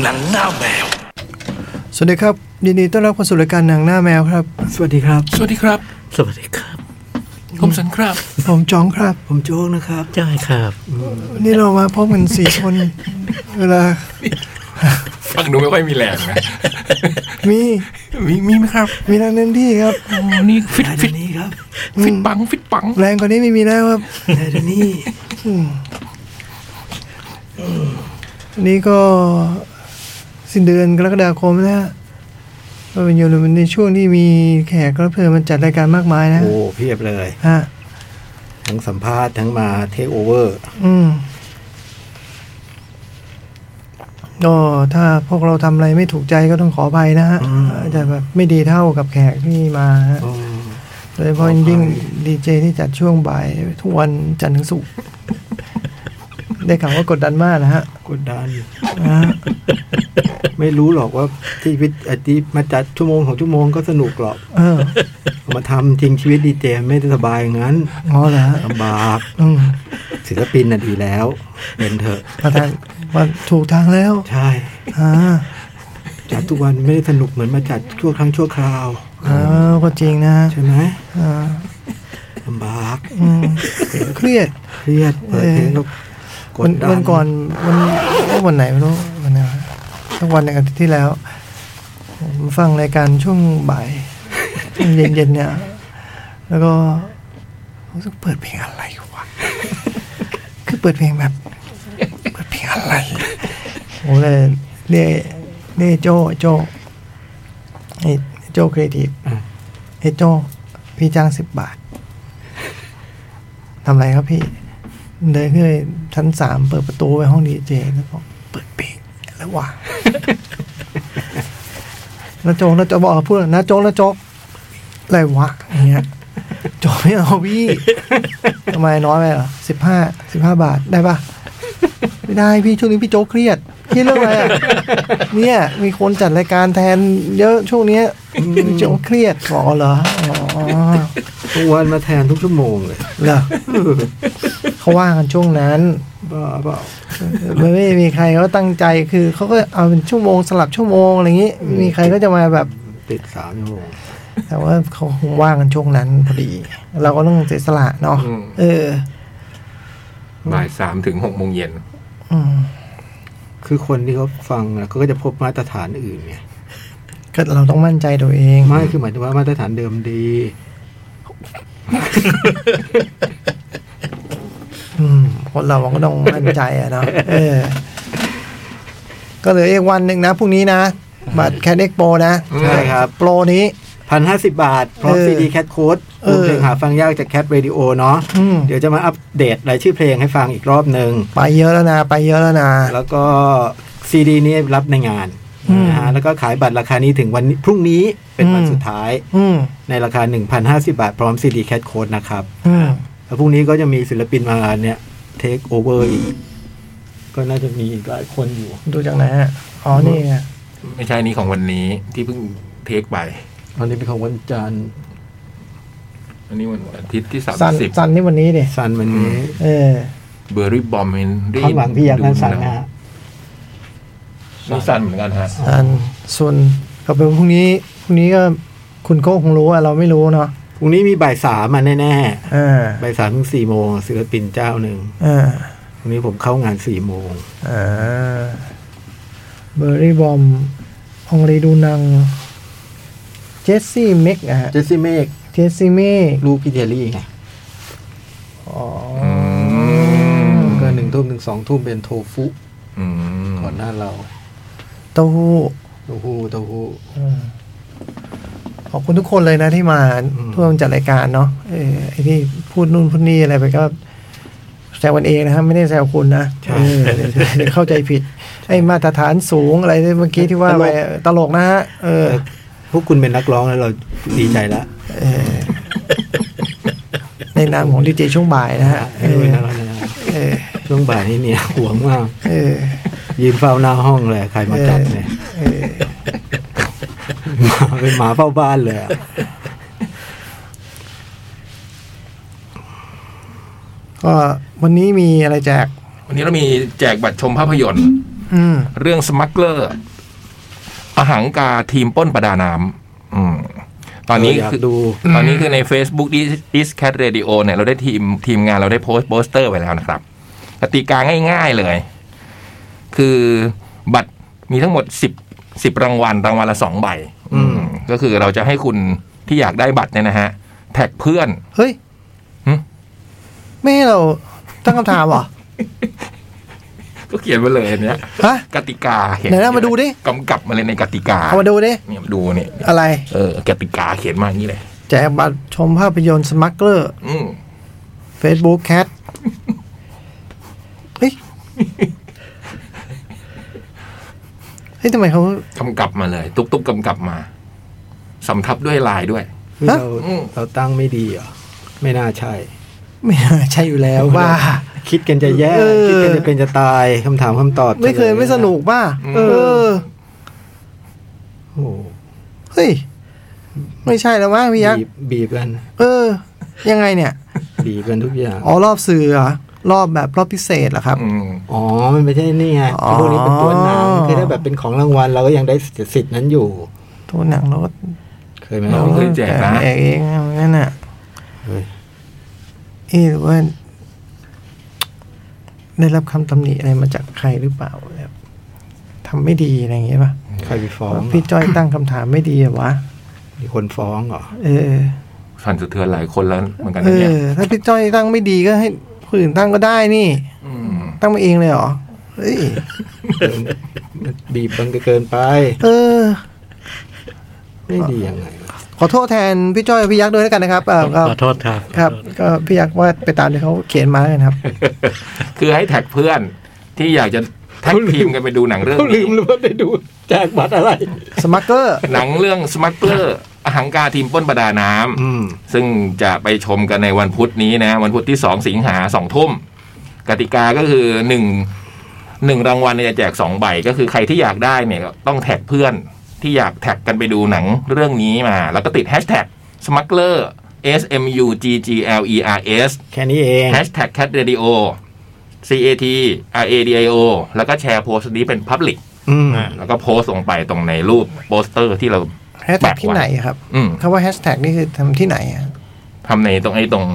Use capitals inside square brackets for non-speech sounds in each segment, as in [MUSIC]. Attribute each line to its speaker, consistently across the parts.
Speaker 1: หนังหน้าแมว
Speaker 2: สวัสดีครับยินดีต้อนรับเข้าสู่รายการหนังหน้าแมวครับ
Speaker 3: สวัสดีครับ
Speaker 1: สวัสดีครับ
Speaker 4: สวัสดีครับ
Speaker 1: ผมสันครับ
Speaker 2: ผมจ้องครับ
Speaker 3: ผมโจ๊กนะครับ
Speaker 4: จ้อยครับ
Speaker 2: วันนี้เรามาพบกันสี่คน เวลา
Speaker 1: ฟังดูไม่ค่อยมีแรงนะ
Speaker 2: มี
Speaker 1: มีมีไหมครับ
Speaker 2: มีแรงเต็มที่ครับ
Speaker 1: โอ้นี่ฟิต
Speaker 3: นาย
Speaker 1: ฟิต
Speaker 3: เดนนี่ครับ
Speaker 1: ฟิตปังฟิตปัง
Speaker 2: แรงกว่านี้ไม่มีแล้วครับ
Speaker 3: นายเดนนี่
Speaker 2: วันนี้ก็สิ้นเดือนกรกฎาคมนะฮะก็เป็นอยู่ในช่วงที่มีแขกรับเชิญมาจัดรายการมากมายนะ
Speaker 3: โอ้เพียบเลย
Speaker 2: ฮะ
Speaker 3: ทั้งสัมภาษณ์ทั้งมาเทคโอเวอร์
Speaker 2: อืมก็ถ้าพวกเราทำอะไรไม่ถูกใจก็ต้องขออภัยนะฮะ
Speaker 3: อืม
Speaker 2: อาจจะแบบไม่ดีเท่ากับแขกที่มาฮะ โดยเฉพาะยิ่งดีเจที่จัดช่วงบ่ายทุกวันจันทร์ถึงศุกร์ ได้ข่าวว่ากดดันมากนะฮะ
Speaker 3: กดดัน
Speaker 2: นะฮะ
Speaker 3: ไม่รู้หรอกว่าที่วิทย์อาทิตย์มาจัดชั่วโมงของชั่วโมงก็สนุกหรอก
Speaker 2: เออ
Speaker 3: เอามาทำจริงชีวิตดีเจไม่ได้สบายอย่างนั้น
Speaker 2: อ๋อเหรอฮะ
Speaker 3: ลำบาก
Speaker 2: อืม
Speaker 3: ศิลปินน่ะดีแล้ว เป็นเถอะ
Speaker 2: มาทางมาถูกทางแล้ว
Speaker 3: ใช่
Speaker 2: อ่า
Speaker 3: จัดทุกวันไม่ได้สนุกเหมือนมาจัดชั่วครั้งชั่วคราว
Speaker 2: อ้าวก็จริงนะฮะ
Speaker 3: ใช่ไหม
Speaker 2: อ่า
Speaker 3: ลำบาก
Speaker 2: อืมเครียด
Speaker 3: เครียดเปิดเพลงแล้วกด
Speaker 2: วัน
Speaker 3: ดัน
Speaker 2: วันก่อนวันวันไหนไม่รู้วันไหนวะสักวันในอาทิตย์ที่แล้วผมฟังรายการช่วงบ่ายช่วงเย็นๆเนี่ย แล้วก็รู้สึกเปิดเพลงอะไรวะคือเปิดเพลงแบบ เปิดเพลงอะไรผมเลยเรียกเรียกโจโจไอ้โจครีเอทีฟ
Speaker 3: อ่ะ
Speaker 2: ไอ้โจพี่จ้างสิบบาททำไรครับพี่ เดินขึ้นไปชั้นสามเปิดประตูไปห้องดีเจแล้วบอกเปิดเพลงแล้วว่ะ แล้วโจกแล้วโจกบอกพูดนะโจกแล้วโจกอะไรวะอย่างเงี้ยโจกไม่เอาพี่ทำไมน้อยไปเหรอสิบห้าสิบห้าบาทได้ปะไม่ได้พี่ช่วงนี้พี่โจกเครียดเครียดเรื่องอะไรอะเนี่ย มีคนจัดรายการแทนเยอะช่วงเนี้ยพี่โจกเครียดบอกเหรออ๋อ
Speaker 3: ทุกวันมาแทนทุกชั่วโมงเลย
Speaker 2: เหรอเขาว่ากันช่วงนั้น
Speaker 3: บ้าเปล่า
Speaker 2: มันไม่มีใครเขาตั้งใจคือเขาก็เอาเป็นชั่วโมงสลับชั่วโมงอะไรอย่างนี้ไม่มีใครก็จะมาแบบ
Speaker 3: ติดสามชั่วโมง
Speaker 2: แต่ว่าเขาคงว่างกันช่วงนั้นพอดี เราก็ต้องเสียสละเนาะ
Speaker 1: อืม
Speaker 2: เออ
Speaker 1: บ่ายสามถึงหกโมงเย็น
Speaker 2: อืม
Speaker 3: คือคนที่เขาฟังนะเขาก็จะพบมาตรฐานอื่นไง
Speaker 2: ก็เราต้องมั่นใจตัวเอง
Speaker 3: ไม่คือหมายถึงว่ามาตรฐานเดิมดี
Speaker 2: อืมคนเรามันก็ต้องมั่นใจอะเนาะเออ ก็เหลืออีกวันหนึ่งนะพรุ่งนี้นะบัตรแคดเอ็กโปนะ
Speaker 3: ใช่ครับ
Speaker 2: โปรนี้
Speaker 3: พันห้าสิบาท พร้อม
Speaker 2: เออ
Speaker 3: ซีดีแคทโค้ด
Speaker 2: เอ
Speaker 3: ร
Speaker 2: อ
Speaker 3: วมถึงหาฟังยากจากแคทเรดิโอเนาะ
Speaker 2: อืม
Speaker 3: เดี๋ยวจะมาอัปเดตรายชื่อเพลงให้ฟังอีกรอบหนึ่ง
Speaker 2: ไปเยอะแล้วนะ ไปเยอะแล้วนะ
Speaker 3: แล้วก็ซีดีนี้รับในงาน
Speaker 2: อืม
Speaker 3: นะฮะแล้วก็ขายบัตรราคานี้ถึงวันพรุ่งนี้เป็นวัน
Speaker 2: อืม
Speaker 3: สุดท้าย
Speaker 2: อืม
Speaker 3: ในราคา 1,050 บาท พร้อมซีดีแคทโค้ดนะครับ
Speaker 2: อืม
Speaker 3: แล้วพรุ่งนี้ก็จะมีศิลปินมาเนี่ยเทคโอเวอร์อีก ก็น่าจะมีอีกหลายคนอยู่
Speaker 2: ดูจากไหนอะอ๋อนี่ไง
Speaker 1: ไม่ใช่นี่ของวันนี้ที่เพิ่งเทคไป
Speaker 3: อันนี้เป็นของวันจันทร์
Speaker 1: อันนี้วันอาทิตย์ที่สาม
Speaker 2: สัน
Speaker 1: สิบ
Speaker 2: สันนี่วันนี้ดิ
Speaker 3: สันวันนี้
Speaker 2: เออ
Speaker 1: เบอร์รี่บอมเห็นได้
Speaker 3: ความหวังพี่ยักษ์นั้นสันนะฮะ
Speaker 1: มีสันเหมือนกันฮะ
Speaker 2: อันส่วนก็เป็นพรุ่งนี้พรุ่งนี้ก็คุณโก้คงรู้อะเราไม่รู้เนาะ
Speaker 3: พรุ่งนี้มีบ่ายสามมาแน่
Speaker 2: อ่า
Speaker 3: ๆบ่ายสามถึงสี่โมงศิลปินเจ้าหนึ่ง
Speaker 2: อ่า
Speaker 3: พรุ่งนี้ผมเข้างานสี่โมง
Speaker 2: อ่าเบอร์รี่บอมพองรีดูนัง เจสซี่เมกนะฮะ
Speaker 3: เจสซี่เมก
Speaker 2: เจสซี่เมก
Speaker 3: ลูกพี่เทยรี่ไง
Speaker 2: อ๋อ
Speaker 3: ก็หนึ่งทุ่มถึงสองทุ่มเป็นโทฟุ
Speaker 1: อืม
Speaker 3: ก่อนหน้าเรา
Speaker 2: เต้าหู้
Speaker 3: โทฟูโทฟู
Speaker 2: อืมขอบคุณทุกคนเลยนะที่มา
Speaker 3: อืม
Speaker 2: ร่วมจัดรายการเนาะเออไอที่พูดนู่นพูดนี่อะไรไปก็แซวกันเองนะครับไม่ได้แซวคุณนะเออเดี๋ยวเดี๋ยว [LAUGHS] เข้าใจผิดไอมาตรฐานสูงอะไรเมื่อกี้ที่ว่าไปตลกนะฮะเออ
Speaker 3: พวกคุณเป็นนักร้องแล้วเราดีใจแล้ว
Speaker 2: เออในนาม [LAUGHS] ของดีเจช่วงบ่ายนะฮะ เอ
Speaker 3: เออ
Speaker 2: อ
Speaker 3: เป็นนักร้องแล้วนะ
Speaker 2: เออ
Speaker 3: ช่วงบ่ายนี่เนี่ย [LAUGHS] หวงมาก
Speaker 2: เออ
Speaker 3: ยืนเฝ้าหน้าห้องเลย ใครมาจับเนี่ย
Speaker 2: เออ
Speaker 3: หมาเป็นหมาเฝ้าบ้านเลยอะ
Speaker 2: ก็วันนี้มีอะไรแจก
Speaker 1: วันนี้เรามีแจกบัตรชมภาพยนตร์
Speaker 2: อืม
Speaker 1: เรื่องสมัคเกอร์อหังกาทีมปล้นประดาน้ำอืมตอนนี้
Speaker 3: เอออยาก
Speaker 1: คือ
Speaker 3: ดู
Speaker 1: ตอนนี้คือใน Facebook i s c a t Radio เนี่ย เราได้ทีมทีมงานเราได้โพสต์โปสเตอร์ไว้แล้วนะครับกติกาง่าย ๆเลย คือบัตรมีทั้งหมดสิบสิบรางวัลรางวัลละสองใบ อืม ก็คือเราจะให้คุณที่อยากได้บัตรเนี่ยนะฮะ แท็กเพื่อน
Speaker 2: เฮ้ย
Speaker 1: หึ
Speaker 2: ไม่ให้เราตั้งคำถามเหรอ
Speaker 1: ก็เขียนไว้เลยอันเนี้ย
Speaker 2: ฮะ
Speaker 1: กติกาเขียน
Speaker 2: ไหนนะมาดูดิ
Speaker 1: กำกับมาเลยในกติกา
Speaker 2: เอามาดูดิ
Speaker 1: เนี่ยมาดูเนี่ย
Speaker 2: อะไร
Speaker 1: เออกติกาเขียนมาอย่างนี้เลย
Speaker 2: แจกบัตรชมภาพยนตร์สมักเกอร์
Speaker 1: อืม
Speaker 2: Facebook Cat เฮ้ย เฮ้ยทำไมเขา
Speaker 1: กำกับมาเลย ตุ๊บตุ๊บกำกับมา สำทับด้วยลายด้วย
Speaker 3: คือ
Speaker 2: ฮะ
Speaker 3: เราเราตั้งไม่ดีเหรอไม่น่าใช่
Speaker 2: ไม่น่าใช่อยู่แล้วว่า
Speaker 3: คิดกันจะแย่
Speaker 2: เออ
Speaker 3: คิดกันจะเป็นจะตายคำถามคำตอบ
Speaker 2: ไม่เคยไม่สนุกป่ะ
Speaker 1: อืม
Speaker 2: เออ
Speaker 3: โอ้โห
Speaker 2: เฮ้ย ไม่ใช่แล้วมั้งพี่ยักษ์
Speaker 3: บีบบีบกัน
Speaker 2: เออ ยังไงเนี่ย
Speaker 3: บีบกันทุกอย่าง
Speaker 2: อ๋อรอบสื่อเหรอรอบแบบรอบพิเศษเหรอครับ
Speaker 1: อืม
Speaker 3: อ๋อมันไม่ใช่นี่ไง
Speaker 2: อ๋อ
Speaker 3: พวกนี้เป็นตัวหนังคือถ้าแบบเป็นของรางวัลเราก็ยังได้สิทธิ์นั้นอยู่
Speaker 2: ตัวหนังรถ
Speaker 3: เคยไหม
Speaker 1: เราไม่เคยแจกนะ
Speaker 2: แจกเองนั่นน่ะ
Speaker 3: เฮ้ย
Speaker 2: เอ๊ะหรือว่า ได้รับคำตำหนิอะไรมาจากใครหรือเปล่าแบบทำไม่ดีอะไรอย่างเงี้ยป่ะ
Speaker 3: ใครไปฟ้องเหร
Speaker 2: พี่
Speaker 3: อ
Speaker 2: จ้อยตั้งคำถามไม่ดีเหรอวะ
Speaker 3: มีคนฟ้องเหรอ
Speaker 2: เออ
Speaker 1: สั่นสะเทือนหลายคนแล้วเหมือนกัน
Speaker 2: เอ
Speaker 1: นะเนี่ย
Speaker 2: อ ถ้าพี่จ้อยตั้งไม่ดีก็ให้คนอื่นตั้งก็ได้นี่
Speaker 1: ม
Speaker 2: ตั้งมาเองเลยเหรอเฮ้ย
Speaker 3: เออมัน [LAUGHS] บีบกันเกินไป
Speaker 2: เออ
Speaker 3: ไม่ดียังไงวะ
Speaker 2: ขอโทษแทนพี่จ้อยพี่ยักษ์ด้วยแล้วกันนะครับเออก็
Speaker 4: ขอโทษครับ
Speaker 2: ครับ ก็พี่ยักษ์ว่าไปตามที่เขาเขียนมาแล้วกันครับ
Speaker 1: คือให้แท็กเพื่อนที่อยากจะแท็กทีมกันไปดูหนังเรื่อง
Speaker 3: เขาลื
Speaker 1: นี้
Speaker 3: มหรือว่าได้ดูแจกบัตรอะไร
Speaker 2: สมัครเกอร์
Speaker 1: หนังเรื่องสมัคเกอร์อหังการทีมปล้นประดาน้
Speaker 3: อืม
Speaker 1: ำซึ่งจะไปชมกันในวันพุธนี้นะ วันพุธที่สองสิงหาสองทุ่มกติกาก็คือหนึ่งหนึ่งรางวัลเนี่ยจะแจกสองใบก็คือใครที่อยากได้เนี่ยก็ต้องแท็กเพื่อนที่อยากแท็กกันไปดูหนังเรื่องนี้มา แล้วก็ติดแฮชแท็กสมัคเลอร์ S M U G G L E R S
Speaker 3: แค่นี้เอง
Speaker 1: แฮชแท็ก cat radio c a t r a d i o แล้วก็แชร์โพสต์นี้เป็น Public
Speaker 3: อืม
Speaker 1: แล้วก็โพสต์ลงไปตรงในรูปโปสเตอร์ที่เรา
Speaker 2: แฮชแท็กที่ไหนครับ
Speaker 1: อืม
Speaker 2: คำว่าแฮชแท็กนี่คือทำที่ไหนอะ
Speaker 1: ทำในตรงไอ้ตรง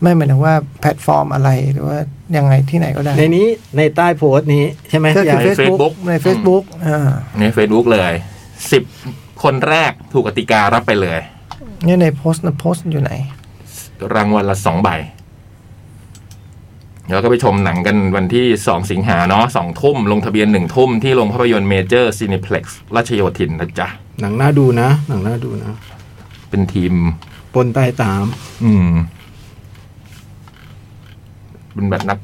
Speaker 2: ไม่หมายถึงว่าแพลตฟอร์มอะไรหรือว่ายังไงที่ไหนก็ได้
Speaker 3: ในนี้ในใต้โพสต์นี้ใช่ไหม
Speaker 2: ก็
Speaker 3: พี่
Speaker 2: คือ
Speaker 3: ยา
Speaker 1: Facebook
Speaker 2: Facebook ใน Facebook อ่า
Speaker 1: ใน Facebook เลย 10 คนแรกถูกกติการรับไปเลย
Speaker 2: เนี่ยในโพสต์นะโพสต์อยู่ไหน
Speaker 1: รางวัลละสองใบ แล้วก็ไปชมหนังกันวันที่ 2 สิงหาเนาะสองทุ่มลงทะเบียนหนึ่งทุ่มที่โรงภาพยนตร์เมเจอร์ซีนิเพล็กซ์ราชโยธินนะจ๊ะ
Speaker 3: หนังน่าดูนะ หนังน่าดูนะ
Speaker 1: เป็นทีม
Speaker 3: ปนใต้ตาม
Speaker 1: อืมเป็นแบบนัก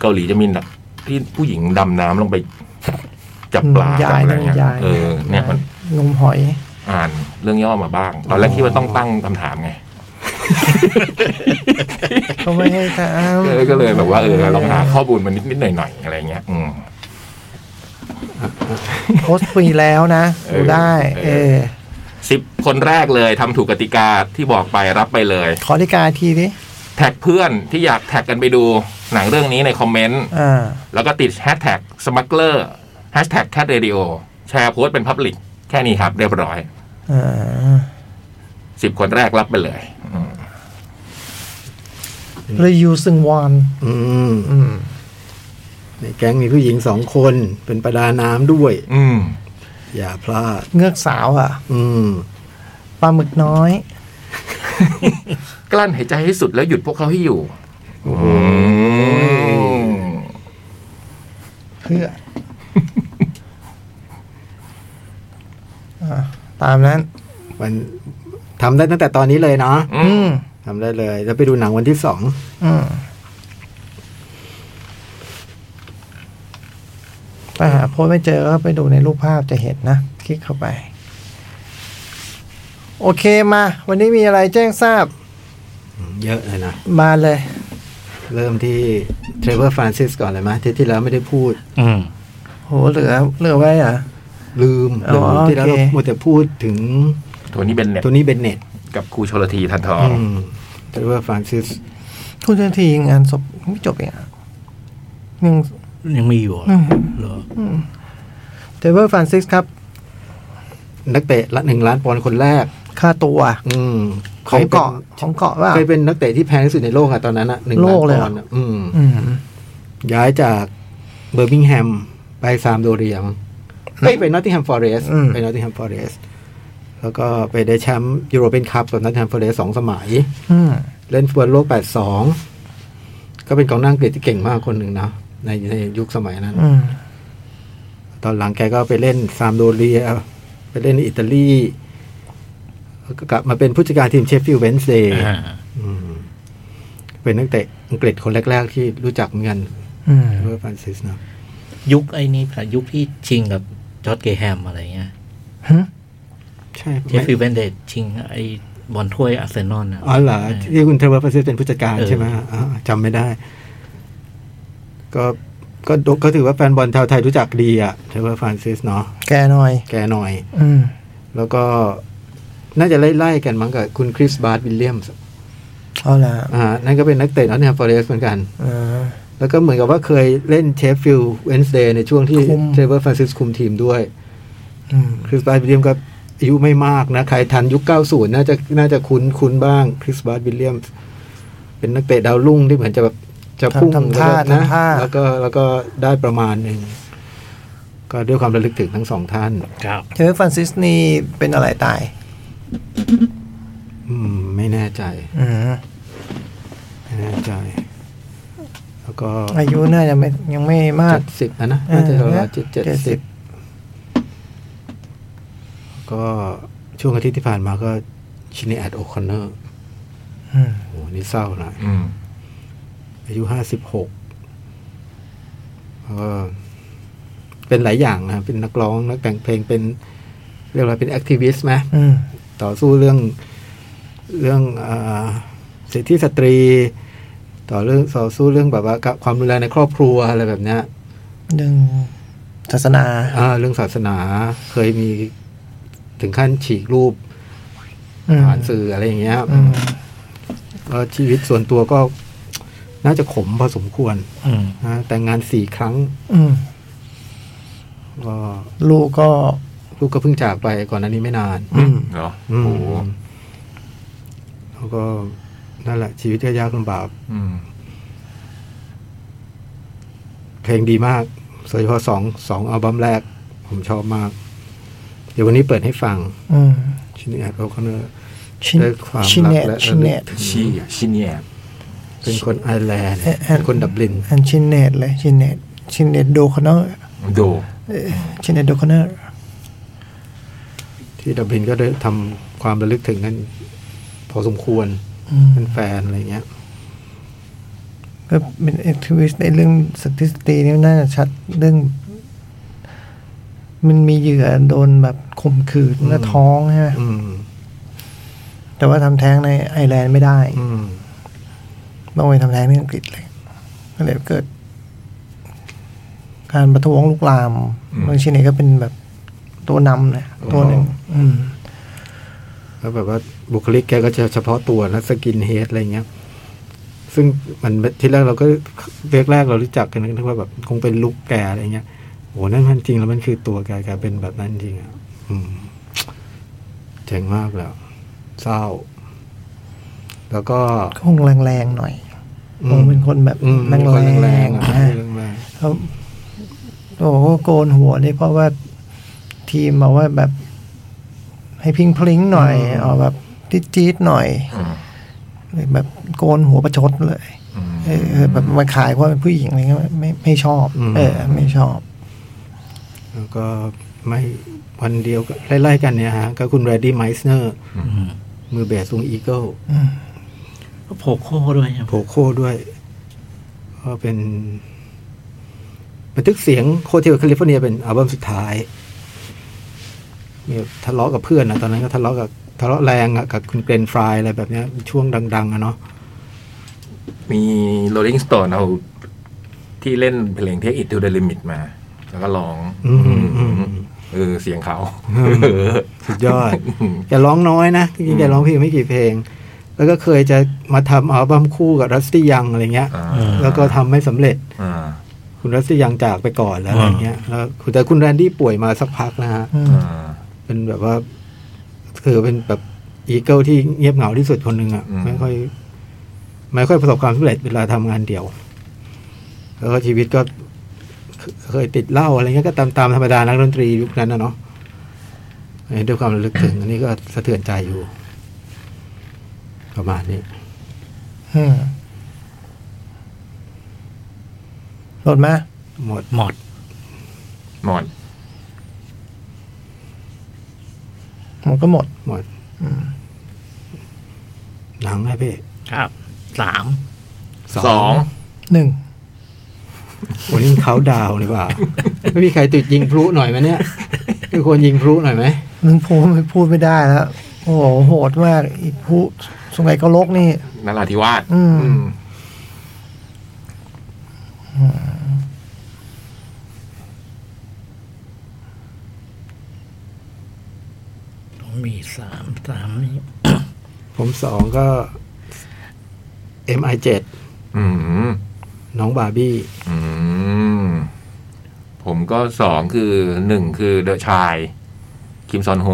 Speaker 1: เกาหลีจะมีนักที่ผู้หญิงดำน้ำลงไป [LAUGHS] จับปลา
Speaker 2: อืมยาย
Speaker 1: จับอะไรเงี้ย
Speaker 2: ยาย
Speaker 1: เออเนี่ยมัน
Speaker 2: นมหอย
Speaker 1: อ่านเรื่องย่อมาบ้าง ตอนแรกคิดว่าต้องตั้งคำถามไง [LAUGHS]
Speaker 2: เขาไม่ให้ท
Speaker 1: เออ
Speaker 2: ำ
Speaker 1: ก็เลยแบบว่าเออลองหาข้อมูลมานิดนิดๆหน่อยหน่อยๆอะไรเงี้ย อืม
Speaker 2: โพสต์ฟรีแล้วนะ
Speaker 1: เออ
Speaker 2: ดูได้
Speaker 1: เออ
Speaker 2: เออ
Speaker 1: สิบคนแรกเลยทำถูกกติกาที่บอกไปรับไปเลย
Speaker 2: ขอธิการทีดิ
Speaker 1: แท็กเพื่อนที่อยากแท็กกันไปดูหนังเรื่องนี้ในคอมเมนต์
Speaker 2: อ่า
Speaker 1: แล้วก็ติดแฮชแท็กสมัคเลอร์แฮชแท็กแคทเรดิโอแชร์โพสต์เป็นพับลิกแค่นี้ครับ เรียบร้อย
Speaker 2: อ่า
Speaker 1: สิบคนแรกรับไปเลยอืม
Speaker 2: เรยูซึงวอน
Speaker 3: อืม
Speaker 2: อืม
Speaker 3: ในแก๊งมีผู้หญิงสองคนเป็นประดาน้ำด้วย
Speaker 1: อืม
Speaker 3: อย่าพลาด
Speaker 2: เงือกสาวอ่ะ
Speaker 3: อืม
Speaker 2: ปลาหมึกน้อย
Speaker 1: กลั้นหายใจให้สุดแล้วหยุดพวกเขาให้อยู่
Speaker 2: เพื่อ
Speaker 1: [LAUGHS]
Speaker 2: อ่ะตามนั้น
Speaker 3: วันทำได้ตั้งแต่ตอนนี้เลยเนาะ
Speaker 1: อื
Speaker 2: อื
Speaker 1: ม
Speaker 2: ม
Speaker 3: ทำได้เลย แล้วไปดูหนังวันที่สอง
Speaker 2: อืมถ้าหาโพสต์ไม่เจอก็ไปดูในรูปภาพจะเห็นนะ คลิกเข้าไป โอเคมา วันนี้มีอะไรแจ้งทราบ
Speaker 3: อืมเยอะเลยนะ
Speaker 2: มาเลย
Speaker 3: เริ่มที่เทรเวอร์ฟรานซิสก่อนเลยไหมยที่ที่แล้วไม่ได้พูด
Speaker 4: อืม
Speaker 2: โหเหลือเหลือไว้เหรอ่ะ
Speaker 3: ลืม
Speaker 2: อ๋อ
Speaker 3: ที่แล้ว
Speaker 2: โอเค
Speaker 3: เรามัวแต่พูดถึง
Speaker 1: โทนี่เบนเน็ต
Speaker 3: ตัวนี้เบนเน็ต
Speaker 1: กับครูชลธีทันทอง
Speaker 3: เทรเวอร์ฟรานซิส
Speaker 2: ทุกทีงานศพไม่จบเองอะยัง
Speaker 3: ยังมีอยู่เหรอ
Speaker 2: อืม
Speaker 3: เหรอ
Speaker 2: เทเบิลฟรานซิสครับ
Speaker 3: นักเตะละหนึ่งล้านปอนด์คนแรก
Speaker 2: ค่าตัว
Speaker 3: อืม
Speaker 2: ของเกาะของเกาะว่า
Speaker 3: เคยเป็นนักเตะที่แพงที่สุดในโลกอะตอนนั้นอะหนึ่ง
Speaker 2: โลกเล
Speaker 3: ล้านป
Speaker 2: ยเหรอ
Speaker 3: อนด์อะอืม
Speaker 2: อืม
Speaker 3: ย้ายจากเบอร์มิงแฮมไปซามโดเรียมั้งเอ้ยไปนอตติงแฮมฟอเรสต์
Speaker 2: อืม
Speaker 3: ไปนอตติงแฮมฟอเรสต์แล้วก็ไปได้แชมป์ยูโรเปนคัพกับนอตติงแฮมฟอเรสต์สองสมัย
Speaker 2: อืม
Speaker 3: เล่นฟุตบอลโลก 82 ก็เป็นกองหน้าอังกฤษที่เก่งมากคนหนึ่งนะ ในในยุคสมัยนั้น
Speaker 2: อืม
Speaker 3: ตอนหลังแกก็ไปเล่นซามโดเรีย ไปเล่นอิตาลีแล้วก็กลับมาเป็นผู้จัดการทีมเชฟฟิลด์เวนส์เดย์
Speaker 1: อ่า
Speaker 3: เป็นนักเตะอังกฤษคนแรก ๆ ที่รู้จักเหมือนกัน
Speaker 2: อืม
Speaker 3: เวอร์ฟรานซิสนะ
Speaker 4: ยุคไอ้นี้ผ่ะยุคที่ชิงกับจอร์ดเกแฮมอะไรเงี้ย
Speaker 2: ฮะ
Speaker 3: ใช่
Speaker 4: เจฟ
Speaker 3: ไม่
Speaker 4: ฟี่เวนเดตชิงไอ้บอลถ้วยอาร์เซนอลนะ
Speaker 3: อ๋อเหรอที่คุณเทเวอร์ฟาซิสเป็นผู้จัดการ
Speaker 4: เออ
Speaker 3: ใช่ไหมอ่าจำไม่ได้ ก็ก็ดูก็ถือว่าแฟนบอลชาวไทยรู้จักดีอะเทเวอร์ฟรานซิสเนาะ
Speaker 2: แกหน่อย
Speaker 3: แกหน่อย
Speaker 2: อืม
Speaker 3: แล้วก็น่าจะไล่ๆกันมั้งกับคุณคริสบาร์ดวิลเลียมส์
Speaker 2: เอาละ
Speaker 3: อ่านั่นก็เป็นนักเตะนอตติงแฮมฟอเรสต์เหมือนกัน
Speaker 2: อ่า
Speaker 3: แล้วก็เหมือนกับว่าเคยเล่นเชฟฟิลด์เวนส์เดย์ในช่วงที่
Speaker 2: คุม
Speaker 3: เทเวอร์ฟรานซิสคุมทีมด้วย
Speaker 2: อืม
Speaker 3: คริสบาร์ดวิลเลียมก็อายุไม่มากนะ ใครทันยุค 90 น่าจะน่าจะคุ้นคุ้นบ้างคริสบาร์ดวิลเลียมส์ เป็นนักเตะดาวรุ่งที่เหมือนจะแบบจะพุ่ง
Speaker 2: ทำทำท่า
Speaker 3: นะ
Speaker 2: ทำท่า
Speaker 3: แล้วก็แล้วก็ได้ประมาณหนึ่ง ก็ด้วยความระลึกถึงทั้งสองท่าน
Speaker 4: ครับ
Speaker 2: เทเบิลฟรานซิสนี่เป็นอะไรตาย
Speaker 3: อืม ไม่แน่ใจ
Speaker 2: อืม
Speaker 3: ไม่แน่ใจ แล้วก็
Speaker 2: อายุน่าจะไม่ยังไม่มาก
Speaker 3: เจ็ดสิบนะนะน่าจะ
Speaker 2: เออ
Speaker 3: ราวๆเจ็ดเจ็ดสิบ
Speaker 2: 70
Speaker 3: ก็ช่วงอาทิตย์ที่ผ่านมาก็ชินีแอดโอคอนเนอร์
Speaker 2: อืม
Speaker 3: โอ้โหนี่เศร้าหน่อย
Speaker 1: อืม
Speaker 3: อายุห้าสิบหกเป็นหลายอย่างนะ เป็นนักร้อง นักแต่งเพลง เป็นเรียกว่าเป็นแอคทิวิสต์ไหม
Speaker 2: อืม
Speaker 3: ต่อสู้เรื่องเรื่องอาสิทธิสตรี ต่อเรื่องต่อสู้เรื่องแบบว่าความรุนแรงในครอบครัวอะไรแบบเนี้ย
Speaker 2: เรื่องศาสนา
Speaker 3: อ่าเรื่องศาสนาเคยมีถึงขั้นฉีกรูป
Speaker 2: อืม
Speaker 3: ผ่านสื่ออะไรอย่างเงี้ย
Speaker 2: อืม
Speaker 3: แล้วชีวิตส่วนตัวก็น่าจะขมพอสมควร
Speaker 4: อืม
Speaker 3: นะแต่งงานสี่ครั้ง
Speaker 2: อืม
Speaker 3: ก็
Speaker 2: ลูกก็
Speaker 3: ลูกก็เพิ่งจากไปก่อนหน้านี้ไม่นาน
Speaker 2: อืม
Speaker 1: เหรอ
Speaker 3: อื
Speaker 1: โอ้
Speaker 3: ม
Speaker 1: โห
Speaker 3: แล้วก็นั่นแหละ ชีวิตก็ยากลำบาก
Speaker 1: อืม
Speaker 3: เพลงดีมากโดยเฉพาะสองสองอัลบั้มแรก ผมชอบมาก เดี๋ยววันนี้เปิดให้ฟัง
Speaker 2: อืม
Speaker 3: ชินแอดโอคอนเนอร์
Speaker 2: ชิน
Speaker 3: ด้วยความ
Speaker 2: ชินเนต
Speaker 3: รักและ
Speaker 2: ชินเนต
Speaker 1: ชีชิเนียบ
Speaker 3: เป็นคนไอร์แลนด์
Speaker 2: เอ๊ะเอ๊ะ
Speaker 3: เป็นคนดับลิน
Speaker 2: อันชินเนตเลย ชินเนตชินเนตโดคอนเนอร์
Speaker 1: โด
Speaker 2: เอ่อชินเนตโดคอนเนอร์
Speaker 3: ที่ดับลินก็ได้ทำความระลึกถึงกันพอสมควร
Speaker 2: อืม
Speaker 3: เป็นแฟนอะไรเงี้ย
Speaker 2: ก็เป็นแอคทิวิสต์ในเรื่องสถิตินี่น่าจะชัดเรื่อง มันมีเหยื่อโดนแบบข่มขืน
Speaker 3: อืม
Speaker 2: และท้องใช่ไหม
Speaker 3: อืม
Speaker 2: แต่ว่าทำแท้งในไอร์แลนด์ไม่ได้
Speaker 3: อืม
Speaker 2: ต้องไปทำแท้งที่อังกฤษเลยก็เลยเกิด การประท้วงลุกลาม
Speaker 1: อืม
Speaker 2: บางชินเนก็เป็นแบบตัวนำนะ
Speaker 3: โอ้
Speaker 2: ตัวหนึ่งอืม
Speaker 3: แล้วแบบว่าบุคลิกแกก็จะเฉพาะตัวนะสกินเฮดอะไรเงี้ย ซึ่งมันที่แรกเราก็เรียกแรกเรารู้จักกันนึกว่าแบบคงเป็นลุกแกอะไรเงี้ยโอ้นั่นมันจริงแล้วมันคือตัวแกแกเป็นแบบนั้นจริงอ่ะอืมเจ๋งมากแล้ว เศร้า แล้วก็
Speaker 2: ก็คงแรงๆหน่อยคงเป็นคนแบบ
Speaker 3: อืม
Speaker 2: แรง
Speaker 3: คน
Speaker 2: ๆ
Speaker 3: แรงๆอ่ะ
Speaker 2: นะ
Speaker 3: แรง
Speaker 2: เขาโอ้โหโกนหัวนี่เพราะว่าทีมบอกว่าแบบให้พริงพลิงหน่อยเอาแบบจี๊ดๆหน่อย
Speaker 1: อืม
Speaker 2: เลยแบบโกนหัวประชดเลย
Speaker 1: อืม
Speaker 2: เออเออแบบมาขายว่าเป็นผู้หญิงอะไรเงี้ยไม่ไม่ชอบ เออ ไม่ชอบ
Speaker 3: ๆแล้วก็ไม่วันเดียวก็ไล่ๆกันเนี่ยฮะก็คุณแรดดี้ไมสเนอร์
Speaker 4: อืม
Speaker 3: มือเบสวงอีเกิล
Speaker 2: อืม
Speaker 4: ก็โผล่โค้ด้วยครับ
Speaker 3: โผโค่ด้วยก็เป็น บันทึกเสียงโคเทลแคลิฟอร์เนียเป็นอัลบั้มสุดท้ายมีทะเลาะกับเพื่อนนะตอนนั้นก็ทะเลาะกับทะเลาะแรงอะกับคุณเกรนฟรายอะไรแบบเนี้ยช่วงดัง ๆอะเนาะ
Speaker 1: มี Rolling Stone เอาที่เล่นเพลง Take It to the Limit มา แล้วก็ร้อง
Speaker 3: อืมอืม
Speaker 1: เออ เสียงเขา
Speaker 3: สุดยอด แกร้องน้อยนะจริงๆแกร้องเพียงไม่กี่เพลง แล้วก็เคยจะมาทำอัลบั้มคู่กับรัสตี้ยังอะไรเงี้ย
Speaker 1: อ่า
Speaker 3: แล้วก็ทำไม่สำเร็จ
Speaker 1: อ่า
Speaker 3: คุณรัสยังจากไปก่อนแล้วอะไรเงี้ยแล้วแต่คุณแรนดี้ป่วยมาสักพักนะฮะ
Speaker 2: อืม
Speaker 1: อ่า
Speaker 3: เป็นแบบว่าถือเป็นแบบอีเกิลที่เงียบเหงาที่สุดคนหนึ่งอ่ะ
Speaker 1: อืม
Speaker 3: ไม่ค่อยไม่ค่อยประสบความสำเร็จเวลาทำงานเดี่ยว แล้วก็ชีวิตก็เคเคยติดเหล้าอะไรเงี้ยก็ตามตามธรรมดานักดนตรียุคนั้นนะเนาะอันนี้ด้วยความระลึกถึง อันนี้ก็สะเทือนใจอยู่ ประมาณนี้
Speaker 2: อืมหลดไหม
Speaker 3: หมด
Speaker 4: หมด
Speaker 1: หมด
Speaker 2: หมดก็หมด
Speaker 3: หมด
Speaker 2: อืม
Speaker 3: หนังให้พี่
Speaker 4: ครับสาม
Speaker 1: สอง
Speaker 2: หนึ่ง
Speaker 3: วันนี้เขาดาวน์หรือเปล่าไม่มีใครติดยิงพลุหน่อยไหมเนี่ยมีคนยิงพลุหน่อยไหม
Speaker 2: มึงพูดไม่พูดไม่ได้แล้ว โอ้โหโหดมากอีกผู้สงสัยก็ลกนี่
Speaker 1: นราธิวาส
Speaker 2: อืม
Speaker 1: อืม
Speaker 4: ผมมีสามสามนี่
Speaker 3: ผมสองก็ MI7
Speaker 1: อืม
Speaker 3: น้องบาร์บี้
Speaker 1: อืม ผมก็สองคือหนึ่งคือเดอะชาย คิมซอนโฮ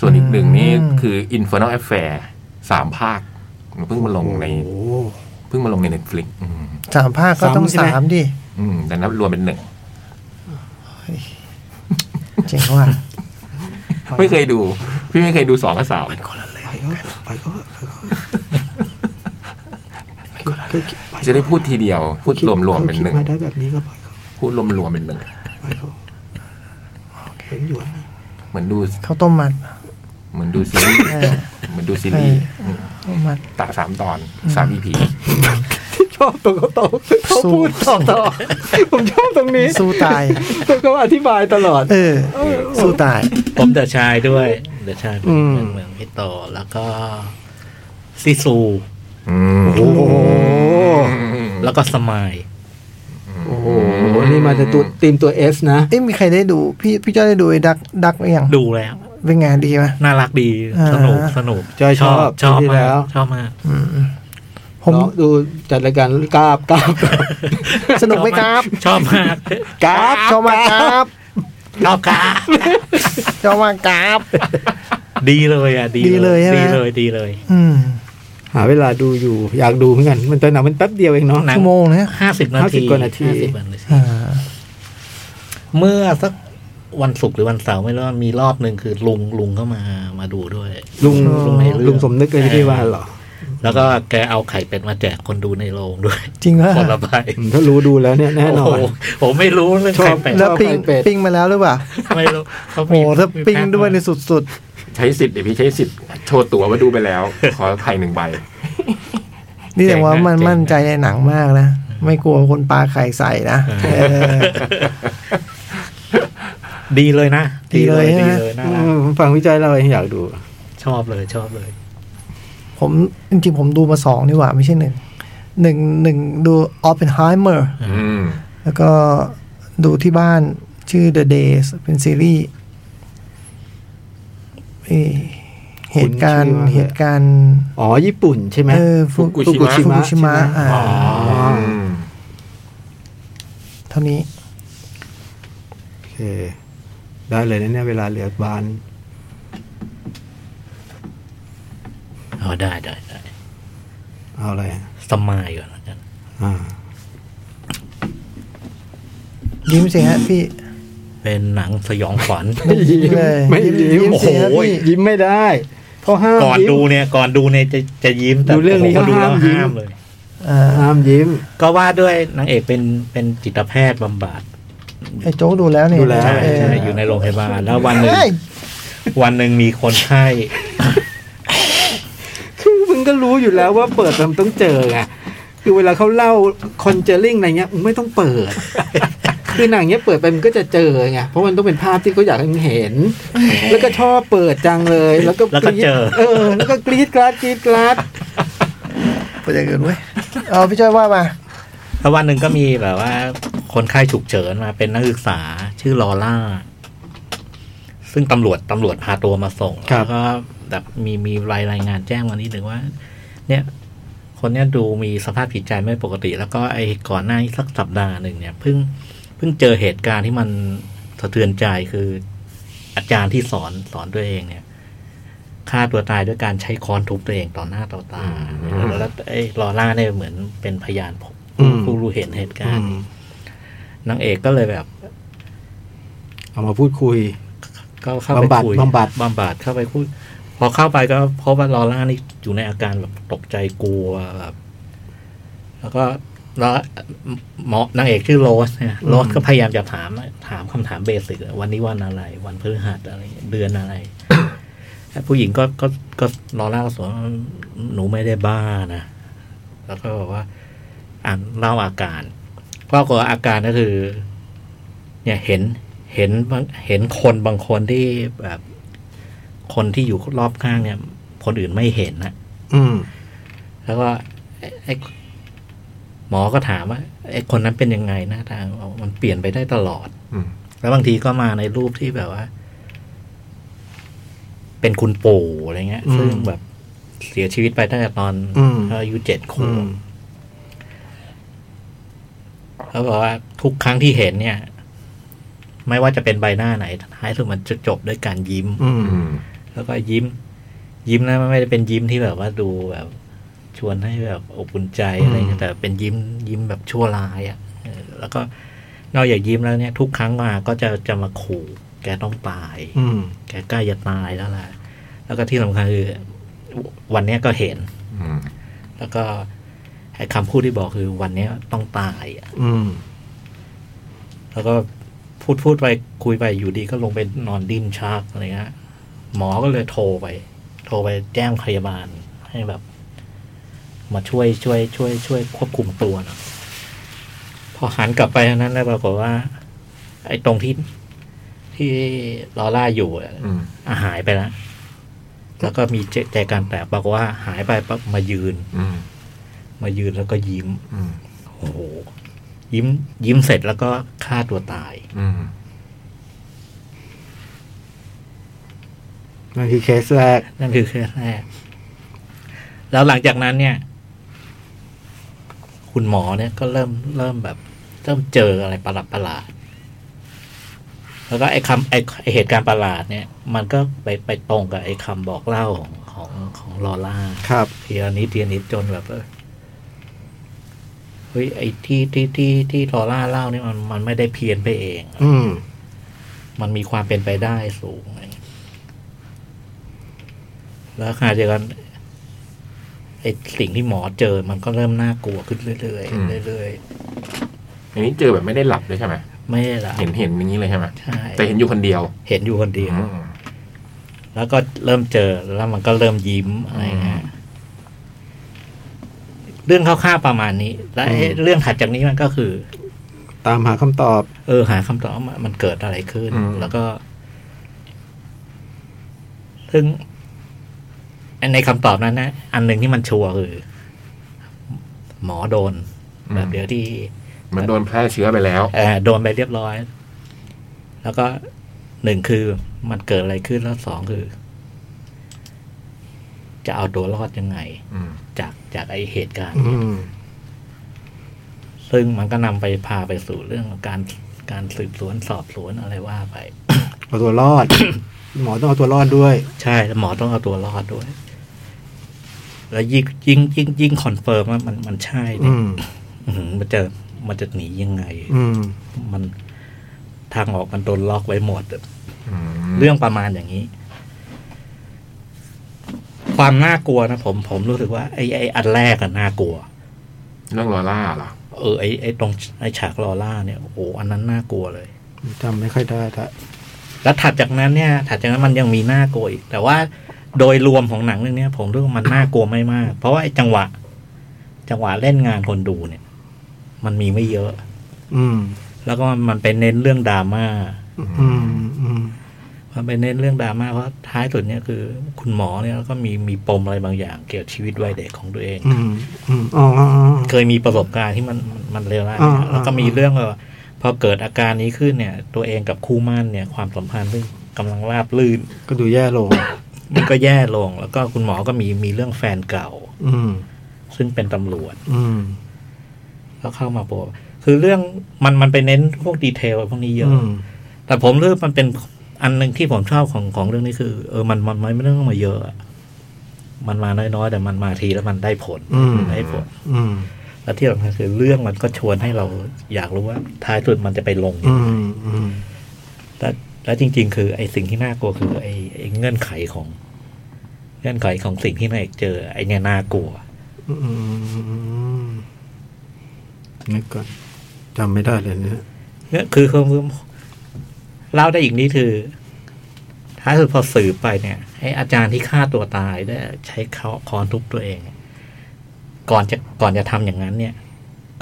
Speaker 1: ส่วนอีกหนึ่งนี่
Speaker 2: อืม
Speaker 1: คือ Infernal Affair สามภาค เพิ่งมาลงใน
Speaker 3: โอ้
Speaker 1: เพิ่งมาลงใน Netflix อืม
Speaker 2: สามภาคก็ต้อง
Speaker 3: ซ้ำใช่ไหม
Speaker 2: สามดิ
Speaker 1: อืม แต่นับรวมเป็นหนึ่ง
Speaker 2: เจ๋งว่ะ
Speaker 1: ไม่เคยดู พี่ไม่เคยดูสองกับสาม
Speaker 3: ไปก็ไปก็ไปก็ไปก็ไปก็
Speaker 1: จะได้พูดทีเดียว พูดรวมรวมๆเป็นหนึ่ง
Speaker 3: คิดมาได้แบบนี้ก็ไปก็
Speaker 1: พูดรวมรวมๆเป็นหนึ่ง
Speaker 3: ไปก็เป็นหยวน
Speaker 1: เหมือนดู
Speaker 2: ข้าวต้มมัด
Speaker 1: เหมือนดูซีรีส์
Speaker 2: เออ
Speaker 1: เหมือนดูซีรีส์ม
Speaker 2: ข้าวต้มมัด
Speaker 1: ตะสามตอนสาม EP
Speaker 3: ชอบตรงเขาตอบเขา
Speaker 2: สู้
Speaker 3: พูดตอบต่อผมชอบตรงนี้
Speaker 2: สู้ตาย
Speaker 3: แต่เขาอธิบายตลอด
Speaker 2: เออ สู้ตาย
Speaker 4: ผมเดอะชายด้วย เดอะชาย
Speaker 3: อื
Speaker 4: เป็น
Speaker 3: ม
Speaker 4: เมืองพี่ต่อแล้วก็ซิซู
Speaker 1: อืม
Speaker 3: โอ้โห
Speaker 4: แล้วก็สมาย
Speaker 3: โอ้โหนี่มาแต่ตัวทีมตัวเอสนะ
Speaker 2: เอ๊ะมีใครได้ดู พี่พี่จ้อยได้ดูไอ้ดักดักหรือยัง
Speaker 4: ดูแล้ว
Speaker 2: เป็นไงดีไหม
Speaker 4: น่ารักดี
Speaker 2: อ่า
Speaker 4: สนุกสนุก
Speaker 3: จอยชอบ
Speaker 4: ชอบ
Speaker 3: ปีที่
Speaker 4: มา
Speaker 3: แล้
Speaker 4: ก
Speaker 3: ว
Speaker 4: ชอบมาก
Speaker 2: อืมผ
Speaker 3: ผม มดูจัดรายการกราบก
Speaker 2: [LAUGHS]
Speaker 3: ราบ
Speaker 2: สนุกไหมครับ
Speaker 4: ชอบมาก [LAUGHS]
Speaker 3: กราบ
Speaker 2: ชอบมากครับ
Speaker 4: ชอบกา
Speaker 2: ชอบมากครับ
Speaker 4: ดีเลยอ่ะ ดี
Speaker 2: ดีเลยใช่ไหม
Speaker 4: ดีเลยดีเลย
Speaker 2: อืม
Speaker 3: หาเวลาดูอยู่อยากดูเหมือนกัน มันตัวหนังมันแป๊บเดียวเองเนาะ
Speaker 4: หนัง
Speaker 2: ชั่วโมงนะ
Speaker 4: ห้าสิบนาที
Speaker 3: 50กว่านาที
Speaker 4: ห้สิบกว่นาที
Speaker 2: อ่า
Speaker 4: เมื่อสักวันศุกร์หรือวันเสาร์ไม่รู้ว่ามีรอบหนึ่งคือลุงลุงเข้ามามาดูด้วย
Speaker 3: ลุง
Speaker 2: อ๋อ
Speaker 3: ลุงไหนลุงสมนึกเลยที่ว่าเหรอ
Speaker 4: แล้วก็แกเอาไข่เป็ดมาแจกคนดูในโรงด้วย
Speaker 2: จริงว่า
Speaker 4: คนละใบ
Speaker 3: อืมถ้ารู้ดูแล้วเนี่ยแน่นอน
Speaker 4: โโหผมไม่รู้เรื่อง
Speaker 3: ชอบ
Speaker 4: ไข่เป็ด
Speaker 2: แล้วปิ้ง
Speaker 3: ชอบไข่เป็ด
Speaker 2: ปิ้งมาแล้วหรือเปล่า
Speaker 4: ไม่รู้เขา
Speaker 2: โอ้โห
Speaker 4: มี
Speaker 2: ถ้า
Speaker 4: มี
Speaker 2: ปิ้ง
Speaker 4: แพ็ค
Speaker 2: ด้วยใน
Speaker 4: มา
Speaker 2: สุด
Speaker 1: ใช้สิทธิ์เดี๋ยวพี่ใช้สิทธิ์โชว์ตัวว่าดูไปแล้ว [LAUGHS] ขอไข่หนึ่งใบ
Speaker 2: ๆนี่
Speaker 1: เจ๋
Speaker 2: แต่
Speaker 1: ง
Speaker 2: ว่า
Speaker 1: นะ
Speaker 2: มัน
Speaker 1: เจ๋งนะ
Speaker 2: มั่นใจในหนังมากนะ ไม่กลัวคนปลาไข่ใส่นะ
Speaker 4: อ่า
Speaker 2: เออ
Speaker 4: ดีเลยนะ
Speaker 2: ดีเลย
Speaker 4: ดี
Speaker 2: นะ
Speaker 4: เลยนะ
Speaker 3: อืมฟังวิจัยเราเองอยากดู
Speaker 4: ชอบเลยชอบเลย
Speaker 2: ผมจริงๆผมดูมาสองดีกว่า ไม่ใช่หนึ่งหนึ่งหนึ่งดูออฟเ n นไฮเมอร์
Speaker 1: อืม
Speaker 2: แล้วก็ดูที่บ้านชื่อ The Days เป็นซีรีส์เอ่อเหตุการณ์
Speaker 3: คุ้นชื่อมากเลย
Speaker 2: เหตุการณ์
Speaker 3: อ๋อ ญี่ปุ่นใช่ไหม
Speaker 2: เออฟุ
Speaker 1: ฟุกุชิมะ
Speaker 2: ฟุกุชิมะ
Speaker 3: ใช่ไหม
Speaker 2: อ่า
Speaker 1: อ๋ออืม
Speaker 2: เท่านี้
Speaker 3: โอเค ได้เลยนะเนี่ยเวลาเหลือบาน
Speaker 4: อ๋อได้ได้ได้
Speaker 3: เอาอะไร
Speaker 4: สมายก่อนแล้วกัน
Speaker 3: อ่า
Speaker 2: ยิ้มสิฮะพี่
Speaker 4: เป็นหนังสยองขวัญ
Speaker 2: ไม่ยิ้มเลย
Speaker 3: ไม่ยิ้ม
Speaker 2: ยิ้ม
Speaker 3: โอ้
Speaker 2: สิ
Speaker 3: โห
Speaker 2: ครับพี่
Speaker 3: ยิ้มไม่ได้เขาห้าม
Speaker 4: ก่อน
Speaker 3: ยิ้ม
Speaker 4: ดูเนี่ยก่อนดูเนี่ยจะจะยิ้มแต่
Speaker 3: ดูเรื่องนี้
Speaker 4: โโหดูแล้ว
Speaker 3: ห้ามยิ้ม
Speaker 4: ห้ามเลย
Speaker 2: อ่า
Speaker 3: ห้ามยิ้ม
Speaker 4: ก็ว่าด้วยนางเอกเป็นเป็นจิตแพทย์บำบัด
Speaker 2: ไอ้โจ๊กดูแล้วเนี่ย
Speaker 3: ดูแล้ว
Speaker 4: ใช่
Speaker 2: เออ
Speaker 4: ใช่อยู่ในโรงพยาบาลแล้ววันหนึ่ง
Speaker 2: เฮ้ย
Speaker 4: วันหนึ่งมีคนไข้
Speaker 3: คือมึงก็รู้อยู่แล้วว่าเปิดมันต้องเจอไงคือเวลาเขาเล่าคอนเจอริงอะไรเงี้ยมึงไม่ต้องเปิด [LAUGHS] คือหนังเงี้ยเปิดไปมันก็จะเจอไงเพราะมันต้องเป็นภาพที่เขาอยากให้มึงเห็ [LAUGHS] น แล้วก็ชอบเปิดจังเลย แล้วก็
Speaker 4: แล้วก็
Speaker 3: รี๊ด
Speaker 4: เจอ
Speaker 3: เออ แล้วก็กรี๊ดกราดกรี๊ดกราด
Speaker 2: เประเด็นอื่นเว้ยเอาพี่จ้อยว่ามา
Speaker 4: แล้ววันหนึ่งก็มีแบบว่า คนไข้ฉุกเฉินมาเป็นนักศึกษาชื่อลอล่า ซึ่งตำรวจตำรวจพาตัวมาส่งแล้วก็แบบมีมีรายรายงานแจ้งมานิดหนึ่งว่า เนี่ย คนเนี้ยดูมีสภาพจิตใจไม่ปกติ แล้วก็ไอ้ก่อนหน้านี้สักสัปดาห์หนึ่งเนี่ยเพิ่งเพิ่งเจอเหตุการณ์ที่มันสะเทือนใจคือ อาจารย์ที่สอนสอนตัวเองเนี่ยฆ่าตัวตายด้วยการใช้ค้อนทุบตัวเองต่อหน้าต่อตาแล้วแล้วไอ้ลอร่าเนี่ยเหมือนเป็นพยานผู้
Speaker 3: อืม
Speaker 4: ผู้รู้เห็นเหตุการ
Speaker 3: อื
Speaker 4: ณ์
Speaker 3: ม
Speaker 4: นี้นางเอกก็เลยแบบ
Speaker 3: เอามาพูดคุย
Speaker 4: ก็เข้าไป
Speaker 3: บำบัด
Speaker 4: คุย
Speaker 3: บำบัด
Speaker 4: บำบัดเข้าไปคุยพอเข้าไปก็พบว่าลอร่านี่อยู่ในอาการแบบตกใจกลัวแบบแล้วก็แล้วหมอนางเอกชื่อโรสเนี่ยโรสก็พยายามจะถาม ถามคำถามเบสิกวันนี้วันอะไร วันพฤหัสอะไรเดือนอะไร [COUGHS] แล้วผู้หญิงก็ก็ก็ลอร่าก็สวนว่าหนูไม่ได้บ้านะแล้วก็บอกว่า อ่านเล่าอาการก็ก็อาการก็คือ เนี่ยเห็นเห็นบางเห็นคนบางคนที่แบบ คนที่อยู่รอบข้างเนี่ย คนอื่นไม่เห็นนะ
Speaker 3: อืม
Speaker 4: แล้วก็ไอ้ไอ้หมอก็ถามว่าไอ้คนนั้นเป็นยังไงหน้าตาบอกมันเปลี่ยนไปได้ตลอด
Speaker 1: อืม
Speaker 4: แล้วบางทีก็มาในรูปที่แบบว่า เป็นคุณปู่อะไรเงี้ย
Speaker 3: อืม
Speaker 4: ซึ่งแบบเสียชีวิตไปตั้งแต่ตอน
Speaker 3: อืม
Speaker 4: อายุเจ็ดขว
Speaker 3: อื
Speaker 4: บ
Speaker 3: ม
Speaker 4: เขาบอกว่าทุกครั้งที่เห็นเนี่ย ไม่ว่าจะเป็นใบหน้าไหนท้ายสุดมันจะจบด้วยการยิ้ม
Speaker 3: อืม
Speaker 1: อืม
Speaker 4: แล้วก็ยิ้ม ยิ้มนะมันไม่ได้เป็นยิ้มที่แบบว่าดูแบบ ชวนให้แบบอบอุ่นใจอะไร
Speaker 3: อืม
Speaker 4: เงี้ยแต่เป็นยิ้มยิ้มแบบชั่วร้ายอะ่ะเออแล้วก็นอกจากยิ้มแล้วเนี่ย ทุกครั้งมาก็จะจะมาขู่แกต้องตาย
Speaker 3: อืม
Speaker 4: แกใกล้จะตายแล้วล่ะแล้วก็ที่สำคัญคือวันเนี้ยก็เห็น
Speaker 1: อืม
Speaker 4: แล้วก็ไอ้คำพูดที่บอกคือวันเนี้ยต้องตายอะ
Speaker 3: อืม
Speaker 4: แล้วก็พูดพูดไปคุยไปอยู่ดีก็ลงไปนอนดิ้นชักอะไรเงี้ยหมอก็เลยโทรไป โทรไปแจ้งพยาบาลให้แบบ มาช่วยช่วย ช่วย ช่วยควบคุมตัวหนะพอหันกลับไปเท่านั้นแหล้วปรากฏว่า ไอ้ตรงที่ที่ลอร่าอยู่อะ
Speaker 1: อืม
Speaker 4: อ่ะหายไปแล้วแล้วก็มีเจใจการแตกปรากฏว่าหายไปปั๊บมายืน
Speaker 1: อืม
Speaker 4: มายืนแล้วก็ยิ้ม
Speaker 1: อืม
Speaker 4: โอ้โหยิ้ม ยิ้มเสร็จแล้วก็ฆ่าตัวตาย
Speaker 1: อืม
Speaker 3: นั่นคือเคสแรก
Speaker 4: นั่นคือเคสแรก แล้วหลังจากนั้นเนี่ย คุณหมอเนี่ยก็เริ่มเริ่มแบบเริ่มเจออะไรประหลาดประหลาดๆแล้วก็ไอ้คำไอ้ไอ้เหตุการณ์ประหลาดเนี่ย มันก็ไปไปตรงกับไอ้คำบอกเล่าของของของลอล่า
Speaker 3: ครับ
Speaker 4: ทีละนิดทีละนิดจนแบบเออเฮ้ยไอ้ที่ที่ที่ที่ลอล่าเล่าเนี่ยมันมันไม่ได้เพี้ยนไปเอง
Speaker 3: อืม
Speaker 4: มันมีความเป็นไปได้สูงอะไรเงี้ยแล้วขณะเดียวกันไอ้สิ่งที่หมอเจอ มันก็เริ่มน่ากลัวขึ้นเรื่อย
Speaker 1: อืม
Speaker 4: ๆเรื่อย
Speaker 1: อันนี้เจอแบบไม่ได้หลับด้วยใช่ไหม
Speaker 4: ๆไม่ได้ละ
Speaker 1: เห็นเห็นอย่างนี้เลยใช่ไหม
Speaker 4: ใช่
Speaker 1: แต่เห็นอยู่คนเดียว
Speaker 4: เห็นอยู่คนเดียว
Speaker 1: อืม
Speaker 4: แล้วก็เริ่มเจอแล้วมันก็เริ่มยิ้มอะไรเงี้ย
Speaker 1: อืม
Speaker 4: เรื่องคร่าวๆประมาณนี้ และไอ้เรื่องถัดจากนี้มันก็คือ
Speaker 3: ตามหาคำตอบ
Speaker 4: เออ หาคำตอบว่ามันมันเกิดอะไรขึ้น
Speaker 1: อืม
Speaker 4: แล้วก็ ซึ่งในคำตอบนั้นนะ อันหนึ่งที่มันชัวร์คือ หมอโดน แบบเดียวที่
Speaker 1: มันโดนแพร่เชื้อไปแล้ว
Speaker 4: เอ่อโดนไปเรียบร้อย แล้วก็หนึ่งคือมันเกิดอะไรขึ้นแล้วสองคือ จะเอาตัวรอดยังไง
Speaker 1: อืม
Speaker 4: จากจากไอเหตุการณ์
Speaker 3: อืม
Speaker 4: ซึ่งมันก็นำไปพาไปสู่เรื่องของการการสืบสวนสอบสวนอะไรว่าไป
Speaker 3: เอาตัวรอด [COUGHS] หมอต้องเอาตัวรอดด้วย
Speaker 4: ใช่แล้วหมอต้องเอาตัวรอดด้วย แล้วยิ่งยิ่งยิ่งยิ่งคอนเฟิร์มว่ามันมันใช่เนี่
Speaker 3: อื
Speaker 4: ย
Speaker 3: ม
Speaker 4: อื้อหือมันจะมันจะหนียังไง
Speaker 3: อืม
Speaker 4: มันทางออกมันโดนล็อกไว้หมด
Speaker 1: อืม
Speaker 4: เรื่องประมาณอย่างนี้ ความน่ากลัวนะผมผมรู้สึกว่าไอ้ไอ้อันแรกอะน่ากลัว
Speaker 1: เรื่องลอล่าเหรอ
Speaker 4: เออไอ้ไอ้ตรงไอ้ฉากลอล่าเนี่ยโอ้โหอันนั้นน่ากลัวเลย
Speaker 3: จำไม่ค่อยได้ละ
Speaker 4: แล้วถัดจากนั้นเนี่ย ถัดจากนั้นมันยังมีหน้ากลัวอีก แต่ว่าโดยรวมของหนังเรื่องเนี้ย ผมรู้ว่ามันน่ากลัวไม่มาก เพราะว่าไอ้จังหวะ จังหวะเล่นงานคนดูเนี่ย มันมีไม่เยอะ
Speaker 3: อืม
Speaker 4: แล้วก็มันไปเน้นเรื่องดราม่า
Speaker 3: อืม อืม
Speaker 4: มันไปเน้นเรื่องดราม่าเพราะท้ายสุดเนี่ยคือ คุณหมอเนี่ยแล้วก็มีมีปมอะไรบางอย่าง เกี่ยวกับชีวิตวัยเด็กของตัวเอง
Speaker 3: อืม อืม อ๋ออ๋ออ๋อ
Speaker 4: เคยมีประสบการณ์ที่มันมันมันเลวร้าย
Speaker 3: อ่า
Speaker 4: นะแล้วก็มี
Speaker 3: อ่า
Speaker 4: เรื่องว่าพอเกิดอาการนี้ขึ้นเนี่ย ตัวเองกับคู่หมั่นเนี่ย ความสัมพันธ์ซึ่งกำลังราบลื่น
Speaker 3: ก็ดูแย่ลง
Speaker 4: มันก็แย่ลงแล้วก็คุณหมอก็มีมีเรื่องแฟนเก่า
Speaker 3: อืม
Speaker 4: ซึ่งเป็นตำรวจ
Speaker 3: อืม
Speaker 4: ก็เข้ามาบอกว่าคือเรื่องมันมันไปเน้นพวกดีเทลพวกนี้เยอะ
Speaker 3: อืม
Speaker 4: แต่ผมเลือกมันเป็นอันหนึ่งที่ผมชอบของของเรื่องนี้คือ เออมันมันมันไม่ต้องมาเยอะอะมันมาน้อยๆแต่มันมาทีแล้วมันได้ผล
Speaker 3: อืม
Speaker 4: ได้ผล
Speaker 3: อืม
Speaker 4: และที่สำคัญคือเรื่องมันก็ชวนให้เราอยากรู้ว่า ท้ายสุดมันจะไปลง
Speaker 3: อืม อืม
Speaker 4: แต่แล้วจริง ๆ คือไอ้สิ่งที่น่ากลัวคือไอ้ไอ้เงื่อนไขของ เงื่อนไขของสิ่งที่นายเอกเจอ ไอ้เนี่ยน่ากลัว
Speaker 3: อืมนึกก่อนจำไม่ได้เลยเนี่ย
Speaker 4: เนี่ยคือคือคือเล่าได้อีกนี้คือ ท้ายสุดพอสืบไปเนี่ยไอ้อาจารย์ที่ฆ่าตัวตายได้ใช้เขาค้อนทุบตัวเอง ก่อนจะก่อนจะทำอย่างนั้น เนี่ย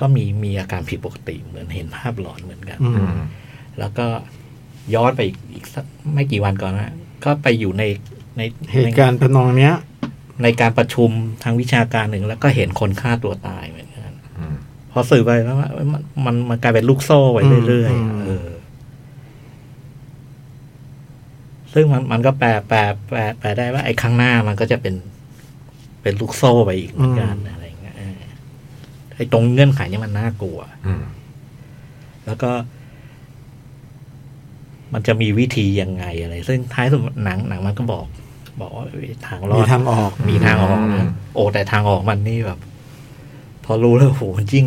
Speaker 4: ก็มีมีอาการผิดปกติเหมือนเห็นภาพหลอนเหมือนกัน
Speaker 3: อื
Speaker 1: อื
Speaker 3: ม
Speaker 1: ม
Speaker 4: แล้วก็ย้อนไปอีกอีกสักไม่กี่วันก่อนนะก็ไปอยู่ในใน
Speaker 3: เห
Speaker 4: ใน
Speaker 3: ตุการณ์ทำนองเนี้ย
Speaker 4: ในการประชุมทางวิชาการหนึ่ง แล้วก็เห็นคนฆ่าตัวตายเหมือนกัน
Speaker 1: อืม
Speaker 4: พอสื่อไปแล้วว่ามันมันมันกลายเป็นลูกโซ่ไปเรื่อย
Speaker 3: อืม
Speaker 4: ๆเออ ซึ่งมันมันก็แปลแปลแปลแปลได้ว่าไอ้ข้างหน้ามันก็จะเป็น เป็นลูกโซ่ไปอีกเหมือนกันอะไรอย่างเงี้ยเออไอ้ตรงเงื่อนไขเนี่ยมันน่ากลัว
Speaker 1: อืม
Speaker 4: แล้วก็ มันจะมีวิธียังไงอะไร ซึ่งท้ายสุดหนังหนังมันก็บอก บอกว่าทางรอ
Speaker 3: มี
Speaker 4: ด
Speaker 3: ทางออก
Speaker 4: มีทางออก
Speaker 1: อืม
Speaker 4: นะโอ้แต่ทางออกมันนี่แบบ พอรู้แล้วโหมันยิ่ง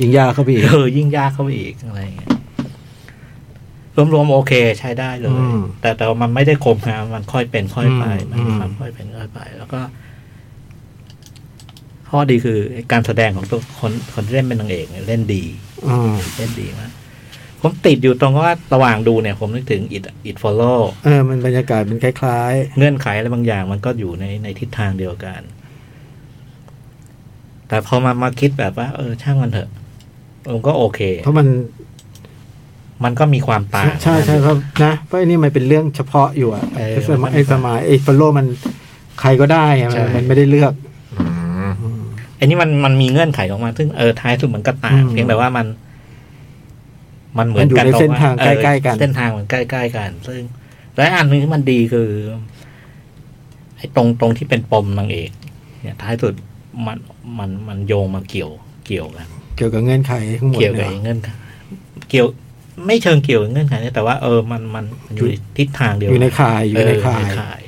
Speaker 3: ยิงยาเข้าไปอีก
Speaker 4: เออยิ่งยากเข้าไปอีกอะไรอย่างเงี้ยรวมๆโอเคใช้ได้เลย
Speaker 3: อืม
Speaker 4: แต่แต่ว่ามันไม่ได้คมงามมันค่อยเป็นค่อยไป
Speaker 3: อืม
Speaker 4: มันมีความ
Speaker 3: อืม
Speaker 4: ค่อยเป็นค่อยไป แล้วก็ ข้อดีคือการแสดงของตัวคนคนที่เล่นเป็นนางเอกเนี่ยเล่นดี
Speaker 3: อืม
Speaker 4: เล่นดีมากผมติดอยู่ตรงว่าระหว่างดูเนี่ย ผมนึกถึง it it follow
Speaker 3: เออ มันบรรยากาศมันคล้าย
Speaker 4: เงื่อนไขอะไรบางอย่างมันก็อยู่ในในทิศทางเดียวกัน แต่พอมามาคิดแบบว่า เออ ช่างมันเถอะมันก็โอเค
Speaker 3: ๆ เพราะมัน
Speaker 4: มันก็มีความต่าง
Speaker 3: ใช่ใช่ครับนะ เพราะไอ้นี่มันเป็นเรื่องเฉพาะอยู่อะ
Speaker 4: เออ
Speaker 3: ไอ้สมัยไอ้สมัยไอ้ฟลโลมันใครก็ได้อะ
Speaker 4: ใช่
Speaker 3: มันมันไม่ได้เลือก
Speaker 1: อืม
Speaker 4: ไอ้นี่มันมันมีเงื่อนไขออกมา ซึ่งเออท้ายสุดมันก็ต่าง
Speaker 3: อืม
Speaker 4: เพียงแต่ว่ามัน มันเหมือน
Speaker 3: มันอยู่
Speaker 4: กัน
Speaker 3: ในเส้น
Speaker 4: ตรว่
Speaker 3: ทาง
Speaker 4: เออ
Speaker 3: ใกล้ๆกัน
Speaker 4: เส้นทางมันใกล้ๆกัน ซึ่ง และอันหนึงที่มันดีคือ ไอ้ตรงตรงที่เป็นปมนางเอก เนี่ย ท้ายสุดมันมันมันโยงมาเกี่ยวเกี่ยวกัน
Speaker 3: เกี่ยวกับเงื่อนไขทั้งหมด
Speaker 4: เกี่ยวกับ
Speaker 3: เนี่ย
Speaker 4: ไอ้เงื่อนไขเกี่ยว ไม่เชิงเกี่ยวกับเงื่อนไขนะแต่ว่าเออมันมันมันอยู่
Speaker 3: อยู่
Speaker 4: ในทิศทางเดียว
Speaker 3: อยู่ใน
Speaker 4: กัน
Speaker 3: ข่ายอยู่ในข่าย
Speaker 4: เออข่าย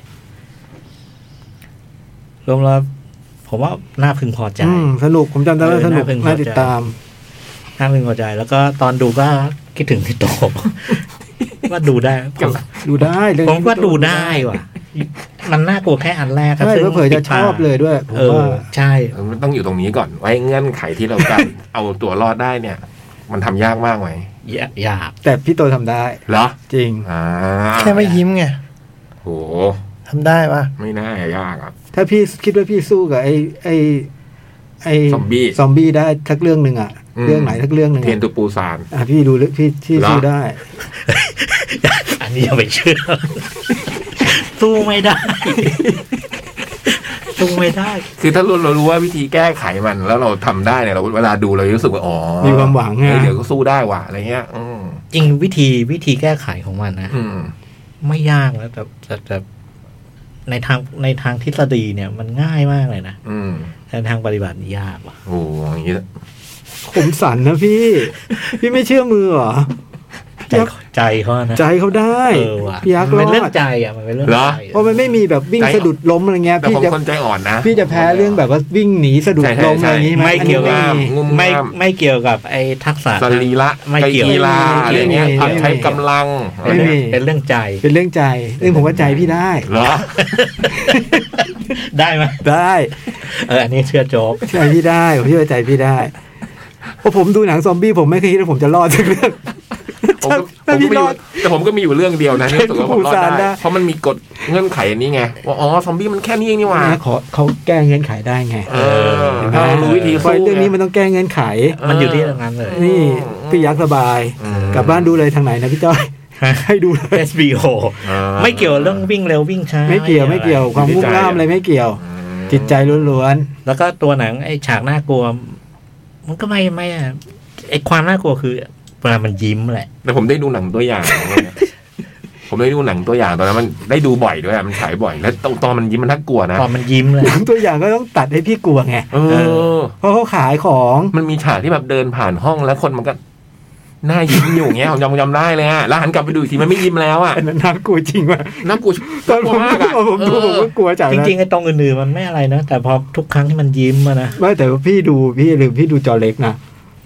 Speaker 4: รวมแล้วผมว่าน่าพึงพอใจ
Speaker 3: อืมสนุกผมจำได้ว่า
Speaker 4: เออ
Speaker 3: สนุก
Speaker 4: น่าพึงพอใจ
Speaker 3: น่าติดตาม
Speaker 4: น่าพึงพอใจ แล้วก็ตอนดูก็คิดถึงพี่โต [LAUGHS] ว่าดูได้ผม
Speaker 3: ดูได้เรื่อง
Speaker 4: ผ
Speaker 3: นี้
Speaker 4: มว่าดูได้ว่ะ มันน่ากลัวแค่อันแรกครับ
Speaker 3: ใช่
Speaker 4: ซึ่ง
Speaker 3: เผื่อๆจะชอบเลยด้วยผม
Speaker 4: เออ
Speaker 3: ว่า
Speaker 4: ใช่
Speaker 1: มันต้องอยู่ตรงนี้ก่อนไว้เงื่อนไขที่เราจะ [LAUGHS] เอาตัวรอดได้เนี่ย มันทำยากมากไหม
Speaker 4: ยาหยาบ
Speaker 3: แต่พี่โตทำได้
Speaker 1: เหรอ
Speaker 3: จริง
Speaker 1: อ่า
Speaker 2: แค่ไม่ยิ้มไง
Speaker 1: โห
Speaker 2: ทำได้ปะ
Speaker 1: ไม่น่ายากอ่ะ
Speaker 3: ถ้าพี่คิดว่าพี่สู้กับไอ้ไอ้ไอ้
Speaker 1: ซอมบี้
Speaker 3: ซอมบี้ได้ทักเรื่องหนึ่งอะ
Speaker 1: อืม
Speaker 3: เรื่องไหนทักเรื่องหนึ่ง
Speaker 1: เทรน
Speaker 3: อะ
Speaker 1: ตูปูซาน
Speaker 3: อ่ะพี่ดูเลยพี่ที่
Speaker 1: เหรอ
Speaker 3: สู้ได้
Speaker 4: อันนี้อย่าไปเชื่อ สู้ไม่ได้ สู้ไม่ได้
Speaker 1: คือถ้าเรารู้ว่าวิธีแก้ไขมันแล้วเราทำได้เนี่ยเราเวลาดูเรารู้สึกว่าอ๋อ
Speaker 3: มีความหวังไง
Speaker 1: เฮ้ยเดี๋ยวก็สู้ได้ว่ะอะไรเงี้ย อืม
Speaker 4: จริงวิธีวิธีแก้ไขของมันนะ
Speaker 1: อืม
Speaker 4: ไม่ยากแล้วแต่แต่แต่ในทางในทางทฤษฎีเนี่ย มันง่ายมากเลยนะ
Speaker 1: อืม
Speaker 4: แต่ทางปฏิบัตินี่ยากว่ะ
Speaker 1: โอ้โหอย่างงี้
Speaker 3: ขมสันนะพี่ พี่ไม่เชื่อมือเหรอ
Speaker 4: ใจ
Speaker 3: ยาก
Speaker 4: เขาใจเขานะ
Speaker 3: ใจเขาได้
Speaker 4: เออว่ะ
Speaker 3: พี่ยักษ์
Speaker 4: มั
Speaker 3: ร
Speaker 4: น
Speaker 3: อ
Speaker 4: เป็นเรื่อง
Speaker 3: ด
Speaker 4: ใจอ่ะมันเป็นเรื่องใจอะ
Speaker 3: เพราะมันไม่มีแบบวิ่งสะดุดล้มอะไรเงี้ย
Speaker 1: แต่
Speaker 3: พี่
Speaker 1: ผม
Speaker 3: จะ
Speaker 1: คนใจอ่อนนะ
Speaker 3: พี่จะแพ้เรื่องแบบว่าวิ่งหนีสะดุด
Speaker 1: ใช่ใช่
Speaker 3: ล้มอะไรอย่างงี้ห
Speaker 4: ไม่เกี่ยวกั
Speaker 1: อั
Speaker 4: บ
Speaker 1: นนี้ไม่มี
Speaker 4: ไม่ไม่เกี่ยวกับไอ้ทักษะ
Speaker 1: สรีระ
Speaker 4: ไม่เกี่ยว
Speaker 1: กีฬาอะไรเงี้ยใช้กำลังอะไร
Speaker 3: ไม่
Speaker 1: เงี้ย
Speaker 3: มี
Speaker 4: เป็นเรื่องใจ [LAUGHS]
Speaker 3: เป็นเรื่องใจซึ่งผมว่าใจพี่ได้
Speaker 1: เหรอ
Speaker 4: ได้ไหม
Speaker 3: ได้
Speaker 4: เอออันนี้เชื่อโจ๊ก
Speaker 3: ใจพี่ได้ผมเชื่อใจพี่ได้เพราะผมดูหนังซอมบี้ผมไม่เคยคิดว่าผมจะรอดสักเรื่อง
Speaker 1: ผมก็ผ
Speaker 3: ถ้าม พี่
Speaker 1: ก็มี
Speaker 3: รอด
Speaker 1: แต่ผมก็มีอยู่เรื่องเดียวนะที่รู้สึกว่าผมรอด
Speaker 3: ผมสารได้
Speaker 1: ได้ เพราะมันมีกฎเงื่อนไขอันนี้ไงว่าอ๋อซอมบี้มันแค่นี้เองนี่หว่า
Speaker 3: นะขอเขาแก้เงื่อนไขได้ไง
Speaker 1: เออถ้าเรารู้วิธี
Speaker 3: ไฟ
Speaker 1: สู้
Speaker 3: เรื่องนี้มันต้องแก้เงื่อนไข
Speaker 4: มันอยู่ที่ตรงนั้นเลย
Speaker 3: นี่พี่ยักษ์สบาย
Speaker 1: อืม
Speaker 3: กลับบ้านดูเลยทางไหนนะพี่จ้อย
Speaker 4: ฮะ
Speaker 3: ให้ดูเลย
Speaker 4: SBO
Speaker 1: ออ
Speaker 4: ไม่เกี่ยวเรื่องวิ่งเร็ววิ่งช้า
Speaker 3: ไม่เกี่ยวไม่เกี่ยวความมุ่งง่ามอะไรไม่เกี่ยว
Speaker 1: อืม
Speaker 3: จิตใจล้วน
Speaker 4: แล้วก็ตัวหนังไอ้ฉากน่ากลัว มันก็ไม่ไม่อะไอ้ความน่ากลัวคือเวลามันยิ้มแหละ
Speaker 1: แต่ผมได้ดูหนังตัวอย่าง ผมได้ดูหนังตัวอย่างตอนนั้นมันได้ดูบ่อยด้วยอะมันฉายบ่อย แล้วตอนตอนมันยิ้มมันน่ากลัวนะ
Speaker 4: ตอนมันยิ้มเลย
Speaker 3: หนังตัวอย่างก็ต้องตัดให้พี่กลัวไง
Speaker 1: เออ
Speaker 3: เพราะเขาขายของ
Speaker 1: มันมีฉากที่แบบเดินผ่านห้องแล้วคนมันก็หน้ายิ้มอยู่อย่างเงี้ยผมจำจำได้เลยฮะแล้วหันกลับไปดูอีกทีมันไม่ยิ้มแล้วอ่ะ
Speaker 3: อันนั้นน่ากลัวจริงว่ะ
Speaker 1: น่ากลัว
Speaker 3: ตอน
Speaker 1: ก
Speaker 3: ผ
Speaker 1: ลัว
Speaker 3: ม
Speaker 1: มากอ่ะ
Speaker 3: ตอนผมดูผมก็กลัวจาก
Speaker 4: จ
Speaker 3: นะ
Speaker 4: ริงๆไอ้ตรงอื่นๆมันไม่อะไรนะ แต่พอทุกครั้งที่มันยิ้มอะนะ
Speaker 3: ไม่แต่ว่าพี่ดูพี่ลืมพี่ดูจอเล็กนะ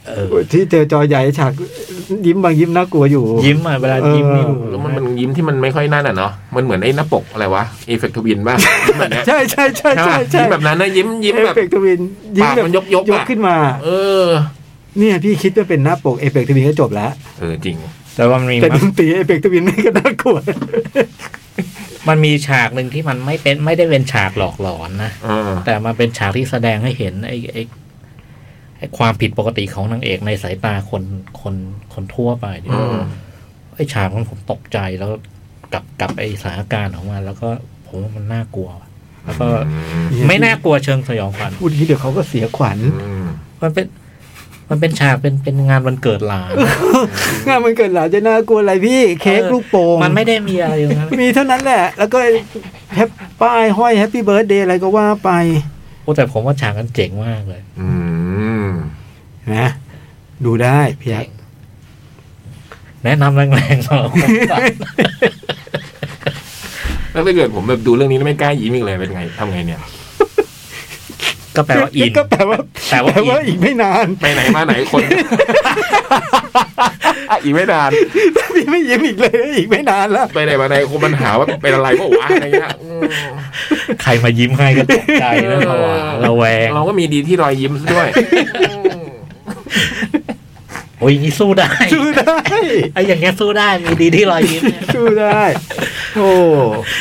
Speaker 4: เออ
Speaker 3: ที่เจอจอใหญ่ฉากยิ้มบางยิ้มน่ากลัวอยู่
Speaker 4: ยิ้มอะเวลายิ้มนี่ดู
Speaker 1: เออแล้วมันมันยิ้มที่มันไม่ค่อยนั่นอ่ะเนาะมันเหมือนไอ้หน้าปกอะไรวะเอฟเฟกต์ทวินบ้างยิ้มแบบเนี้ย
Speaker 3: ใช่ใช่ใช่
Speaker 1: ใช่ปะ
Speaker 3: ใช่ใช่
Speaker 1: ยิ้มแบบนั้นนะยิ้มยิ้ม
Speaker 3: เอ
Speaker 1: แบบ
Speaker 3: ฟเฟกต์ทวินยิ้ม
Speaker 1: ปาก
Speaker 3: แบบ
Speaker 1: มันยกๆอะ
Speaker 3: ขึ้นมา
Speaker 1: เออ
Speaker 3: เนี่ยพี่คิดว่าเป็นหน้าปกเอฟเฟกต์ทวินก็จบแล้ว
Speaker 1: เออจริง
Speaker 4: แต่ว่ามันมี
Speaker 3: แต่ดนตรีเอฟเฟกต์ทวินนี่ก็น่ากลัว
Speaker 4: มันมีฉากหนึ่งที่มันไม่เป็นไม่ได้เป็นฉากหลอกหลอนนะ
Speaker 1: เออ
Speaker 4: แต่มันเป็นฉากที่แสดงให้เห็นไอ้ไอ้ไอ้ความผิดปกติของนางเอกในสายตาคนคนคนทั่วไปเนี่ย
Speaker 1: อืม
Speaker 4: ไอ้ฉากนั้นผมตกใจแล้วกับกับไอ้สถานการณ์ออกมา แล้วก็ผมว่ามันน่ากลัว แล้วก็ไม่น่ากลัวเชิงสยองขวัญ
Speaker 3: พูดนี้เดี๋ยวเขาก็เสียขวัญ
Speaker 1: อืม
Speaker 4: มันเป็น มันเป็นฉากเป็นเป็นงานวันเกิดหลาน
Speaker 3: งานมันเกิดหลานจะน่ากลัวอะไรพี่ เค้กลูกโป่ง
Speaker 4: มันไม่ได้มีอะไรอย่างนั้น
Speaker 3: มีเท่านั้นแหละ แล้วก็แฮปป้ายห้อยแฮปปี้เบิร์ดเดย์อะไรก็ว่าไป
Speaker 4: โอ้แต่ผมว่าฉากนั้นเจ๋งมากเลย
Speaker 1: อืม
Speaker 3: นะดูได้พี่ยักษ์
Speaker 4: แนะนำแรงๆสำหรับคนฟัง
Speaker 1: แล้วถ้าเกิดผมแบบดูเรื่องนี้แล้วไม่กล้ายิ้มอีกเลยเป็นไงทำไงเนี่ย
Speaker 4: ก็แปลว่าอิน
Speaker 3: ก็แปลว่า
Speaker 4: แต่ว่า
Speaker 3: แปลว่าอีกไม่น [LAUGHS] าน
Speaker 1: ไปไหนมาไหนคน [LAUGHS] อีกไม่นาน
Speaker 3: พี่ไม่ยิ้มอีกเลยอีกไม่นานแล้ว
Speaker 1: ไปไหนมาไหนคนมันหาว่าเป็นอะไรเปล่าวะอะไรเงี้ยอืม
Speaker 4: ใครมายิ้มให้ก็ตกใจแล้วผวาระแวง
Speaker 1: เราก็มีดีที่รอยยิ้มซะด้วย
Speaker 4: โอ้ยนี่สู้ได้
Speaker 3: สู้ได้
Speaker 4: ไอ้อย่างเงี้ยสู้ได้มีดีที่รอยยิ้มเนี่ย
Speaker 3: สู้ได้โอ้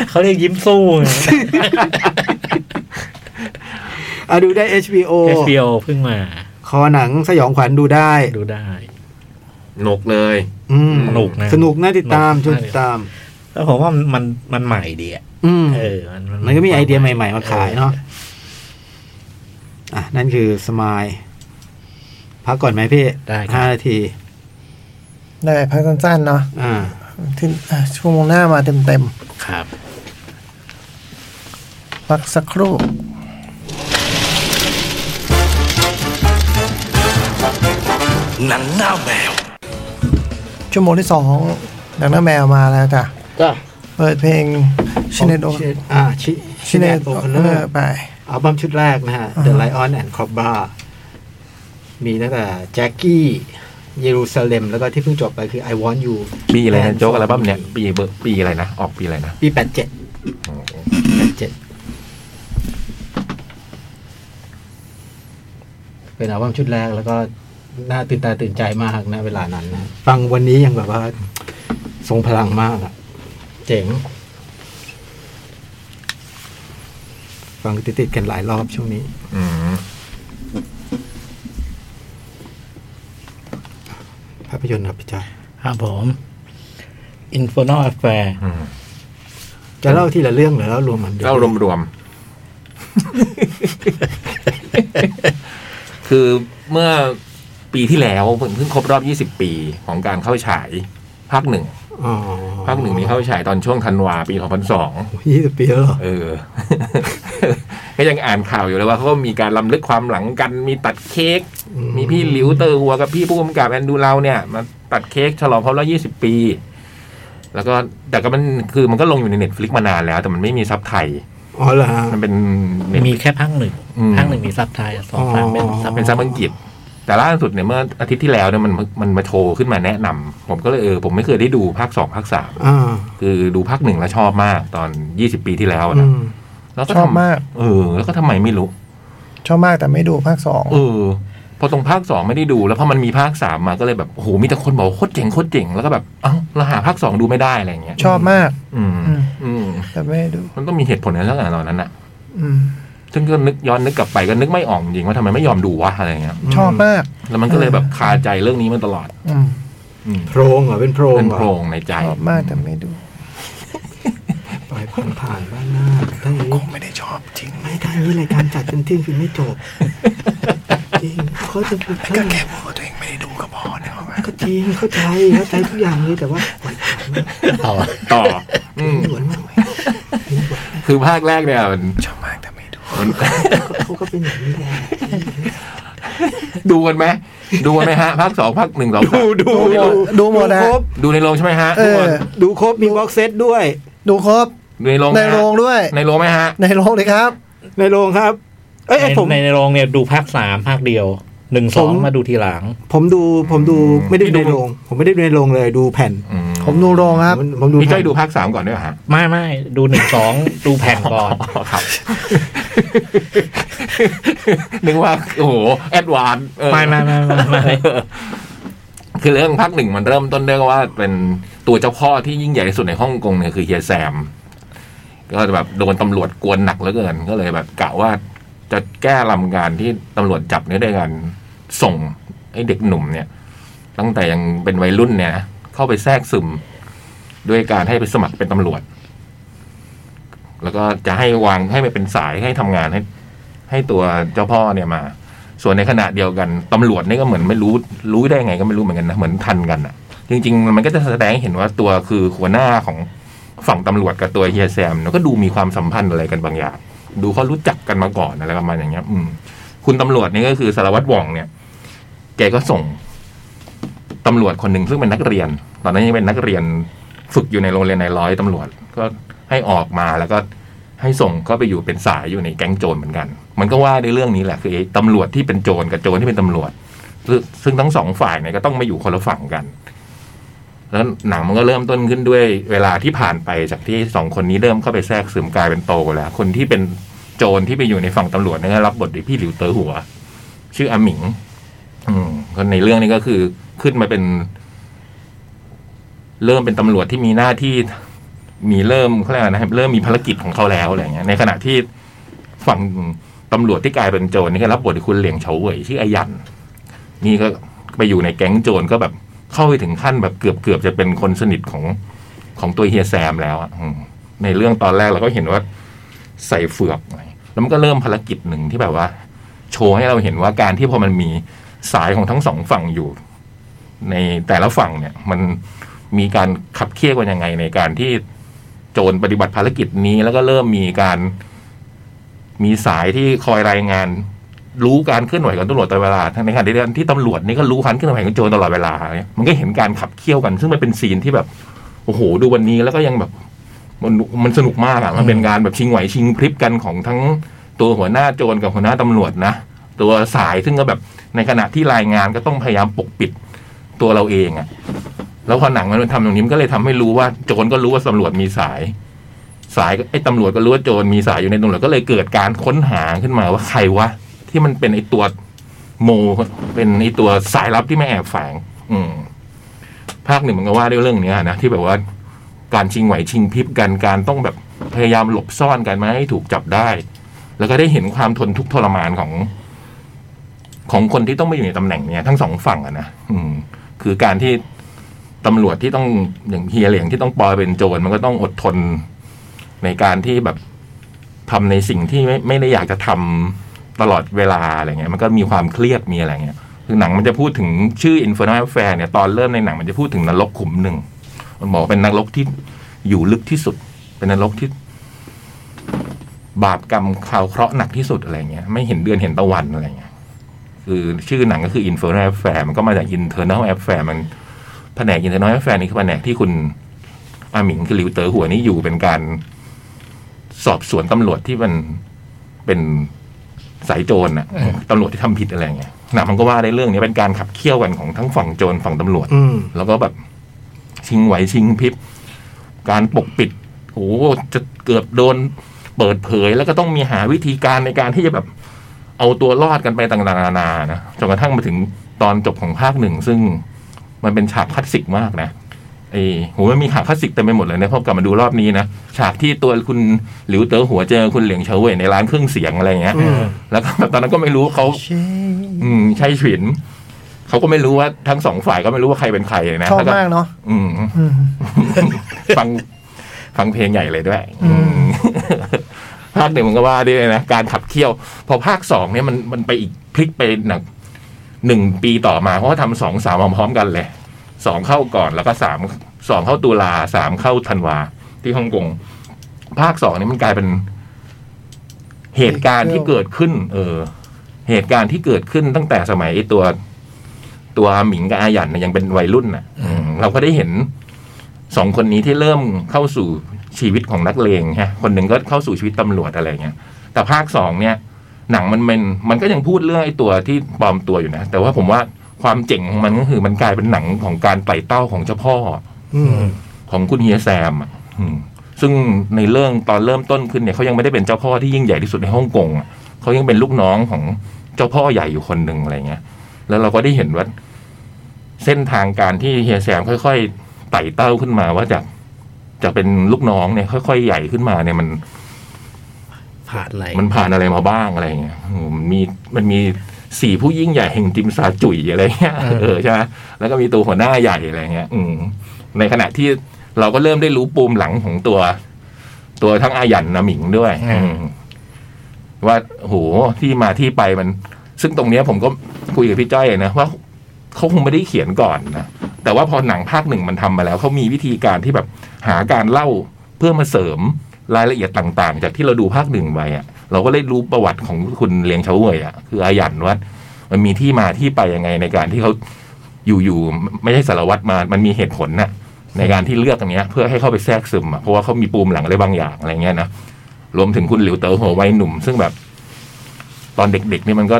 Speaker 4: เขาเรียกยิ้มสู้ไง
Speaker 3: อะดูได้ HBO
Speaker 4: HBO เพิ่งมา
Speaker 3: คอหนังสยองขวัญดูได้
Speaker 4: ดูได้
Speaker 1: หนกเลย
Speaker 3: อืม
Speaker 4: สนุกนะ
Speaker 3: สนุกน่าติดตาม
Speaker 4: ส
Speaker 3: ชวน
Speaker 4: นุก
Speaker 3: ติดตาม
Speaker 4: แล้วผมว่ามันมันใหม่ดีอ่ะ
Speaker 3: อืม
Speaker 4: เออ มัน
Speaker 3: มันก็มีไอเดียใหม่ ๆ มาขายเนาะ อ่ะ นั่นคือสมายพักก่อนไหมพี่
Speaker 4: ได้ครับ
Speaker 3: ห้านาที
Speaker 2: ได้พักสั้นๆเนาะ
Speaker 3: อ่า
Speaker 2: ที่อ่ะชั่วโมงหน้ามาเต็ม
Speaker 4: ครับ
Speaker 2: ๆพักสักครู่
Speaker 5: หนังหน้าแมว
Speaker 2: ชั่วโมงที่สองหนังหน้าแมวมาแล้วจ้ะ
Speaker 3: จ้ะ
Speaker 2: เปิดเพลงชินเนโด
Speaker 3: อ่า ชิ
Speaker 2: ชินเนโด
Speaker 3: โอคอนเนอ
Speaker 2: เลิ
Speaker 3: ร์
Speaker 2: ไป
Speaker 3: อัลบั้มชุดแรกนะฮะ
Speaker 2: อ่า
Speaker 3: The Lion and Cobra มีตั้งแต่แจ็คกี้เยรูซาเล็ม แล้วก็ที่เพิ่งจบไปคือ I Want You
Speaker 1: ปีอะไรนะโจ๊กอะไรบ้างเนี่ย ปีเบอร์ปีอะไรนะ ออกปีอะไรนะ
Speaker 3: ปีแปดเจ็ดแปดเจ็ดเป็นอัลบั้มชุดแรกแล้วก็น่าตื่นตาตื่นใจมากนะเวลานั้นนะฟังวันนี้ยังแบบว่า ทรงพลังมากอะเจ๋ง ฟังติดๆกันหลายรอบช่วงนี้
Speaker 1: อืม
Speaker 3: ภาพยนตร์ครับพี่จ้า
Speaker 4: ครับผม Infernal Affair
Speaker 1: อืม
Speaker 3: จะเล่าทีละเรื่องหรือเล่ารวมมันดี
Speaker 1: เล่ารวมๆ [LAUGHS] คือเมื่อปีที่แล้วเพิ่งเพิ่งครบรอบ 20 ปีของการเข้าฉายภาคหนึ่ง
Speaker 3: อ๋อ
Speaker 1: ภาคหนึ่งนี้เข้าฉายตอนช่วงธันวาปี 2002
Speaker 3: ยี่สิบปีแล้วเหรอ
Speaker 1: เออ [LAUGHS] ก็ยังอ่านข่าวอยู่เลยว่าเขาก็มีการล้ำลึกความหลังกัน มีตัดเค้ก มีพี่หลิวเตอร์หัวกับพี่ผู้กำกับแอนดูเราเนี่ยมาตัดเค้กฉลองครบรอบ 20 ปี แล้วก็แต่ก็มันคือมันก็ลงอยู่ในเน็ตฟลิกมานานแล้ว แต่มันไม่มีซับไทย
Speaker 3: อ๋อเหรอฮะ
Speaker 1: มันเป็น Netflix
Speaker 4: มีแค่ภาคหนึ่ง
Speaker 1: อืม
Speaker 4: ภาคหนึ่งมีซับไทยสองภาคเป็นซับ
Speaker 1: เป็นซับอังกฤษ แต่ล่าสุดเนี่ยเมื่ออาทิตย์ที่แล้วเนี่ยมันมันมาโชว์ขึ้นมาแนะนำผมก็เลยเออผมไม่เคยได้ดูภาคสองภาคสาม
Speaker 3: อ่า
Speaker 1: คือดูภาคหนึ่งแล้วชอบมากตอน 20 ปีที่แล้วอะ
Speaker 3: อื
Speaker 1: นะ
Speaker 3: ม
Speaker 1: แล้วก็
Speaker 2: ชอบ
Speaker 1: ทำ
Speaker 2: มาก
Speaker 1: เออ แล้วก็ทำไมไม่รู้
Speaker 2: ชอบมากแต่ไม่ดูภาคสอง
Speaker 1: เออพอตรงภาคสองไม่ได้ดู แล้วพอมันมีภาคสามมาก็เลยแบบโอ้โหมีแต่คนบอกว่าโคตรเจ๋งโคตรเจ๋งแล้วก็แบบเอ้าเราหาภาคสองดูไม่ได้อะไรอย่างเงี้ย
Speaker 2: ชอบมาก
Speaker 1: อืม
Speaker 2: อืม
Speaker 1: อืม
Speaker 2: แต่ไม่ดู
Speaker 1: มันต้องมีเหตุผลในเรื่องอะไรตอนนั้นอะ
Speaker 2: อืม
Speaker 1: ซึ่งก็นึกย้อนนึกกลับไปก็นึกไม่ออกจริงว่าทำไมไม่ยอมดูวะอะไรอย่างเงี้ย
Speaker 2: ชอบมาก
Speaker 1: แล้วมันก็เลยแบบคาใจเรื่องนี้มาตลอด
Speaker 2: อืม
Speaker 1: อืม
Speaker 3: โพรงเหรอเป็นโพรง
Speaker 1: เป็น
Speaker 3: เหรอ
Speaker 1: โพรงในใจ
Speaker 2: ชอบมากแต่ไม่ดู
Speaker 3: ปล่อยผ่านผ่านๆบ้างหน้าถ้าอย่าง
Speaker 2: ค
Speaker 3: นี้
Speaker 2: งไม่ได้ชอบจริง
Speaker 3: ไม่ถ้าอย่างนี้รายการจัดจนเที่ยงคืนไม่จบจริงเขาจะพูด
Speaker 2: ก็
Speaker 3: เท่าไห
Speaker 2: แค่
Speaker 3: ร่
Speaker 2: พูดว่าตัวเองไม่ได้ดูก็พอเนี่ย
Speaker 3: ก็จริงเข้าใจเข้าใจทุกอย่างเลยแต่ว่าปล่อยผ่าน
Speaker 4: ต่อ
Speaker 1: ต่อ อืม
Speaker 3: เหมือนมากไหม
Speaker 1: คือภาคแรกเนี่ยมัน
Speaker 2: ชอบมากแต่ไม่ดู
Speaker 1: มัน
Speaker 3: เขาก็เป็นอย่างนี้แหละ
Speaker 1: ดูกันไหมดูกันไหมฮะภาคสองภาคหนึ่งสองสาม
Speaker 3: ดูดู
Speaker 1: ในโรง
Speaker 2: ดูหมดนะ
Speaker 3: ครบ
Speaker 1: ดูในโรงใช่ไหมฮะทุกค
Speaker 2: เออ
Speaker 1: น
Speaker 3: ดูครบมีบ็อกเซตด้วย
Speaker 2: ดูครบ
Speaker 1: ดูในโรง
Speaker 2: ใน
Speaker 1: นะฮะ
Speaker 2: โรงด้วย
Speaker 1: ในโรงไหมฮะ
Speaker 2: ในโรงเลยครับ
Speaker 3: ในโรงครับ เอ้ย
Speaker 4: ใน
Speaker 3: ไอ้ผม
Speaker 4: ในในโรงเนี่ยดูภาคสามภาคเดียวหนึ่งสอง
Speaker 3: ผม
Speaker 4: มาดูทีหลัง
Speaker 3: ผมดูผมดู
Speaker 1: อืม
Speaker 3: ไม่ได้ดู
Speaker 1: พี่ดู
Speaker 3: ในโรง ผมไม่ได้ดูในโรงเลยดูแผ่น
Speaker 1: อืม
Speaker 2: ผมดูโรงครับ
Speaker 3: ผมผมดู
Speaker 1: พี่จ้อย
Speaker 3: แผ่น
Speaker 1: ดูภาคสามก่อนด้วยเหรอฮะ
Speaker 4: ไม่ไม่ดูหนึ่งสองดูแผ่นก่อน
Speaker 1: ครับนึกว่าโอ้โหแอดวานซ์เออ
Speaker 4: ไม่ไม่ไม่ไม่ไม่
Speaker 1: คือเรื่องภาคหนึ่งมันเริ่มต้นเรื่องว่าเป็นตัวเจ้าพ่อที่ยิ่งใหญ่ที่สุดในฮ่องกงเนี่ยคือเฮียแซม ก็แบบโดนตำรวจกวนหนักเหลือเกิน ก็เลยแบบกะว่าจะแก้ลำการที่ตำรวจจับเนี่ยด้วยการส่งไอ้เด็กหนุ่มเนี่ย ตั้งแต่ยังเป็นวัยรุ่นเนี่ยนะเข้าไปแทรกซึม ด้วยการให้ไปสมัครเป็นตำรวจ แล้วก็จะให้วางให้ไปเป็นสายให้ทำงานให้ ให้ตัวเจ้าพ่อเนี่ยมา ส่วนในขณะเดียวกันตำรวจนี่ก็เหมือนไม่รู้รู้ได้ไงก็ไม่รู้เหมือนกันนะเหมือนทันกันอ่ะ จริง ๆ มันก็จะแสดงให้เห็นว่าตัวคือหัวหน้าของฝั่งตำรวจกับตัวเฮียแซมเนี่ยก็ดูมีความสัมพันธ์อะไรกันบางอย่าง ดูเขารู้จักกันมาก่อนอะไรประมาณอย่างเงี้ย อืม คุณตำรวจนี่ก็คือสารวัตรหว่องเนี่ย แกก็ส่งตำรวจคนหนึ่งซึ่งเป็นนักเรียน ตอนนั้นยังเป็นนักเรียนฝึกอยู่ในโรงเรียนในร้อยตำรวจก็ให้ออกมาแล้วก็ ให้ส่งก็ไปอยู่เป็นสายอยู่ในแก๊งโจรเหมือนกัน มันก็ว่าในเรื่องนี้แหละคือไอ้ตำรวจที่เป็นโจรกับโจรที่เป็นตำรวจ ซึ่งซึ่งทั้งสองฝ่ายเนี่ยก็ต้องมาอยู่คนละฝั่งกัน แล้วหนังมันก็เริ่มต้นขึ้นด้วยเวลาที่ผ่านไปจากที่สองคนนี้เริ่มเข้าไปแทรกซึมกลายเป็นโตแล้ว คนที่เป็นโจรที่ไปอยู่ในฝั่งตำรวจเนี่ยรับบทโดยพี่หลิวเต๋อหัว ชื่ออาหมิง อืมคนในเรื่องนี้ก็คือขึ้นมาเป็น เริ่มเป็นตำรวจที่มีหน้าที่ มีเริ่มเขาเรียกอะไรนะครับเริ่มมีภารกิจของเขาแล้วอะไรอย่างเงี้ยในขณะที่ฝั่งตำรวจที่กลายเป็นโจรนี่ก็รับบทโดยคุณเหลียงเฉาเหวยชื่ออายัน นี่ก็ไปอยู่ในแก๊งโจรก็แบบเข้าไปถึงขั้นแบบเกือบเกือบจะเป็นคนสนิทของของตัวเฮียแซมแล้วอะอืมในเรื่องตอนแรกเราก็เห็นว่าใส่เฟือกอะไรแล้วมันก็เริ่มภารกิจหนึ่งที่แบบว่า โชว์ให้เราเห็นว่าการที่พอมันมีสายของทั้งสองฝั่งอยู่ ในแต่ละฝั่งเนี่ย มันมีการขับเคี่ยวกันยังไงในการที่ โจรปฏิบัติภารกิจนี้แล้วก็เริ่มมีการมีสายที่คอยรายงาน รู้การเคลื่อนไหวของตำรวจตลอดเวลาทั้งในขณะเดียวกันที่ตำรวจนี่ก็รู้การเคลื่อนไหวของโจรตลอดเวลาเนี่ยมันก็เห็นการขับเคี่ยวกัน ซึ่งมันเป็นซีนที่แบบโอ้โหดูวันนี้แล้วก็ยังแบบมันมันสนุกมากอะมันเป็นการแบบชิงไหวชิงพริบกันของทั้งตัวหัวหน้าโจรกับหัวหน้าตำรวจนะตัวสายซึ่งก็แบบในขณะที่รายงานก็ต้องพยายามปกปิดตัวเราเองอะ แล้วพอหนังมันทำตรงนี้มันก็เลยทำให้รู้ว่าโจรก็รู้ว่าตำรวจมีสาย สายไอ้ตำรวจก็รู้ว่าโจรมีสายอยู่ในตำรวจก็เลยเกิดการค้นหาขึ้นมาว่าใครวะที่มันเป็นไอ้ตัวโมเป็นไอ้ตัวสายลับที่ไม่แอบแฝง อืม ภาคหนึ่งมันก็ว่าด้วยเรื่องเนี้ยนะที่แบบว่าการชิงไหวชิงพริบกันการต้องแบบพยายามหลบซ่อนกันไม่ให้ถูกจับได้ แล้วก็ได้เห็นความทนทุกข์ทรมานของ ของคนที่ต้องมาอยู่ในตำแหน่งเนี้ยทั้งสองฝั่งอะนะอืม คือการที่ ตำรวจที่ต้องอย่างเฮียเหลียงที่ต้องปลอยเป็นโจรมันก็ต้องอดทนในการที่แบบทำในสิ่งที่ไม่ไม่ได้อยากจะทำตลอดเวลาอะไรเงี้ย มันก็มีความเครียดมีอะไรเงี้ยคือหนังมันจะพูดถึงชื่อ Infernal Affair เนี่ยตอนเริ่มในหนังมันจะพูดถึงนรกขุมหนึ่ง มันบอกว่าเป็นนรกที่อยู่ลึกที่สุด เป็นนรกที่ บาปกรรมคราวเคราะห์หนักที่สุดอะไรเงี้ยไม่เห็นเดือนเห็นตะวันอะไรเงี้ยคือชื่อหนังก็คือ Infernal Affair มันก็มาจาก Internal Affair มัน แผนกอินเทอร์เน็ตแฟนนี่คือแผนกที่คุณอาหมิงคือหลิวเต๋อหัวนี่อยู่เป็นการสอบสวนตำรวจที่มันเป็นสายโจรน่ะตำรวจที่ทำผิดอะไรเงี้ยหนังมันก็ว่าในเรื่องนี้เป็นการขับเคี่ยวกันของทั้งฝั่งโจรฝั่งตำรวจ
Speaker 3: อืม
Speaker 1: แล้วก็แบบชิงไหวชิงพริบ การปกปิดโอ้โหจะเกือบโดนเปิดเผย แล้วก็ต้องมีหาวิธีการในการที่จะแบบ เอาตัวรอดกันไปต่างๆนานานะจนกระทั่งมาถึงตอนจบของภาคหนึ่ง ซึ่งมันเป็นฉากคลาสสิกมากนะไอ้โหมันมีฉากคลาสสิกเต็มไปหมดเลยนะพอกลับมาดูรอบนี้นะฉากที่ตัวคุณหลิวเต๋อหัวเจอคุณเหลียงเฉาเว่ยในร้านเครื่องเสียงอะไรอย่างเงี้ย
Speaker 3: อืม
Speaker 1: แล้วก็ตอนนั้นก็ไม่รู้เขา
Speaker 2: เช่
Speaker 1: อืมใช่ฉินเขาก็ไม่รู้ว่าทั้งสองฝ่ายก็ไม่รู้ว่าใครเป็นใครเลยนะ
Speaker 2: ชอบ
Speaker 1: แล้วก็
Speaker 2: มากเนาะ
Speaker 1: อืม
Speaker 2: อืม
Speaker 1: ฟังฟังเพลงใหญ่เลยด้วย อืม ภาคหนึ่งมันก็ว่าด้วยนะการขับเคี่ยว พอภาคสองเนี่ยมันมันไปอีกพลิกไปหนักหนึ่งปีต่อมาเพราะว่าทำสองสามพร้อมๆกันเลยสองเข้าก่อนแล้วก็สาม สองเข้าตุลาสามเข้าธันวา ที่ฮ่องกงภาคสองนี่มันกลายเป็น เหตุการณ์ที่เกิดขึ้น เออ เหตุการณ์ที่เกิดขึ้นตั้งแต่สมัยไอ้ตัว ตัวหมิงกับอาหยันเนี่ยยังเป็นวัยรุ่นน่ะ อืมเราก็ได้เห็นสองคนนี้ที่เริ่มเข้าสู่ชีวิตของนักเลงฮะ คนหนึ่งก็เข้าสู่ชีวิตตำรวจอะไรเงี้ย แต่ภาคสองเนี่ย หนังมันมันมันก็ยังพูดเรื่องไอ้ตัวที่ปลอมตัวอยู่นะ แต่ว่าผมว่าความเจ๋งของมันก็คือมันกลายเป็นหนังของการไต่เต้าของเจ้าพ่อ
Speaker 3: อืม
Speaker 1: ของคุณเฮียแซมอะอืมซึ่งในเรื่องตอนเริ่มต้นขึ้นเนี่ยเขายังไม่ได้เป็นเจ้าพ่อที่ยิ่งใหญ่ที่สุดในฮ่องกงอะเขายังเป็นลูกน้องของเจ้าพ่อใหญ่อยู่คนหนึ่งอะไรเงี้ย แล้วเราก็ได้เห็นว่า เส้นทางการที่เฮียแซมค่อยๆไต่เต้าขึ้นมาว่าจากจากเป็นลูกน้องเนี่ย ค่อยๆใหญ่ขึ้นมาเนี่ยมัน
Speaker 4: ผ่านอะไร
Speaker 1: มันผ่านอะไรมาบ้างอะไรเงี้ยอืมมันมีมันมีสี่ผู้ยิ่งใหญ่แห่งจิมซาจุ๋ยอะไรเงี้ย เออใช่ไหมแล้วก็มีตัวหัวหน้าใหญ่อะไรเงี้ย อืมในขณะที่เราก็เริ่มได้รู้ปูมหลังของตัว ตัวทั้งอาหยันนะหมิงด้วย อืมว่าโหที่มาที่ไปมัน ซึ่งตรงเนี้ยผมก็คุยกับพี่จ้อยนะว่าเขาคงไม่ได้เขียนก่อนนะแต่ว่าพอหนังภาคหนึ่งมันทำมาแล้วเขามีวิธีการที่แบบหาการเล่าเพื่อมาเสริมรายละเอียดต่าง ๆ จากที่เราดูภาคหนึ่งไปอ่ะ เราก็ได้รู้ประวัติของคุณเลียงเฉาเว่ยอ่ะคืออาหยันว่ามันมีที่มาที่ไปยังไงในการที่เขาอยู่ๆไม่ใช่สารวัตรมา มันมีเหตุผลน่ะ ในการที่เลือกตรงเนี้ย เพื่อให้เข้าไปแทรกซึมอ่ะเพราะว่าเขามีปูมหลังอะไรบางอย่างอะไรเงี้ยนะรวมถึงคุณหลิวเต๋อหัววัยหนุ่ม ซึ่งแบบ ตอนเด็กๆนี่มันก็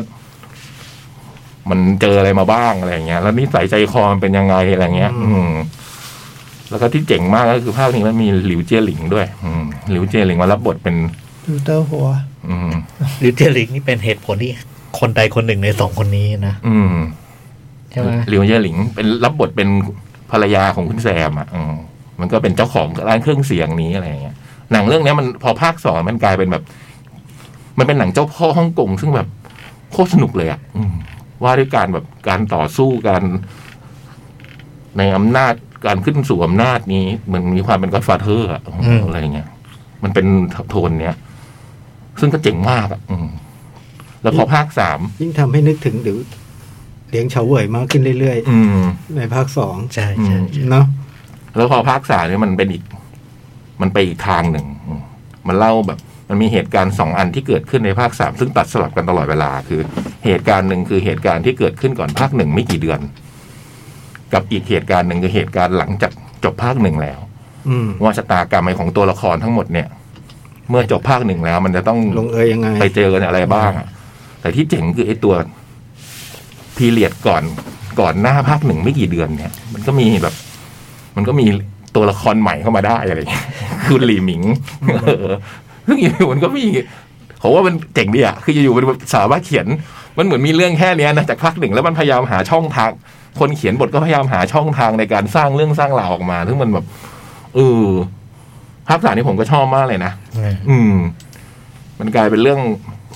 Speaker 1: มันเจออะไรมาบ้างอะไรเงี้ย แล้วนิสัยใจคอมันเป็นยังไงอะไรเงี้ย อืม แล้วก็ที่เจ๋งมากก็คือภาคนี้มันมีหลิวเจียหลิงด้วย อืมหลิวเจียหลิงมารับบทเป็น
Speaker 2: ดูเตอร์หัว
Speaker 1: อืม
Speaker 4: หรือเจลิงนี่เป็นเหตุผลที่คนใดคนหนึ่งในสองคนนี้นะ
Speaker 1: อืม
Speaker 4: ใช่ไหม
Speaker 1: หลิวเย่อหลิงเป็นรับบทเป็นภรรยาของคุณแซมอ่ะอืมมันก็เป็นเจ้าของร้านเครื่องเสียงนี้อะไรอย่างเงี้ยหนังเรื่องเนี้ยมันพอภาคสองมันกลายเป็นแบบ มันเป็นหนังเจ้าพ่อฮ่องกงซึ่งแบบโคตรสนุกเลยอ่ะอืมว่าด้วยการแบบการต่อสู้การในอำนาจการขึ้นสู่อำนาจนี้มันมีความเป็นก็อดฟาเธอร์อะอะไรอย่างเงี้ย มันเป็นโทนเนี้ยซึ่งก็เจ๋งมากอ่ะอืมแล้วพอภาคสาม
Speaker 3: ยิ่งทำให้นึกถึงหรือเลี้ยงเฉาเหวยมากขึ้นเรื่อย
Speaker 1: อืม
Speaker 3: ๆ ในภาคสอง
Speaker 4: ใช่ใช่ใช่
Speaker 3: เนาะ
Speaker 1: แล้วพอภาคสามเนี่ยมันเป็นอีก มันไปอีกทางหนึ่งอืมมันเล่าแบบ มันมีเหตุการณ์สองอันที่เกิดขึ้นในภาคสามซึ่งตัดสลับกันตลอดเวลา คือ เหตุการณ์หนึ่งคือเหตุการณ์ที่เกิดขึ้นก่อนภาคหนึ่งไม่กี่เดือน กับอีกเหตุการณ์หนึ่งคือเหตุการณ์หลังจากจบภาคหนึ่งแล้ว
Speaker 3: อืม
Speaker 1: ว่าชะตากรรมของตัวละครทั้งหมดเนี่ย เมื่อจบภาคหนึ่งแล้ว มันจะต้อง
Speaker 3: ลงเอยยังไง
Speaker 1: ไปเจอกันอะไรบ้างอะแต่ที่เจ๋งคือไอ้ตัวพีเรียดก่อนก่อนหน้าภาคหนึ่งไม่กี่เดือนเนี่ย มันก็มีแบบ มันก็มีตัวละครใหม่เข้ามาได้อะไรอย่างเงี้ย คือหลีหมิงเออซึ่งอยู่ๆมันก็มีผมว่ามันเจ๋งดีอะคืออยู่ๆมันสามารถเขียน มันเหมือนมีเรื่องแค่เนี้ยนะจากภาคหนึ่งแล้วมันพยายามหาช่องทาง คนเขียนบทก็พยายามหาช่องทางในการสร้างเรื่องสร้างราวออกมาซึ่งมันแบบเออภาคสามนี่ผมก็ชอบมากเลยนะ
Speaker 4: อืม
Speaker 1: อืม มันกลายเป็นเรื่อง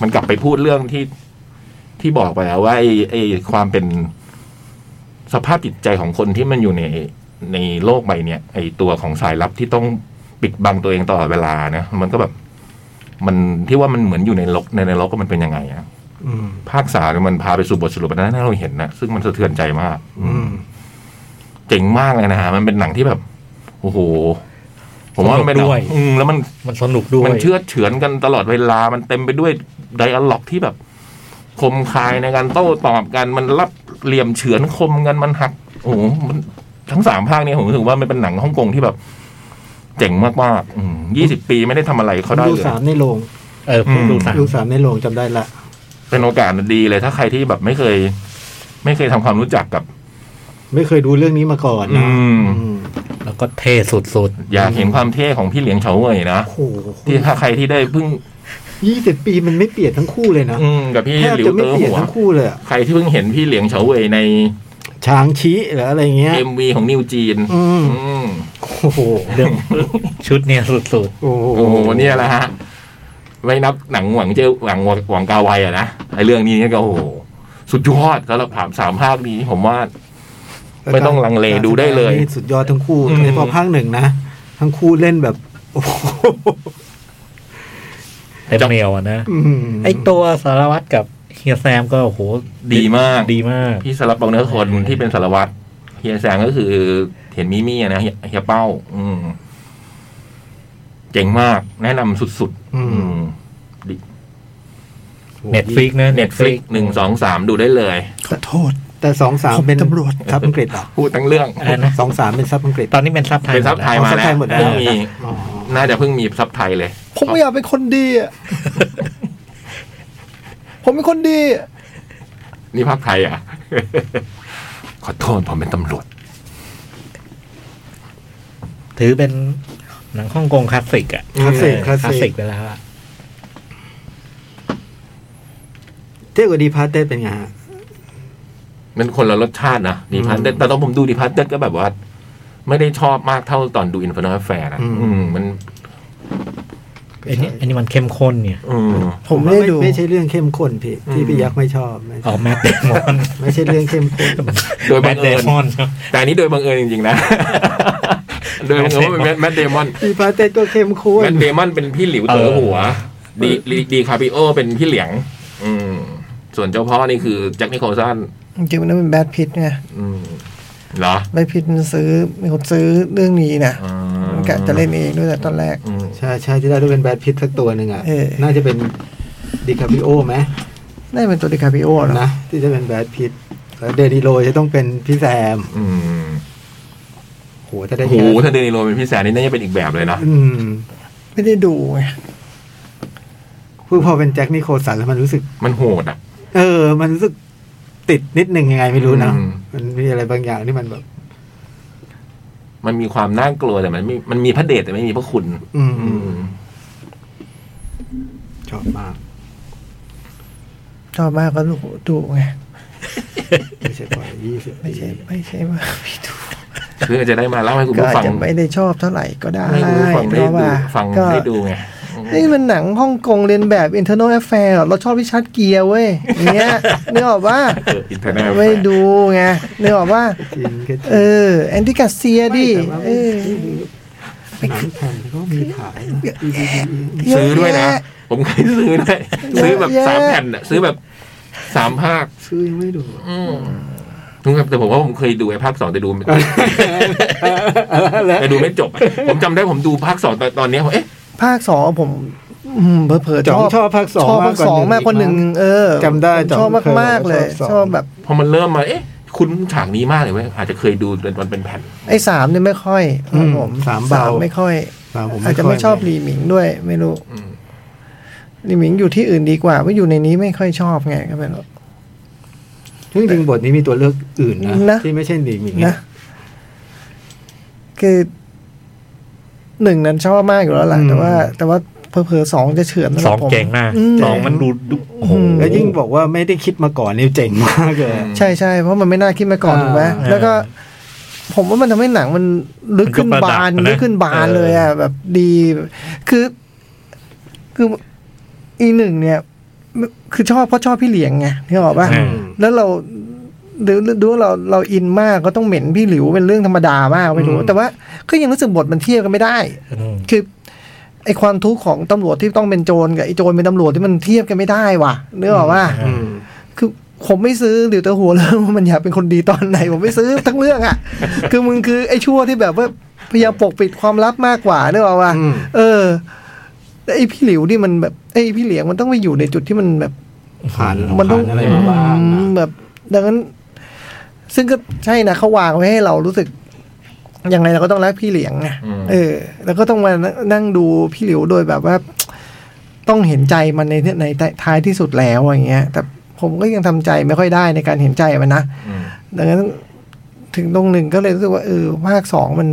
Speaker 1: มันกลับไปพูดเรื่องที่ที่บอกไปแล้วว่าไอ้ไอ้ความเป็นสภาพจิตใจของคนที่มันอยู่ในในโลกใบเนี้ยไอ้ตัวของสายลับที่ต้องปิดบังตัวเองตลอดเวลานะมันก็แบบ มันที่ว่ามันเหมือนอยู่ในโลกในในโลกก็มันเป็นยังไงอะ
Speaker 3: อืม
Speaker 1: ภาคสามเนี่ยมันพาไปสู่บทสรุปอันนั้นที่เราเห็นนะซึ่งมันสะเทือนใจมากอื
Speaker 3: อื
Speaker 1: ม
Speaker 3: ม
Speaker 1: เจ๋งมากเลยนะฮะมันเป็นหนังที่แบบโอ้โห ผมว่ามันเป็นหนังอืมแล้วมัน
Speaker 4: มันสนุกด้วย
Speaker 1: มันเชื่อดเฉือนกันตลอดเวลา มันเต็มไปด้วยไดอะล็อกที่แบบ คมคายในการโต้ตอบกัน มันรับเหลี่ยมเฉือนคมกันมันหัก โอ้โหมันทั้งสามภาคเนี่ยผมรู้สึกว่ามันเป็นหนังฮ่องกงที่แบบ เจ๋งมากๆยี่สิบปีไม่ได้ทำอะไรเขาได้
Speaker 3: ดู
Speaker 1: เลย
Speaker 3: สามในโรง
Speaker 4: เออผมดู
Speaker 1: อืม
Speaker 4: สาม
Speaker 3: ดูสามในโรงจำได้ละ
Speaker 1: เป็นโอกาสดีเลยถ้าใครที่แบบไม่เคย ไม่เคยทำความรู้จักกับ
Speaker 3: ไม่เคยดูเรื่องนี้มาก่อนนะ
Speaker 1: อืม
Speaker 3: อืม
Speaker 4: แล้วก็เท่สุด
Speaker 1: อยากเห็นความเท่ของพี่เหลียงเฉาเว่ยนะ
Speaker 3: โอ้โห
Speaker 1: ที่ถ้าใครที่ได้เพิ่ง
Speaker 3: ยี่สิบปีมันไม่เปลี่ยนทั้งคู่เลยนะ
Speaker 1: อืมกับพี่
Speaker 3: แทบ
Speaker 1: หลิว
Speaker 3: จะ
Speaker 1: เต
Speaker 3: ไม่
Speaker 1: อร์
Speaker 3: เปลี่ยน
Speaker 1: หัว
Speaker 3: ทั้งคู่เลยอะ
Speaker 1: ใครที่เพิ่งเห็นพี่เหลียงเฉาเว่ยใน
Speaker 3: ช้างชี้หรืออะไรเงี้ย
Speaker 1: เอ็มวีของนิวจีน
Speaker 3: อืม
Speaker 1: อืม
Speaker 3: โอ้โห
Speaker 4: ๆเรื่องชุดเนี่ยสุด
Speaker 3: โอ้
Speaker 1: โอ้โหเนี่ยแหละฮะไม่นับหนังหวังเจ้าหวังหวังกาไวอะนะไอเรื่องนี้เนี่ยก็โอ้โหสุดยอดสำหรับถามสามภาคนี้ผมว่า ไม่ต้องลังเลดูได้เลย
Speaker 3: นี่สุดยอดทั้งคู่
Speaker 1: อืม
Speaker 3: โดยเฉพาะภาคหนึ่งนะ ทั้งคู่เล่นแบบโอ้โห
Speaker 4: ๆเต็มเหนียวอะนะ
Speaker 3: อืม
Speaker 4: ไอตัวสารวัตรกับเฮียแซมก็โอ้โห
Speaker 1: ดีมาก
Speaker 4: ดีมาก
Speaker 1: พี่สารบปองเนื้อคนที่เป็นสารวัตร ฮียแซงก็คือเห็นมิมี่อะนะเฮียเฮียเป้า อืม เจ๋งมาก แนะนำสุดๆ
Speaker 3: อื
Speaker 1: อื
Speaker 3: ม
Speaker 1: ม
Speaker 4: เน็ตฟลิกนะ
Speaker 1: n เน็ตฟลิก
Speaker 4: Netflix
Speaker 1: หนึ่งสองสามดูได้เลย
Speaker 2: ขอโทษ
Speaker 3: แต่สองสาม
Speaker 2: ผม
Speaker 3: เป็น
Speaker 2: ตำรวจ
Speaker 3: ซับอังกฤษเหรอ
Speaker 1: พูดทั้งเรื่อง
Speaker 4: อะไรนะ
Speaker 3: สองสามเป็นซับอังกฤษ
Speaker 4: ตอนนี้เป็นซับไทย
Speaker 1: เป็นซับไทยมา
Speaker 3: ซับ
Speaker 1: แล้ว
Speaker 3: ไทยหมดแล้ว
Speaker 1: เพิ่งมี
Speaker 3: อ๋อ
Speaker 1: น่าจะเพิ่งมีซับไทยเลย
Speaker 2: ผมไม่อยากเป็นคนดีอะ [LAUGHS] ผมเป็นคนดีอะ
Speaker 1: นี่ภาคไทยอ่ะ [LAUGHS] ขอโทษผมเป็นตำรวจ
Speaker 4: ถือเป็นหนังฮ่องกงคลาสสิกอ่ะ
Speaker 1: อืม
Speaker 3: คลาสสิกคลาส
Speaker 4: เออคลาส
Speaker 3: สิ
Speaker 4: สิ
Speaker 3: ก
Speaker 4: กไปแล้วอะ
Speaker 3: เทียบกับดีพาร์เต้เป็นไงฮะ
Speaker 1: มันคนละรสชาตินะดีพันเดแต่ตอนผมดูดีพันเดก็แบบว่า ไม่ได้ชอบมากเท่าตอนดูอินฟ n น l แฟร์นะอืมมัน
Speaker 4: ไอันนี้อันนี้มันเข้มข้นเนี่ย
Speaker 1: อืม
Speaker 2: ผมไม่ได้ดู
Speaker 3: ไม่ใช่เรื่องเข้มข้นพี่ที่พี่ยักษ์ไม่ชอบไม่
Speaker 4: ออกแมตเดมอน
Speaker 3: ไม่ใช่เรื่องเข้มข้น
Speaker 4: [LAUGHS]
Speaker 1: โดยบั
Speaker 4: แม
Speaker 1: ง
Speaker 4: ต
Speaker 1: เอิ
Speaker 4: เด
Speaker 1: ญ
Speaker 4: มอน
Speaker 1: แต่อันนี้โดยบังเอิญจริง [LAUGHS] ๆนะ โดยบังเอิญว่าเป็นแมทเดมอน
Speaker 3: ดีพาร์เต้ก็เข้มข้น
Speaker 1: แมทเดมอนเป็นพี่หลิวเต๋อหัว ดีดีดีคาปิโอเป็นพี่เหลียง อืม ส่วนเจ้าพ่อนี่คือแจ็คนิโคลสัน
Speaker 2: จริงๆมันเป็นแบทพิทไง
Speaker 1: อืมเหรอ
Speaker 2: แบทพิทมันซื้อมีคนซื้อเรื่องนี้นะ
Speaker 1: อ่า
Speaker 2: มันกะจะเล่นเองด้วยแต่ตอนแรก
Speaker 1: อืม
Speaker 3: ใช่ใช่ที่ได้ด้วยเป็นแบรดพิตสักตัวหนึ่งอ่ะ
Speaker 2: เออ
Speaker 3: น่าจะเป็นดิคาปิโอไหม
Speaker 2: น่าจะเป็นตัวดิคาปิโอเนอะ
Speaker 3: นะที่จะเป็นแบรดพิตแล้วเดนิโลจะต้องเป็นพี่แซม
Speaker 1: อืม
Speaker 3: โหถ้าได้
Speaker 1: โอ้โห
Speaker 3: แค่
Speaker 1: ถ้าเดนิโลเป็นพี่แซนนี่น่าจะเป็นอีกแบบเลยนะ
Speaker 3: อืม
Speaker 2: ไม่ได้ดูไง
Speaker 3: เพื่อพอเป็นแจ็คนิโคลสันแล้วมันรู้สึก
Speaker 1: มันโหดอ่ะ
Speaker 3: เออ มันรู้สึกติดนิดหนึ่งยังไงไม่รู้นะ
Speaker 1: อืม
Speaker 3: มันมีอะไรบางอย่างที่มันแบบ
Speaker 1: มันมีความน่ากลัวแต่มันไม่มันมีพระเดชแต่ไม่มีพระคุณ
Speaker 3: อืม
Speaker 1: อืม
Speaker 3: ชอบมาก
Speaker 2: ชอบมากก็ดูดูไง
Speaker 3: ไม่ใช่ปล่อยยี่สิบ
Speaker 2: ไม่ใช่ไม่ใช่ว่า [LAUGHS] ไม่ดู
Speaker 1: คือจะได้มาเล่าให้คุณ
Speaker 2: ก็
Speaker 1: ผู้
Speaker 2: อาจ
Speaker 1: ฟัง
Speaker 2: จะไม่ได้ชอบเท่าไหร่ก็ได้
Speaker 1: ให้คุณผู้ฟัง
Speaker 2: เพ
Speaker 1: ได้ดูฟัง
Speaker 2: ราะว่าก็
Speaker 1: ได้ดูไงอืม
Speaker 2: นี่มันหนังฮ่องกงเรียนแบบ Internal Affair เหรอเราชอบวิชาร์ดเกียร์เว้ยอย่างเงี้ย [LAUGHS] นึกออกว่า
Speaker 1: เอออินเทอร์เน็ต
Speaker 2: ไม่ดูไงนึกออกว่า
Speaker 3: จริงก็จริง
Speaker 2: เออ แอนติกาเซียดิ
Speaker 3: แต่ว่า
Speaker 2: เออ
Speaker 3: หนังแผ่นก็มีขายนะ
Speaker 1: ซื้อด้วยนะ ผมเคยซื้อด้วย
Speaker 2: เยอะ
Speaker 1: ซื้อแบบ
Speaker 2: แยะ
Speaker 1: สามแผ่นอะซื้อแบบสามภาค
Speaker 3: ซื้อยังไม่ดู
Speaker 1: อืมทุกครับแต่ผมว่าผมเคยดูไอ้ภาคสองแต่ดูไม่แต่ดูไม่จบอะผมจำได้ผมดูภาคสองตอนตอนเนี้ยผมเอ๊ะ
Speaker 2: ภาคสองผมอืมเผลอๆ
Speaker 3: จ๋
Speaker 2: ช
Speaker 3: อง
Speaker 2: อบ
Speaker 3: ชอบภาคสอง
Speaker 2: ชอบภาคสองมากกว่าหนึ่ง
Speaker 3: มากกว่าหนึ่ง
Speaker 2: เออ
Speaker 3: จำได้
Speaker 2: ผม
Speaker 3: จ๋อง
Speaker 2: ชอบมากมากๆเลย
Speaker 3: ชอบสอง
Speaker 2: ชอบแบบ
Speaker 1: พอมันเริ่มมาเอ๊ะ คุณฉากนี้มากเลยเว้ยอาจจะเคยดูแต่มันเป็นแผ่น
Speaker 2: ไอ้สามเนี่ยไม่ค่อย
Speaker 3: อืม
Speaker 2: ผม
Speaker 3: สามเบา
Speaker 2: ไม่ค่อย
Speaker 3: อ่ผม
Speaker 2: อาจจะไม่
Speaker 3: ค่ย
Speaker 2: ชอบรีหมิงด้วยไม่รู้
Speaker 1: อืม
Speaker 2: รีหมิงอยู่ที่อื่นดีกว่าว่าอยู่ในนี้ไม่ค่อยชอบไงก็ไม่รู้
Speaker 3: ซึ่งจริงบทนี้มีตัวเลือกอื่นนะ
Speaker 2: นะ
Speaker 3: ที่ไม่ใช่หนีหมิง
Speaker 2: นะ คือหนึ่งนั้นชอบมากอยู่แล้วแหละแต่ว่า แต่ว่าเพอๆสองจะเฉือนสำห
Speaker 4: ส
Speaker 2: รั
Speaker 4: อบ ง
Speaker 2: ผม
Speaker 4: เจ๋งมาก
Speaker 2: อืม
Speaker 4: สองมันดูดูโอ้โห
Speaker 2: อืม
Speaker 3: แล้วยิ่งบอกว่าไม่ได้คิดมาก่อนนี่เจ๋งมากเลย
Speaker 2: ใช่ใช่เพราะมันไม่น่าคิดมาก่อน
Speaker 3: อ่า
Speaker 2: ถูกไหมแล้วก็ ผมว่ามันทำให้หนังมันลึกขึ้น
Speaker 4: มันก็ประดั
Speaker 2: บาน
Speaker 4: บนะ
Speaker 2: ลึกขึ้นบาน
Speaker 4: เออ
Speaker 2: เลยอ่ะแบบดีคือ คืออีหนึ่งเนี่ยคือชอบเพราะชอบพี่เหลียงไงนี่ออกป่ะ
Speaker 4: อืม
Speaker 2: แล้วเราดูดูว่าเราเราอินมากก็ต้องเหม็นพี่หลิวเป็นเรื่องธรรมดามากไม่รู้
Speaker 3: อืม
Speaker 2: แต่ว่าก็ยังรู้สึกบทมันเทียบกันไม่ได้
Speaker 4: อืม
Speaker 2: คือไอความทุกข์ของตำรวจที่ต้องเป็นโจรกับไอโจรเป็นตำรวจที่มันเทียบกันไม่ได้ว่ะนึกออกป่ะ
Speaker 4: อื
Speaker 3: อืม
Speaker 2: คือผมไม่ซื้อหรือเตอหัวเรื่องว่ามันอยากเป็นคนดีตอนไหน ผมไม่ซื้อทั้งเรื่อง
Speaker 3: [LAUGHS]
Speaker 2: อ่ะ คือมึงคือไอ้ชั่วที่แบบว่าพยายามปกปิดความลับมากกว่าเนกอะว่า
Speaker 3: อืม
Speaker 2: เออแต่ไอ้พี่หลิวนี่มันแบบไอ้พี่เหลียงมันต้องไปอยู่ในจุดที่มันแบบ
Speaker 3: ผ่าน
Speaker 2: มันต้อง
Speaker 3: ผ่าอะไรมาบ้าง
Speaker 2: อืม
Speaker 3: นะ
Speaker 2: แบบ ดังนั้น ซึ่งก็ใช่นะเขาวางไว้ให้เรารู้สึกยังไงเราก็ต้องรักพี่เหลียงไง
Speaker 1: อืม
Speaker 2: เออ แล้วก็ต้องมานั่งดูพี่หลิวโดยแบบว่า ต้องเห็นใจมันในในท้ายที่สุดแล้วอย่างเงี้ย แต่ผมก็ยังทำใจไม่ค่อยได้ในการเห็นใจมันนะ
Speaker 1: อืม
Speaker 2: ดังนั้นถึงตรงหนึ่งก็เลยรู้สึกว่าเออภาคสองมัน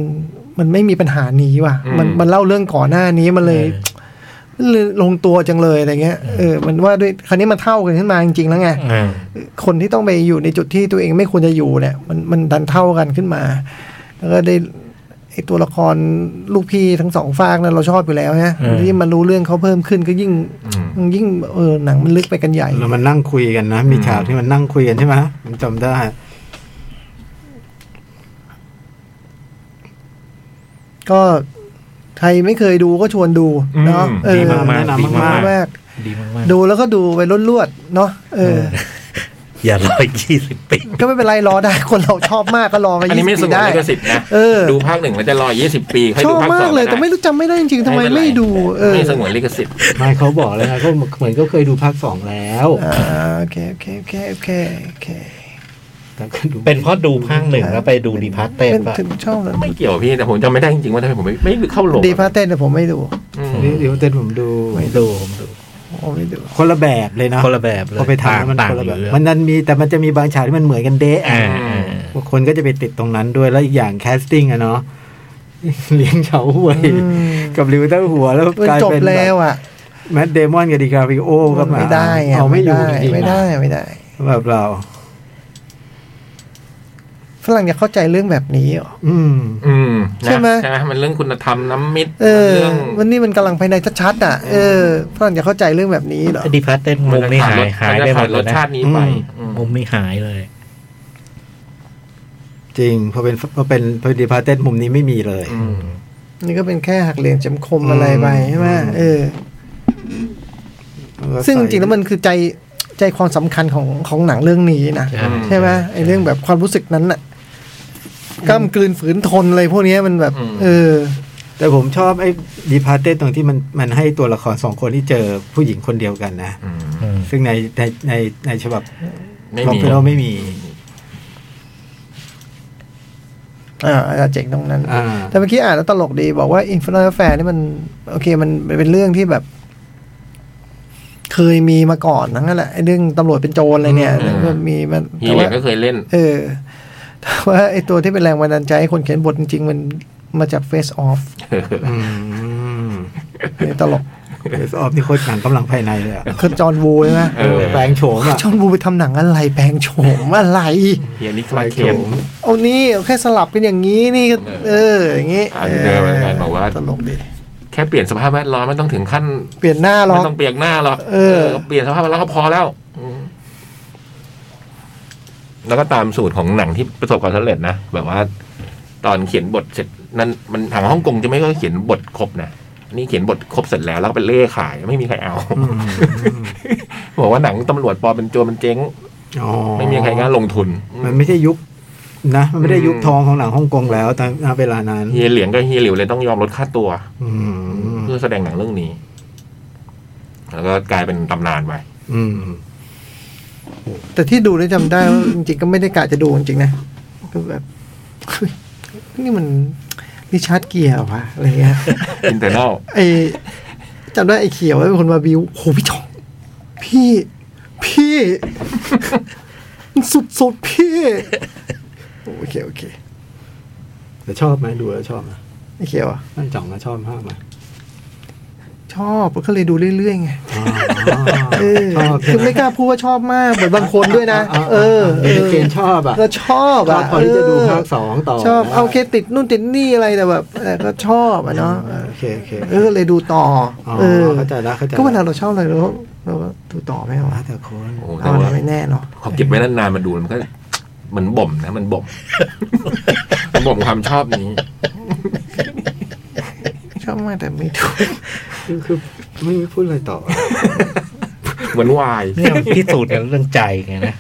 Speaker 2: มันไม่มีปัญหานี้ว่ะ มันมันเล่าเรื่องก่อนหน้านี้มันเลยมันเลยลงตัวจังเลยอะไรเงี้ยเออมันว่าด้วยคราวนี้มันเท่ากันขึ้นมาจริงๆแล้วไง
Speaker 4: อ่า
Speaker 2: คนที่ต้องไปอยู่ในจุดที่ตัวเองไม่ควรจะอยู่เนี่ย มันมันดันเท่ากันขึ้นมา แล้วก็ได้ไอตัวละครลูกพี่ทั้งสองฝากนั้นเราชอบอยู่แล้วนะยิ่งมันรู้เรื่องเขาเพิ่มขึ้นก็ยิ่งมันยิ่งเออหนังมันลึกไปกันใหญ่
Speaker 3: แล้วมันนั่งคุยกันนะ มีฉากที่มันนั่งคุยกันใช่ไหมผมจำได้
Speaker 2: ก็ใครไม่เคยดูก็ชวนดูเนาะเออ
Speaker 4: ดีมาก
Speaker 3: แนะ
Speaker 4: ๆ
Speaker 3: นำ
Speaker 4: ดีมาก
Speaker 3: มาก
Speaker 2: มาก
Speaker 4: ๆดีมากๆ
Speaker 2: ดูแล้วก็ดูไปลวดๆเนาะเออ
Speaker 4: เ อย่ [LAUGHS] ารออีกยี่สิบปี
Speaker 2: ก็ไม่เป็นไรรอได้คนเราชอบมากก็รอไป
Speaker 1: อันนี้ไม่
Speaker 2: ยี่
Speaker 1: ส
Speaker 2: สิบ
Speaker 1: งวน
Speaker 2: ได้
Speaker 1: ลิขสิทธิ์นะ
Speaker 2: เออ
Speaker 1: ดูภาคหนึ่งแล้วจะรอยี่สิบปีค่อย
Speaker 2: ช
Speaker 1: ดู
Speaker 2: อบ
Speaker 1: ภาคส
Speaker 2: มา
Speaker 1: อก ง
Speaker 2: เลยแต่ไม่รู้จำไม่ได้จริงๆทำไม
Speaker 1: เป็นร
Speaker 2: ไม่ดู เออ
Speaker 1: ไม่สงวนลิขสิทธิ์
Speaker 3: ไม่เขาบอกเลยนะเขาเหมือนก็เคยดูภาคสองแล้ว
Speaker 2: อ่าโอเคโอเคโอเคโอเคโอเค
Speaker 3: แต่ก็ดู
Speaker 4: เป็นเพราะดูภาคหนึ่งแล้วไปดูดีพาร์ตเต้
Speaker 2: เป็น
Speaker 4: ป่ะ
Speaker 2: ถึงชอบ
Speaker 1: ไม่เกี่ยวพี่แต่ผมจำไม่ได้จริงๆว่าทำไมผมไม่ไม่เข้าโรง
Speaker 2: ดีพาเต้นแต่ผมไม่ดู
Speaker 1: อืม
Speaker 3: นี่เดี๋ยวเต้นผมดู
Speaker 4: ผมดูผมดู
Speaker 2: ผมไม่ดู
Speaker 3: คนละแบบเลยนะ
Speaker 4: คนละแบบเลย
Speaker 3: พอไปทำมัน
Speaker 4: ต่าง
Speaker 3: คนละแบบ
Speaker 4: อยู่เลย
Speaker 3: มันนั้นมีแต่มันจะมีบางฉากที่มันเหมือนกันเดะ
Speaker 4: อ่า
Speaker 3: คนก็จะไปติดตรงนั้นด้วยแล้วอีกอย่างแคสติ้งอะเนาะ [LAUGHS] เลี้ยงเฉาห่วย
Speaker 2: อืม
Speaker 3: กับริวเตอร์หัวแล้ว
Speaker 2: มัน
Speaker 3: กลาย
Speaker 2: จบ
Speaker 3: เป็นแบ
Speaker 2: แล้ว
Speaker 3: บ
Speaker 2: อ่ะ
Speaker 3: แมดเดมอนกับดิคาริโอก็มา
Speaker 2: ไม่ได้ะ
Speaker 3: เอาไม่อยู่
Speaker 2: ได้
Speaker 3: จริงๆ
Speaker 2: ไม่ได้ไม่ได้
Speaker 3: แบบเรา
Speaker 2: ฝรั่งจะเข้าใจเรื่องแบบนี้เหรอ
Speaker 3: อืม
Speaker 1: อืม
Speaker 2: ใช่ไหม
Speaker 1: นะใช่ไหมมันเรื่องคุณธรรมน้ำมิตร
Speaker 2: เออ
Speaker 1: รื่อง
Speaker 2: วันนี้มันกำลังภายในชัดๆอ่ะเออฝรั่งจะเข้าใจเรื่องแบบนี้เหรอ
Speaker 4: ดีพาร์ตเต้มุมนี้หายหายไปหมด
Speaker 1: ร
Speaker 4: เล
Speaker 1: ส
Speaker 4: ยนะ
Speaker 1: ชาตินี้ไป
Speaker 3: อืม
Speaker 1: อืม
Speaker 4: มุมนี้หายเลย
Speaker 3: จริงพอเป็นพอเป็นพอดีพาเต้นมุมนี้ไม่มีเลย
Speaker 1: อืม
Speaker 2: นี่ก็เป็นแค่หักเหลี่ยมจำคมอะไรไปใช่ไหมเออ ซึ่งจริงๆแล้วมันคือใจใจความสำคัญของของหนังเรื่องนี้นะ
Speaker 4: ใช่
Speaker 2: ใช่ไหมไอ้เรื่องแบบความรู้สึกนั้นน่ะกล้ามกลืนฝืนทนเลยพวกเนี้ยมันแบบ เออ
Speaker 3: แต่ผมชอบไอ้ดีพาเต้ตรงที่มันมันให้ตัวละครสองคนที่เจอผู้หญิงคนเดียวกันนะ
Speaker 1: อืม
Speaker 4: อืม
Speaker 3: ซึ่งในในในในฉบับ
Speaker 1: ไม่
Speaker 3: คอม
Speaker 1: มี
Speaker 3: พิวเตอร์ไม่มี
Speaker 2: อ่าอาจจะเจ๋งตรงนั้น
Speaker 3: อ่า
Speaker 2: แต่เมื่อกี้อ่านแล้วตลกดีบอกว่า Infernal Affair นี่มัน โอเคมันมันเป็นเรื่องที่แบบ เคยมีมาก่อนทั้งนั้นแหละไอ้เรื่องตำรวจเป็นโจรอะไรเนี่ยแล้วก็มีมัน
Speaker 1: ฮี
Speaker 2: แต่
Speaker 1: เล็
Speaker 2: ว่า
Speaker 1: กก็เคยเล่น
Speaker 2: เออแต่ว่าไอ้ตัวที่เป็นแรงบันดาลใจให้คนเขียนบทจริง ๆ มันมาจาก Face Off
Speaker 3: อืม
Speaker 2: เนี่ยตลก
Speaker 3: เดสออฟนี่โคตรหนังกำลังภายในเลยอะ
Speaker 2: คือจอห์นวูใช่ไหม
Speaker 1: เออ
Speaker 3: แปลงโฉมอะ
Speaker 2: จอห์นวูไปทำหนังอะไรแปลงโฉมอะไร
Speaker 1: เฮียนิก
Speaker 3: แปล
Speaker 1: มาง เค
Speaker 3: โฉ
Speaker 1: ม
Speaker 3: ม
Speaker 2: เอานี่เอาแค่สลับกันอย่างนี้นี่ก็เออ อย่างนี้
Speaker 1: อ่านเดิมเหมือนกันบอกว่า
Speaker 2: ตลกดี
Speaker 1: แค่เปลี่ยนสภาพแวดล้อมไม่ต้องถึงขั้น
Speaker 2: เปลี่ยนหน้าหรอ
Speaker 1: ไม่
Speaker 2: ก
Speaker 1: ต้องเปียกหน้าหรอก
Speaker 2: เออ
Speaker 1: เปลี่ยนสภาพแวดล้อมก็พอแล้วอืมแล้วก็ตามสูตรของหนังที่ประสบความสำเร็จนะแบบว่า ตอนเขียนบทเสร็จนั้นมันทางฮ่องกงจะไม่ค่อยเขียนบทครบนะอันนี่เขียนบทครบเสร็จแล้วแล้วก็ไปเล่ขายไม่มีใครเอา
Speaker 3: อืม
Speaker 1: บอกว่าหนังตำรวจปลอมเป็นโจรมันเจ๊ง
Speaker 3: อ๋อ
Speaker 1: ไม่มีใครกล้าลงทุน
Speaker 3: มันไม่ใช่ยุคนะมันไม่ได้ยุคทองของหนังฮ่องกงแล้วตอนณเวลานั้น
Speaker 1: เฮียเหลียงกับเฮียหลิวเลยต้องยอมลดค่าตัว
Speaker 3: อืม
Speaker 1: เพื่อแสดงหนังเรื่องนี้ แล้วก็กลายเป็นตำนานไป
Speaker 3: อืม
Speaker 2: แต่ที่ดูได้วจำได้ว่าจริงๆก็ไม่ได้กะจะดูจริงๆนะก็แบบ [LAUGHS] เฮ้ยนี่มันริชาร์ดเกียร์เหรอวะอะไรเงี้ย [LAUGHS]
Speaker 1: อินเตอร์เนล
Speaker 2: ไอจำได้ไอเขียวเป็นคนมาบิวโหพี่จองพี่ พี่ [LAUGHS] มันสุดๆพี่โอเคโอเค
Speaker 3: แต่ชอบไหมดูแล้วชอบไหม
Speaker 2: ไอเขียวอะ
Speaker 3: น่าจ่องนะชอบมากไหม
Speaker 2: ชอบก็เลยดูเรื่อยๆไง
Speaker 3: อ๋อ
Speaker 2: เออ
Speaker 3: ชอบ
Speaker 2: คือไม่กล้าพูดว่าชอบมากเหมือนบางคนด้วยนะ เออเอ
Speaker 3: เด็ก
Speaker 2: อ
Speaker 3: เกณฑ์ชอบอ่ะ
Speaker 2: ก็ชอบ
Speaker 3: ชอ
Speaker 2: อ่ะ
Speaker 3: บพอที่จะดูภาคส
Speaker 2: เ
Speaker 3: องต่อ
Speaker 2: ชอบเอาโอเคติดนู่นติดนี่อะไรแต่แบบเออก็ชอบอ่ะเนาะเออ
Speaker 3: โอเคโอเค
Speaker 2: เออเลยดูต่ออ
Speaker 3: อ
Speaker 2: เออ
Speaker 3: เข้าใจละเข้าใจละ
Speaker 2: ก็เวลาเราชอบอะไรเราก็เราก็ดูต่อไม่เอาะ
Speaker 3: ว้าวแต่คน
Speaker 1: โอ้โหแต่
Speaker 2: เอาอะไร
Speaker 1: ว่า
Speaker 2: ไม่แน่เนาะ
Speaker 1: พอเก็บไว้นานๆมันดูแล้วมันก็มันบ่มนะ มันบ่ม มันบ่มความชอบนี้
Speaker 2: ชอบมากแต่ไม่ดู
Speaker 3: คือคือไม่ไม่พูดอะไรต่อ
Speaker 1: เหมือนวาย
Speaker 4: เนี่ยมันพิสูจน์กันเรื่องใจไงนะ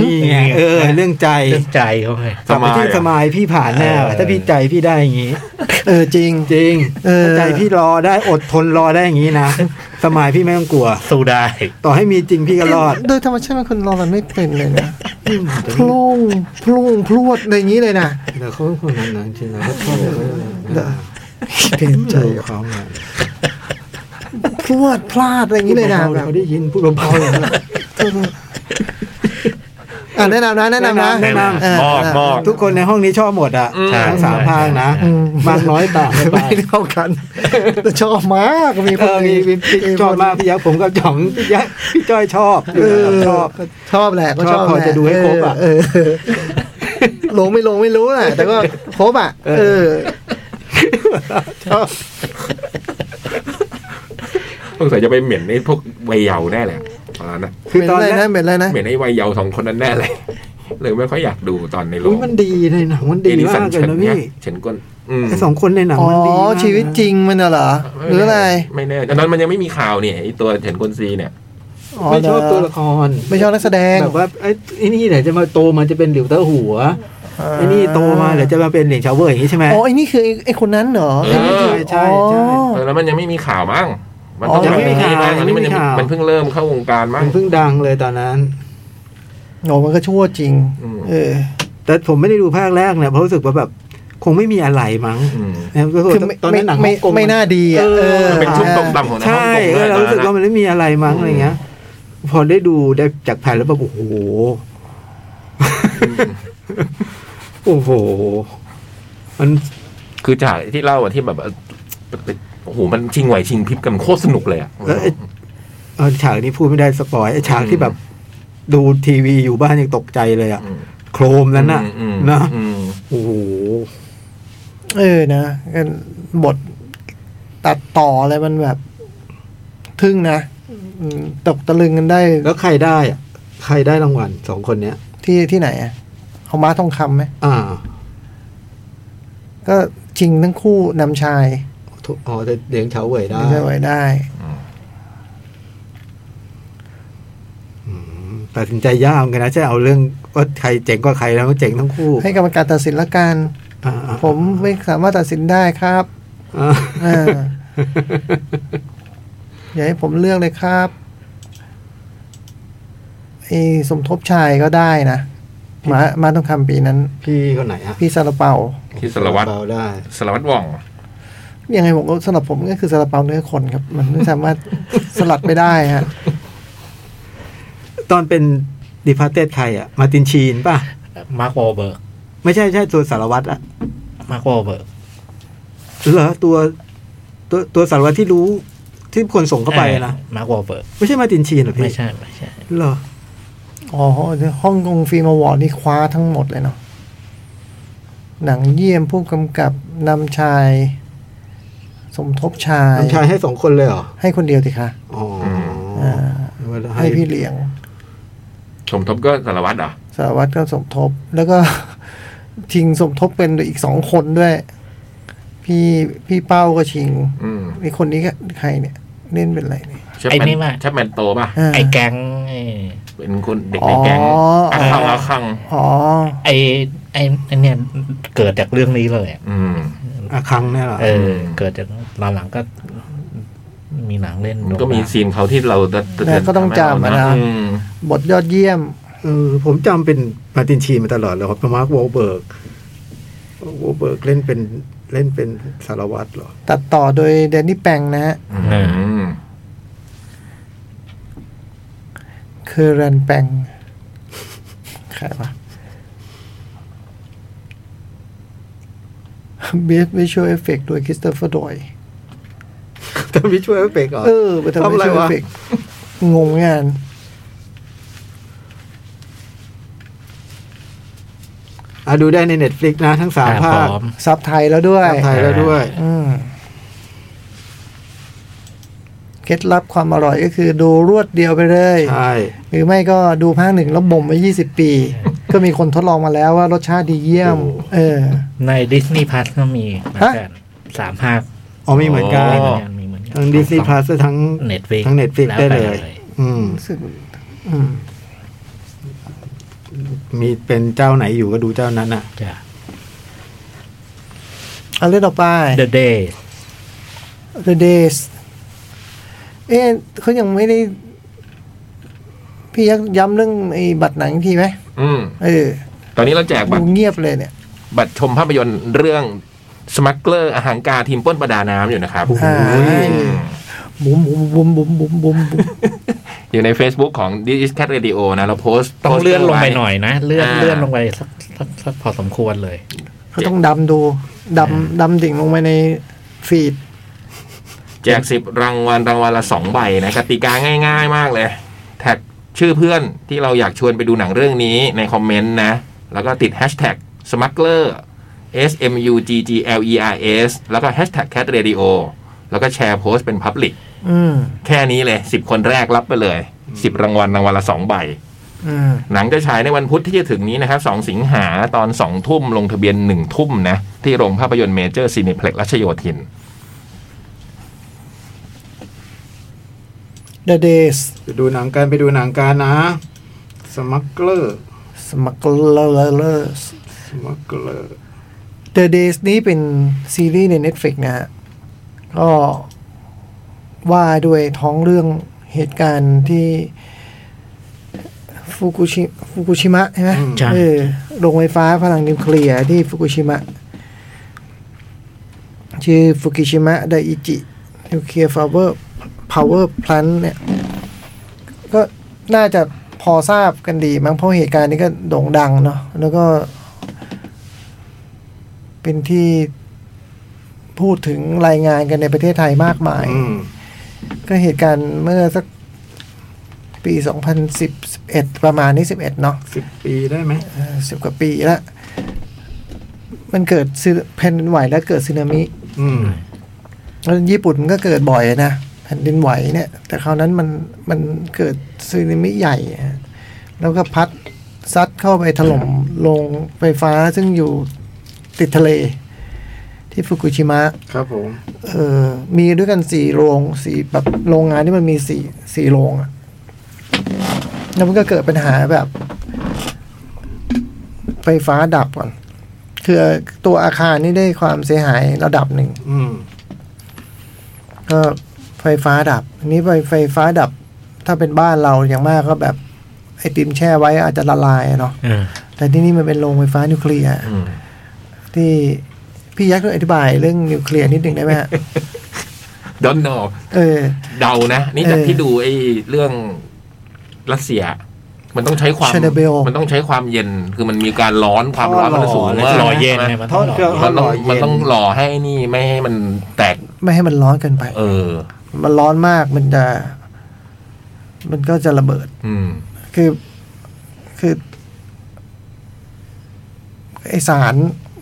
Speaker 3: นี่ไงเออ เรื่องใจ
Speaker 4: เรื่องใจเขาไง
Speaker 3: กลับไปที่
Speaker 1: สมายอะ
Speaker 3: สมายพี่ผ่านแน่ว่ะ
Speaker 4: เออ
Speaker 3: ถ้าพี่ใจพี่ได้อย่างงี้
Speaker 2: เออจริง
Speaker 3: จริง
Speaker 2: เออ
Speaker 3: ถ้าใจพี่รอได้อดทนรอได้อย่างงี้นะ สมายพี่ไม่ต้องกลัว
Speaker 4: สู้ได้
Speaker 3: ต่อให้มีจริงพี่ก็รอด
Speaker 2: โดยธรรมชาติเป็นคนรอมันไม่เป็นเลยนะพลุ่งพลุ่งพรวดอะไรอย่างนี้เลยนะ
Speaker 3: แต่เขาเป็นคนนั้นนะจริงๆแล้วเขาชอบแบบว่า
Speaker 2: เปลี่ยนใจ
Speaker 3: ใจเขาเนี่ย
Speaker 2: พรวดพลาดอะไรอย่างนี้เลยนะแบบ
Speaker 3: เขาได้ยินพูดเบาๆอย่างนั้น
Speaker 2: อ่ะแนะนำนะแนะนำนะ
Speaker 3: แนะนำ
Speaker 2: เ
Speaker 1: มอบมอบ
Speaker 3: ทุกคนในห้องนี้ชอบหมดอ่ะ
Speaker 4: ใช่
Speaker 3: ทั้งสามภาคนะมากน้อยต่างกันไป
Speaker 2: ไม่เท่ากัน [LAUGHS] แต่ชอบมากมีค
Speaker 3: เอน อ
Speaker 2: ห
Speaker 3: มี
Speaker 2: นึ่ง
Speaker 3: มีพี่ชอบมากพี่ยักษ์ผมก็จ่องพี่ยักษ์พี่จ้อยชอบ
Speaker 2: เออ
Speaker 3: ชอบ
Speaker 2: ชอบแหละก็ชอบ
Speaker 3: ชอบพอ
Speaker 2: แหล
Speaker 3: จะดูให้ครบอ่ะ
Speaker 2: เเออ [LAUGHS] ลงไม่ลงไม่รู้แหละแต่ก็ครบอ่ะเออชอบ
Speaker 1: สงสัยจะไปเหม็นไอ้พวกวัยเยาว์แน่เลยตอนนั้นนะ
Speaker 2: เหม็นอะไรนะเหม็นอะไรนะ
Speaker 1: เหม็นไอ้วัยเยาว์สองคนนั้นแน่เลยเลยไม่ค่อยอยากดูตอนในโร
Speaker 3: อุ๊ย
Speaker 1: ง
Speaker 3: มันดีในหนังมันดีมากเลย
Speaker 1: เฉิน
Speaker 3: นะ
Speaker 1: เนี่ย
Speaker 3: พี่
Speaker 1: เฉินก้นอืม
Speaker 3: ไอ้สองคนในหนัง
Speaker 2: อ๋อ
Speaker 3: มันดีมาก
Speaker 2: ชีวิตจริงมันน่ะเหรอ หรืออะไร
Speaker 1: ไม่แน่ตอนนั้นมันยังไม่มีข่าวเนี่ยไอ้ตัวเฉินก้นซีเนี่ย
Speaker 2: อ๋อ
Speaker 3: ไม่ชอบ
Speaker 2: เหรอ
Speaker 3: ตัวละคร
Speaker 2: ไม่ชอบนักแสดง
Speaker 3: แบบว่าไอ้ไอ้นี่ไหนจะมาโตมาจะเป็นหลิวเตอร์หัวไอ้นี่โตมาเดี๋ยวจะมาเป็นเหลียญชาวเวอร์อย่างนี้ใช่ไหม
Speaker 2: อ๋อไอ้นี่คือไอ้ไอ้คนนั้นเหรอ
Speaker 1: เออ
Speaker 3: ใช่ใช่
Speaker 2: อ๋อ
Speaker 1: เออแล้วมันยังไม่มีข่าวมั้งมันต้อง
Speaker 2: อ๋อยังไม่มีข่าว
Speaker 1: แบบนี้มั้งอันนี้มันยัง
Speaker 3: ยังไม่มีข่าว
Speaker 1: มันเพิ่งเริ่มเข้าวงการมั้
Speaker 3: มั
Speaker 1: ง
Speaker 3: นเพิ่งดังเลยตอนนั้น
Speaker 2: โหมันก็ชั่วจริง
Speaker 1: อืม
Speaker 2: เออ
Speaker 3: แต่ผมไม่ได้ดูภาคแรกเนี่ยเพราะรู้สึกว่าแบบคงไม่มีอะไรมั้ง
Speaker 1: อืม
Speaker 3: นะก็
Speaker 2: คือไม่
Speaker 3: ตอนนั้นหนัง
Speaker 2: ไม่
Speaker 3: ฮ่องกง
Speaker 2: ไม่น่าดีอะ
Speaker 3: เ
Speaker 2: เออ
Speaker 1: เป็นชุดตกต่ำของหนังฮ่อ
Speaker 3: ใช่
Speaker 1: งกง
Speaker 3: เอ
Speaker 1: เล
Speaker 3: อย
Speaker 1: ต
Speaker 3: เรา
Speaker 1: อน
Speaker 3: รู้สึ
Speaker 1: นั้
Speaker 3: ก
Speaker 1: นนะ
Speaker 3: ว่ามันไม่มีอะไรมั้งอะไรเงี้ย พอได้ดูได้จากแผ่นแล้วแบบโอ้โหโอ้โห มัน
Speaker 1: คือจากที่เล่าอะที่แบบว่าโอ้โหมันชิงไหวชิงพริบกันโคตรสนุกเลยอะ
Speaker 3: แล้วไอ้เออฉากนี้พูดไม่ได้สปอยไอ้ฉากที่แบบ ดูทีวีอยู่บ้านยังตกใจเลยอะ
Speaker 1: อืม
Speaker 3: โครมนั้นน่ะ
Speaker 1: อืม
Speaker 3: นะ
Speaker 1: อืม
Speaker 3: โอ้โห
Speaker 2: เออนะก็บทตัดต่ออะไรมันแบบ ทึ่งนะอืมตกตะลึงกันได้
Speaker 3: แล้วใครได้อะใครได้รางวัลสองคนเนี้ย
Speaker 2: ที่ที่ไหนอะเอาม้าทองคำไหม
Speaker 3: อ่า
Speaker 2: ก็ชิงทั้งคู่นำชาย
Speaker 3: ทุอ๋อแต่เลี้ยงเฉาเว่ยได้
Speaker 2: ไม่ใช่ไว้ได้
Speaker 3: อืมตัดสินใจยากเหมือนกันนะจะเอาเรื่องว่าใครเจ๋งกว่าใครแล้วเจ๋งทั้งคู่
Speaker 2: ให้กรรมการตัดสินละกัน
Speaker 3: อ่าอ่า
Speaker 2: ผมไม่สามารถตัดสินได้ครับ
Speaker 3: อ่า
Speaker 2: อ่าอย่าให้ผมเลือกเลยครับไอ้สมทบชายก็ได้นะมามาทองคำปีนั้น
Speaker 3: พี่คนไหนฮะ
Speaker 2: พี่ซาลาเปา
Speaker 1: ที่สารวัตร
Speaker 3: เบาได้
Speaker 1: สารวัตรว่อง
Speaker 2: ยังไงผมก็สำหรับผมก็คือซาลาเปาเนื้อคนครับ มันไม่สามารถ [LAUGHS] สลัดไม่ได้ฮะ
Speaker 3: ตอนเป็นดีพาร์เตดใครอ่ะ มาตินชีนป่ะ
Speaker 4: มาร์ควอลเบิร์ก
Speaker 3: ไม่ใช่ใช่ตัวสารวัตรอ่ะ
Speaker 4: มาร์ควอลเบิร์ก
Speaker 3: เหรอตัว ตัวตัวสารวัตรที่รู้ที่คนส่งเข้าไปนะ
Speaker 4: มาร์ควอลเบิร์ก
Speaker 3: ไม่ใช่มาตินชีนเหรอพี่
Speaker 4: ไม่ใช่ไม่ใช่
Speaker 3: เหรอ
Speaker 2: อ๋อห้องกงฟิล์มอวอร์ดนี่คว้าทั้งหมดเลยเนาะหนังเยี่ยมผู้กำกับนำชาย สมทบชาย
Speaker 3: น้ำชายให้สองคนเลยเหรอ
Speaker 2: ให้คนเดียวสิคะ
Speaker 3: อ๋ออ
Speaker 2: อ่า ให้พี่เลี้ยง
Speaker 1: สมทบก็สารวัตรเหรอ่ะ
Speaker 2: สารวัตรก็สมทบ แล้วก็ [LAUGHS] ชิงสมทบเป็นอีกสองคนด้วย พี่พี่เป้าก็ชิง
Speaker 1: อืม
Speaker 2: นี่คนนี้ก็ใครเนี่ยเล่นเป็นอะไรเนี่ย
Speaker 1: ชับ
Speaker 4: ไอ้
Speaker 1: แม
Speaker 4: นี่
Speaker 1: น
Speaker 4: มา
Speaker 1: ชับแมนโตป่ะ
Speaker 2: า
Speaker 4: ไอ้แก๊งไอ้
Speaker 1: เป็นคนเด็กในแก๊ง
Speaker 2: อ๋ออ๋
Speaker 1: อา
Speaker 2: อ
Speaker 1: คังอาคัง
Speaker 2: อ๋อ
Speaker 4: ไอ้ไอ้ไอ้เนี่ยเกิดจากเรื่องนี้เลยอะ
Speaker 1: อืม
Speaker 3: อาคังเนี่ยเหรอ
Speaker 4: เออ
Speaker 1: ม
Speaker 4: เกิดจากตอนหลังก็มีหนังเล่น
Speaker 1: มันก็มีซีนเขาที่เราจะจะ
Speaker 2: แต่ก็ต้องจำอะนะ
Speaker 1: อืม
Speaker 2: บทยอดเยี่ยม
Speaker 3: เออผมจำเป็นมาตินชีนมาตลอดเลยครับมาร์ควอลเบิร์กวอลเบิร์กเล่นเป็นเล่นเป็นสารวัตรเหรอ
Speaker 2: ตัดต่อโดยแดนนี่แปงนะฮะ
Speaker 1: อืม
Speaker 2: เคอรันแปงใครวะเบสวิชวลเอฟเฟกโดยคริสโตเฟอร์ดอย
Speaker 3: ทำวิชวลเอฟเฟกต์เหรอ
Speaker 2: เออไปทำ
Speaker 3: ทำ
Speaker 2: วิ
Speaker 3: อะไร
Speaker 2: ชวลเอ
Speaker 3: วะ
Speaker 2: ฟเฟกงงงาน
Speaker 3: อ่ะดูได้ในเน็ตฟลิกนะทั้งสาม
Speaker 4: อ่า
Speaker 3: ภา
Speaker 4: พร้
Speaker 3: ค
Speaker 4: อม
Speaker 2: ซับไทยแล้วด้วย
Speaker 3: ภาคไทยแล้วด้วย
Speaker 2: อืมเคล็ดลับความอร่อยก็คือดูรวดเดียวไปเลย
Speaker 3: ใช่
Speaker 2: หรือไม่ก็ดูภาคหนึ่งแล้วบ่มไว้ยี่สิบปี ก็มีคนทดลองมาแล้วว่ารสชาติดีเยี่ยม
Speaker 3: โอ้
Speaker 2: เออ
Speaker 4: ในดิสนีย์พ u s ก็มีเหมือนกันสามภาค
Speaker 3: อ๋อมีเหมือนกัน
Speaker 4: มีเหมือนกันมีเหมือนกัน
Speaker 3: ทั้งดิสนีย์พลัสทั้ง
Speaker 4: เน็ตฟิก
Speaker 3: ทั้ง Netflix ได้เลย อืม
Speaker 2: รู้สึกอืม
Speaker 3: มีเป็นเจ้าไหนอยู่ก็ดูเจ้านั้นอ่ะ
Speaker 4: จ้ะ
Speaker 2: เอาเรื่องต่อไป
Speaker 4: The Day
Speaker 2: The Days เอ๊ะเขายังไม่ได้ พี่ยักย้ำเรื่องไอ้บัตรหนังอีกทีไหม
Speaker 1: อืม
Speaker 2: เออ
Speaker 1: ตอนนี้เราแจกบัต
Speaker 2: ดู
Speaker 1: ร
Speaker 2: เงียบเลยเนี่ย
Speaker 1: บัตรชมภาพยนตร์เรื่องสมั g เ l อร์อาหารกาทีมปล้นประดาน้ำอยู่นะครับ
Speaker 3: โอ้โห
Speaker 1: อืม
Speaker 2: บุ๋มบุ๋มบุ๋มบุ๋มบุ๋มบุ๋มบุ๋ม
Speaker 1: อยู่ใน Facebook ของ d i s c a t Radio นะ เราโพสต์
Speaker 4: ต้อง
Speaker 1: โพสต์
Speaker 4: เลื่อนลงไปหน่อยนะ เลื่อน
Speaker 1: อ่า
Speaker 4: เลื่อนลงไปสักสักสักพอสมควรเลย
Speaker 2: เขาต้องดำดูดำดำดิ่งลงไปในฟีด
Speaker 1: แจกสิบรางวัลรางวัลละสองใบนะกติกาง่าย ๆ มากเลย แท็กชื่อเพื่อนที่เราอยากชวนไปดูหนังเรื่องนี้ในคอมเมนต์นะ แล้วก็ติดแฮชแท็ก smuggler s m u g g l e r s แล้วก็แฮชแท็ก cat radio แล้วก็แชร์โพสต์เป็น Public
Speaker 2: อืม
Speaker 1: แค่นี้เลย 10 คนแรกรับไปเลย 10 รางวัลรางวัลละ 2 ใบ
Speaker 2: อืม
Speaker 1: หนังจะฉายในวันพุธที่จะถึงนี้นะครับ 2 สิงหาตอน 2 ทุ่มลงทะเบียน 1 ทุ่มนะ ที่โรงภาพยนตร์เมเจอร์ซีนิเพล็กรัชโยธิน
Speaker 2: The The Days
Speaker 3: ไปดูหนังกันไปดูหนังกันนะสมัคเกอร์
Speaker 2: Smugglers
Speaker 3: สมัคเกอร์
Speaker 2: The Days นี้เป็นซีรีส์ใน Netflix นะฮะก็ว่าด้วยท้องเรื่องเหตุการณ์ที่ฟุกุชิฟุกุชิมะใช่ไหม
Speaker 3: อืม
Speaker 4: ใช่
Speaker 2: เออโรงไฟฟ้าพลังนิวเคลียร์ที่ฟุกุชิมะ ชื่อฟุกุชิมะไดอิจินิวเคลียร์ฟาวเวอร์พาวเวอร์พลันเนี่ย ก็น่าจะพอทราบกันดีมั้งเพราะเหตุการณ์นี้ก็โด่งดังเนาะแล้วก็ เป็นที่พูดถึงรายงานกันในประเทศไทยมากมาย
Speaker 3: อืม
Speaker 2: ก็เหตุการณ์เมื่อสักปี 2010 11 ประมาณนี้ 11 เนาะ
Speaker 3: สิบปีได้ไหม
Speaker 2: เอ่อ10 กว่าปีละ มันเกิดซึแผ่นดินไหวแล้วเกิดสึนามิ
Speaker 3: อืม
Speaker 2: แล้วญี่ปุ่นมันก็เกิดบ่อยนะแผ่นดินไหวเนี่ย แต่คราวนั้นมันมันเกิดสึนามิใหญ่ฮะแล้วก็พัดซัดเข้าไปถล่มโรงไฟฟ้าซึ่งอยู่ติดทะเล ที่ฟุกุชิมะ
Speaker 3: ครับผม
Speaker 2: เออมีด้วยกันสี่โรงสี่แบบโรงงานที่มันมีสี่สี่โรงอะแล้วมันก็เกิดปัญหาแบบ ไฟฟ้าดับก่อน คือตัวอาคารนี่ได้ความเสียหายระดับหนึ่ง
Speaker 3: อืม
Speaker 2: ก็ไฟฟ้าดับอันนี้ไฟไฟฟ้าดับ ถ้าเป็นบ้านเราอย่างมากก็แบบไอติมแช่ไว้อาจจะละลายอะเนาะ
Speaker 4: เออ
Speaker 2: แต่ที่นี่มันเป็นโรงไฟฟ้านิวเคลียร์
Speaker 1: อืม
Speaker 2: ที่พี่ยักษ์ช่วยอธิบายเรื่องนิวเคลียร์นิดหนึ่งได้ไหมฮะ
Speaker 1: don't know
Speaker 2: เออ
Speaker 1: เดานะ นี่จาก
Speaker 2: เออ
Speaker 1: ที่ดูไอ้เรื่องรัสเซีย มันต้องใช้ความ
Speaker 2: Chernobyl
Speaker 1: มันต้องใช้ความเย็น คือมันมีการร้อนความร้อนมันสูงมาก
Speaker 4: รอเย็น
Speaker 1: ใช่
Speaker 4: ไง
Speaker 1: ไหม
Speaker 4: มันต้องรอเย็น
Speaker 1: มันต้องมันต้องรอให้นี่ไม่ให้มันแตก
Speaker 2: ไม่ให้มันร้อนเกินไป
Speaker 1: เออ
Speaker 2: มันร้อนมากมันจะ มันก็จะระเบิด
Speaker 1: อืม
Speaker 2: คือคือไอสาร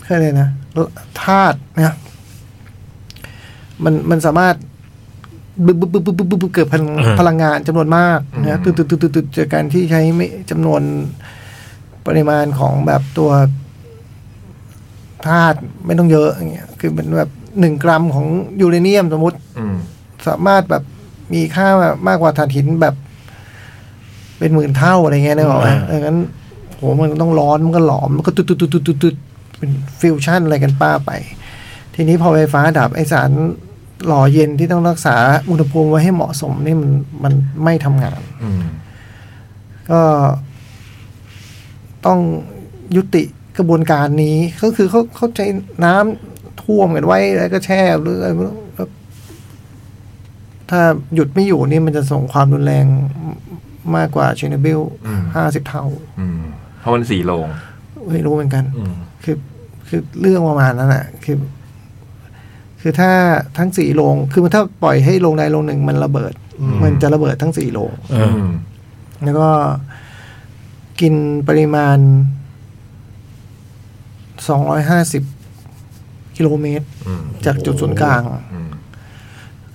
Speaker 2: เคยเลยกอะไรนะธาตุนะมันมันสามารถบึบบึบบึบบึบบึบบึบเกิดพลัง
Speaker 4: อ่า
Speaker 2: พลังงานจำนวนมากนะ
Speaker 1: อืม
Speaker 2: ตุดตุดตุดตุดตุดจากการที่ใช้ไม่จำนวนปริมาณของแบบตัวธาตุไม่ต้องเยอะอย่างเงี้ยคือมันแบบหนึ่งกรัมของยูเรเนียมสมมติ
Speaker 1: อืม
Speaker 2: สามารถแบบมีค่ามากกว่าถ่านหินแบบ เป็นหมื่นเท่าอะไรเงี้ยนะบอกว่าดั
Speaker 4: อ่า
Speaker 2: งนั้นโหมันต้องร้อนมันก็หลอมมันก็ตุดตุดตุดตุดตุดเป็นฟิวชั่นอะไรกันป้าไป ทีนี้พอไฟฟ้าดับไอสารหล่อเย็นที่ต้องรักษาอุณหภูมิไว้ให้เหมาะสมนี่มันมันไม่ทำงาน
Speaker 1: อืม
Speaker 2: ก็ต้องยุติกระบวนการนี้ ก็คือเขาเขาใช้น้ำท่วมกันไว้แล้วก็แช่หรืออะไรไม่รู้แล้วถ้าหยุดไม่อยู่นี่มันจะส่งความรุนแรงมากกว่าเชนเนอร์บิล
Speaker 1: อืม
Speaker 2: ห้าสิบเท่า
Speaker 1: อืมเพราะมันสี่โลง
Speaker 2: ไม่รู้เหมือนกัน
Speaker 1: อืม
Speaker 2: คือคือเรื่องประมาณนั้นอ่ะ คือ คือถ้าทั้งสี่โรงคือมันถ้าปล่อยให้โรงใดโรงหนึ่งมันระเบิด มันจะระเบิดทั้งสี่โรง
Speaker 4: เอ
Speaker 1: อื
Speaker 4: อ
Speaker 1: ม
Speaker 2: แล้วก็กินปริมาณ 250 กิโลเมตร
Speaker 1: อืม
Speaker 2: จากจุดศูนย์กลาง
Speaker 1: อืม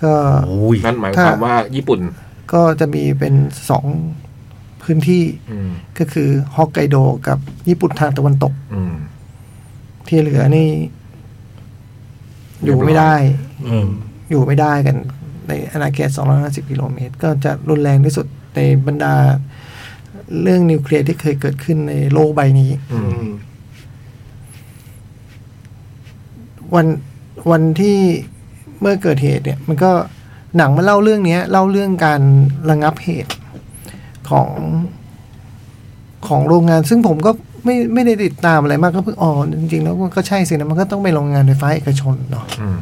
Speaker 2: ก็
Speaker 4: อุ้ย
Speaker 1: นั่นหมายความว่าญี่ปุ่น
Speaker 2: ก็จะมีเป็นสองพื้นที่
Speaker 1: อืม
Speaker 2: ก็คือฮอกไกโดกับญี่ปุ่นทางตะวันตก
Speaker 1: อืม
Speaker 2: ที่เหลือนี่ อยู่ไม่ได้
Speaker 4: อืม
Speaker 2: อยู่ไม่ได้กันในอาณาเขต 250 กิโลเมตร ก็จะรุนแรงที่สุดในบรรดาเรื่องนิวเคลียร์ที่เคยเกิดขึ้นในโลกใบนี้
Speaker 1: อืม
Speaker 2: วันวันที่เมื่อเกิดเหตุเนี่ย มันก็หนังมันเล่าเรื่องเนี้ย เล่าเรื่องการระงับเหตุของของโรงงาน ซึ่งผมก็ไม่ไม่ได้ติดตามอะไรมากก็เพิ่งอ๋อจริงๆแล้วมันก็ใช่สินะมันก็ต้องเป็นโรงงานไฟฟ้าเอกชนเนาะ
Speaker 1: อืม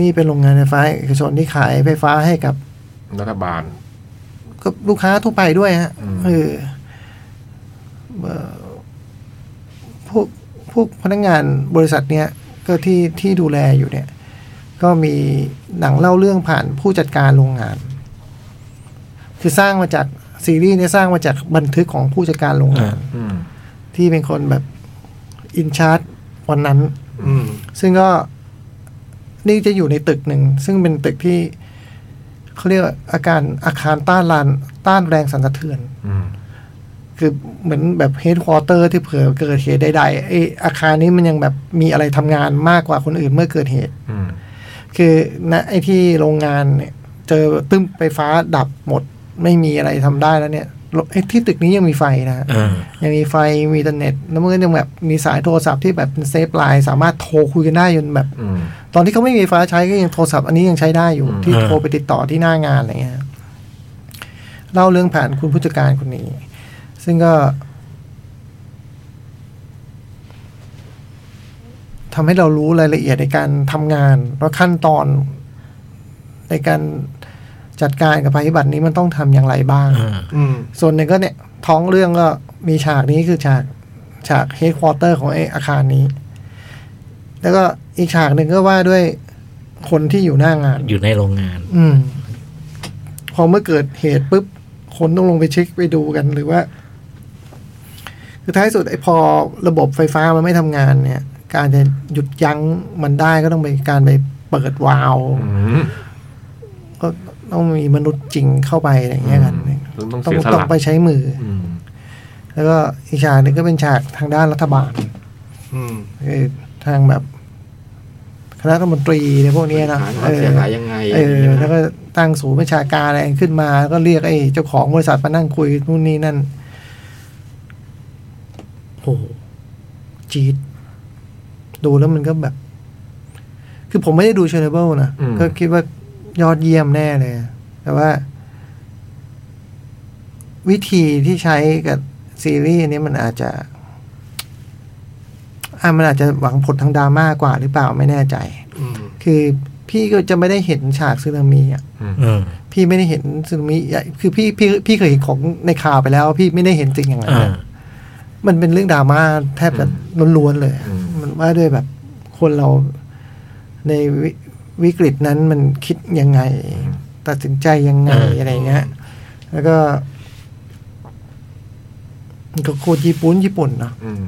Speaker 2: นี่เป็นโรงงานไฟฟ้าเอกชนที่ขายไฟฟ้าให้กับ
Speaker 1: รัฐบาล
Speaker 2: กับลูกค้าทั่วไปด้วยฮะ
Speaker 1: อืม
Speaker 2: เออเอ่อพวกพวกพนักงานบริษัทเนี้ย ก็ที่ที่ดูแลอยู่เนี่ย ก็มีหนังเล่าเรื่องผ่านผู้จัดการโรงงาน คือสร้างมาจากซีรีส์เนี่ยสร้างมาจากบันทึกของผู้จัดการโรงงาน
Speaker 1: อืม
Speaker 2: ที่เป็นคนแบบอินชาร์จวันนั้น
Speaker 3: อืม
Speaker 2: ซึ่งก็นี่จะอยู่ในตึกหนึ่ง ซึ่งเป็นตึกที่เขาเรียกว่าอาการอาคารต้านลานต้านแรงสั่นสะเทือน
Speaker 1: อืม
Speaker 2: คือเหมือนแบบเฮดควอเตอร์ที่เผื่อเกิดเหตุใดๆไออาคารนี้มันยังแบบมีอะไรทำงานมากกว่าคนอื่นเมื่อเกิดเหตุ
Speaker 1: อืม
Speaker 2: คือณไอที่โรงงานเนี่ย จ เจอตึ้มไฟฟ้าดับหมดไม่มีอะไรทำได้แล้วเนี่ยรถเอ๊ะที่ตึกนี้ยังมีไฟนะฮะ
Speaker 4: เออ
Speaker 2: ยังมีไฟ มีอินเทอร์เน็ต แล้วมันก็ยังแบบมีสายโทรศัพท์ที่แบบเป็นเซฟไลน์สามารถโทรคุยกันได้จนแบบ
Speaker 1: อืม
Speaker 2: ตอนที่เขาไม่มีไฟฟ้าใช้ก็ยังโทรศัพท์อันนี้ยังใช้ได้อยู่
Speaker 1: อืม
Speaker 2: ที่
Speaker 4: อ่า
Speaker 2: โทรไปติดต่อที่หน้างานอะไรเงี้ยครับเล่าเรื่องผ่านคุณผู้จัดการคนนี้ ซึ่งก็ทำให้เรารู้รายละเอียดในการทำงานแล้วขั้นตอนในการจัดการกับภัยพิบัตินี้มันต้องทำอย่างไรบ้าง
Speaker 4: เออ
Speaker 3: อืม
Speaker 2: ส่วนหนึ่งก็เนี่ยท้องเรื่องก็มีฉากนี้คือฉากฉากเฮดควอเตอร์ของไออาคารนี้ แล้วก็อีกฉากหนึ่งก็ว่าด้วยคนที่อยู่หน้างาน
Speaker 4: อยู่ในโรงงาน
Speaker 2: อืม พอเมื่อเกิดเหตุปุ๊บ คนต้องลงไปเช็คไปดูกันหรือว่า คือท้ายสุดไอ้พอระบบไฟฟ้ามันไม่ทำงานเนี่ย การจะหยุดยั้งมันได้ก็ต้องไปการไปเปิดวาล์ว
Speaker 1: อืม
Speaker 2: ก็ต้องมีมนุษย์จริงเข้าไปอะไรอย่างเงี้ยกัน
Speaker 1: ต้อง
Speaker 2: ต้อง
Speaker 1: เสียส
Speaker 2: ต้อ
Speaker 1: ละ
Speaker 2: งไปใช้มือ
Speaker 1: อืม
Speaker 2: แล้วก็อีกฉากหนึ่งก็เป็นฉากทางด้านรัฐบาล
Speaker 3: อืม
Speaker 2: คือทางแบบ คณะรัฐมนตรีในพวกเนี้ยนะ
Speaker 3: หาความเสียหายยังไง
Speaker 2: เออ
Speaker 3: ะไรย่างงี้ยนะ
Speaker 2: แล้วก็ตั้งศูนย์ประชาการอะไรขึ้นมา แล้วก็เรียกไอ้เจ้าของบริษัทมานั่งคุยนู่นนี่นั่น โอ้โหจี๊ดดูแล้วมันก็แบบ คือผมไม่ได้ดูเชนเบิลนะ ก็คิดว่ายอดเยี่ยมแน่เลยอะแต่ว่า วิธีที่ใช้กับซีรีส์อันนี้มันอาจจะ อ่ะมันอาจจะหวังผลทางดราม่ากว่าหรือเปล่าไม่แน่ใจ
Speaker 3: อืม
Speaker 2: คือพี่ก็จะไม่ได้เห็นฉากสึนามิอ่ะ
Speaker 4: เออ
Speaker 2: พี่ไม่ได้เห็นสึนามิใหญ่คือพี่พี่พี่เคยเห็นของในข่าวไปแล้ว พี่ไม่ได้เห็นจริงอย่างนั้น
Speaker 4: อ่า
Speaker 2: อะมันเป็นเรื่องดราม่าแทบจะล้วนๆเลยอะมันว่าด้วยแบบคนเราในววิกฤตนั้นมันคิดยังไง ตัดสินใจยังไง
Speaker 4: อ่า
Speaker 2: อะไรเงี้ย แล้วก็มันก็โคตรญี่ปุ่นญี่ปุ่นเนาะ
Speaker 1: อืม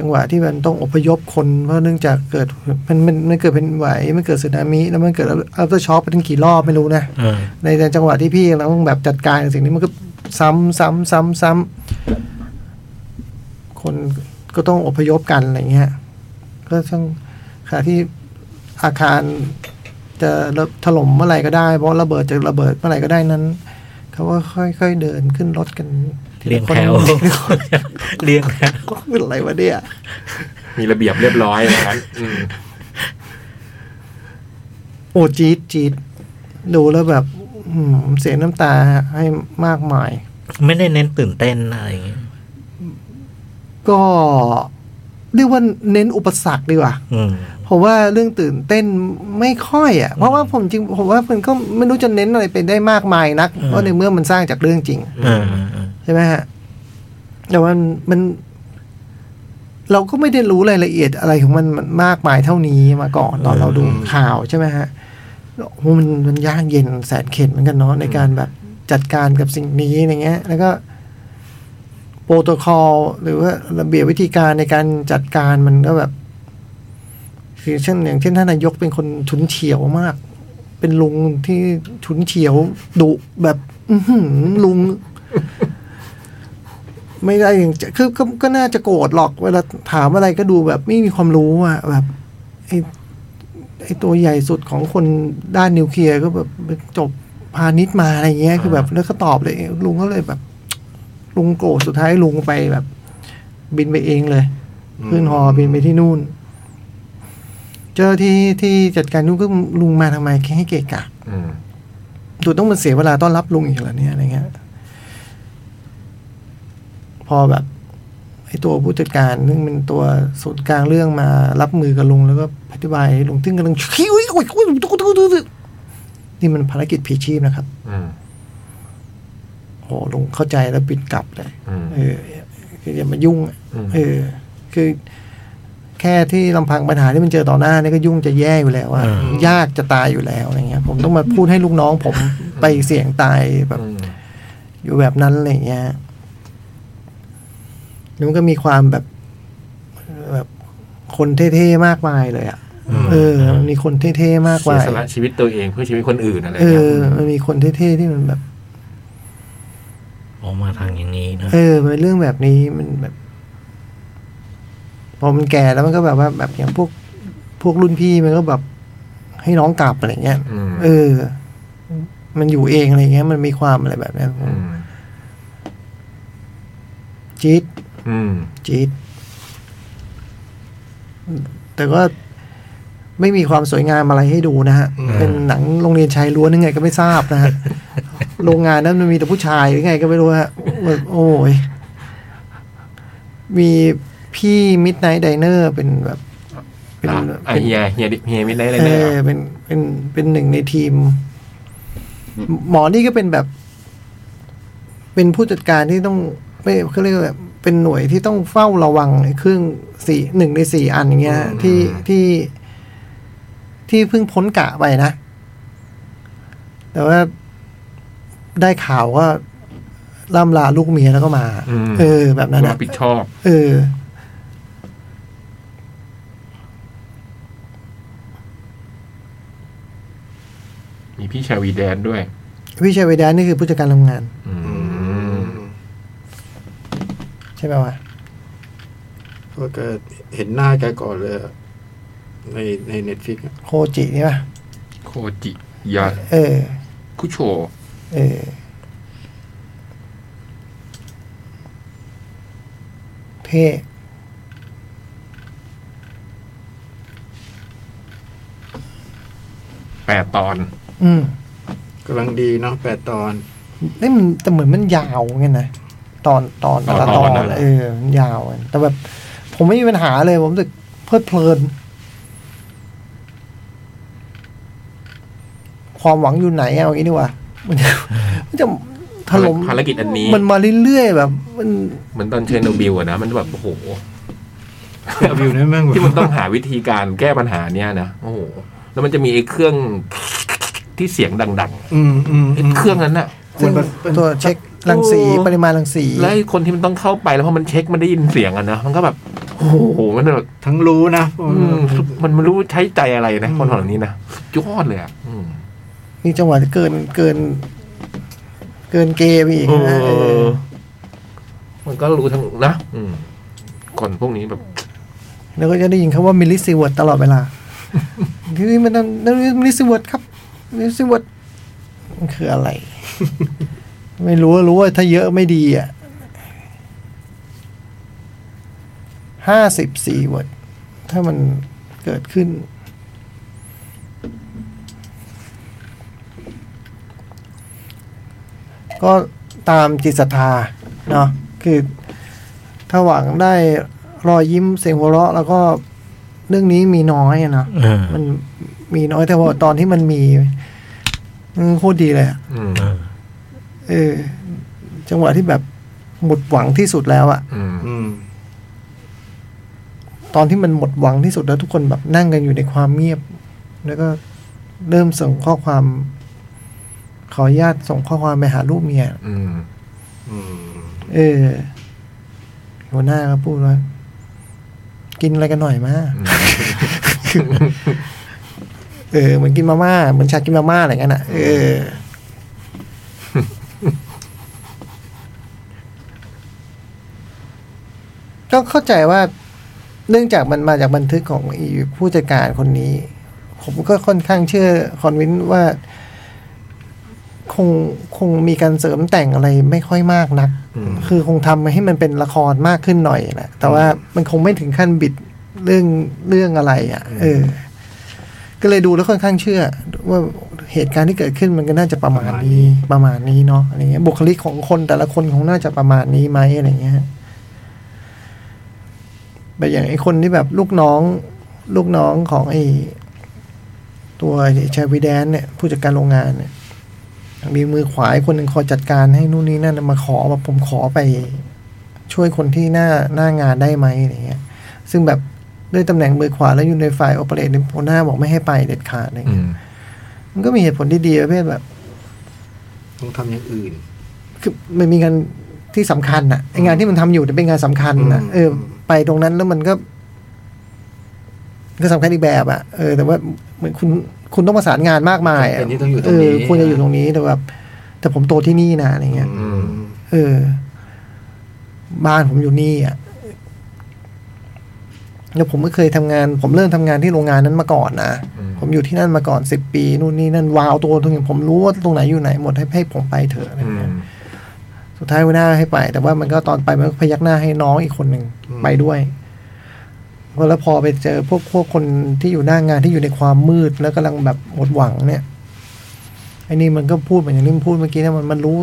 Speaker 2: จังหวะที่มันต้องอพยพคนเพราะเนื่องจากเกิดมันมันมันเกิดเป็นไหวมันเกิดสึนามิแล้วมันเกิดอัลเตอร์ช็อปไปถึงกี่รอบไม่รู้นะ
Speaker 4: เออ
Speaker 2: ในในจังหวะที่พี่เราต้องแบบจัดการกับสิ่งนี้มันก็ซ้ำซ้ำซ้ำซ้ำคนก็ต้องอพยพกันอะไรเงี้ย ก็ต้องขณะที่อาคารจะระถล่มเมื่อไหร่ก็ได้ เพราะระเบิดจะระเบิดเมื่อไหร่ก็ได้นั้น เขาก็ค่อยๆเดินขึ้นรถกัน [LAUGHS] ทีละ
Speaker 4: เรียง
Speaker 2: คน
Speaker 4: แถว [LAUGHS] เรียงแถว
Speaker 2: ก็เป็นอะไรวะเนี่ย
Speaker 1: มีระเบียบเรียบร้อยนะครับอืม
Speaker 2: โอ้จี๊ดจี๊ดดูแล้วแบบ อืมเสียน้ำตาให้มากมาย
Speaker 4: ไม่ได้เน้นตื่นเต้นอะไรอย่างเงี้ย
Speaker 2: ก็เรียกว่าเน้นอุปสรรคดีกว่า
Speaker 4: อืม
Speaker 2: ผมว่าเรื่องตื่นเต้นไม่ค่อยอ่ะ เพราะว่าผมจริงผมว่ามันก็ไม่รู้จะเน้นอะไรไปได้มากมายนัก
Speaker 4: อืม
Speaker 2: เพราะในเมื่อมันสร้างจากเรื่องจริง
Speaker 4: อ่าอ่าอ่า
Speaker 2: ใช่ไหมฮะแต่ว่ามันมัน เราก็ไม่ได้รู้รายละเอียดอะไรของมันมันมากมายเท่านี้มาก่อนตอนเราดูข่าวใช่ไหมฮะโอ้โหมันมันยากเย็นแสนเข็ญเหมือนกันเนาะในการแบบจัดการกับสิ่งนี้อะไรเงี้ย แล้วก็ โปรโตคอลหรือว่าระเบียบวิธีการในการจัดการมันก็แบบ คือเช่นอย่างเช่นท่านนายกเป็นคนฉุนเฉียวมาก เป็นลุงที่ฉุนเฉียวดุแบบ อือหือลุง ไม่ได้อย่างจะคือก็ก็น่าจะโกรธหรอก เวลาถามอะไรก็ดูแบบไม่มีความรู้อะแบบไอไอตัวใหญ่สุดของคนด้านนิวเคลียร์ก็แบบจบพาณิชย์มาอะไรเงี้ยคือแบบแล้วก็ตอบเลย ลุงก็เลยแบบ ลุงโกรธสุดท้ายลุงไปแบบ บินไปเองเลย
Speaker 3: อืม
Speaker 2: ขึ้นฮอบินไปที่นู่น เจอที่ที่จัดการนู่นก็ลุงมาทำไมแค่ให้เกะกะ
Speaker 1: อืม
Speaker 2: ดูต้องมันเสียเวลาต้อนรับลุงอีกเหรอเนี่ยอะไรเงี้ย พอแบบไอ้ตัวผู้จัดการนึ่งเป็นตัวศูนย์กลางเรื่องมารับมือกับลุงแล้วก็อธิบายให้ลุงทึ่งกำลังคิ้วโอ้ยโอ้ยตุ๊กตุ๊กตุ๊กตุ๊กนี่มันภารกิจผีชีพนะครับ
Speaker 1: อืม
Speaker 2: โอ้ลุงเข้าใจแล้วปิดกลับเลย
Speaker 1: อืม
Speaker 2: เออคืออย่ามายุ่งอะ
Speaker 1: อืม
Speaker 2: เออ คือ แค่ที่ลำพังปัญหาที่มันเจอต่อหน้านี่ก็ยุ่งจะแย่อยู่แล้วอะ
Speaker 4: อืม
Speaker 2: ยากจะตายอยู่แล้วอะไรเงี้ย ผมต้องมาพูดให้ลูกน้อง ผมไปเสี่ยงตายแบบ
Speaker 1: อืม
Speaker 2: อยู่แบบนั้นอะไรอย่างเงี้ยแล้วมันก็มีความแบบแบบคนเท่ๆมากมายเลยอะ่ะ เออ มันมีคนเท่ๆมาก
Speaker 1: เสี
Speaker 2: มาย ย
Speaker 1: สละชีวิตตัวเองเพื่อชีวิตคนอื่นอะไร
Speaker 2: เอ
Speaker 1: เงี้ย
Speaker 2: อ มันมีคนเท่ๆที่มันแบบ
Speaker 4: ออกมาทางอย่างนี้นะ
Speaker 2: เออ มันเป็นเรื่องแบบนี้มันแบบ พอมันแก่แล้วมันก็แบบว่าแบบอย่างพวกพวกรุ่นพี่มันก็แบบให้น้องกลับอะไรเงี้ย
Speaker 1: อืม
Speaker 2: เออ มันอยู่เองอะไรเงี้ย มันมีความอะไรแบบเนี้ย
Speaker 1: อืม
Speaker 2: จี๊ด
Speaker 1: อืม
Speaker 2: จี๊ดแต่ก็ไม่มีความสวยงามอะไรให้ดูนะฮะ เป็นหนังโรงเรียนชายล้วนยังไงก็ไม่ทราบ
Speaker 1: [LAUGHS]
Speaker 2: นะฮะ โรงงานนั้นมันมีแต่ผู้ชายหรือไงก็ไม่รู้ฮะแบบโอ้ย มีพี่มิดไนท์ไดเนอร์เป็นแบบ เป็น
Speaker 1: อ่ะอ่ะ
Speaker 2: เป็น
Speaker 1: เฮียเฮียเฮียไม่ได้เลย
Speaker 2: เอ
Speaker 1: นะ
Speaker 2: อเป็นเป็นเป็นหนึ่งในทีม หมอนี่ก็เป็นแบบ เป็นผู้จัดการที่ต้องไม่เขาเรียกว่าแบบเป็นหน่วยที่ต้องเฝ้าระวังไอ้เครื่องสี่หนึ่งในสี่อันอย่างเงี้ย ที่ที่ที่เพิ่งพ้นกะไปนะ แต่ว่าได้ข่าวว่าล่ำลาลูกเมียแล้วก็มา เออ แบบนั้น
Speaker 1: รั
Speaker 2: อะ
Speaker 1: บผิดชอบ
Speaker 2: เออ
Speaker 1: มีพี่ชาวีแดนด้วย
Speaker 2: พี่ชายเวดานี่คือผู้จัดการโรงงาน
Speaker 1: อืม
Speaker 2: ใช่ไหมวะ
Speaker 3: ก็แกเห็นหน้าแกก่อนเลยอะในในเน็ตฟิก
Speaker 2: โคจินี่ป่ะ
Speaker 1: โคจิยา
Speaker 2: เออ
Speaker 1: คุโช
Speaker 2: เออ เท่
Speaker 1: แปดตอน
Speaker 2: อืม
Speaker 3: กำลังดีเนาะแปดต
Speaker 1: [LAUGHS]
Speaker 3: อน
Speaker 2: เอ้ยมันแต่เหมือนมันยาวไงนะ ตอนตอน
Speaker 1: ตอน
Speaker 2: แต่ละ
Speaker 1: ต
Speaker 2: ต
Speaker 1: อ
Speaker 2: อนน
Speaker 1: นั่นแหละ
Speaker 2: เออมันยาวอะแต่แบบ ผมไม่มีปัญหาเลย ผมรู้สึกเพลิดเพลิน ความหวังอยู่ไหนอะเอางี้ดีกว่า [LAUGHS] มันจะมันจะถล่ม
Speaker 1: ภารกิจอันนี้
Speaker 2: มันมาเรื่อยๆแบบ มัน
Speaker 1: เหมือนตอนเชอร์โนบิลอะนะ มันแบบโอ้โห
Speaker 3: วิวนี่แม่ง
Speaker 1: ที่มันต้องหาวิธีการแก้ปัญหาเนี้ยนะ โอ้โห แล้วมันจะมีไอ้เครื่องที่เสียงดัง
Speaker 3: อืมอืม
Speaker 1: ๆไอ้เครื่องนั้นน่ะ
Speaker 2: ซึ่งตัวเช็ครังสี
Speaker 1: โอ้
Speaker 2: ปริมาณรังสี
Speaker 1: แล้วไอ้คนที่มันต้องเข้าไปแล้วพอมันเช็คมันได้ยินเสียงอะนะ มันก็แบบ โอ้โห มันแบบ
Speaker 3: ทั้งรู้นะ
Speaker 1: อืมมันไม่รู้ใช้ใจอะไรนะ คนเหล่านี้นะสุดยอดเลยอะอืม
Speaker 2: มีจังหวะที่เกินเกิน เกินเกมอีก
Speaker 1: เอ
Speaker 2: นะเอ
Speaker 1: อ
Speaker 2: อ
Speaker 1: มันก็รู้ทั้งนะ อืมคนพวกนี้แบบ
Speaker 2: แล้วก็จะได้ยินคำว่ามิลลิซิเวิร์ดตลอดเวลา ที่นี่มันต้องมิลลิซิเวิร์ดครับมิลลิซิเวิร์ดมันคืออะไร [LAUGHS] ไม่รู้ว่ารู้ว่าถ้าเยอะไม่ดีอ่ะห้าสิบสี่เวิร์ดถ้ามันเกิดขึ้น ก็ตามจิตศรัทธาเนาะคือถ้าหวังได้รอยยิ้มเสียงหัวเราะ แล้วก็เรื่องนี้มีน้อยอะเนาะ
Speaker 4: เออ
Speaker 2: มันมีน้อยแต่ว่าตอนที่มันมีอืมโคตรดีเลยอะ
Speaker 1: อืม
Speaker 4: เออ
Speaker 2: เออ จังหวะที่แบบหมดหวังที่สุดแล้วอะ
Speaker 1: อืม
Speaker 3: อืม
Speaker 2: ตอนที่มันหมดหวังที่สุดแล้วทุกคนแบบนั่งกันอยู่ในความเงียบ แล้วก็เริ่มส่งข้อความ ขออนุญาตส่งข้อความไปหาลูกเมีย
Speaker 1: อืม
Speaker 3: อืม
Speaker 2: เออหัวหน้าก็พูดว่า กินอะไรกันหน่อยมาเออเหมือนกินมาม่าเหมือนชากินมาม่าอะไรอย่างนั้นอ่ะ เออ ก็เข้าใจว่าเนื่องจากมันมาจากบันทึกของอีผู้จัดการคนนี้ ผมก็ค่อนข้างเชื่อคอนวินว่า คงคงมีการเสริมแต่งอะไรไม่ค่อยมากนัก คือคงทำให้มันเป็นละครมากขึ้นหน่อยแหละแต่ว่ามันคงไม่ถึงขั้นบิดเรื่องเรื่องอะไรอ่ะ เออ ก็เลยดูแล้วค่อนข้างเชื่อ ว่าเหตุการณ์ที่เกิดขึ้นมันก็น่าจะประมาณนี้ประมาณนี้เนาะอะไรเงี้ยบุคลิกของคนแต่ละคนคงน่าจะประมาณนี้ไหมอะไรเงี้ยแบบอย่างไอ้คนที่แบบลูกน้อง ลูกน้องของไอ้ตัวชายวีแดนเนี่ย ผู้จัดการโรงงานเนี่ย มีมือขวาอีกคนหนึ่งคอยจัดการให้นู่นนี่นั่นมาขอว่าผมขอไป ช่วยคนที่หน้าหน้างานได้ไหมอะไรเงี้ย ซึ่งแบบด้วยตำแหน่งมือขวาแล้วอยู่ในฝ่ายโอเปเรตหัวหน้าบอกไม่ให้ไปเด็ดขาดอะไร
Speaker 1: อื
Speaker 2: เงี้ย
Speaker 1: ม
Speaker 2: มันก็มีเหตุผลที่ดีประเภทแบบ
Speaker 3: ต้องทำอย่างอื่น
Speaker 2: คือมันมีงานที่สำคัญน่ะไองานที่มันทำอยู่เนี่ยเป็นงานสำคัญน่ะ
Speaker 3: อืม
Speaker 2: เออ ไปตรงนั้นแล้วมันก็ ก็สำคัญอีกแบบอ่ะเออแต่ว่าเหมือนคุณคุณต้องประสานงานมากมายะ
Speaker 3: จำเป็นที่ต้องอยู่ตรงนี้
Speaker 2: เคุณจะอยู่ตรงนี้แต่แบบแต่ผมโตที่นี่นะอะไรเงี้ย
Speaker 3: อืม
Speaker 2: เออ บ้านผมอยู่นี่อ่ะ แล้วผมก็เคยทำงาน ผมเริ่มทำงานที่โรงงานนั้นมาก่อนนะ ผมอยู่ที่นั่นมาก่อนสิบปีนู่นนี่นั่นวาวตัวตรงนี้ผมรู้ว่าตรงไหนอยู่ไหนหมดให้ให้ผมไปเถอะอะไร
Speaker 1: อืม
Speaker 2: เงี้ยสุดท้ายหัวหน้าให้ไป แต่ว่ามันก็ตอนไปมันก็พยักหน้าให้น้องอีกคนหนึ่งไปด้วยแล้วพอไปเจอพวกพวกคนที่อยู่หน้างานที่อยู่ในความมืดแล้วกำลังแบบหมดหวังเนี่ยไอ้นี่มันก็พูดเหมือนอย่างที่มันพูดเมื่อกี้นะมันมันรู้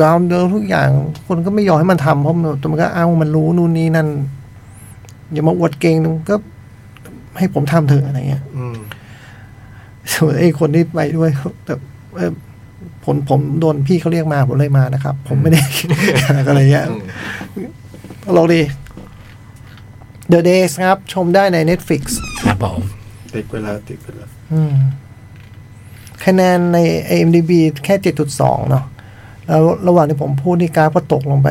Speaker 2: วาวเดิมทุกอย่าง คนก็ไม่ยอมให้มันทำเพราะมันมันก็เอ้ามันรู้นู่นนี่นั่นอย่ามาอวดเก่งมันก็ให้ผมทำเถอะอะไรเงี้ย
Speaker 3: อืม
Speaker 2: ส่วนไอ้คนที่ไปด้วยแต่เอ่อผมผมโดนพี่เขาเรียกมาผมเลยมานะครับ ผมไม่ได้ อะไรเงี้ยลองดี The Days ครับ ชมได้ใน Netflix
Speaker 4: ครับผม
Speaker 3: ติดเวลาติดเวลา
Speaker 2: อืมคะแนนใน IMDb แค่ 7.2 เนาะแล้วระหว่างที่ผมพูดนี่กราฟก็ตกลงไป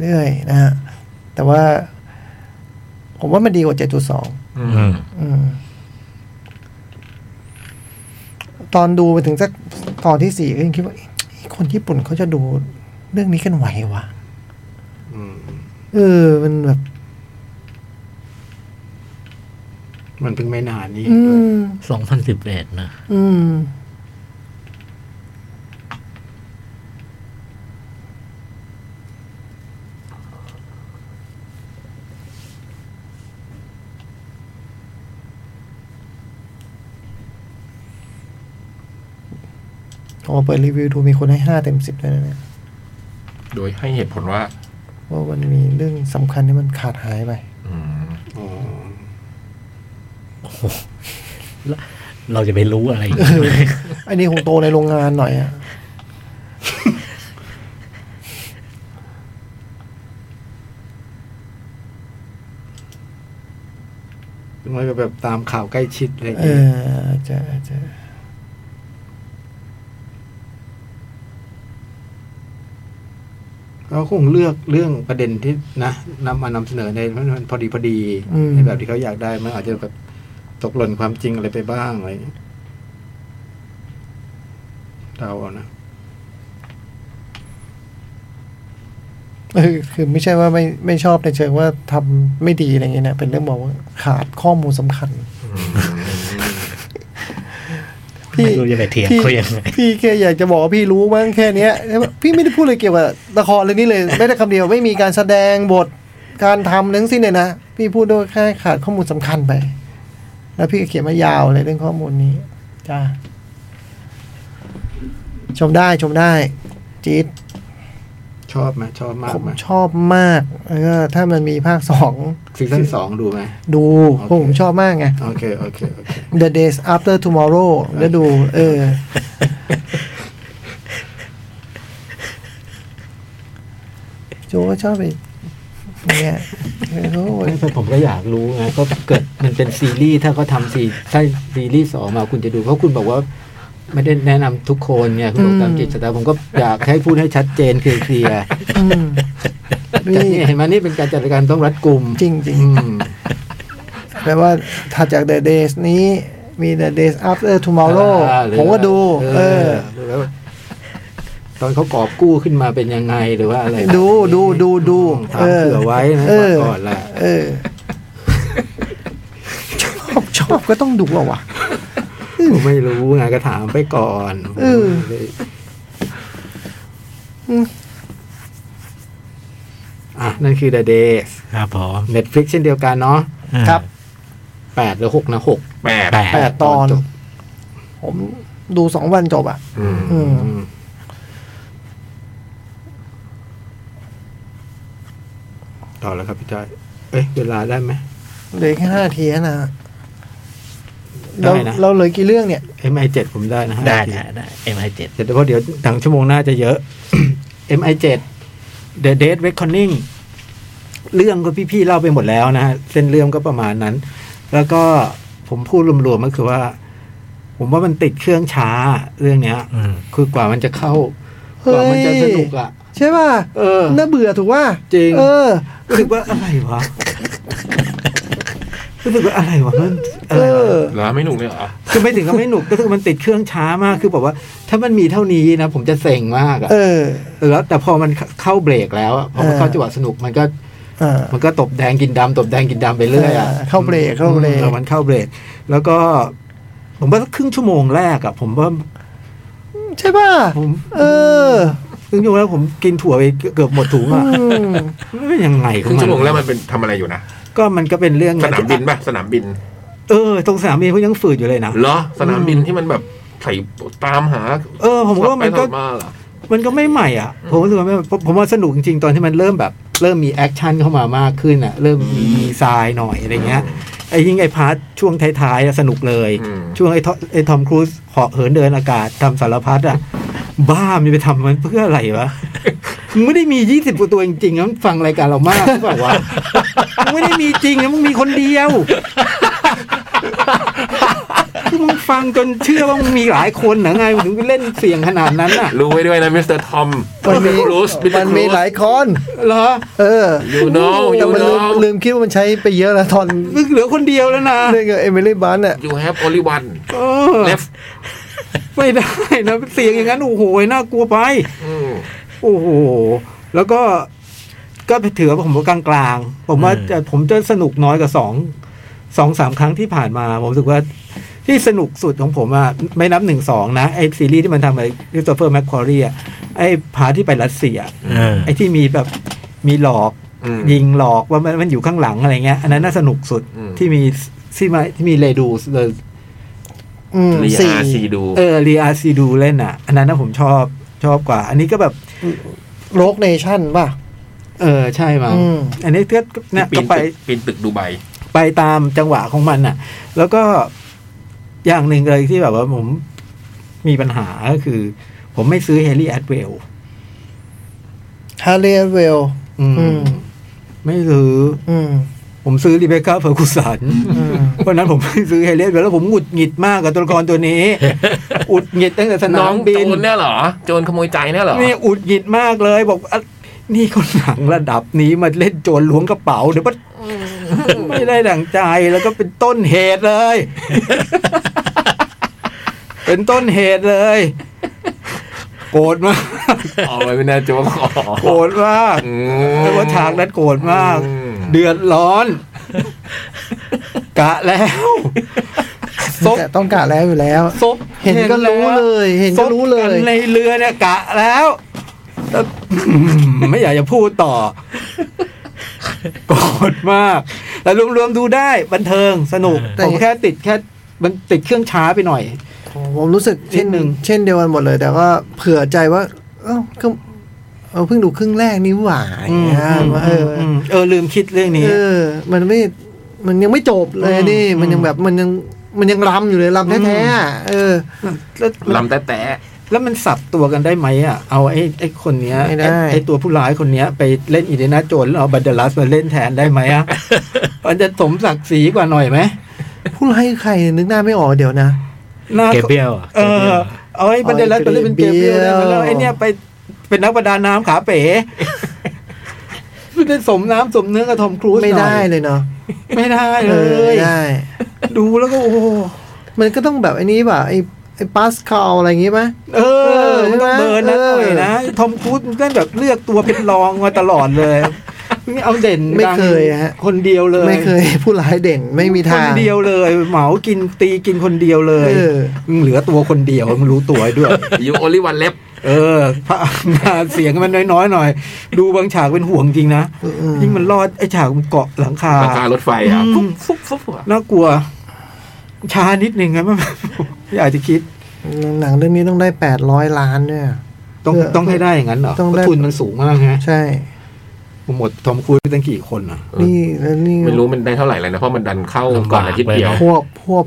Speaker 2: เรื่อยๆนะฮะ แต่ว่า ผมว่ามันดีกว่า 7.2
Speaker 4: อืม
Speaker 2: อืมตอนดูไปถึงสักตอนที่สี่ก็ยังคิดว่าเอ๊ะคนญี่ปุ่นเขาจะดูเรื่องนี้กันไหววะ
Speaker 3: อืม
Speaker 2: เออ มันแบบ
Speaker 3: มันเพิ่งไม่นานนี้
Speaker 2: อืม
Speaker 4: สองพันสิบเอ็ดนะ
Speaker 2: อืม โอ้เปิดรีวิวดูมีคนให้ห้าเต็มสิบเลยนะเนี่ย
Speaker 1: โดยให้เหตุผลว่า
Speaker 2: ว่ามันมีเรื่องสำคัญที่มันขาดหายไป
Speaker 1: อืม
Speaker 3: อ๋อ
Speaker 4: เราจะไปรู้อะไรอีก
Speaker 2: อันนี้คงโตในโรงงานหน่อยอะ
Speaker 3: มันก็แบบตามข่าวใกล้ชิดอะไรอย่าง
Speaker 2: เอ
Speaker 3: เงี้ย
Speaker 2: ออาจจะอาจจะ
Speaker 3: เขาคงเลือกเรื่องประเด็นที่นะนำมานำเสนอในมันพอดีพอดีในแบบที่เขาอยากได้มันอาจจะแบบตกหล่นความจริงอะไรไปบ้างอะไรอย่างเงี้ยเดาเอานะ
Speaker 2: เออคือไม่ใช่ว่าไม่ไม่ชอบในเชิงว่าทำไม่ดีอะไรเงี้ยนะเป็นเรื่องบอกว่าขาดข้อมูลสำคัญ พี่
Speaker 4: ไม่รู้จะไปเถียง
Speaker 2: พี่
Speaker 4: เขายังไง
Speaker 2: พี่แค่อยากจะบอกว่าพี่รู้มั้งแค่เนี้ยแล้วพี่ไม่ได้พูดเลยเกี่ยวกับละครเลยนี่เลยไม่ได้คำเดียวไม่มีการแสดงบทการทำทั้งสิ้นเลยนะพี่พูดด้วยแค่ขาดข้อมูลสำคัญไป แล้วพี่ก็เขียนมายาวเลยเรื่องข้อมูลนี้จ้าชมได้ชมได้จี๊ด
Speaker 3: ชอบไหมชอบมาก
Speaker 2: ผม
Speaker 3: ไหม
Speaker 2: ชอบมากแล้วก็ถ้ามันมีภาคสอง
Speaker 3: ซีซั่นสองดูไหม
Speaker 2: ดู
Speaker 3: โอเค
Speaker 2: เพราะผมชอบมากไง
Speaker 3: โอเคโอเคโอเค
Speaker 2: The Days After Tomorrow แล้วดู เออ โจก็ชอบไปเนี่ยเออโอ้ย
Speaker 3: ไม่แต่ผมก็อยากรู้ไงก็เกิดมันเป็นซีรีส์ถ้าเขาทำซีถ้าซีรีส์สองมาคุณจะดูเพราะคุณบอกว่า ไม่ได้แนะนำทุกคนไงคุณบอกตามจิตสตาผมก็อยากให้พูดให้ชัดเจนเคลียร์
Speaker 2: อืม
Speaker 3: ๆแต่
Speaker 2: นี่
Speaker 3: นี่เห็นไหมนี่เป็นการจัดการต้องรัดกลุ่ม
Speaker 2: จริงจริง
Speaker 3: อืม
Speaker 2: แปลว่าถัดจาก The Days นี้มี The Days After Tomorrow
Speaker 3: อ่าหรือ
Speaker 2: ผมก็ดู เออ
Speaker 3: หรือว่าตอนเขากอบกู้ขึ้นมาเป็นยังไงหรือว่าอะไร
Speaker 2: ดูดูดูดู
Speaker 3: ถามเผื่อไว้นะ
Speaker 2: เออ
Speaker 3: ก่อนละ
Speaker 2: เออ ชอบชอบก็ต้องดูอะวะ
Speaker 3: ผมไม่รู้ไงก็ถามไปก่อน
Speaker 2: เออ
Speaker 3: อ่ะนั่นคือ The Days
Speaker 4: [LAUGHS] ครับผม
Speaker 3: Netflix เช่นเดียวกันเนาะ
Speaker 2: ครับ
Speaker 3: แปดหรือหกนะหก
Speaker 1: แปด
Speaker 4: แป
Speaker 2: แป
Speaker 4: ด
Speaker 2: ดตอน
Speaker 3: จบ
Speaker 2: ผมดูสองวันจบอ่ะ
Speaker 1: อืม
Speaker 2: อืม
Speaker 3: ต่อแล้วครับพี่จ้อยเอ้ยเวลาได้ไหม
Speaker 2: เหลือแค่ห้านาทีนะ
Speaker 3: ได้
Speaker 2: เรา
Speaker 3: นะ
Speaker 2: เราเหลือกี่เรื่องเนี่ย
Speaker 3: m i 7ผมได้นะฮะ
Speaker 4: ได้ได้ได้เอ็มไอเจ็ด
Speaker 3: เดี๋ยวเพราะเดี๋ยวถังชั่วโมงหน้าจะเยอะ [COUGHS] m i 7 The Dead Reckoning เรื่องก็พี่ๆเล่าไปหมดแล้วนะฮะเส้นเรื่องก็ประมาณนั้น แล้วก็ผมพูดรวมๆก็คือว่า ผมว่ามันติดเครื่องช้าเรื่องเนี้ย
Speaker 4: อืม
Speaker 3: คือกว่ามันจะเข้าก
Speaker 2: เฮ้
Speaker 3: ว่ามัน
Speaker 2: ย
Speaker 3: จะสนุกอ่ะ
Speaker 2: ใช่ป่ะ
Speaker 3: เออ
Speaker 2: น่าเบื่อถูกว่า
Speaker 3: จริง
Speaker 2: เออ
Speaker 3: รู้สึกว่าอะไร
Speaker 2: [LAUGHS]
Speaker 3: วะ รู้สึกว่าอะไรวะมันอะ
Speaker 2: เอ
Speaker 3: ไรวะ
Speaker 2: อ
Speaker 1: แล้วไม่หนุกเลยเหรอ
Speaker 3: คือไม่ถึงก็ไม่หนุกก็คือมันติดเครื่องช้ามากคือแบบว่า ถ้ามันมีเท่านี้นะ ผมจะเซ็งมากอะ
Speaker 2: เออ
Speaker 3: แล้วแต่พอมันเข้าเบรกแล้วอะพอมันเข้าจังหวะสนุกมันก็
Speaker 2: เออ
Speaker 3: มันก็ตบแดงกินดำตบแดงกินดำไปเรื่อยอะ
Speaker 2: เข้าเบรกเข้าเบรก
Speaker 3: ออมันเข้าเบรก แล้วก็ผมว่าครึ่งชั่วโมงแรกอะผมว่า
Speaker 2: ใช่ป่ะ
Speaker 3: ผม
Speaker 2: เออ
Speaker 3: ครึ่งชั่วโมงแล้วผมกินถั่วไปเกือบหมดถุงอะ
Speaker 2: อืม
Speaker 3: มันเป็นยังไง
Speaker 1: ครึ่งชั่วโมงแล้วมันเป็นทำอะไรอยู่นะ
Speaker 3: ก็มันก็เป็นเรื่อง
Speaker 1: สนามบินป่ะ สนามบิน
Speaker 3: เออตรงสนามบินเขายังฝืดอยู่เลยนะ
Speaker 1: เหรอ สนามบินที่มันแบบใส่ตามหา
Speaker 3: เออผมว่ามันก็
Speaker 1: ขับไปขับมาเหรอ
Speaker 3: มันก็ไม่ใหม่อ่ะ ผมรู้สึกว่าไม่ผมผมว่าสนุกจริงๆ ตอนที่มันเริ่มแบบ เริ่มมีแอคชั่นเข้ามามากขึ้นอ่ะ เริ่มมีมีทรายหน่อยอะไรเงี้ยไอ้ยิ่งไอ้พาร์ทช่วงท้ายๆอะสนุกเลย
Speaker 1: อืม
Speaker 3: ช่วงไอ้ทอไอ้ทอมครูซเหาะเหินเดินอากาศทำสารพัดอ่ะ บ้ามันไปทำมันเพื่ออะไรวะ มึงไม่ได้มียี่สิบตัวจริงๆนะมึงฟังรายการเรามากหรือเปล่าวะมึงไม่ได้มีจริงนะมึงมีคนเดียวคือมึงฟังจนเชื่อว่ามึงมีหลายคนเหรอไงมึงถึงไปเล่นเสียงขนาดนั้นอ่ะ
Speaker 1: รู้ไว้ด้วยนะมิสเตอร์ทอม
Speaker 2: มันมี
Speaker 1: รูสมิสเตอร์ค
Speaker 2: มัน
Speaker 1: รู
Speaker 2: มีหลายคอน
Speaker 3: เหรอ
Speaker 2: เออ
Speaker 1: ยูโน่
Speaker 2: แต่
Speaker 1: ยู
Speaker 2: มัน
Speaker 1: โน่
Speaker 2: ลืมลืมคิดว่ามันใช้ไปเยอะแล้วตอน
Speaker 3: มึงเหลือคนเดียวแล้วนะ
Speaker 2: เรื่องเอมิลี่บันเนี่ย
Speaker 1: you have only one
Speaker 3: เออ
Speaker 1: left
Speaker 3: ไม่ได้นะเสียงอย่างนั้นโอ้โหน่ากลัวไป
Speaker 1: อืม
Speaker 3: โอ้โห แล้วก็ก็ไปถือว่าผมว่ากลางๆ ผมว่า
Speaker 4: อืม
Speaker 3: จะผมจะสนุกน้อยกว่าสองสองสามครั้งที่ผ่านมา ผมรู้สึกว่าที่สนุกสุดของผมอะไม่นับหนึ่งสองนะ ไอซีรีส์ที่มันทำไอคริสโตเฟอร์แมคควอรีอะไอพาร์ทที่ไปรัสเซีย
Speaker 4: เออ
Speaker 3: ไอที่มีแบบมีหลอก
Speaker 1: อืม
Speaker 3: ยิงหลอกว่ามันมันอยู่ข้างหลังอะไรเงี้ย อันนั้นน่าสนุกสุด
Speaker 1: อืม
Speaker 3: ที่มีที่มาที่มีเลดูสเลย
Speaker 2: อืม
Speaker 1: เรี
Speaker 2: สี่
Speaker 1: ยซีดู
Speaker 3: เออรีอาซีดูเล่นอ่ะ อันนั้นนะผมชอบชอบกว่า อันนี้ก็แบบ
Speaker 2: โลกเนชั่นป่ะ
Speaker 3: เออใช่มั้ง
Speaker 2: อืม
Speaker 3: อันนี้ก็เนี่ย
Speaker 1: ปี
Speaker 3: ก็
Speaker 1: น
Speaker 3: ไป
Speaker 1: ตึกปีนตึกดูไบ
Speaker 3: ไปตามจังหวะของมันอ่ะ แล้วก็อย่างหนึ่งเลยที่แบบว่าผมมีปัญหาก็คือ ผมไม่ซื้อเฮลี่แอดเวล
Speaker 2: ฮาร์เลย์เวล อืม
Speaker 3: ไม่ซื้อ
Speaker 2: อืม
Speaker 3: ผมซื้อรีเบคก้าเฟอร์กูสัน
Speaker 1: [LAUGHS]
Speaker 2: อืม
Speaker 3: เพราะฉะนั้นผมไม่ซื้อเฮเลสแล้วผมหงุดหงิดมากกับตัวละครตัว
Speaker 1: [LAUGHS]
Speaker 3: นี้ อุดหงิดตั้งแต่สนา
Speaker 1: น้อ
Speaker 3: ม
Speaker 1: ง
Speaker 3: บิ
Speaker 1: โจ
Speaker 3: น
Speaker 1: รเนี่ยเหรอ โจรขโมยใจเนี่ยเหรอ
Speaker 3: นี่อุดหงิดมากเลยบอกอ่ะนี่คนหนังระดับนี้มาเล่นโจรล้วงกระเป๋าเดี๋ยวมันไม่ได้ดั่งใจแล้วก็เป็นต้นเหตุเลย เป็นต้นเหตุเลย โกรธมาก
Speaker 1: อ๋อไม่น่าจะว่าขอ
Speaker 3: โกรธมาก
Speaker 1: อืม
Speaker 3: แล้วว่าฉากนั้นโกรธมาก
Speaker 1: อืม
Speaker 3: เดือดร้อน กะแล้วซบ
Speaker 2: แต่ต้องกะแล้วอยู่แล้ว
Speaker 3: ซบ
Speaker 2: เห็นก็รู้เลย เห็นก็รู้เล
Speaker 3: ซบ
Speaker 2: ย
Speaker 3: กันในเรือเนี่ยกะแล้ว [COUGHS] แต่อืมไม่อยากจะพูดต่อ [COUGHS] โกรธมาก แต่รวมๆดูได้บันเทิงสนุก
Speaker 2: แต่
Speaker 3: ผมแค่ติดแค่ มันติดเครื่องช้าไปหน่อย
Speaker 2: ผมรู้สึกเช่น
Speaker 3: นิดนึง
Speaker 2: เช่นเดียวกันหมดเลย แต่ว่าเผื่อใจว่า เอ้าก็เอาเพิ่งดูครึ่งแรกนี่หว่าอย่างเงี้ยว่าเอออ
Speaker 3: มเออ ลืมคิดเรื่องนี้
Speaker 2: เออ มันไม่ มันยังไม่จบเลย
Speaker 3: อืม
Speaker 2: นี่
Speaker 3: อืม
Speaker 2: มันยังแบบ มันยัง มันยังรำอยู่เลยรำแท้ๆอ่ะเออ
Speaker 3: แล้ว
Speaker 1: ลำแต่แต่
Speaker 3: แล้วมันสับตัวกันได้ไหมอ่ะ เอาไอ้ไอ้คนเนี้ย
Speaker 2: ไม่ได้
Speaker 3: ไอ้ไอ้ตัวผู้ร้ายคนเนี้ย ไปเล่นอินเดยนาโจนแล้วเอาบันเดอลัสมาเล่นแทนได้ไหมอ่ะ มันจะสมศักดิ์ศรีกว่าหน่อยไหม
Speaker 2: ผู้ร้ายคือใครนึกหน้าไม่ออกเดี๋ยวนะ
Speaker 3: หน้า
Speaker 4: เกเบรียลอะ
Speaker 3: เอ
Speaker 4: เกเบ
Speaker 3: อย
Speaker 4: รีลอะ
Speaker 3: เอาไอ้บันเดลัสไปเล่นเป็นเกมเบรียลได้ไหมแล้วไอ้เนี่ยไปเป็นนักประดาน้ำขาเป๋ไม่ได้สมน้ำสมเนื้อกับทอมครูซหน่อย
Speaker 2: ไม่ได้เลยเนาะ
Speaker 3: ไม่ได้
Speaker 2: เอ
Speaker 3: เล
Speaker 2: อไม่
Speaker 3: ย
Speaker 2: ได้
Speaker 3: ดูแล้วก็โอ้โห
Speaker 2: มันก็ต้องแบบไอ้นี้ป่ะไอ้ไอ้ปาสคาลอะไรอย่างงี้ป่ะ
Speaker 3: เอ
Speaker 2: เอ
Speaker 3: อ
Speaker 2: อ
Speaker 3: มันต้อง
Speaker 2: ใช่ไหม
Speaker 3: เบิร์นนะ
Speaker 2: เออ
Speaker 3: หน่อยนะทอมครูซมันก็แบบเลือกตัวเป็นรองมาตลอดเลยนี่เอาเด่น
Speaker 2: ไม่
Speaker 3: ดัง
Speaker 2: เคยฮะ
Speaker 3: คนเดียวเลย
Speaker 2: ไม่เคย ผู้ร้ายเด่นไม่มีทาง
Speaker 3: คนเดียวเลย เหมากินตีกินคนเดียวเลย
Speaker 2: เออ
Speaker 3: มึงเหลือตัวคนเดียวมึงรู้ตัวไว้ด้วย
Speaker 1: ยูโอลิวันเล็บ
Speaker 3: เออพระมาเสียงมันน้อยๆหน่อย ดูบางฉากเป็นห่วงจริงนะ
Speaker 2: อืม
Speaker 3: ยิ่งมันรอดไอ้ฉากมันเกาะหลังคา
Speaker 1: ราคารถไฟอ่ะ
Speaker 3: อืม
Speaker 1: ฟุ๊บฟุ๊บฟุ๊บอะ
Speaker 3: น่ากลัวช้านิดนึงไงมัน อยากจะคิด
Speaker 2: หนังเรื่องนี้ต้องได้แปดร้อยล้านด้วย
Speaker 3: ต้อง
Speaker 2: เออ
Speaker 3: ต้องให้ได้อย่างนั้นเหรอ
Speaker 2: ต้องได้
Speaker 3: เพราะทุนมันสูงมากฮะ
Speaker 2: ใช่
Speaker 3: ผมหมดทอมครูซไปตั้งกี่คนอ่ะ
Speaker 2: นี่แล้วนี่
Speaker 1: ไม่รู้มันได้เท่าไหร่เลยนะ เพราะมันดันเข้า
Speaker 4: ลำบาก
Speaker 1: ก่อนอาทิตย์เดียว
Speaker 2: พวบพวบ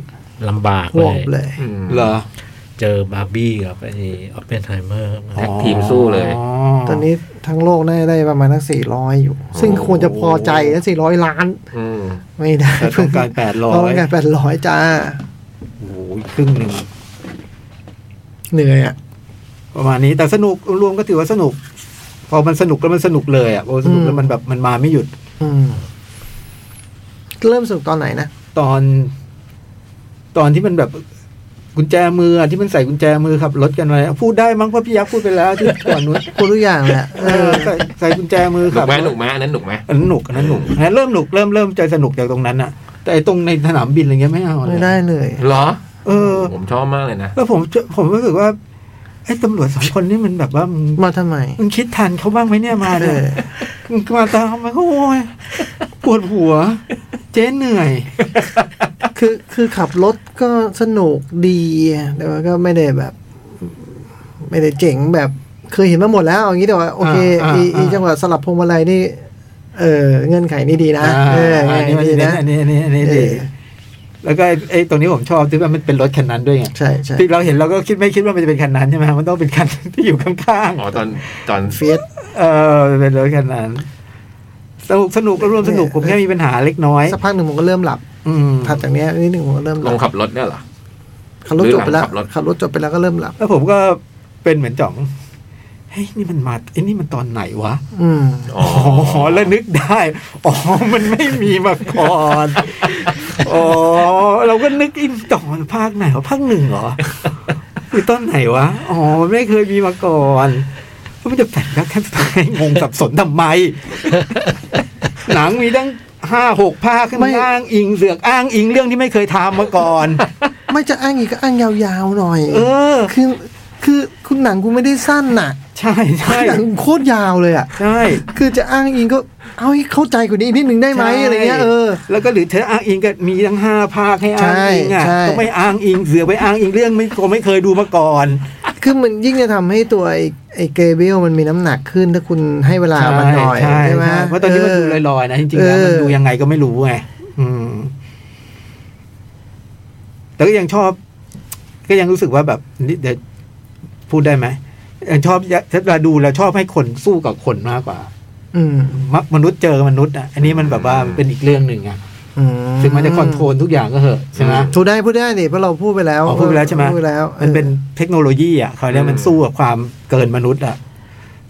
Speaker 4: ลำบาก
Speaker 2: พวบ
Speaker 4: เล
Speaker 2: เลย ย
Speaker 1: อืม
Speaker 3: เหรอ
Speaker 4: เจอบาร์บี้กับไอ้ออปเปนไฮเมอร์
Speaker 1: แท็กทีมสู้เลย
Speaker 3: อ๋อ
Speaker 2: ตอนนี้ทั้งโลกน่าจะได้ประมาณทั้งสี่ร้อยอยู่ ซึ่งควรจะพอใจนะสี่ร้อยล้าน
Speaker 1: อืม
Speaker 2: ไม่ได้
Speaker 3: แต่ต้องการแปดร้อย
Speaker 2: ต้องการแปดร้อยจ้า
Speaker 3: โอ้โหครึ่งหนึ่ง
Speaker 2: เหนื่อยอ่ะ
Speaker 3: ประมาณนี้แต่สนุกรวมๆก็ถือว่าสนุก พอมันสนุกแล้วมันสนุกเลยอ่ะพอสนุก
Speaker 2: อืม
Speaker 3: แล้วมันแบบมันมาไม่หยุด
Speaker 2: อืม เริ่มสนุกตอนไหนนะ
Speaker 3: ตอน ตอนที่มันแบบ กุญแจมืออะที่มันใส่กุญแจมือขับรถกันไว้พูดได้มั้งเพราะพี่ยักษ์พูดไปแล้วที่ก่อนนู้น
Speaker 2: พูดทุกอย่างแหละเอ
Speaker 3: เอ
Speaker 2: อ
Speaker 3: อใส่ใส่กุญแจมือ
Speaker 1: หนุ
Speaker 3: ขั
Speaker 1: ก
Speaker 3: บ
Speaker 1: ไหม
Speaker 3: รถ
Speaker 1: หนุกไหมอันนั้นหนุกไหม
Speaker 3: อันนั้นหนุกอันนั้นหนุกอันนั้นเริ่มหนุกเริ่มเริ่มใจสนุกจากตรงนั้นอะแต่ไอ้ตรงในสนามบินอะไรเงี้ยไม่เอา
Speaker 2: ไม่ได้เลย
Speaker 1: เหรอ
Speaker 3: เออ
Speaker 1: ผมชอบมากเลยนะ
Speaker 3: แล้วผมจะผมรู้สึกว่าไอ้ตำรวจสองคนนี่มันแบบว่ามึง
Speaker 2: มาทำไม
Speaker 3: มึงคิดทันเขาบ้างไหมเนี่ยมา
Speaker 2: เอ
Speaker 3: เนี่ย
Speaker 2: อ
Speaker 3: มึงมาตามมาโอ้ยปวดหัว เจ๊เหนื่อย
Speaker 2: คือคือขับรถก็สนุกดีแต่ว่าก็ไม่ได้แบบ ไม่ได้เจ๋งแบบเคยเห็นมาหมดแล้วเอางี้แต่ว่าโอเค
Speaker 3: อ่า
Speaker 2: อีอี
Speaker 3: อ่า
Speaker 2: จังหวะสลับพวงมาลัยนี่ เออเงื่อนไขนี่ดีนะเออเงื่อนไขนี่
Speaker 3: นี้
Speaker 2: ดีนะ
Speaker 3: อันนี้อันนี้อันนี้
Speaker 2: เอ
Speaker 3: ดี
Speaker 2: อ
Speaker 3: แล้วก็ไอ้ไอ้ตรงนี้ผมชอบที่ว่ามันเป็นรถคันนั้นด้วยไง
Speaker 2: ใช่ใช่
Speaker 3: ที่เราเห็นเราก็คิดไม่คิดว่ามันจะเป็นคันนั้นใช่ไหมมันต้องเป็น [LAUGHS] คันที่อยู่ข้างๆ
Speaker 1: อ๋อตอนตอน
Speaker 2: เฟียส
Speaker 3: เออเป็นรถขนาดนั้นสนุกสนุกก็ร่วมสนุก
Speaker 2: เนี่ย
Speaker 3: ผมแค่มีปัญหาเล็กน้อย
Speaker 2: สักพักหนึ่งผมก็เริ่มหลับ
Speaker 3: อืม
Speaker 2: ถัดจากเนี้ยนิดหนึ่งผมก็เริ่มห
Speaker 1: ล
Speaker 2: ลั
Speaker 1: ง
Speaker 2: บ
Speaker 1: ขับรถเนี่ยเหรอ
Speaker 2: ขับรถจบไปแล้ว
Speaker 1: หรือหลังขับรถ
Speaker 2: ขับรถจบไปแล้วก็เริ่มหลับ
Speaker 3: แล้วผมก็เป็นเหมือนจ่องเฮ้ยนี่มันมาไอ้นี่มันตอนไหนวะ
Speaker 2: อืม
Speaker 1: อ๋อ
Speaker 3: อ๋อแล้วนึกได้อ๋อมันไม่มีมาก่อนอ๋อเราก็นึกอินจ่องมันภาคไหนวะภาคหนึ่งเหรอคือต้นไหนวะอ๋อมันไม่เคยมีมาก่อนแล้วมันจะแปลกแล้วแค่ทำไมงงสับสนทำไม หนังมีตั้งห้าหกภาคขึ้น
Speaker 2: ไม่
Speaker 3: มาอ้างอิงเสือกอ้างอิงเรื่องที่ไม่เคยทำมาก่อน
Speaker 2: ไม่จะอ้างอีกก็อ้างยาวๆหน่อย
Speaker 3: เออ
Speaker 2: คือคือคุณหนังกูไม่ได้สั้นน่ะ
Speaker 3: ใช่ใช่
Speaker 2: หนังโคตรยาวเลยอ่ะ
Speaker 3: ใช่
Speaker 2: คือจะอ้างอิงก็เอาให้เข้าใจกว่านี้นิดนึงได้ไหมอะไรเงี้ยเออ
Speaker 3: แล้วก็หรือเธออ้างอิงก็มีทั้งห้าภาคให้อ้างอิงอ่ะ
Speaker 2: ใช่ใช่
Speaker 3: ต้องไม่อ้างอิงเสือกไปอ้างอิงเรื่องไม่ก็ไม่เคยดูมาก่อน
Speaker 2: คือมันยิ่งจะทำให้ตัวไอ้ไอ้เกรเบลมันมีน้ำหนักขึ้นถ้าคุณให้เวลามันหน่อย
Speaker 3: ใช่
Speaker 2: ใช่ไหม
Speaker 3: ใช่เพราะตอนนี้มันดูลอยๆนะจริงๆแล้ว
Speaker 2: เออ
Speaker 3: มันดูยังไงก็ไม่รู้ไงอืม แต่ก็ยังชอบ ก็ยังรู้สึกว่าแบบนี่เดี๋ยวพูดได้ไหมยังชอบเวลาดูแล้วชอบให้คนสู้กับคนมากกว่า
Speaker 2: อืม
Speaker 3: มะมนุษย์เจอมนุษย์อ่ะอันนี้มันแบบว่า
Speaker 1: อืม
Speaker 3: เป็นอีกเรื่องหนึ่งอ่ะ
Speaker 2: อื
Speaker 3: ถึงมันจะคอนโทรลทุกอย่างก็เหอะใช่ไหม
Speaker 2: ถูกได้พูดได้นี่เพราะเราพูดไปแล้ว
Speaker 3: อ๋อพูดไปแล้วใช่ไหม
Speaker 2: พูดปแล้ว
Speaker 3: มันเป็นเทคโนโลยีอ่ะเขาเรียกมันสู้กับความเกินมนุษย์อ่ะ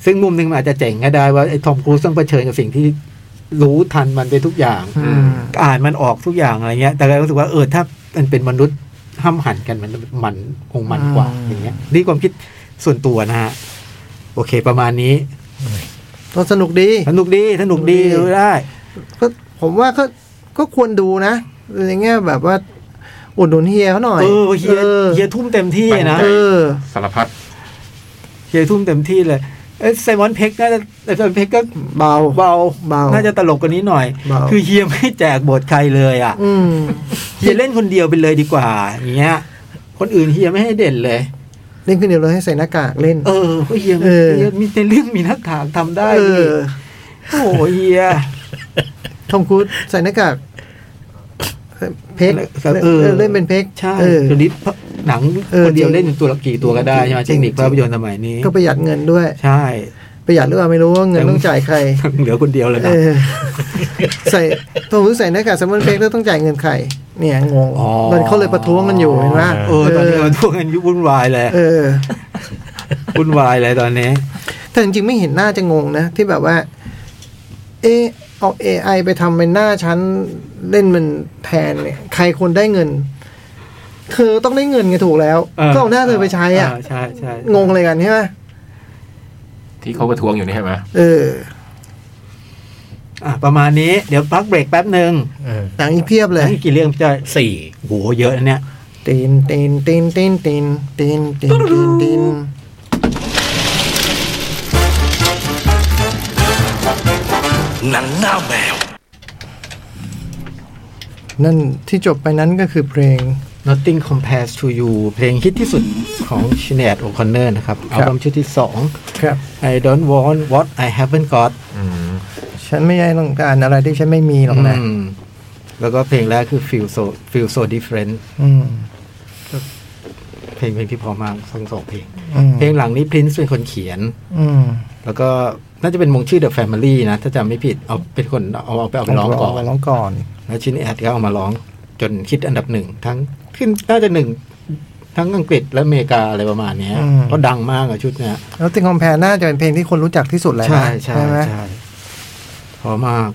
Speaker 3: ซึ่งมุมหนึงมันอาจจะเจ๋งก็ได้ว่าไอ้ทอมครูซต้องเผชิญกับสิ่งที่รู้ทันมันไปทุกอย่าง
Speaker 2: อืม
Speaker 3: อ่านมันออกทุกอย่างอะไรเงี้ย แต่เรารู้สึกว่าเออถ้ามันเป็นมนุษย์ห้ามหันกันมันมันคงมันกว่าอย่างเงี้ยนี่ความคิดส่วนตัวนะฮะโอเคประมาณนี้
Speaker 2: ก็สนุกดี
Speaker 3: สนุกดีสนุกดี
Speaker 2: สนุกดี
Speaker 3: ดูได้
Speaker 2: ก็ผมว่าก็ก็ควรดูนะในแง่แบบว่าอุดหนุนเฮียเขาหน่อย
Speaker 3: เออเฮีย
Speaker 2: ออ
Speaker 3: เฮียทุ่มเต็มที่นะ
Speaker 2: เออ
Speaker 1: สารพัด
Speaker 3: เฮียทุ่มเต็มที่เลยเอ้ยไซมอนเพ็กน่าจะไซมอนเพ็กก็
Speaker 2: เบา
Speaker 3: เบา
Speaker 2: เบา
Speaker 3: น่าจะตลกกว่านี้หน่อย
Speaker 2: เบา
Speaker 3: คือเฮียไม่แจกบทใครเลยอ่ะ
Speaker 2: อืม
Speaker 3: เฮียเล่นคนเดียวไปเลยดีกว่าอย่างเงี้ย คนอื่นเฮียไม่ให้เด่นเลย
Speaker 2: เล่นขึ้นเดียวเลยให้ใส่หน้ากากเล่น
Speaker 3: เออเพราะเฮีย
Speaker 2: เออ
Speaker 3: เฮียมีในเรื่องมีหนักถามทำได้
Speaker 2: เอ
Speaker 3: นี่
Speaker 2: อ
Speaker 3: โอ้โหเฮีย
Speaker 2: ทอมครูซใส่หน้ากากเพ็กเออเล่นเป็นเพ็ก
Speaker 3: ใช่
Speaker 2: เออ
Speaker 3: ตัวนี้หนัง
Speaker 2: เออ
Speaker 3: คนเดียว
Speaker 2: จริง
Speaker 3: เล่นตัวละกี่ตัวก็ได้ใช่ไหม
Speaker 2: จ
Speaker 3: เท
Speaker 2: ริง
Speaker 3: คนิค
Speaker 2: จริง
Speaker 3: ภาพยนตร์สมัยนี้
Speaker 2: ก็ประหยัดเงินด้วย
Speaker 3: ใช่ [LAUGHS]
Speaker 2: ประหยัดหรือเปล่าไม่รู้ว่าเงินต้องจ่ายใคร
Speaker 3: เหลือคนเดียวเลย
Speaker 2: เอ
Speaker 3: นะ
Speaker 2: อ ใส่ทอมครูซใส่หน้ากากแซมมอนเพ็กแล้วต้องจ่ายเงินใครเนี่ยงงมันเขาเลยประท้วงกันอยู่เห็นไหม
Speaker 3: เออตอนนี้เราทั่วกันยุ่งวุ่นวายเลย
Speaker 2: เออ
Speaker 3: วุ่นวายเลยตอนนี้
Speaker 2: แต่จริงๆไม่เห็นหน้าจะงงนะ ที่แบบว่า เอะเอา AI ไปทำเป็นหน้าชั้นเล่นมันแทนเนี่ย ใครคนได้เงิน เธอต้องได้เงินไงถูกแล้ว ก็เอาหน้าเธอไปใช้อ่ะ
Speaker 3: เใช่ใช่
Speaker 2: งงอะไรกันใช่ไหม
Speaker 1: ที่เขาประท้วงอยู่นี่ใช่ไหม
Speaker 2: เออ
Speaker 3: อ่ะประมาณนี้เดี๋ยวพักเบรกแป๊บหนึ่ง
Speaker 4: เออ
Speaker 2: หนังอีกเพียบเลย
Speaker 3: นี่กี่เรื่องจ้อย
Speaker 4: สี่
Speaker 3: โหเยอะนะเนี่ย
Speaker 2: ตีนตีนตีนตีนตีนตีนตีนตีนตีน
Speaker 5: หนังหน้าแมว
Speaker 2: นั่นที่จบไปนั้นก็คือเพลง
Speaker 3: Nothing compares to you เพลงฮิตที่สุดของชินแอดโอคอนเนอร์นะครับอัลบั้มชุดที่สอง
Speaker 2: ครับ
Speaker 3: I don't want what I haven't got
Speaker 1: อืม
Speaker 2: ฉันไม่ได้ต้องการอะไรที่ฉันไม่มีหรอกนะ
Speaker 3: อืมแล้วก็เพลงแรกคือ feel so feel so different
Speaker 2: อืม
Speaker 3: เพลงเพลงที่พอมากทั้งสองเพลง
Speaker 2: อืม
Speaker 3: เพลงหลังนี้ Prince เป็นคนเขียน
Speaker 2: อืม
Speaker 3: แล้วก็น่าจะเป็นวงชื่อ The Family นะ ถ้าจำไม่ผิดเอาเป็นคนเอาเอาไปเอาไปร้องก่อน
Speaker 2: ร้องก่อน
Speaker 3: แล้วชินแอดก็เอามาร้องจนคิดอันดับหนึ่ง ทั้งขึ้นน่าจะหนึ่ง ทั้งอังกฤษและอเมริกาอะไรประมาณเนี้ย
Speaker 2: อืม
Speaker 3: ก็ดังมากอะชุดเนี้ย
Speaker 2: แล้วติงคอมแพรน่าจะเป็นเพลงที่คนรู้จักที่สุดแล้วนะ
Speaker 3: ใช่ใช่
Speaker 2: ไหม
Speaker 3: ใช่พอมาก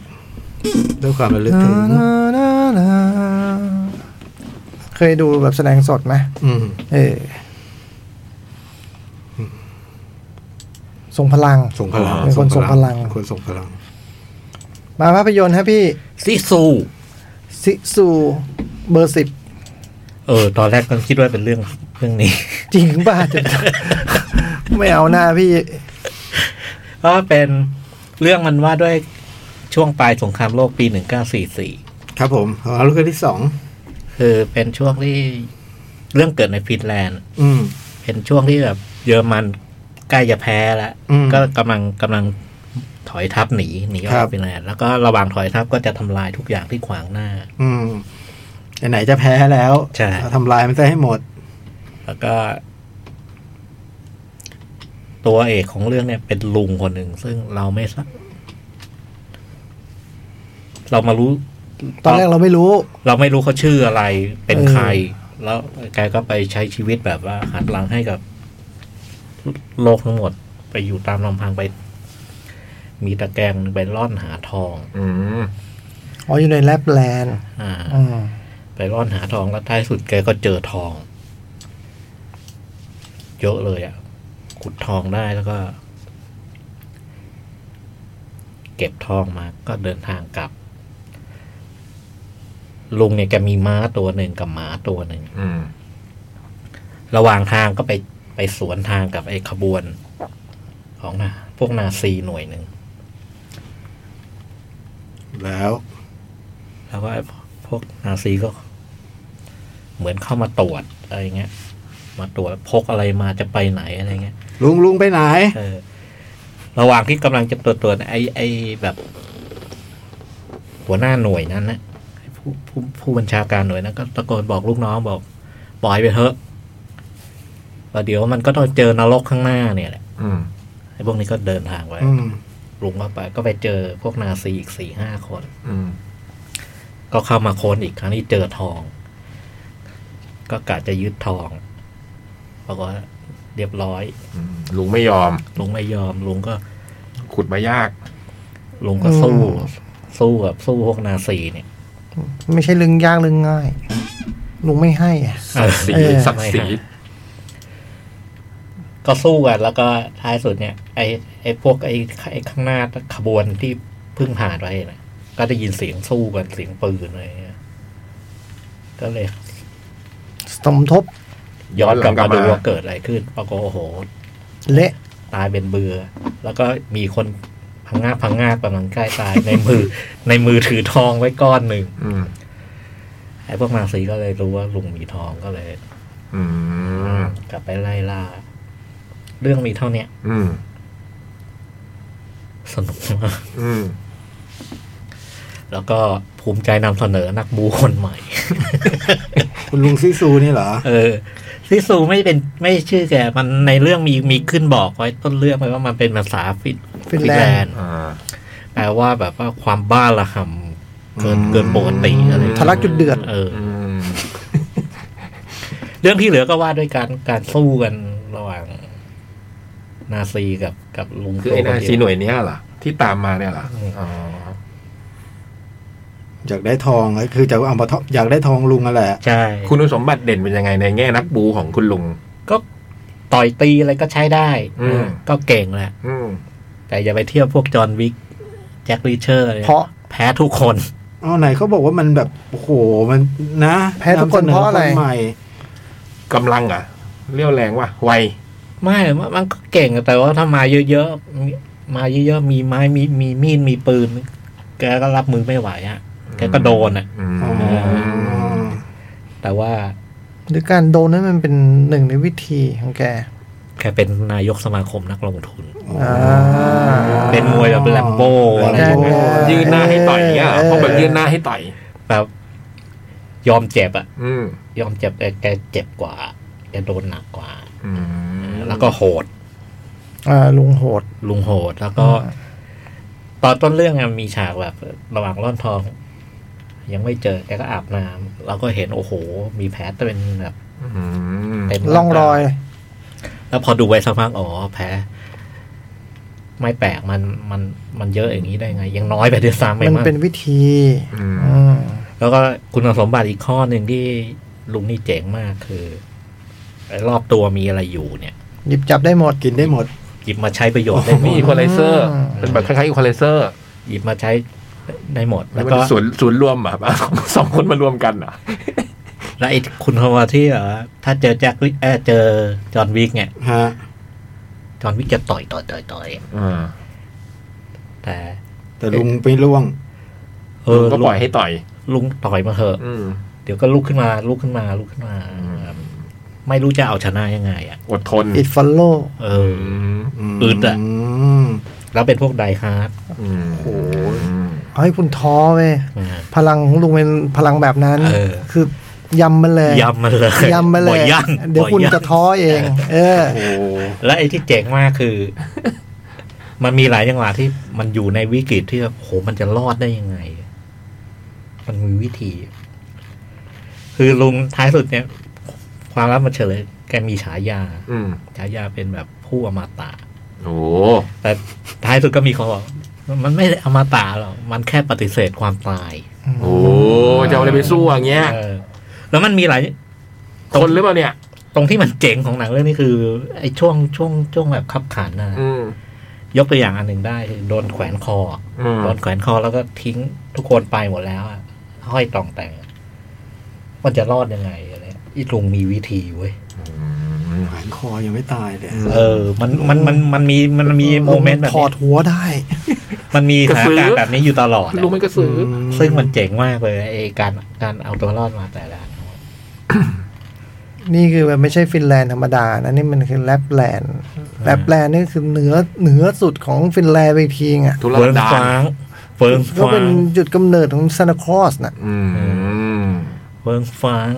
Speaker 3: ด้วยความระลึกถึง
Speaker 2: เคยดูแบบแสดงสดไหม
Speaker 3: อืม
Speaker 2: เอออทรงพลัง
Speaker 3: ส่งพลัง
Speaker 2: เป็นคนส่งพลัง
Speaker 3: คนส่งพลัง
Speaker 2: มาภาพยนตร์ฮะพี่
Speaker 4: ซิซู
Speaker 2: ซิซูเบอร์สิบ
Speaker 4: เออ ตอนแรกก็คิดว่าเป็นเรื่องเรื่องนี้
Speaker 2: จริงป่ะ
Speaker 3: [LAUGHS]
Speaker 2: จะไม่เอาหน้าพี่
Speaker 4: ก็เป็นเรื่องมันว่าด้วยช่วงปลายสงครามโลกปี 1944
Speaker 3: ครับผมเอาลูกที่สอง
Speaker 4: คือเป็นช่วงที่เรื่องเกิดในฟินแลนด์
Speaker 3: อืม
Speaker 4: เป็นช่วงที่แบบเยอรมันใกล้จะแพ้แล้ว
Speaker 3: อืม
Speaker 4: ก็กำลังกำลังถอยทัพหนีหนีออ
Speaker 3: ค
Speaker 4: ก
Speaker 3: รั
Speaker 4: จา
Speaker 3: บ
Speaker 4: กฟินแลนด์แล้วก็ระหว่างถอยทัพก็จะทำลายทุกอย่างที่ขวางหน้า
Speaker 3: อืมไหนๆจะแพ้แล้ว
Speaker 4: ใช่
Speaker 3: เอาทำลายมันซะให้หมด
Speaker 4: แล้วก็ ตัวเอกของเรื่องเนี่ยเป็นลุงคนหนึ่ง ซึ่งเราไม่ทราบเรามารู้
Speaker 2: ตอนแรกเราไม่รู้
Speaker 4: เราไม่รู้เขาชื่ออะไรเป็น
Speaker 2: เออ
Speaker 4: ใคร แล้วแกก็ไปใช้ชีวิตแบบว่าหันหลังให้กับโลกทั้งหมด ไปอยู่ตามลำพังไป มีตะแกรงไปล่อนหาทอง
Speaker 1: อืม
Speaker 2: อ๋ออยู่ในแลปแลนด์
Speaker 4: อ่า
Speaker 2: อืม
Speaker 4: ไปล่อนหาทองแล้วท้ายสุดแกก็เจอทอง เยอะเลยอะ่ะขุดทองได้แล้วก็ เก็บทองมาก็เดินทางกลับ ลุงเนี่ยแกมีม้าตัวหนึ่งกับหมาตัวหนึ่ง
Speaker 1: อืม
Speaker 4: ระหว่างทางก็ไปไปสวนทางกับไอ้ขบวน ของนาพวกนาซีหน่วยหนึ่ง
Speaker 3: แล้ว
Speaker 4: แล้วก็ไอ้พวกนาซีก็ เหมือนเข้ามาตรวจอะไรเงี้ย มาตรวจพกอะไรมาจะไปไหนอะไรเงี้ย
Speaker 3: ลุงลุงไปไหน
Speaker 4: เออ ระหว่างที่กำลังจะตรวจตรวจไอ้ไอ้แบบ หัวหน้าหน่วยนั้นนะไอ้ผู้ผู้ผู้บัญชาการหน่วยนั้นก็ตะโกนบอกลูกน้องบอกปล่อยไปเถอะแล้วเดี๋ยวมันก็ต้องเจอนรกข้างหน้าเนี่ยแหละ
Speaker 1: อืม
Speaker 4: ไอ้พวกนี้ก็เดินทางไป
Speaker 3: อืม
Speaker 4: ลุงก็ไปก็ไปเจอพวกนาซีอีกสี่ห้าคน
Speaker 1: อืม
Speaker 4: ก็เข้ามาค้นอีกครั้งนี้เจอทอง ก็กะจะยึดทองปรากฏว่าเรียบร้อย
Speaker 1: อืมลุงไม่ยอม
Speaker 4: ลุงไม่ยอม ลุงก็
Speaker 1: ขุดมายาก
Speaker 4: ลุงก็สู้ สู้กับสู้พวกนาซีเนี่ย
Speaker 2: ไม่ใช่เรื่องยากเรื่องง่าย ลุงไม่ให้อะ
Speaker 1: ศักดิ์ศรี
Speaker 2: เออ
Speaker 1: ศักดิ์ศรี
Speaker 4: ก็สู้กันแล้วก็ท้ายสุดเนี่ย ไอ้ไอ้พวกไอ้ไอ้ข้างหน้าขบวนที่เพิ่งผ่านไปนะก็ได้ยินเสียงสู้กันเสียงปืนอะไรอย่างเงี้ยก็เลย
Speaker 2: สมทบ
Speaker 4: ย้อนกลับมาดูว่าเกิดอะไรขึ้นปรากฏว่าโอ้โห
Speaker 2: เละ
Speaker 4: ตายเป็นเบือ แล้วก็มีคนพังงาบพังงาบกำลังใกล้ตาย ในมือ [LAUGHS] ในมือถือทองไว้ก้อนหนึ่ง
Speaker 1: อืม
Speaker 4: ไอ้พวกนาซีก็เลยรู้ว่าลุงมีทองก็เลย
Speaker 1: อืม
Speaker 4: กลับไปไล่ล่า เรื่องมีเท่าเนี้ย
Speaker 1: อืม
Speaker 4: สนุกมาก
Speaker 1: อืม
Speaker 4: แล้วก็ภูมิใจนำเสนอนักบูคนใหม่ [LAUGHS]
Speaker 3: คุณลุงซิซูนี่เหรอ
Speaker 4: เออซิซูไม่เป็นไม่ชื่อแกมันในเรื่องมีมีขึ้นบอกไว้ต้นเรื่องไว้ว่ามันเป็นภาษาฟิน
Speaker 2: ฟินแลนด์
Speaker 4: ด์
Speaker 1: อ่า
Speaker 4: แปลว่าแบบว่าความบ้าระห่ำเกิน
Speaker 3: อืม
Speaker 4: เกินปกติอะไร
Speaker 2: ทะลักจุดเดือด
Speaker 4: เออ
Speaker 1: อืม
Speaker 4: เรื่องที่เหลือก็ว่าด้วยการการสู้กันระหว่าง นาซีกับกับลุง
Speaker 1: คือไอ้
Speaker 4: ตัว
Speaker 1: นา
Speaker 4: เดียว
Speaker 1: ซีหน่วยเนี้ยเหรอที่ตามมาเนี่ยเหรออ๋อ
Speaker 3: อยากได้ทองก็คือจะเอามาทองอยากได้ทองลุงนั่นแหละ
Speaker 4: ใช่
Speaker 1: คุณสมบัติเด่นเป็นยังไงในแง่นักบูของคุณลุง
Speaker 4: ก็ต่อยตีอะไรก็ใช้ได้
Speaker 1: อืม
Speaker 4: ก็เก่งแหละ
Speaker 1: อืม
Speaker 4: แต่อย่าไปเที่ยวพวกจอห์นวิก แจ็ครีเชอร์อไ
Speaker 2: เพราะ
Speaker 4: แพ้ทุกคน
Speaker 3: เอาไหนเขาบอกว่ามันแบบ โอ้โห มันนะ
Speaker 2: แพ้ทุกคน
Speaker 3: ำส
Speaker 2: เพราะอะไร
Speaker 3: คใหม่
Speaker 1: กำลังเหรอ่ะ เรี่ยวแรงว่ะไว
Speaker 4: ไม่มันมันก็เก่งแต่ว่าถ้ามาเยอะๆมีมาเยอะๆ มีไม้มีมีมีดมีปืน แกก็รับมือไม่ไหวอะแกก็โดนอะ
Speaker 1: อืม
Speaker 3: อ๋อ
Speaker 4: แต่ว่า
Speaker 2: หรือการโดนนั้นมันเป็นหนึ่งในวิธีของแก
Speaker 4: แกเป็นนายกสมาคมนักลงทุน
Speaker 2: อ่า
Speaker 4: เป็นมวยแบบแลมโบ้อะไร
Speaker 2: แลมโบ้
Speaker 1: ยืนหน้าให้ต่อยเนี่ยเหรอเพราะแบบยืนหน้าให้ต่อย
Speaker 4: แบบยอมเจ็บอะ
Speaker 1: อืม
Speaker 4: ยอมเจ็บแต่แกเจ็บกว่าแกโดนหนักกว่า
Speaker 1: อืม
Speaker 4: แล้วก็โหด
Speaker 2: อ่าลุงโหด
Speaker 4: ลุงโหดแล้วก็
Speaker 2: อ่า
Speaker 4: ตอนต้นเรื่องอะมีฉากแบบระหว่างร่อนทอง ยังไม่เจอแกก็อาบน้ำเราก็เห็นโอ้โห มีแผลเป็นแบบ
Speaker 1: อืม
Speaker 4: เต็ม
Speaker 2: ล่องรอย
Speaker 4: ากายแล้วพอดูไปสักพักอ๋อแผลไม่แปลกมันมันมันเยอะอย่างนี้ได้ไง ยังน้อยไปด้วยซ้ำไม่
Speaker 2: มัน
Speaker 4: มาก
Speaker 2: เป็นวิธี
Speaker 1: อืม
Speaker 2: อืม
Speaker 4: แล้วก็คุณสมบัติอีกข้อหนึ่งที่ ลุงนี่เจ๋งมากคือไอ้รอบตัวมีอะไรอยู่เนี่ย
Speaker 2: หยิบจับได้หมด
Speaker 3: กินได้หมด
Speaker 4: หยิบมาใช้ประโยชน์ได้หม
Speaker 1: มี
Speaker 4: ด
Speaker 1: อีควอไลเซอร์
Speaker 2: อืม
Speaker 1: เป็นแบบคล้ายๆอีควอไลเซอร์
Speaker 4: หยิบมาใช้ได้หมด
Speaker 1: แล้
Speaker 4: แล้ว ว
Speaker 1: ก็
Speaker 4: ก็
Speaker 1: ศูนย์ศูนย์รวมแบบ [LAUGHS] สองคนมารวมกันอ่ะ
Speaker 4: แล้วไอ้คุณคาวาที่เหรอถ้าเจอแจ็คลิเออเจอจอห์นวิกเนี่ย
Speaker 3: ฮะ
Speaker 4: จอห์นวิกจะต่อยต่อยต่อยต่อย
Speaker 1: อ่า
Speaker 4: แต่
Speaker 3: แต่ลุงไม่ร่วง
Speaker 4: เออ
Speaker 1: ก็
Speaker 4: ลุง
Speaker 1: ปล่อยให้ต่อย
Speaker 4: ลุงต่อยมาเถอะ
Speaker 1: อืม
Speaker 4: เดี๋ยวก็ลุกขึ้นมาลุกขึ้นมาลุกขึ้นมา
Speaker 1: อืม
Speaker 4: ไม่รู้จะเอาชนะยังไงอ่ะ
Speaker 1: อดทน
Speaker 2: อิดฟันโล
Speaker 4: เออ
Speaker 1: ม
Speaker 4: อึดอะ
Speaker 3: ม
Speaker 4: แล้วเป็นพวกไดฮาร์ด
Speaker 1: อืม
Speaker 3: โอ้โห
Speaker 1: ม
Speaker 2: เอาให้คุณท้อเว้ย
Speaker 4: อืม
Speaker 2: พลังของลุงเป็นพลังแบบนั้น
Speaker 4: เออ
Speaker 2: คือยำมาเลย
Speaker 4: ยำมาเลย
Speaker 2: ยำมาเล
Speaker 4: บ่อย ย่าง
Speaker 2: เดี๋ยว
Speaker 4: บ่อ
Speaker 2: คุณ
Speaker 4: ย่าง
Speaker 2: จะท้อเอง เออ
Speaker 3: โอ้โห
Speaker 4: และไอ้ที่เจ๋งมากคือ [LAUGHS] มันมีหลายจังหวะที่มันอยู่ในวิกฤตที่แบบโหมันจะรอดได้ยังไง มันมีวิธี คือลุงท้ายสุดเนี่ย ความลับมันเฉลยแกมีฉายา
Speaker 1: อืม
Speaker 4: ฉายาเป็นแบบผู้อมตะ
Speaker 1: โอ้โห
Speaker 4: แต่ท้ายสุดก็มีคนบอกมันไม่ได้อมตะหรอกมันแค่ปฏิเสธความตาย
Speaker 1: โอ้โหจะเอาอะไรไปสู้อย่างเงี้ย
Speaker 4: เออแล้วมันมีหลาย
Speaker 1: คนหรือเปล่าเนี่ย
Speaker 4: ตรงที่มันเจ๋งของหนังเรื่องนี้คือ ไอ้ช่วงช่วงช่วงแบบขับขันนะ
Speaker 1: อืม
Speaker 4: ยกตัวอย่างอันหนึ่งได้คือโดนแขวนคอ
Speaker 1: อืม
Speaker 4: โดนแขวนคอแล้วก็ทิ้งทุกคนไปหมดแล้วอะห้อยตองแต่ง มันจะรอดยังไงอะไรอีลุงมีวิธีเว้ย
Speaker 3: หางคอยังไม่ตายเลย
Speaker 4: เออ มันมันมันมันมีมันมีโมเมนต์แบบ
Speaker 2: ถอด
Speaker 4: นี้
Speaker 2: หัวได้
Speaker 4: มันมีสถานการณ์แบบนี้อยู่ตลอดอะ
Speaker 1: ลุงมันก็ซื้ออ
Speaker 4: ซึ่งมันเจ๋งมากเลยไอการการเอาตัวรอดมาแต่ละอัน
Speaker 2: นี่คือแบบไม่ใช่ฟินแลนด์ธรรมดานะนี่มันคือแลปแลนด์แลปแลนด์นี่คือเหนือเหนือสุดของฟินแลนด์ไปอีกทีอ่ะ
Speaker 1: ทุร
Speaker 4: เฟิร์น
Speaker 1: นดา
Speaker 4: ฟ
Speaker 1: น
Speaker 4: วางเฟิร์น
Speaker 2: ก็
Speaker 4: ฟา
Speaker 2: เป็น
Speaker 4: ง
Speaker 2: จุดกำเนิดของซานตาคลอสน่ะ
Speaker 1: อืม
Speaker 4: เฟิร์นฟาง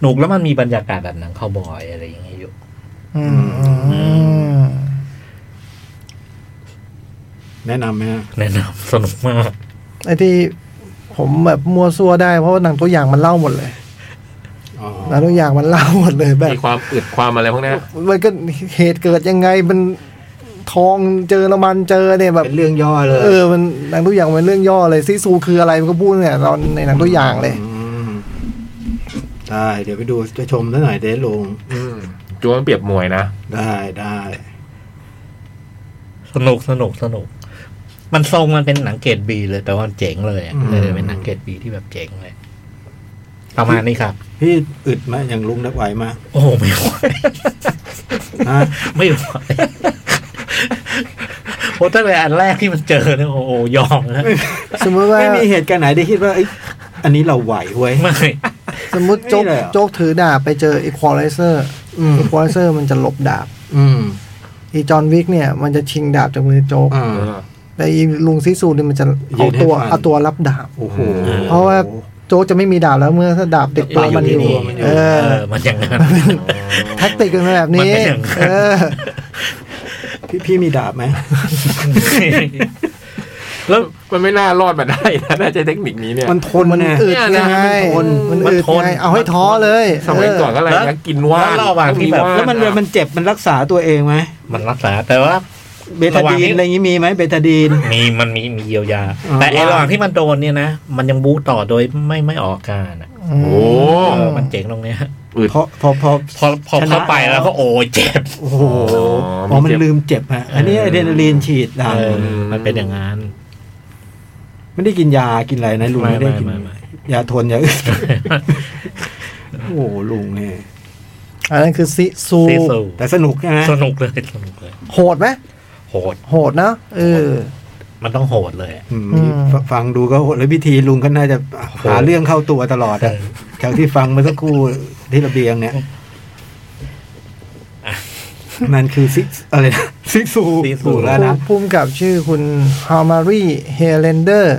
Speaker 4: หนุกแล้วมันมีบรรยากาศแบบหนังคาวบอยอะไรอย่างเงี้ยอยู่
Speaker 2: อืมอืม
Speaker 3: แนะนำไหมฮะ
Speaker 4: แนะนำส [LAUGHS] นุกมาก
Speaker 2: ไอ้ที่ผมแบบมัวซัวได้เพราะว่าหนังตัวอย่างมันเล่าหมดเลย
Speaker 3: อ๋อ
Speaker 2: หนังตัวอย่างมันเล่าหมดเลยแบบ
Speaker 1: มีความอึดความอะไรพวกเนี้ย
Speaker 2: มันก็เหตุเกิดยังไงมันทองเจอละมันเจอเนี่ยแบบ
Speaker 3: เป็นเรื่องย่อเลย
Speaker 2: เออมันหนังตัวอย่างมันเรื่องย่อเลยซีซูคืออะไรมันก็พูดเนี่ยตอนในหนังตัวอย่างเลย
Speaker 3: มได้เดี๋ยวไปดูจะชมซะหน่อยเดยวลง
Speaker 1: อืมจูว่ามันเปรียบมวยนะ
Speaker 3: ได้ได้
Speaker 4: สนุกสนุกสนุก มันทรงมันเป็นหนังเกรดบีเลย แต่ว่ามันเจ๋งเลยอะเออเป็นหนังเกรดบีที่แบบเจ๋งเลย ประมาณนี้ครับ
Speaker 3: พี่อึดไหมอย่างลุงนักไหวไหมา
Speaker 4: โอ้โหไม่ไหว
Speaker 3: ฮะ
Speaker 4: ไม่ไหวโอ้ตั้งแต่อันแรกที่มันเจอเนี่ยโอ้โหยอมแล้ว
Speaker 2: สมมติว่า
Speaker 3: ไม่มีเหตุการณ์ไหนได้คิดว่าเอ้ยอันนี้เราไหวเว้ย
Speaker 4: ไม่
Speaker 2: สมมติโจ๊ก
Speaker 3: ไม่ได้เหรอ
Speaker 2: โจ๊กถือดาบไปเจออีควอไลเซอร์
Speaker 3: อืม
Speaker 2: อีควอไลเซอร์มันจะหลบดาบ
Speaker 3: อืม
Speaker 2: อีจอห์นวิกเนี่ย มันจะชิงดาบจากมือโจ๊ก
Speaker 3: อ่า
Speaker 2: แต่อีลุงซิซูเนี่ยมันจะ
Speaker 3: ยื
Speaker 2: เอา
Speaker 3: นให้
Speaker 2: ตัว
Speaker 3: ฟัน
Speaker 2: เอาตัวรับดาบ
Speaker 3: โอ้โห
Speaker 2: เพราะว่าโจ๊กจะไม่มีดาบแล้วเมื่อถ้าดาบเด็กป่ามันอยู่
Speaker 3: มันอยู่
Speaker 2: เอ
Speaker 4: เอ
Speaker 2: อ
Speaker 4: อ มันอย่าง [LAUGHS] นั้น
Speaker 2: แท็กติกเป็นแบบ
Speaker 4: มัน
Speaker 2: นี้
Speaker 4: เป็นอย่างนั้น
Speaker 2: เออ
Speaker 3: พี่พี่มีดาบไหม
Speaker 1: แล้วมันไม่น่ารอดมาได้นะน่าจะเทคนิคนี้เนี่ย
Speaker 3: มันทน
Speaker 2: มัน
Speaker 3: ไง
Speaker 2: อึด
Speaker 1: เนี่ย
Speaker 2: ไง
Speaker 1: นะ
Speaker 3: มันทน
Speaker 2: มัน
Speaker 4: มัน
Speaker 2: อึด
Speaker 4: ทน
Speaker 2: ไงเอาให้ท้อเลย
Speaker 1: สมัยก่อน
Speaker 2: เ
Speaker 1: ก็อะไร
Speaker 4: แล้
Speaker 1: นะ
Speaker 4: ว
Speaker 1: กินว่าน
Speaker 4: แล้วระหว่างที่แบบ
Speaker 1: ต้อง
Speaker 3: แล้วมันเวลา
Speaker 1: ะ
Speaker 3: มันเจ็บมันรักษาตัวเองไหม
Speaker 4: มันรักษา แต่ว่า
Speaker 3: เบตา
Speaker 4: ระหว่าง
Speaker 3: ดี
Speaker 4: นี้
Speaker 3: นอะไรอย่างนี้มีไหมเบตาดีน
Speaker 4: มีมันมีมีเยียวยา
Speaker 3: อ่า
Speaker 4: แต่ไอ้ระหว่างที่มันโดนเนี่ยนะ มันยังบู๊ต่อโดยไม่ไม่ออกอาการอะ
Speaker 2: อืม
Speaker 1: โอ้โห
Speaker 4: เออมันเจ๋งตรงเนี้ย
Speaker 1: อึด
Speaker 3: พอพอพอ
Speaker 4: พอพอ
Speaker 3: ชนะ
Speaker 4: เข้าไปแล้วก็โอ้ยเจ็บ
Speaker 3: โอ้โห
Speaker 1: อ๋อ
Speaker 3: อ๋อ
Speaker 1: มั
Speaker 3: มันน
Speaker 1: เจ็บ
Speaker 3: ลืมเจ็บฮะอันนี้
Speaker 4: เออ
Speaker 3: อะดรีนาลีนฉีดดัง
Speaker 4: เออมันเป็นอย่างนั้น
Speaker 3: ไม่ได้กินยากินอะไรนะลุง
Speaker 4: ไม่
Speaker 3: ไม่ได้กิน
Speaker 4: ไม่ไม่
Speaker 3: ยาทนยาอื่นโอ้โหลุงเนี่ย
Speaker 2: อันนั้นคือซิซู
Speaker 4: ซีสู
Speaker 3: แต่สนุกใช่ไหม
Speaker 4: สนุกเลยสนุกเลย
Speaker 2: โหดไหม
Speaker 4: โหด
Speaker 2: โหดเนอะเออ
Speaker 4: มันต้องโหดเลย
Speaker 3: อืม
Speaker 2: อืม
Speaker 3: ฟังฟังดูก็โหดแล้วพิธีลุงก็น่าจะหาเรื่องเข้าตัวตลอดอะ
Speaker 4: เออ
Speaker 3: จากที่ฟังเมื่อสักครู่ที่ระเบียงเนี่ยนั่นคือซิอะไรนะซิซู
Speaker 4: ซิซู
Speaker 3: ถูกแล้ว
Speaker 2: ผู้
Speaker 3: นะ
Speaker 2: พุ่มกับชื่อคุณฮามารีเฮเลนเดอร์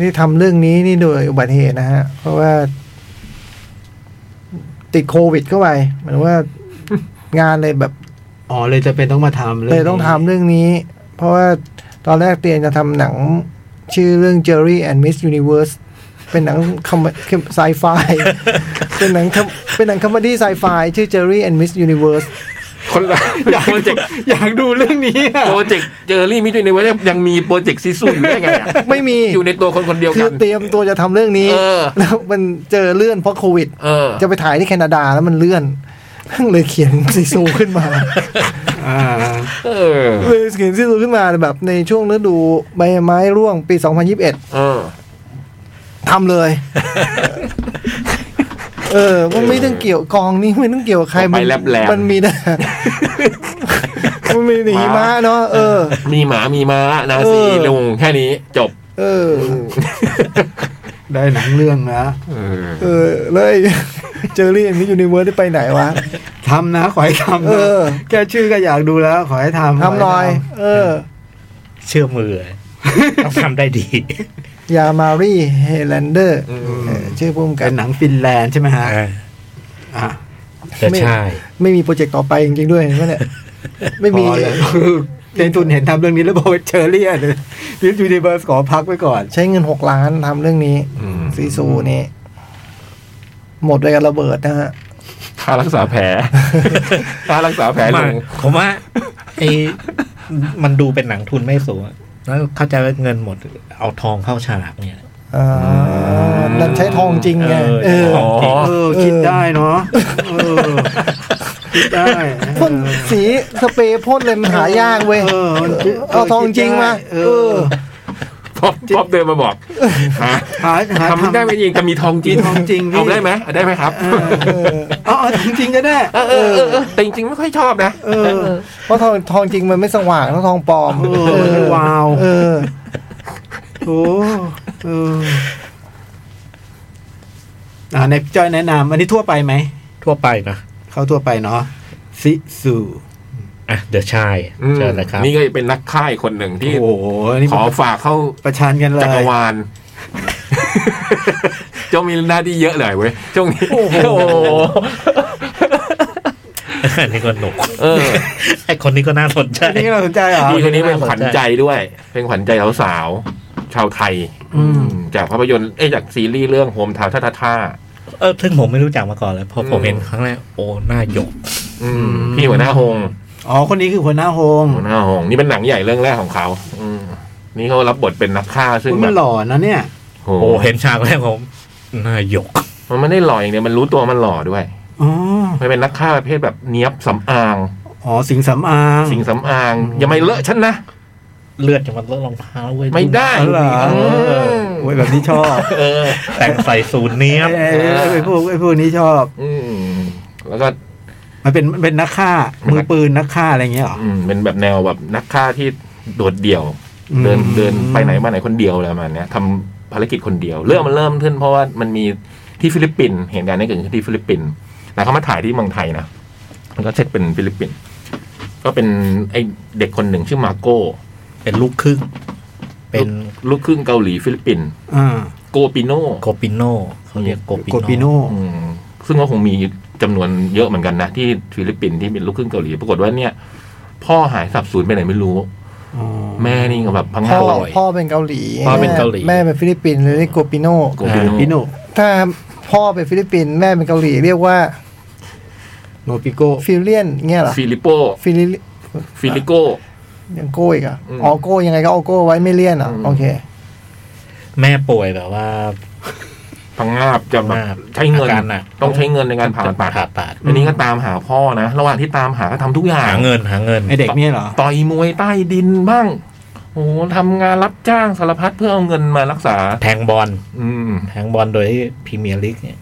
Speaker 2: ที่ทำเรื่องนี้นี่โดยอุบัติเหตุนะฮะ เพราะว่า ติดโควิดเข้าไปหมายถึง [LAUGHS] ว่างานเลยแบบ
Speaker 3: อ๋อเลยจะเป็นต้องมาทำ
Speaker 2: เล
Speaker 3: นี้
Speaker 2: ยต้องทำเรื่องนี้ เพราะว่าตอนแรกเตรียมจะทำหนัง ชื่อเรื่อง Jerry and Miss Universe เป็นหนังคอมไซ [LAUGHS] ไฟเป็นหนังคอมเป็นหนังคอมเมดี้ไซไฟชื่อ Jerry and Miss Universe
Speaker 1: คนละ
Speaker 3: อยาก
Speaker 1: โปรเจกต์
Speaker 3: อยากดูเรื่องนี้อะ
Speaker 1: โปรเจกต์เจอรี่มิจูในวันนี้ยังมีโปรเจกต์ซิซูอยู่ได้ไงอะ
Speaker 2: ไม่มี
Speaker 1: อยู่ในตัวคนคนเดียว
Speaker 2: คื
Speaker 1: กั
Speaker 2: อน เตรียมตัวจะทำเรื่องนี้
Speaker 1: เออ
Speaker 2: [LAUGHS] แล้วมันเจอเลื่อนเพราะโควิด
Speaker 1: เออ
Speaker 2: จะไปถ่ายที่แคนาดาแล้วมันเลื่อน [LAUGHS] เลยเขียนซีซูขึ้นมา [LAUGHS]
Speaker 3: อ่า
Speaker 1: เออ
Speaker 2: เลยเขียนซีซูขึ้นมาแบบในช่วงฤดูใบไม้ร่วงปี 2021
Speaker 1: เออ
Speaker 2: ทำเลย [LAUGHS] เออมันไม่ต้องเกี่ยวกองนี้ไม่ต้องเกี่ยวกับใคร
Speaker 1: ไปแลบแลบ
Speaker 2: มันมีนะ [LAUGHS] มันมีหนีม้าเนาะเออ
Speaker 1: มีหมามีม้านา
Speaker 2: เอ
Speaker 1: ซี
Speaker 2: อ
Speaker 1: ลุงแค่นี้จบ
Speaker 2: เออ
Speaker 3: ได้หนังเรื่องนะ
Speaker 1: เออ
Speaker 2: เออแล้วไอ้ [LAUGHS] เจอรี่มิยูนิเวิร์สได้ไปไหนวะ
Speaker 3: ทำนะขอให้ทำ
Speaker 2: เอ
Speaker 3: นะ
Speaker 2: อ
Speaker 3: แค่ชื่อก็อยากดูแล้ว ขอให้ทำ
Speaker 2: ทำหน่อย เออ
Speaker 4: เชื่อมือต้องทำได้ดี
Speaker 2: ยามารีเฮแลนเดอร์ชื่อพุ่ม
Speaker 3: ขอให้
Speaker 2: กัน
Speaker 3: ทำเป็นหนังฟินแลนด์ใช่ไหมฮะอ่ะ
Speaker 4: จะใช่
Speaker 2: ไม่มีโปรเจกต์ต่อไปจริงๆด้วยเห็นไหมเนี่ยไม่มี
Speaker 3: พอเลยคือ [LAUGHS] ในทุนเห็นทำเรื่องนี้แล้วบอกว่าเชอรี่อ่ะพิวจูนิเวิร์สขอพักไว้ก่อน
Speaker 2: ใช้เงินหกล้านทำเรื่องนี้
Speaker 1: อืม
Speaker 2: ซีซูนี่ หมดไปกับระเบิดนะฮะ
Speaker 1: ค่ารักษาแผล ค่ารักษาแผลลุง
Speaker 4: ผมว่าไอ้มันดูเป็นหนังทุนไม่สูงอะแล้วเข้าใจว่าเงินหมดเอาทองเข้าฉลากเนี่ย
Speaker 2: อ่านั่นใช้ทองจริงไง
Speaker 4: เอ
Speaker 2: เอ
Speaker 4: อ
Speaker 2: อ
Speaker 4: ทองจริง
Speaker 1: อ๋อ
Speaker 3: เออ คิดได้เนาะเออคิดได้
Speaker 2: พ่นสีสเปรย์พ่นเลยมันหายากเว้ย
Speaker 3: เออมันคิด
Speaker 2: เอาทองจริงมา
Speaker 3: เอ
Speaker 2: เอ
Speaker 3: อ
Speaker 2: อ
Speaker 1: ป๊อปป๊อปเดินมาบอกหา
Speaker 3: หาหา
Speaker 1: ทำได้ไหมจริงแต่มีทองจริง
Speaker 3: ทองจริงพี่
Speaker 1: เอาได้ไหมเอาได้ไหมครับ
Speaker 2: เออ
Speaker 3: เอาเอาทองจริงก็ได้
Speaker 1: เออเออเออเออแต่จริงๆไม่ค่อยชอบนะ
Speaker 3: เออ
Speaker 2: เพราะทองทองจริงมันไม่สว่างเท่าทองปลอม
Speaker 3: เออมันไม่วาว
Speaker 2: เออ
Speaker 3: โอ้เอออ่าในจอยแนะนำอันนี้ทั่วไปไหม
Speaker 4: ทั่วไปนะ
Speaker 3: เข้าทั่วไปเนาะซิสู
Speaker 4: อ่ะเดอะชายเจอนะครับ
Speaker 1: นี่ก็เป็นนักค่ายคนหนึ่ง
Speaker 3: โอ้
Speaker 1: ที่
Speaker 3: โหอันนี่
Speaker 1: ขอฝากเข้า
Speaker 3: ประชันกันเลย
Speaker 1: จักร
Speaker 3: [LAUGHS]
Speaker 1: วาลเจ้ามีหน้าที่เยอะเลยเว้ยช่วงนี้โอ้โห
Speaker 4: อันนี้ก็หนุก
Speaker 1: เออ
Speaker 4: ไอคนนี้ก็น่าสนใจ
Speaker 3: อันนี้เราสนใจเหรอ
Speaker 1: พี่คนนี้เป็นขวัญใจด้วย เป็นขวัญใจสาวๆชาวไทย
Speaker 3: อืม
Speaker 1: จากภาพยนตร์เอ้ยจากซีรีส์เรื่องโฮมทาวท่าท่าท่า
Speaker 4: เออซึ่งผมไม่รู้จักมาก่อนเลยพอผมเห็นครั้งแรกโอ้หน้าหยก
Speaker 1: อืมพี่หัวหน้าหง
Speaker 3: อ๋อ คนนี้คือหัวหน้าโฮง
Speaker 1: หัวหน้าหงนี่เป็นหนังใหญ่เรื่องแรกของเขา อืมนี่เขารับบทเป็นนักฆ่าซึ่ง
Speaker 3: อุ๊ย
Speaker 1: แบ
Speaker 3: มัน
Speaker 1: บ
Speaker 3: หล่อนะเนี่ย
Speaker 1: โห
Speaker 4: โอ้เห็นฉากแรกผมหน้าหยก
Speaker 1: มันไม่ได้หล่ออย่างเดียวมันรู้ตัวมันหล่อด้วย
Speaker 3: อ๋อ
Speaker 1: มันเป็นนักฆ่าประเภทแบบเนี้ยบสำอาง
Speaker 3: อ๋อ สิงสำอาง
Speaker 1: สิ่งสำอาง อย่ามาเลอะฉันนะ
Speaker 4: เลือดจะมาเลอะรองเท้าเว้ย
Speaker 1: ไม่ได้
Speaker 3: อ๋อเหรอ
Speaker 1: อืม
Speaker 3: โอ้ยแบบนี้ชอบ
Speaker 1: เออ
Speaker 4: แต่งใส่สูทเนี้ยบ
Speaker 3: ไอ้ไอ้ไอ้พวกไอ้พวกนี้ชอบ
Speaker 1: อืมแล้วก็
Speaker 3: มันเป็นเป็นนักฆ่า มือปืนนักฆ่าอะไรอย่างเงี้ยเหรอ
Speaker 1: อืมเป็นแบบแนวแบบนักฆ่าที่โดดเดี่ยว
Speaker 3: อืม
Speaker 1: เดินเดินไปไหนมาไหนคนเดียวอะไรประมาณเนี้ยทำภารกิจคนเดียว เรื่องมันเริ่มขึ้นเพราะว่ามันมีที่ฟิลิปปินส์เหตุการณ์นี้เกิดขึ้นที่ฟิลิปปินส์แต่เขามาถ่ายที่เมืองไทยนะมันก็เช็คเป็นฟิลิปปินส์ก็เป็นไอเด็กคนหนึ่งชื่อมาโก้
Speaker 4: เป็นลูกครึ่ง เป็น
Speaker 1: ลูกครึ่งเกาหลีฟิลิปปินส์
Speaker 3: อ่า
Speaker 1: โกปิโน
Speaker 4: โกปิโน่เขาเรียกโก
Speaker 3: โก
Speaker 4: ปิ
Speaker 3: ปิ
Speaker 4: โน่
Speaker 3: โน่
Speaker 1: อืมซึ่งก็คงมีจำนวนเยอะเหมือนกันนะ ที่ฟิลิปปินส์ที่เป็นลูกครึ่งเกาหลีปรากฏว่าเนี่ย พ่อหายสับสูญไปไหนไม่รู้
Speaker 3: อ๋อ
Speaker 1: แม่นี่ก็แบบพัง
Speaker 2: พ่
Speaker 1: งา
Speaker 2: อ
Speaker 1: ลอย
Speaker 2: พ่อเป็นเกาหลี
Speaker 1: พ่อเป็นเกาหลี
Speaker 2: แม่เป็นฟิลิปปินส์เลยเรียกโกปิโน
Speaker 1: โกปิ
Speaker 3: ปิ
Speaker 1: โน
Speaker 3: โน่
Speaker 2: ถ้าพ่อเป็นฟิลิปปินส์แม่เป็นเกาหลีเรียกว่า
Speaker 3: โนปิโก้
Speaker 2: ฟิลเลียนเงี้ยเหรอ
Speaker 1: ฟิลิปโป
Speaker 2: ฟิลิ
Speaker 1: ฟิลิโก
Speaker 2: ยังโก้อีกอ่ะ
Speaker 1: อืม
Speaker 2: ออโก้ยังไงก็ออโก้ไว้ไม่เลี่ยนอ่ะ
Speaker 1: อืม
Speaker 2: โอเค
Speaker 4: แม่ป่วยแบบว่า
Speaker 1: พังงาบจะแบบ
Speaker 4: พังงาบ
Speaker 1: ใช้เงิน
Speaker 4: อาการหนัก
Speaker 1: ต้องใช้เงินในการผ่าตัด
Speaker 4: ผ่าตัด
Speaker 1: อันนี้ก็ตามหาพ่อนะ ระหว่างที่ตามหาก็ทำทุกอย่า
Speaker 4: หาง เงินหาเงิน
Speaker 3: ไอเด็กเนี่ยเหรอ
Speaker 1: ต่อยมวยใต้ดินบ้าง โอ้โหทำงานรับจ้างสารพัดเพื่อเอาเงินมารักษา
Speaker 4: แทงบอล
Speaker 1: อืม
Speaker 4: แทงบอลโดยที่พรีเมียร์ลีกเนี่ย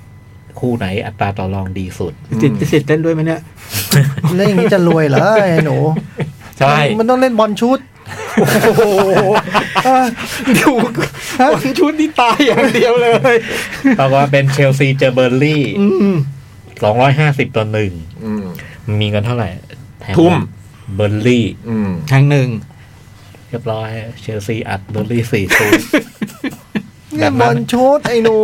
Speaker 4: คู่ไหนอัตราต่อรองดีสุด
Speaker 3: จิตจะสิทธิ์เล่นด้วยไหมเนี่ย
Speaker 2: แล้วอย่างนี้จะรวยเหรอไอ้หนู
Speaker 1: ใช่
Speaker 2: มันต้องเล่นบอลชุด
Speaker 3: โอ้โหดูคนชุดนี่ตายอย่างเดียวเลย
Speaker 1: [LAUGHS]
Speaker 4: ปรากฏว่าเป็นเชลซีเจอเบอร์ลี่
Speaker 3: อืม
Speaker 4: สองร้อยห้าสิบต่อหนึ่ง
Speaker 1: อืม
Speaker 4: มีเงินเท่าไหร่แทง
Speaker 1: ทุ่ม
Speaker 4: เบอร์ลี่
Speaker 1: อืม
Speaker 3: ทางหนึ่ง
Speaker 4: เรียบร้อยเชลซีอัดเบอร์ลี่สี่ศูนย์ แบ
Speaker 2: เล่
Speaker 4: บ
Speaker 2: นบ
Speaker 4: นั้
Speaker 2: อน ลชุดไอ้หนู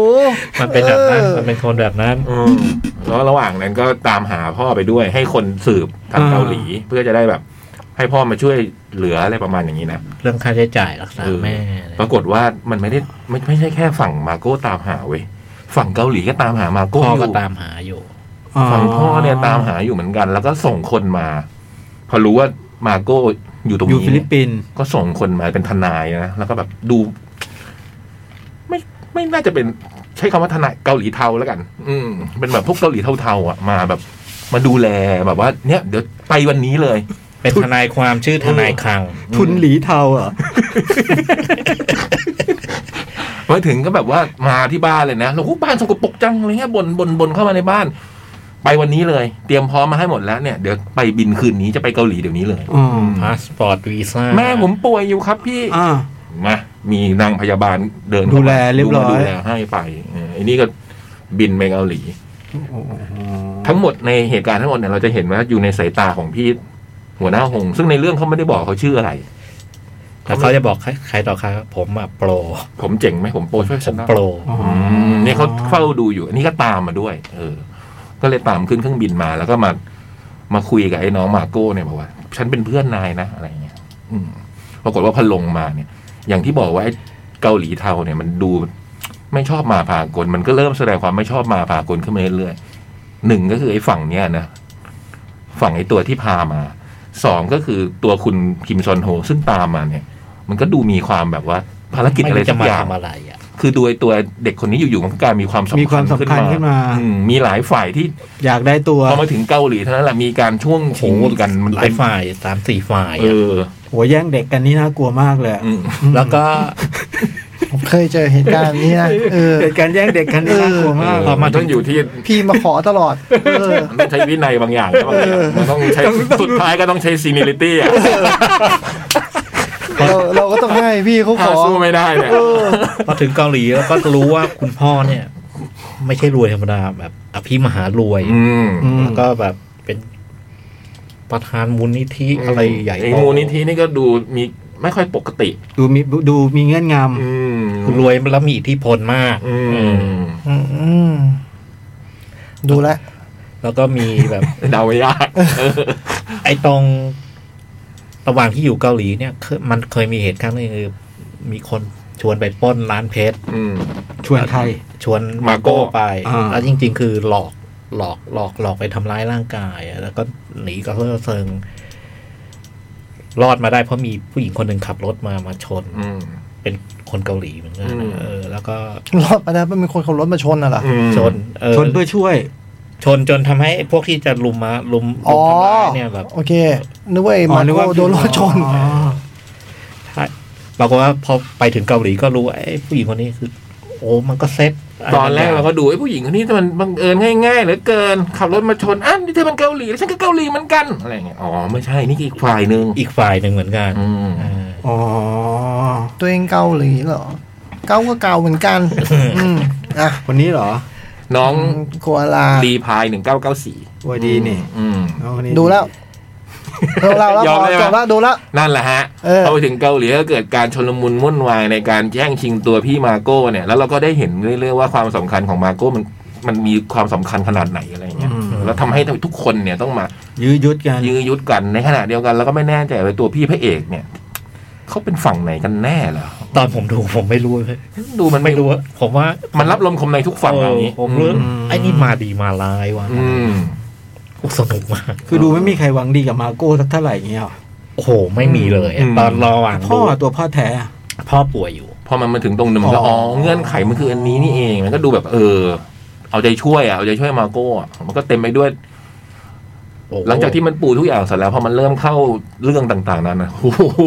Speaker 4: มันเป็นแบบนั้น
Speaker 2: ออ
Speaker 4: มันเป็นคนแบบนั้น
Speaker 1: อืม แล้วระหว่างนั้นก็ตามหาพ่อไปด้วย ให้คนสืบทาง
Speaker 3: อ่า
Speaker 1: เกาหลี เพื่อจะได้แบบ ให้พ่อมาช่วยเหลืออะไรประมาณอย่างนี้นะ
Speaker 4: เรื่องค่าใช้จ่ายรักษา
Speaker 1: เออ
Speaker 4: แม่
Speaker 1: ปรากฏว่ามันไม่ได้ไม่ไม่ใช่แค่ฝั่งมาโก้ตามหาเว้ย ฝั่งเกาหลีก็ตามหามาโก้
Speaker 4: พ่อ
Speaker 1: อ
Speaker 4: ก็
Speaker 1: ยู่
Speaker 4: ตามหาอยู่
Speaker 1: ฝั่งพ่อเนี่ยตามหาอยู่เหมือนกัน แล้วก็ส่งคนมา พอรู้ว่ามาโก้อยู่ตรง
Speaker 6: อยู่
Speaker 1: นี้
Speaker 6: ฟิลิปปินส์
Speaker 1: ก็ส่งคนมาเป็นทนายนะแล้วก็แบบดู ไม่ไม่น่าจะเป็นใช้คำว่าทนายเกาหลีเทาแล้วกัน อืม เป็นแบบพวกเกาหลีเทาๆอ่ะมาแบบ มาดูแลแบบว่า เนี่ย เดี๋ยวไปวันนี้เลย
Speaker 4: เป็นทนายความชื่อทนายคลัง
Speaker 6: ทุนหลีเทาเหรอ่ะ
Speaker 1: มาถึงก็แบบว่ามาที่บ้านเลยนะเราโอ้บ้านสกปรกจังอะไรเงี้ยบนบนบนเข้ามาในบ้าน ไปวันนี้เลย เตรียมพร้อมมาให้หมดแล้วเนี่ยเดี๋ยวไปบินคืนนี้จะไปเกาหลีเดี๋ยวนี้เลย
Speaker 6: อ๋อ
Speaker 4: พาสปอร์ตวีซ่า
Speaker 1: แม่ผมป่วยอยู่ครับพี่
Speaker 6: อ่า
Speaker 1: มามีนางพยาบาลเดิน
Speaker 6: ดูแลเรียบร้อย
Speaker 1: ดูแลให้ไปเออไอันนี้ก็บินไปเกาหลี ทั้งหมดในเหตุการณ์ทั้งหมดเนี่ยเราจะเห็นว่าอยู่ในสายตาของพี่หัวหน้าหง ซึ่งในเรื่องเขาไม่ได้บอกเขาชื่ออะไร
Speaker 4: แต่เขาจะบอกใครใครต่อใครว่าผมอะโปร
Speaker 1: ผมเจ๋งไหมผมโปรช่วย
Speaker 4: ผ
Speaker 1: ฉัน
Speaker 4: ม
Speaker 1: นะ
Speaker 4: โปร
Speaker 1: อืมเนี่ยเขาเฝ้าดูอยู่ อันนี้ก็ตามมาด้วย เออ ก็เลยตามขึ้นเครื่องบินมา แล้วก็มา มาคุยกับไอ้น้องมาโก้เนี่ยบอกว่า ฉันเป็นเพื่อนนายนะอะไรเงี้ย อืมปรากฏว่าพอลงมาเนี่ย อย่างที่บอกว่าไอ้เกาหลีเทาเนี่ยมันดู ไม่ชอบมาพากล มันก็เริ่มแสดงความไม่ชอบมาพากลขึ้นมาเรื่อยๆหนึ่งก็คือไอ้ฝั่งเนี่ยนะ ฝั่งไอ้ตัวที่พามา สองก็คือตัวคุณคิมซอนโฮซึ่งตามมาเนี่ย มันก็ดูมีความแบบว่าภารกิจอะไรสักอย่าง
Speaker 4: ม่รู้จะมทำอะไรอ่ะ
Speaker 1: คือโดยตัวเด็กคนนี้อยู่ๆมันก็กลายมีความสำคัญ
Speaker 6: มีความสำคัญขึ้นมา
Speaker 1: อืมมีหลายฝ่ายที่
Speaker 6: อยากได้ตัว
Speaker 1: พอมาถึงเกาหลีเท่านั้นแหละมีการช่วงชิงกันมัน
Speaker 4: หลา
Speaker 1: เป็
Speaker 4: ย
Speaker 1: น
Speaker 4: ฝ่ายสามสี่ฝ่าย
Speaker 1: เอ
Speaker 4: อะ
Speaker 1: อ
Speaker 6: หัวแย่งเด็กกันนี่น่ากลัวมากเลยอะ
Speaker 1: อืม
Speaker 4: แล้วก็
Speaker 2: ผมเคยเจอเหตุการณ์แบบนี้นะเออ
Speaker 6: เหตุการณ์แย่งเด็กกันนี่น่ากลัวมาก
Speaker 1: เออมันต้องอยู่ที่
Speaker 2: พี่มาขอตลอด เออ
Speaker 1: มันต้องใช้วินัยบางอย่างนะบางอย่างมันต้องใช้สุดท้ายก็ต้องใช้ซีนิลิตี้อ่ะ
Speaker 2: เราเราก็ต้องให้พี่เขาข
Speaker 1: หา
Speaker 2: อ
Speaker 1: สู้ไม่ได้เนี่ย
Speaker 4: พอถึงเกาหลีแล้วก็รู้ว่าคุณพ่อเนี่ย ไม่ใช่รวยธรรมดาแบบอภิมหารวย
Speaker 1: อืม
Speaker 4: แล้วก็แบบเป็นประธานมูลนิธิอะไรใหญ่
Speaker 1: ไอ้
Speaker 4: โต
Speaker 1: มูลนิธินี่ก็ดูมีไม่ค่อยปกติ
Speaker 6: ดูมีดูมีเงื่อนง
Speaker 1: อืม
Speaker 4: รวยแล้วมีอิทธิพลมาก
Speaker 1: อืม
Speaker 2: อืมดูแลว
Speaker 4: แล้วก็มีแบบ [LAUGHS]
Speaker 1: เดาไม่ยาก
Speaker 4: ไอ้ตรงระหว่างที่อยู่เกาหลีเนี่ยเคยมันเคยมีเหตุการณ์หนึงคือมีคนชวนไปปล้นร้านเพชร
Speaker 1: อืม
Speaker 6: ำชวนใคร
Speaker 4: ชวน
Speaker 1: มาโก้
Speaker 4: ไป
Speaker 6: อ่า
Speaker 4: แล้วจริง ๆ คือหลอกหลอกหลอกหลอกไปทำร้ายร่างกายอะแล้วก็หนีก็เลิกเซิง รอดมาได้เพราะมีผู้หญิงคนหนึ่งขับรถมามาชน
Speaker 1: อืม
Speaker 4: เป็นคนเกาหลีเหมือนกัน
Speaker 1: อืม
Speaker 4: เออ แล้วก็
Speaker 2: รอดมาได้เป็นคนขับรถมาชนน่ะเหรอ
Speaker 1: อืม
Speaker 4: ชนเออ
Speaker 6: ชวนเพื่อช่วย
Speaker 4: ชนจนทำให้พวกที่จะลุมมาลุม
Speaker 2: อ๋
Speaker 4: ลุ
Speaker 2: อ
Speaker 4: มทำร้ายเนี่ยแบบ
Speaker 2: โอเค นึกว่าไอ้
Speaker 6: อ๋อ
Speaker 2: มา
Speaker 6: นึก
Speaker 2: โก
Speaker 6: ว่า
Speaker 2: โดนรถชน
Speaker 4: ถ้าปรากฏว่าพอไปถึงเกาหลีก็รู้ว่าไอ้ผู้หญิงคนนี้คือ โอ้มันก็เซ็ตะไ
Speaker 1: ตอนแรก
Speaker 4: บงย่ง
Speaker 1: เราก็ดูไอ้ผู้หญิงคนนี้มันบังเอิญง่ายๆเหลือเกิน ขับรถมาชนอ่ะนี่เธอเป็นเกาหลีแล้วฉันก็เกาหลีเหมือนกันอะไรอย่างเงี้ยอ๋อไม่ใช่นี่อีกฝ่ายหนึ่ง
Speaker 4: อีกฝ่ายหนึ่งเหมือนกัน
Speaker 1: อืม
Speaker 4: อ่า
Speaker 6: อ๋อ
Speaker 2: ตัวเองเกาหลีเหรอ เกาก็เกาเหมือนกัน อืมอ่ะ
Speaker 6: คนนี้เหรอ
Speaker 1: น้อง
Speaker 2: กัวลา
Speaker 1: ดีพายหนึ่งเก้าเก้าสี่
Speaker 6: โอ้ยดีนี่
Speaker 1: อืม
Speaker 6: น้องคนนี้
Speaker 2: ดูแล้วเราเราแล้ว
Speaker 1: ยอม
Speaker 2: พอ
Speaker 1: ได้ไหม
Speaker 2: จบแล้วดูแล้ว
Speaker 1: นั่นแหละฮะ
Speaker 2: เออ
Speaker 1: พอไปถึงเกาหลีก็เกิดการชนลมุนวุ่นวายในการแย่งชิงตัวพี่มาโก้เนี่ย แล้วเราก็ได้เห็นเรื่อยๆว่าความสำคัญของมาโก้มันมันมีความสำคัญขนาดไหนอะไรอย่างเงี้ย
Speaker 6: อืม
Speaker 1: แล้วทำให้ทุกคนเนี่ยต้องมา
Speaker 6: ยื้อยุดกัน
Speaker 1: ยื้อยุดกันในขณะเดียวกันแล้วก็ไม่แน่ใจว่าตัวพี่พระเอกเนี่ยเขาเป็นฝั่งไหนกันแน่เหรอ
Speaker 4: ตอนผมดูผมไม่รู้เลย
Speaker 1: ดูมัน
Speaker 4: ไม่รู้ว่าผมว่า
Speaker 1: มันรับลมคมในทุกฝั่ง
Speaker 4: เอ
Speaker 1: เอา
Speaker 4: อ
Speaker 1: งี้
Speaker 4: ผมรู้
Speaker 1: อืม
Speaker 4: ไอ้นี่มาดีมาร้ายว่ะ
Speaker 1: อืม
Speaker 4: อุ๊ยสนุกมาก
Speaker 6: คือดูไม่มีใครหวังดีกับมาโก้สักเท่าไหร่อย่างเงี้ยหรอ
Speaker 4: โอ้โห ไม่มีเลยอะตอนรอหว่าง
Speaker 6: พ่อ
Speaker 4: ดู
Speaker 6: ตัวพ่อแท้อะ
Speaker 4: พ่อป่วยอยู่
Speaker 1: พอมันมาถึงตรงนึงมันก็
Speaker 6: อ๋
Speaker 1: อ๋อ
Speaker 6: อ
Speaker 1: เงื่อนไขมันคืออันนี้นี่เองมันก็ดูแบบเออ เอาใจช่วยอ่ะเอาใจช่วยมาโก้อะมันก็เต็มไปด้วย
Speaker 4: โอ้โ
Speaker 1: หลังจากที่มันปูทุกอย่างเสร็จแล้วพอมันเริ่มเข้าเรื่องต่าง ๆ นั้นนะโอ้โห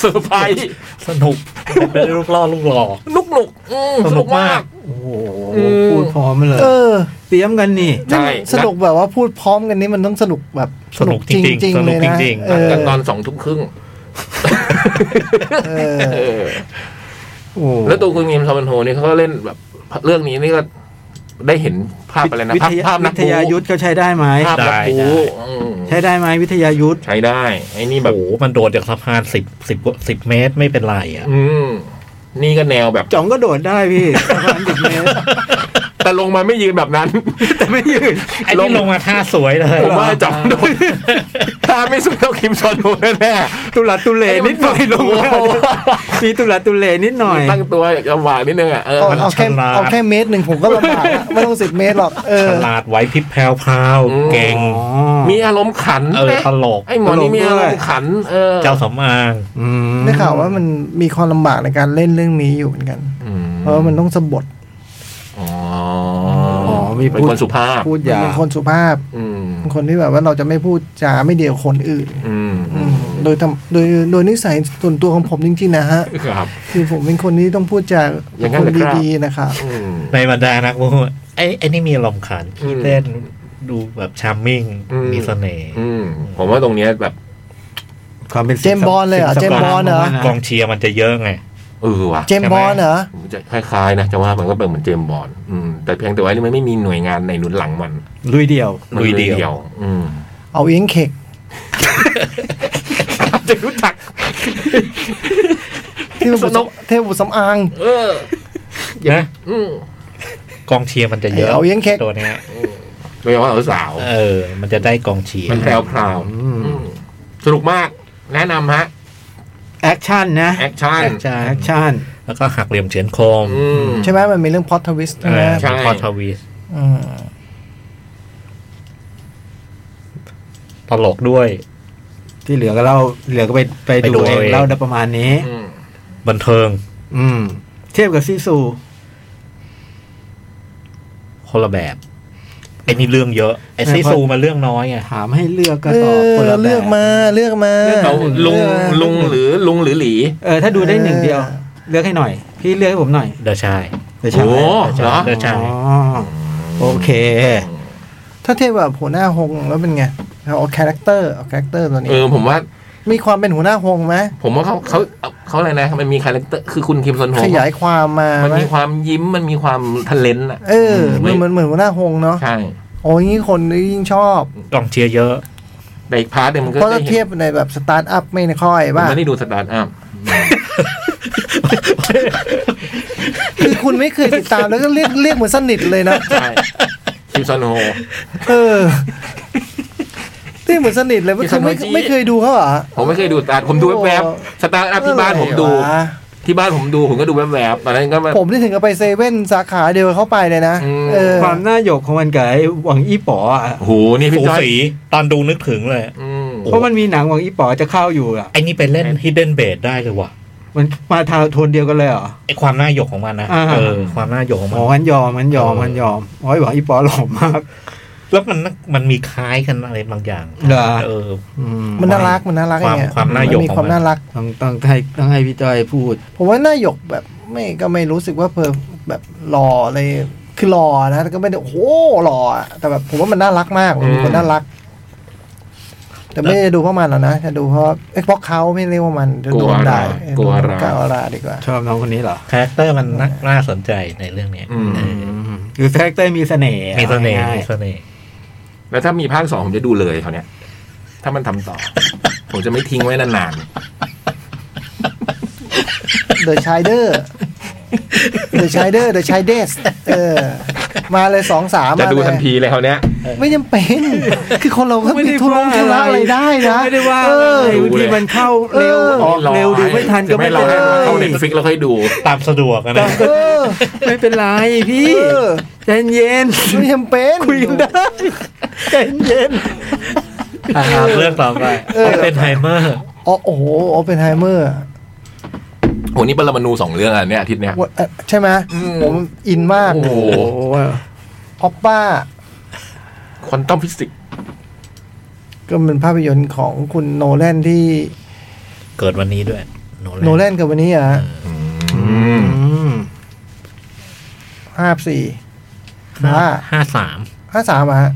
Speaker 1: เซอร์ไพรส์
Speaker 4: สนุก [LAUGHS] เป็นลูกล่อลูกหลอก
Speaker 1: นุกหนุกอืมสนุกมาก
Speaker 6: โอ้โห
Speaker 1: อืม
Speaker 6: พูดพร้อมเลย
Speaker 2: เออ
Speaker 6: เตรียมกันนี่
Speaker 1: ใช่
Speaker 2: นี่มันสนุกแบบว่าพูดพร้อมกันนี้มันต้องสนุกแบบ
Speaker 4: สนุกจริง
Speaker 2: ๆ
Speaker 4: ๆสนุ
Speaker 2: เลย
Speaker 4: กจ
Speaker 2: นะ
Speaker 4: ริง
Speaker 2: เออ
Speaker 1: กันตอนสองทุ่มครึ่ง
Speaker 2: เออ
Speaker 1: เออ
Speaker 6: โอ้
Speaker 1: แล้วตัวคุณเงียมซอมบันโฮนี่เขาก็เล่นแบบเรื่องนี้นี่ก็ได้เห็นภาพอะไรนะ
Speaker 6: วิ
Speaker 1: ภาพ
Speaker 6: ทยา
Speaker 1: ภาพ
Speaker 6: วิ
Speaker 1: นัก
Speaker 6: ท
Speaker 1: บู๊
Speaker 6: ยายุทธเขาใช้ได้ไหม
Speaker 1: ภาพนักบู๊อืม
Speaker 6: ใช้ได้ไหมวิทยายุทธ
Speaker 1: ใช้ได้ไอ้นี่
Speaker 4: ๆ
Speaker 1: แบบ
Speaker 4: โอ้โหมันโดดจากสะพานสิบสิบสิบเมตรไม่เป็นไรอ่ะ
Speaker 1: อืมนี่ก็แนวแบบ
Speaker 6: จ่องก็โดดได้พี่ประมาณสิบเมตร
Speaker 1: แต่ แต่ลงมาไม่ยืนแบบนั้น
Speaker 3: แต่ไม่ยืน
Speaker 4: ไอ้นี่ลงมาท่าสวยเลย
Speaker 1: ผมว่าจอมโดนถ้าไม่สู้เท่าคิมชอนโฮแน่ๆ
Speaker 3: ตุลัดตุเลนิดหน่อยลง
Speaker 1: โอ้
Speaker 3: มา
Speaker 1: โห
Speaker 3: มีตุลัดตุเลนิดหน่อย
Speaker 1: ตั้งตัวจังหวะนิดนึงอ่ะเออ
Speaker 2: เอา
Speaker 4: มัน
Speaker 2: เอาแค่
Speaker 4: ฉลาด
Speaker 2: เอาแค่เมตรหนึ่งผมก็ลำบากละไม่ต้องสิบเมตรหรอกเออ
Speaker 4: ฉลาดไหวพริบแพรวพราวเก่ง
Speaker 3: อ๋อ
Speaker 1: มีอารมณ์ขัน
Speaker 4: เออ
Speaker 1: นะ
Speaker 4: ตลก
Speaker 1: ไอ้หมอนี่มีอารมณ์ขัน เออ
Speaker 4: เจ้าสำอาง
Speaker 3: อืม
Speaker 2: ได้ข่าวว่ามันมีความลำบากในการเล่นเรื่องนี้อยู่เหมือนกัน
Speaker 1: อืม
Speaker 2: เพราะว่ามันต้องสะบด
Speaker 1: อ๋อ
Speaker 3: อ๋อมีพูด
Speaker 1: เป็นคนสุภาพ
Speaker 3: พูด
Speaker 2: มัน
Speaker 3: ยา
Speaker 2: เป็นคนสุภาพ
Speaker 1: อืม
Speaker 2: เป็นคนที่แบบว่าเราจะไม่พูดจาไม่เดียวคนอื่น
Speaker 1: อืม
Speaker 2: อืมโดยทำโดยโดยนิสัยส่วนตัวของผมจริงๆนะฮะ
Speaker 1: ครับ
Speaker 2: คือผมเป็นคนที่ต้องพูดจา
Speaker 1: อย่างนั้
Speaker 2: คน น
Speaker 1: เหรอครับ
Speaker 2: ดีๆนะครับ
Speaker 1: อืม
Speaker 4: ในบรรดานักมวยไอ้ไอ้นี่มีลมณ์ขัน
Speaker 1: อืม
Speaker 4: ขี้เล่นดูแบบชาร์มมิ่ง
Speaker 1: อืม
Speaker 4: มีเสน่ห์
Speaker 1: อืมผมว่าตรงเนี้ยแบบ
Speaker 3: ความเป็น
Speaker 2: เจมส์บอลเลยเหรอเจมส์บอลเหรอ
Speaker 4: กองเชียร์มันจะเยอะไง
Speaker 1: เออว่ะ
Speaker 2: เจมส์บอลเหรอ
Speaker 1: จะคล้ายๆนะจะว่ามันก็เป็นเหมือนเจมส์บอลอืมแต่เพียงแต่ว่านี่มันไม่มีหน่วยงานในหนุนหลังมัน
Speaker 3: ลุยเดียว
Speaker 1: มัน
Speaker 4: ลุยเดี่ยว
Speaker 1: อืม
Speaker 2: เอาเอียงเข
Speaker 1: [LAUGHS]
Speaker 2: ก
Speaker 1: จะรู้จัก
Speaker 2: เทพบุตร
Speaker 1: สนุก
Speaker 2: สำเทพบุตรสำอาง
Speaker 1: เออ
Speaker 4: นะ
Speaker 1: อืม
Speaker 4: กองเชียร์มันจะเยอะ
Speaker 2: ไอ้เอาเลี้ยงเค้ก
Speaker 4: ตัวเนี้ย
Speaker 1: โดยเฉพาะสาว
Speaker 4: เออ มันจะได้กองเชี
Speaker 1: ๆ
Speaker 4: ยร์
Speaker 1: มันแพรวพราว
Speaker 3: อืม
Speaker 1: อืมสนุกมาก แนะนำฮะ
Speaker 3: แอคชั่นนะ
Speaker 1: แอคชั่น
Speaker 4: แอคชั่น
Speaker 3: แอคชั่น
Speaker 4: แล้วก็หักเหลี่ยมเฉือนคม
Speaker 1: อืม
Speaker 2: ใช่ไหมมันมีเรื่องพล็อตทวิสต์ใช่ไหม
Speaker 1: ใช่
Speaker 4: พอทวีส
Speaker 2: อืม
Speaker 4: ตลกด้วย
Speaker 3: ที่เหลือก็เล่าเหลือก็ไปไป
Speaker 4: ไปดู
Speaker 3: ดูเอง
Speaker 4: เอง
Speaker 3: เล่าได้ประมาณนี้
Speaker 1: อืม
Speaker 4: บันเทิง
Speaker 3: อืม เทียบกับซีซู
Speaker 4: คนละแบบไอ้นี่เรื่องเยอะไอ้ซีซูมาเรื่องน้อยไง
Speaker 3: ถามให้เลือกก็
Speaker 2: เอ
Speaker 3: ตอบคน
Speaker 2: อ
Speaker 3: ละแบบ
Speaker 2: เลือกมาเลือกมา
Speaker 3: เลือก
Speaker 1: เรา
Speaker 3: เอา
Speaker 1: ลุงลุงหรือลุงหรือหลี
Speaker 3: เออถ้าดูได้หนึ่งเดียว เลือกให้หน่อย พี่เลือกให้ผมหน่อย
Speaker 4: เดอะชาย
Speaker 3: เดี๋ยว
Speaker 1: โอ้
Speaker 3: ใช่
Speaker 1: โหเห
Speaker 3: ไหม
Speaker 1: รอ
Speaker 4: เดอะชาย
Speaker 3: อ๋อโอเค
Speaker 2: ถ้าเทียบแบบหัวหน้าฮงแล้วเป็นไงเอาคาแรคเตอร์เอาคาแรคเตอร์ตัวนี้
Speaker 1: เออผมว่า
Speaker 2: มีความเป็นหัวหน้าฮงไหม
Speaker 1: ผมว่าเขาเขาเขาอะไรนะ มันมีคาแรคเตอร์คือคุณคิมซอนโฮ
Speaker 2: ขยายความมา
Speaker 1: มัน
Speaker 2: ไหม
Speaker 1: มีความยิ้มมันมีความทะเลนต์อ่ะ
Speaker 2: เออเหมือนเหมือนเหมือนหัวหน้าฮงเนาะ
Speaker 1: ใช่
Speaker 2: โอ้ยงี้คนยิ่งชอบ
Speaker 4: กองเชียร์เยอะ
Speaker 1: แต่อีกพาร์ทหนึ่งมันก็
Speaker 2: เพราะ
Speaker 1: ได้
Speaker 2: ถ้า
Speaker 1: เห็น
Speaker 2: เทียบในแบบสตาร์ทอัพไม่ค่อย
Speaker 1: ผม
Speaker 2: บ้าง
Speaker 1: ไม่ได้ดูสตาร์ทอัพ
Speaker 2: คือคุณไม่เคยติดตามแล้วก็เรียกเรียกเหมือนสนิทเลยนะ
Speaker 1: ใช่คิมซอนโฮ
Speaker 2: เออที่เหมือนสนิทเลยไม่
Speaker 1: ที่
Speaker 2: เคยไม่
Speaker 1: สนุกที่
Speaker 2: ไม่เคยดูเขาเหรอ
Speaker 1: ผมไม่เคยดูสตาร์ทผมดูแวบ
Speaker 2: โอ้
Speaker 1: ๆสตาร์ทอัพที่บ้านผมดู
Speaker 2: อะไรวะ
Speaker 1: ที่บ้านผมดูผมก็ดูแวบๆตอนนั้นก็แบบ
Speaker 2: ผมนี่ถึงกับไปเซเว่นสาขาเดียวกับเข้าไปเลยนะ
Speaker 1: อืม
Speaker 2: เออ
Speaker 3: ความน่าหยกของมันกับไอ้หวังอี้ป๋ออะ
Speaker 1: โอ้โหนี่พี่
Speaker 4: สู
Speaker 1: จ้อย
Speaker 4: สีตอนดูนึกถึงเลย
Speaker 1: อืม
Speaker 4: โอ้
Speaker 3: เพราะมันมีหนังหวังอี้ป๋อจะเข้าอยู่อ่ะ
Speaker 4: ไอ้นี่ไปเล่น Hidden b a d ได้เลยว่ะ
Speaker 3: มันมาทางโทนเดียวกันเลยเหรอ
Speaker 4: ไอ้ความน่าหยกของมันนะ
Speaker 3: อ่า
Speaker 4: เออความน่าหยกของมั
Speaker 3: อ๋อน มันยอมมันยอม
Speaker 4: เออ
Speaker 3: มันยอมโอ้ยหวังอี้ป๋อหล่อมาก
Speaker 4: แล้วมันมันมีคล้ายกันอะไรบางอย่าง
Speaker 3: เหรอ
Speaker 4: เออ
Speaker 2: มันน่ารักมันน่ารักอย่างเงี้ย
Speaker 4: ความความน่าหยก
Speaker 2: มี
Speaker 4: ของมัน
Speaker 2: ความน่ารัก
Speaker 3: ต้องต้องให้ต้องให้พี่จ้อยพูด
Speaker 2: ผมว่าน่าหยกแบบ ไม่ก็ไม่รู้สึกว่าเพอแบบหล่อเลยคือหล่อนะแต่ก็ไม่ได้โอ้โหหล่ออะแต่แบบผมว่ามันน่ารักมากเป็นคนน่ารัก แต่ไม่ได้ดูเพราะมันหรอกนะจะดูเพราะเอ้ยเพราะเขาไม่เรียกว่ามันจะดูมันได้เออก
Speaker 1: ลัวอะไร
Speaker 2: กาวราดีกว่า
Speaker 3: ชอบน้องคนนี้เหรอ
Speaker 4: คาแรคเตอร์มันน่าน่าสนใจในเรื่องเนี้ย
Speaker 1: อืม
Speaker 4: เออ
Speaker 3: คือคาแรคเตอร์มีเสน่ห์
Speaker 4: มีเสน่ห์
Speaker 3: ง่าย
Speaker 4: มีเสน่ห์
Speaker 1: แล้วถ้ามีภาคสองผมจะดูเลยเขาวเนี้ย ถ้ามันทำต่อ ผมจะไม่ทิ้งไว้นาน
Speaker 2: เดอะชายเดอ [LAUGHS] ร์เดอะชายเดอร์เดอะชายเดสเออ มาเลยสองสาม
Speaker 1: ๆ จะ
Speaker 2: มา
Speaker 1: ดู
Speaker 2: เลย
Speaker 1: ทันทีเลยเขาวเนี้ย
Speaker 2: ไม่จำเป็น คือคนเราก็
Speaker 3: ๆ
Speaker 2: มีทุนงทุนละอะไรได้นะ
Speaker 3: ไม่ได้ว่า
Speaker 2: เออ
Speaker 3: อะไรบางทีมันเข้าเร็ว
Speaker 2: เออ
Speaker 3: ออกเร็วดูไม่ทันก็
Speaker 1: จะ
Speaker 3: ไม่
Speaker 1: ไม่รอ
Speaker 3: เป็
Speaker 1: น
Speaker 3: ไร
Speaker 1: ให้มันเข้าเน็ตฟิกแล้วค่อยดู
Speaker 4: ตามสะดวกอะนะ
Speaker 2: เออ
Speaker 3: ไม่เป็นไรพี่
Speaker 2: เออ
Speaker 3: ใจเย็น
Speaker 2: ไม่จำเป็น
Speaker 3: คุยกันได้ใจเย็น
Speaker 4: อ่ะเรื่องต่อไปเป็นไฮเมอร์
Speaker 2: อ๋อโอ้โหโอเปนไฮเมอร์
Speaker 1: โหนี่ปรมาณูสองเรื่องอ่ะเนี่ยอาทิตย์เนี้ย
Speaker 2: ใช่ไหม
Speaker 1: อืม
Speaker 2: ผมอินมาก
Speaker 1: โอ้โห
Speaker 3: โอ้โห
Speaker 2: ออปป้า
Speaker 1: ควอนตัมฟิสิกส์
Speaker 2: ก็เป็นภาพยนตร์ของคุณโนแลนที่
Speaker 4: เกิดวันนี้ด้วย
Speaker 2: โนแลนกับวันนี้อ่ะ
Speaker 3: อืม
Speaker 2: ห้าสี่
Speaker 4: ห้า
Speaker 2: ห้า
Speaker 4: ห้าสาม
Speaker 2: ห้าสามอ่ะฮะ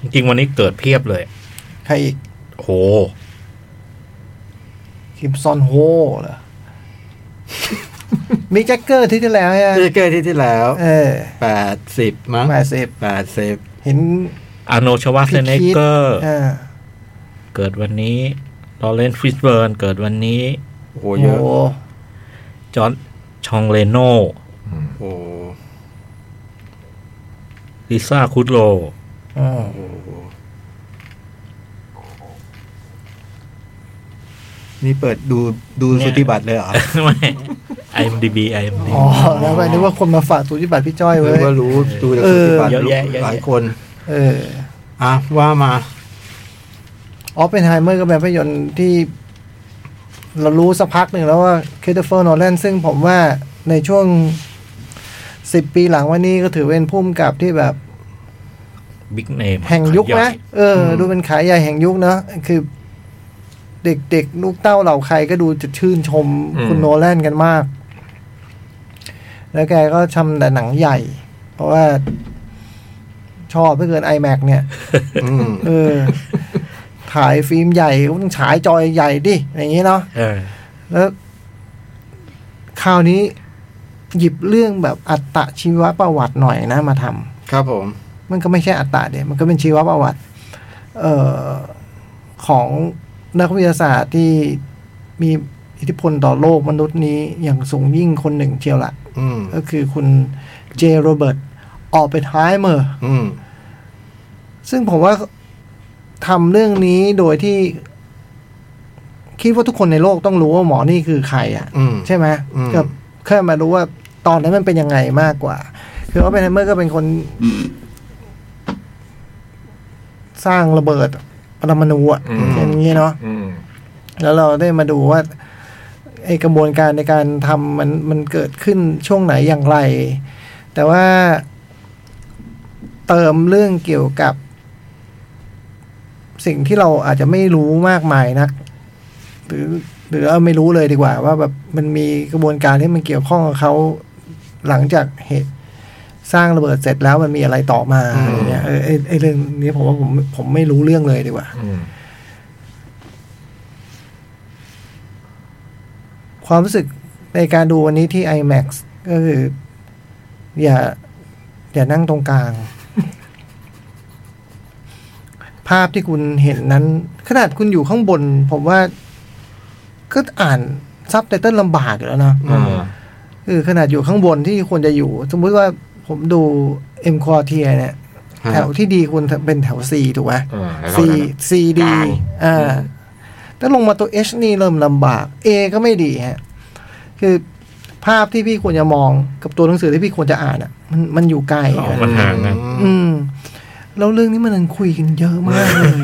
Speaker 4: จริงๆวันนี้เกิดเพียบเลย
Speaker 2: ใครอีก
Speaker 4: โห
Speaker 2: คิมซอนโฮเหรอมิกแจ็คเกอร์ที่ที่แล้วใช่ไหม
Speaker 3: เจอเกอร์ที่ที่แล้ว
Speaker 2: เออ
Speaker 3: แปดสิบมั้ง
Speaker 2: แปดสิบ
Speaker 3: แปดสิบ
Speaker 2: เห็น
Speaker 4: อาโนชวาเซเนเกอร์
Speaker 2: อ่า
Speaker 4: เกิดวันนี้ลอเรนฟิสเบิร์นเกิดวันนี้
Speaker 3: โอ้โห
Speaker 2: โอ้
Speaker 3: เยอะ
Speaker 2: โห
Speaker 4: จอร์นชองเลโน
Speaker 3: โอ้
Speaker 4: ลิซ่าคุดโร
Speaker 2: อ่า
Speaker 3: นี่เปิดดูดูสุติบัตรเลยเหรอ
Speaker 4: [LAUGHS] ไม่ไอเอ็มดีบีไอเอ็มดี
Speaker 2: อ๋อแล้วไปนึกว่าคนมาฝากสูติบัตรพี่จ้อย
Speaker 3: ห
Speaker 2: ไว้
Speaker 3: รือว่ารู้ดูจากสุติบัตร
Speaker 4: เออเยอะแยะเยอะแยะ
Speaker 3: หลายคน
Speaker 2: เออ
Speaker 3: อ่ะว่ามา
Speaker 2: ออฟเป็นไฮเมอร์ก็เป็นภาพยนตร์ที่ เรารู้สักพักหนึ่งแล้วว่าค h r i s t เฟอร์นอ a แลนซึ่งผมว่าในช่วงสิบปีหลังว่านี้ก็ถือเป็นพุ่มกับที่แบบ
Speaker 4: บิ๊กเนม
Speaker 2: แห่งยุคนะ เออ ดูเป็นขายใหญ่แห่งยุคเนอะคือ เด็กๆ ลูกเต้าเหล่าใครก็ดูจะชื่นชม
Speaker 1: อืม
Speaker 2: คุณโนแลนกันมาก แล้วแกก็ทำแต่หนังใหญ่ เพราะว่าชอบไม่เกิน iMac เนี่ย
Speaker 3: อืม
Speaker 2: เออ ถ่ายฟิล์มใหญ่ก็ต้องฉายจอยใหญ่ดิ อย่างนี้เนาะ
Speaker 4: เออ
Speaker 2: แล้วคราวนี้หยิบเรื่องแบบอัตชีวประวัติหน่อยนะมาทำ
Speaker 3: ครับผม
Speaker 2: มันก็ไม่ใช่อัตตาเดียมันก็เป็นชีวประวัติ เอ่อของนักวิทยาศาสตร์ที่มีอิทธิพลต่อโลกมนุษย์นี้อย่างสูงยิ่งคนหนึ่งเชียวละ
Speaker 3: อืม
Speaker 2: ก็คือคุณเจโรเบิร์ตออปเปนไฮเมอร์
Speaker 3: อืม
Speaker 2: ซึ่งผมว่าทำเรื่องนี้โดยที่ คิดว่าทุกคนในโลกต้องรู้ว่าหมอนี่คือใครอ่ะ
Speaker 3: อืม
Speaker 2: ใช่ไหม
Speaker 3: อืม
Speaker 2: ก็แค่มารู้ว่าตอนนั้นมันเป็นยังไงมากกว่า คือว่าเป็นไฮเมอร์ก็เป็นคน สร้างระเบิดปรมาณูอะ
Speaker 1: อืม
Speaker 2: อย่างนี้เนาะ
Speaker 1: อืม
Speaker 2: แล้วเราได้มาดูว่าไอกระบวนการในการทำมันมันเกิดขึ้นช่วงไหนอย่างไร แต่ว่าเติมเรื่องเกี่ยวกับ สิ่งที่เราอาจจะไม่รู้มากมายนัก หรือหรือเอาไม่รู้เลยดีกว่า ว่าแบบมันมีกระบวนการที่มันเกี่ยวข้องกับเขาหลังจากเหตุสร้างระเบิดเสร็จแล้วมันมีอะไรต่อมา
Speaker 3: อืม
Speaker 2: อะไรเงี้ยเออไอ้ไอ้เรื่องนี้ผมว่าผมผมไม่รู้เรื่องเลยดีกว่า
Speaker 1: อืม
Speaker 2: ความรู้สึกในการดูวันนี้ที่ IMAX ก็คือ อย่า อย่านั่งตรงกลาง ภาพที่คุณเห็นนั้น ขนาดคุณอยู่ข้างบน ผมว่า ก็อ่านซับไตเติลลำบากอยู่แล้วนะ
Speaker 1: อ่า
Speaker 2: คือขนาดอยู่ข้างบนที่ควรจะอยู่ สมมุติว่าผมดู M q u a r t i e r เนี่ย
Speaker 3: ฮะ
Speaker 2: แถวที่ดีคุณเป็นแถว C ถูกไหม
Speaker 1: อ่าแล้วก็
Speaker 2: C C D
Speaker 1: กลาง
Speaker 2: อ่าแต่ลงมาตัว H นี่เริ่มลำบาก A ก็ไม่ดีฮะ คือภาพที่พี่ควรจะมองกับตัวหนังสือที่พี่ควรจะอ่านอ่ะ มันมันอยู่ไกล
Speaker 4: อ๋อ
Speaker 2: อะ
Speaker 4: มันห่างกัน
Speaker 2: อืมแล้วเรื่องนี้มันคุยกันเยอะมากเลย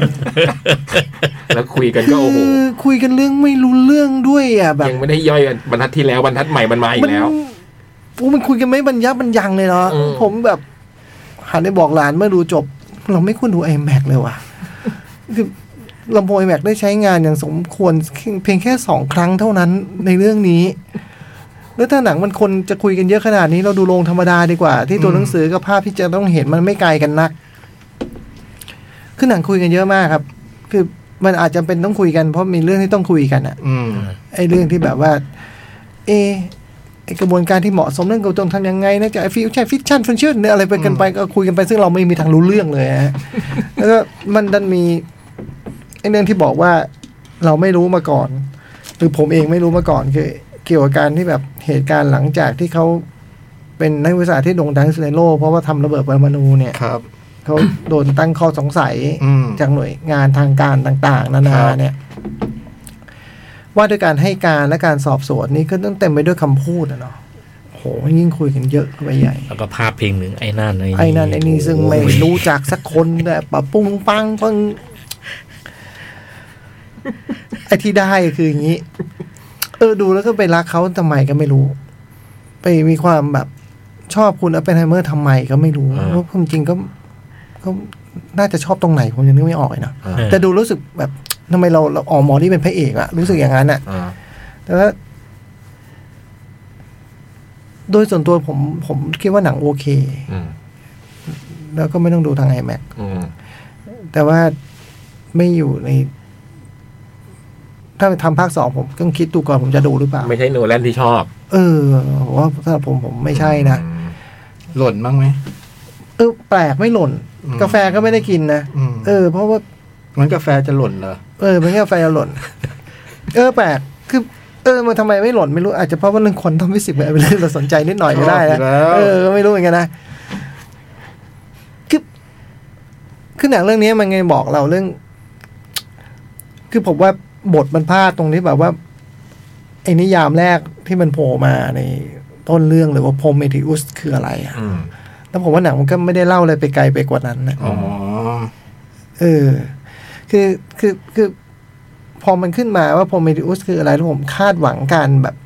Speaker 1: แล้วคุยกันก็
Speaker 2: คื
Speaker 1: โอ้โห
Speaker 2: อคุยกันเรื่องไม่รู้เรื่องด้วยอ่ะแบบ
Speaker 1: ยังไม่ได้ย่อยบรรทัดที่แล้วบรรทัดใหม่มันมาอีกแล้ว
Speaker 2: มันโอ้มันคุยกันไม่บรรยับบรรยังเลยเนาะ
Speaker 1: อืม
Speaker 2: ผมแบบหันไปบอกหลานเมื่อดูจบ เราไม่ควรดู iMac เลยว่ะ [LAUGHS] คือลำโพง iMac ได้ใช้งานอย่างสมควรเพียงแค่สองครั้งเท่านั้นในเรื่องนี้ แล้วถ้าหนังมันคนจะคุยกันเยอะขนาดนี้เราดูโรงธรรมดาดีกว่า ที่ตัวหนังสือกับภาพที่จะต้องเห็นมันไม่ไกลกันนัก คือหนังคุยกันเยอะมากครับ คือมันอาจจะเป็นต้องคุยกันเพราะมีเรื่องที่ต้องคุยกันอะ
Speaker 3: อืม
Speaker 2: ไอ้เรื่องที่แบบว่า เอะไอกระบวนการที่เหมาะสมเรื่องกูต้องทำยังไงนะจะไอฟิวใช่ฟิชชั่นฟันชั่นเนี่ยอะไรไปกันไปก็คุยกันไปซึ่งเราไม่มีทางรู้เรื่องเลยฮะ แล้วก็มันดันมีไอเรื่องที่บอกว่าเราไม่รู้มาก่อน หรือผมเองไม่รู้มาก่อนคือ เกี่ยวกับการที่แบบเหตุการณ์หลังจากที่เขาเป็นนักวิทยาศาสตร์ที่โด่งดังที่สุดในโลกเพราะว่าทำระเบิดปรมาณูเนี่ย
Speaker 3: ครับ
Speaker 2: เขาโดนตั้งข้อสงสัย
Speaker 3: อืม
Speaker 2: จากหน่วยงานทางการต่าง ๆ นานา
Speaker 3: ครับ
Speaker 2: เนี่ย ว่าด้วยการให้การและการสอบสวนนี่ก็ต้องเต็มไปด้วยคำพูดนะเนาะโหยิ่งคุยกันเยอะเข้าไปใหญ่
Speaker 4: แล้วก็พาดพิงหนึ่งไอ้นั่น
Speaker 2: ไอ้นั่นไอ้นี่ซึ่งไม่
Speaker 4: โอ้ย
Speaker 2: รู้จักสักคนแต่ปะปุ้งปังปังไอ้ที่ได้คืออย่างนี้ เออดูแล้วก็ไปรักเขาทำไมก็ไม่รู้ ไปมีความแบบชอบคุณอัปเปนไฮเมอร์ทำไมก็ไม่รู้เพราะความจริงก็ก็น่าจะชอบตรงไหนผมยังนึกไม่ออกเลยเนาะ
Speaker 4: เออ
Speaker 2: แต่ดูรู้สึกแบบทำไมเราเราอ๋อหมอนี่เป็นพระเอกอะรู้สึกอย่างนั้นอะ
Speaker 1: อ่า
Speaker 2: แต่ว่าโดยส่วนตัวผม ผมคิดว่าหนังโอเค
Speaker 1: อืม
Speaker 2: แล้วก็ไม่ต้องดูทาง iMac
Speaker 1: อืม
Speaker 2: แต่ว่าไม่อยู่ใน ถ้าทำภาคสองผมต้องคิดดูก่อนผมจะดูหรือเปล่า
Speaker 1: ไม่ใช่โนแลนที่ชอบ
Speaker 2: เออผมว่าสำหรับผมผมไม่ใช่นะ
Speaker 1: อืม
Speaker 3: หล่นบ้างไหม
Speaker 2: เออแปลกไม่หล่น
Speaker 3: อืม
Speaker 2: กาแฟก็ไม่ได้กินนะ
Speaker 3: อืม
Speaker 2: เออเพราะว่า
Speaker 3: มันกาแฟจะหล่นเหรอ
Speaker 2: เออมันแค่ไฟหล่น เออแปลกคือ เออมันทำไมไม่หล่นไม่รู้อาจจะเพราะว่าเรื่องคนทำไม่สิบเป็นเรื่องเราสนใจนิดหน่อยก็ได้
Speaker 3: ชอบอยู่
Speaker 2: นะ
Speaker 3: แล้ว
Speaker 2: เออก็ไม่รู้เหมือนกันนะ คือหนังเรื่องนี้มันไงบอกเราเรื่อง คือผมว่าบทมันพลาดตรงที่แบบว่าไอ้นิยามแรกที่มันโผล่มาในต้นเรื่องหรือว่าพรหมเมทิอุสคืออะไรอะ
Speaker 1: อืม
Speaker 2: แล้วผมว่าหนังมันก็ไม่ได้เล่าอะไรไปไกลไปกว่านั้นนะ
Speaker 3: อ๋อ
Speaker 2: เออ คือ คือ คือ พอมันขึ้นมาว่าพรหมเมดิอุสคืออะไรแล้วผมคาดหวังการแบบ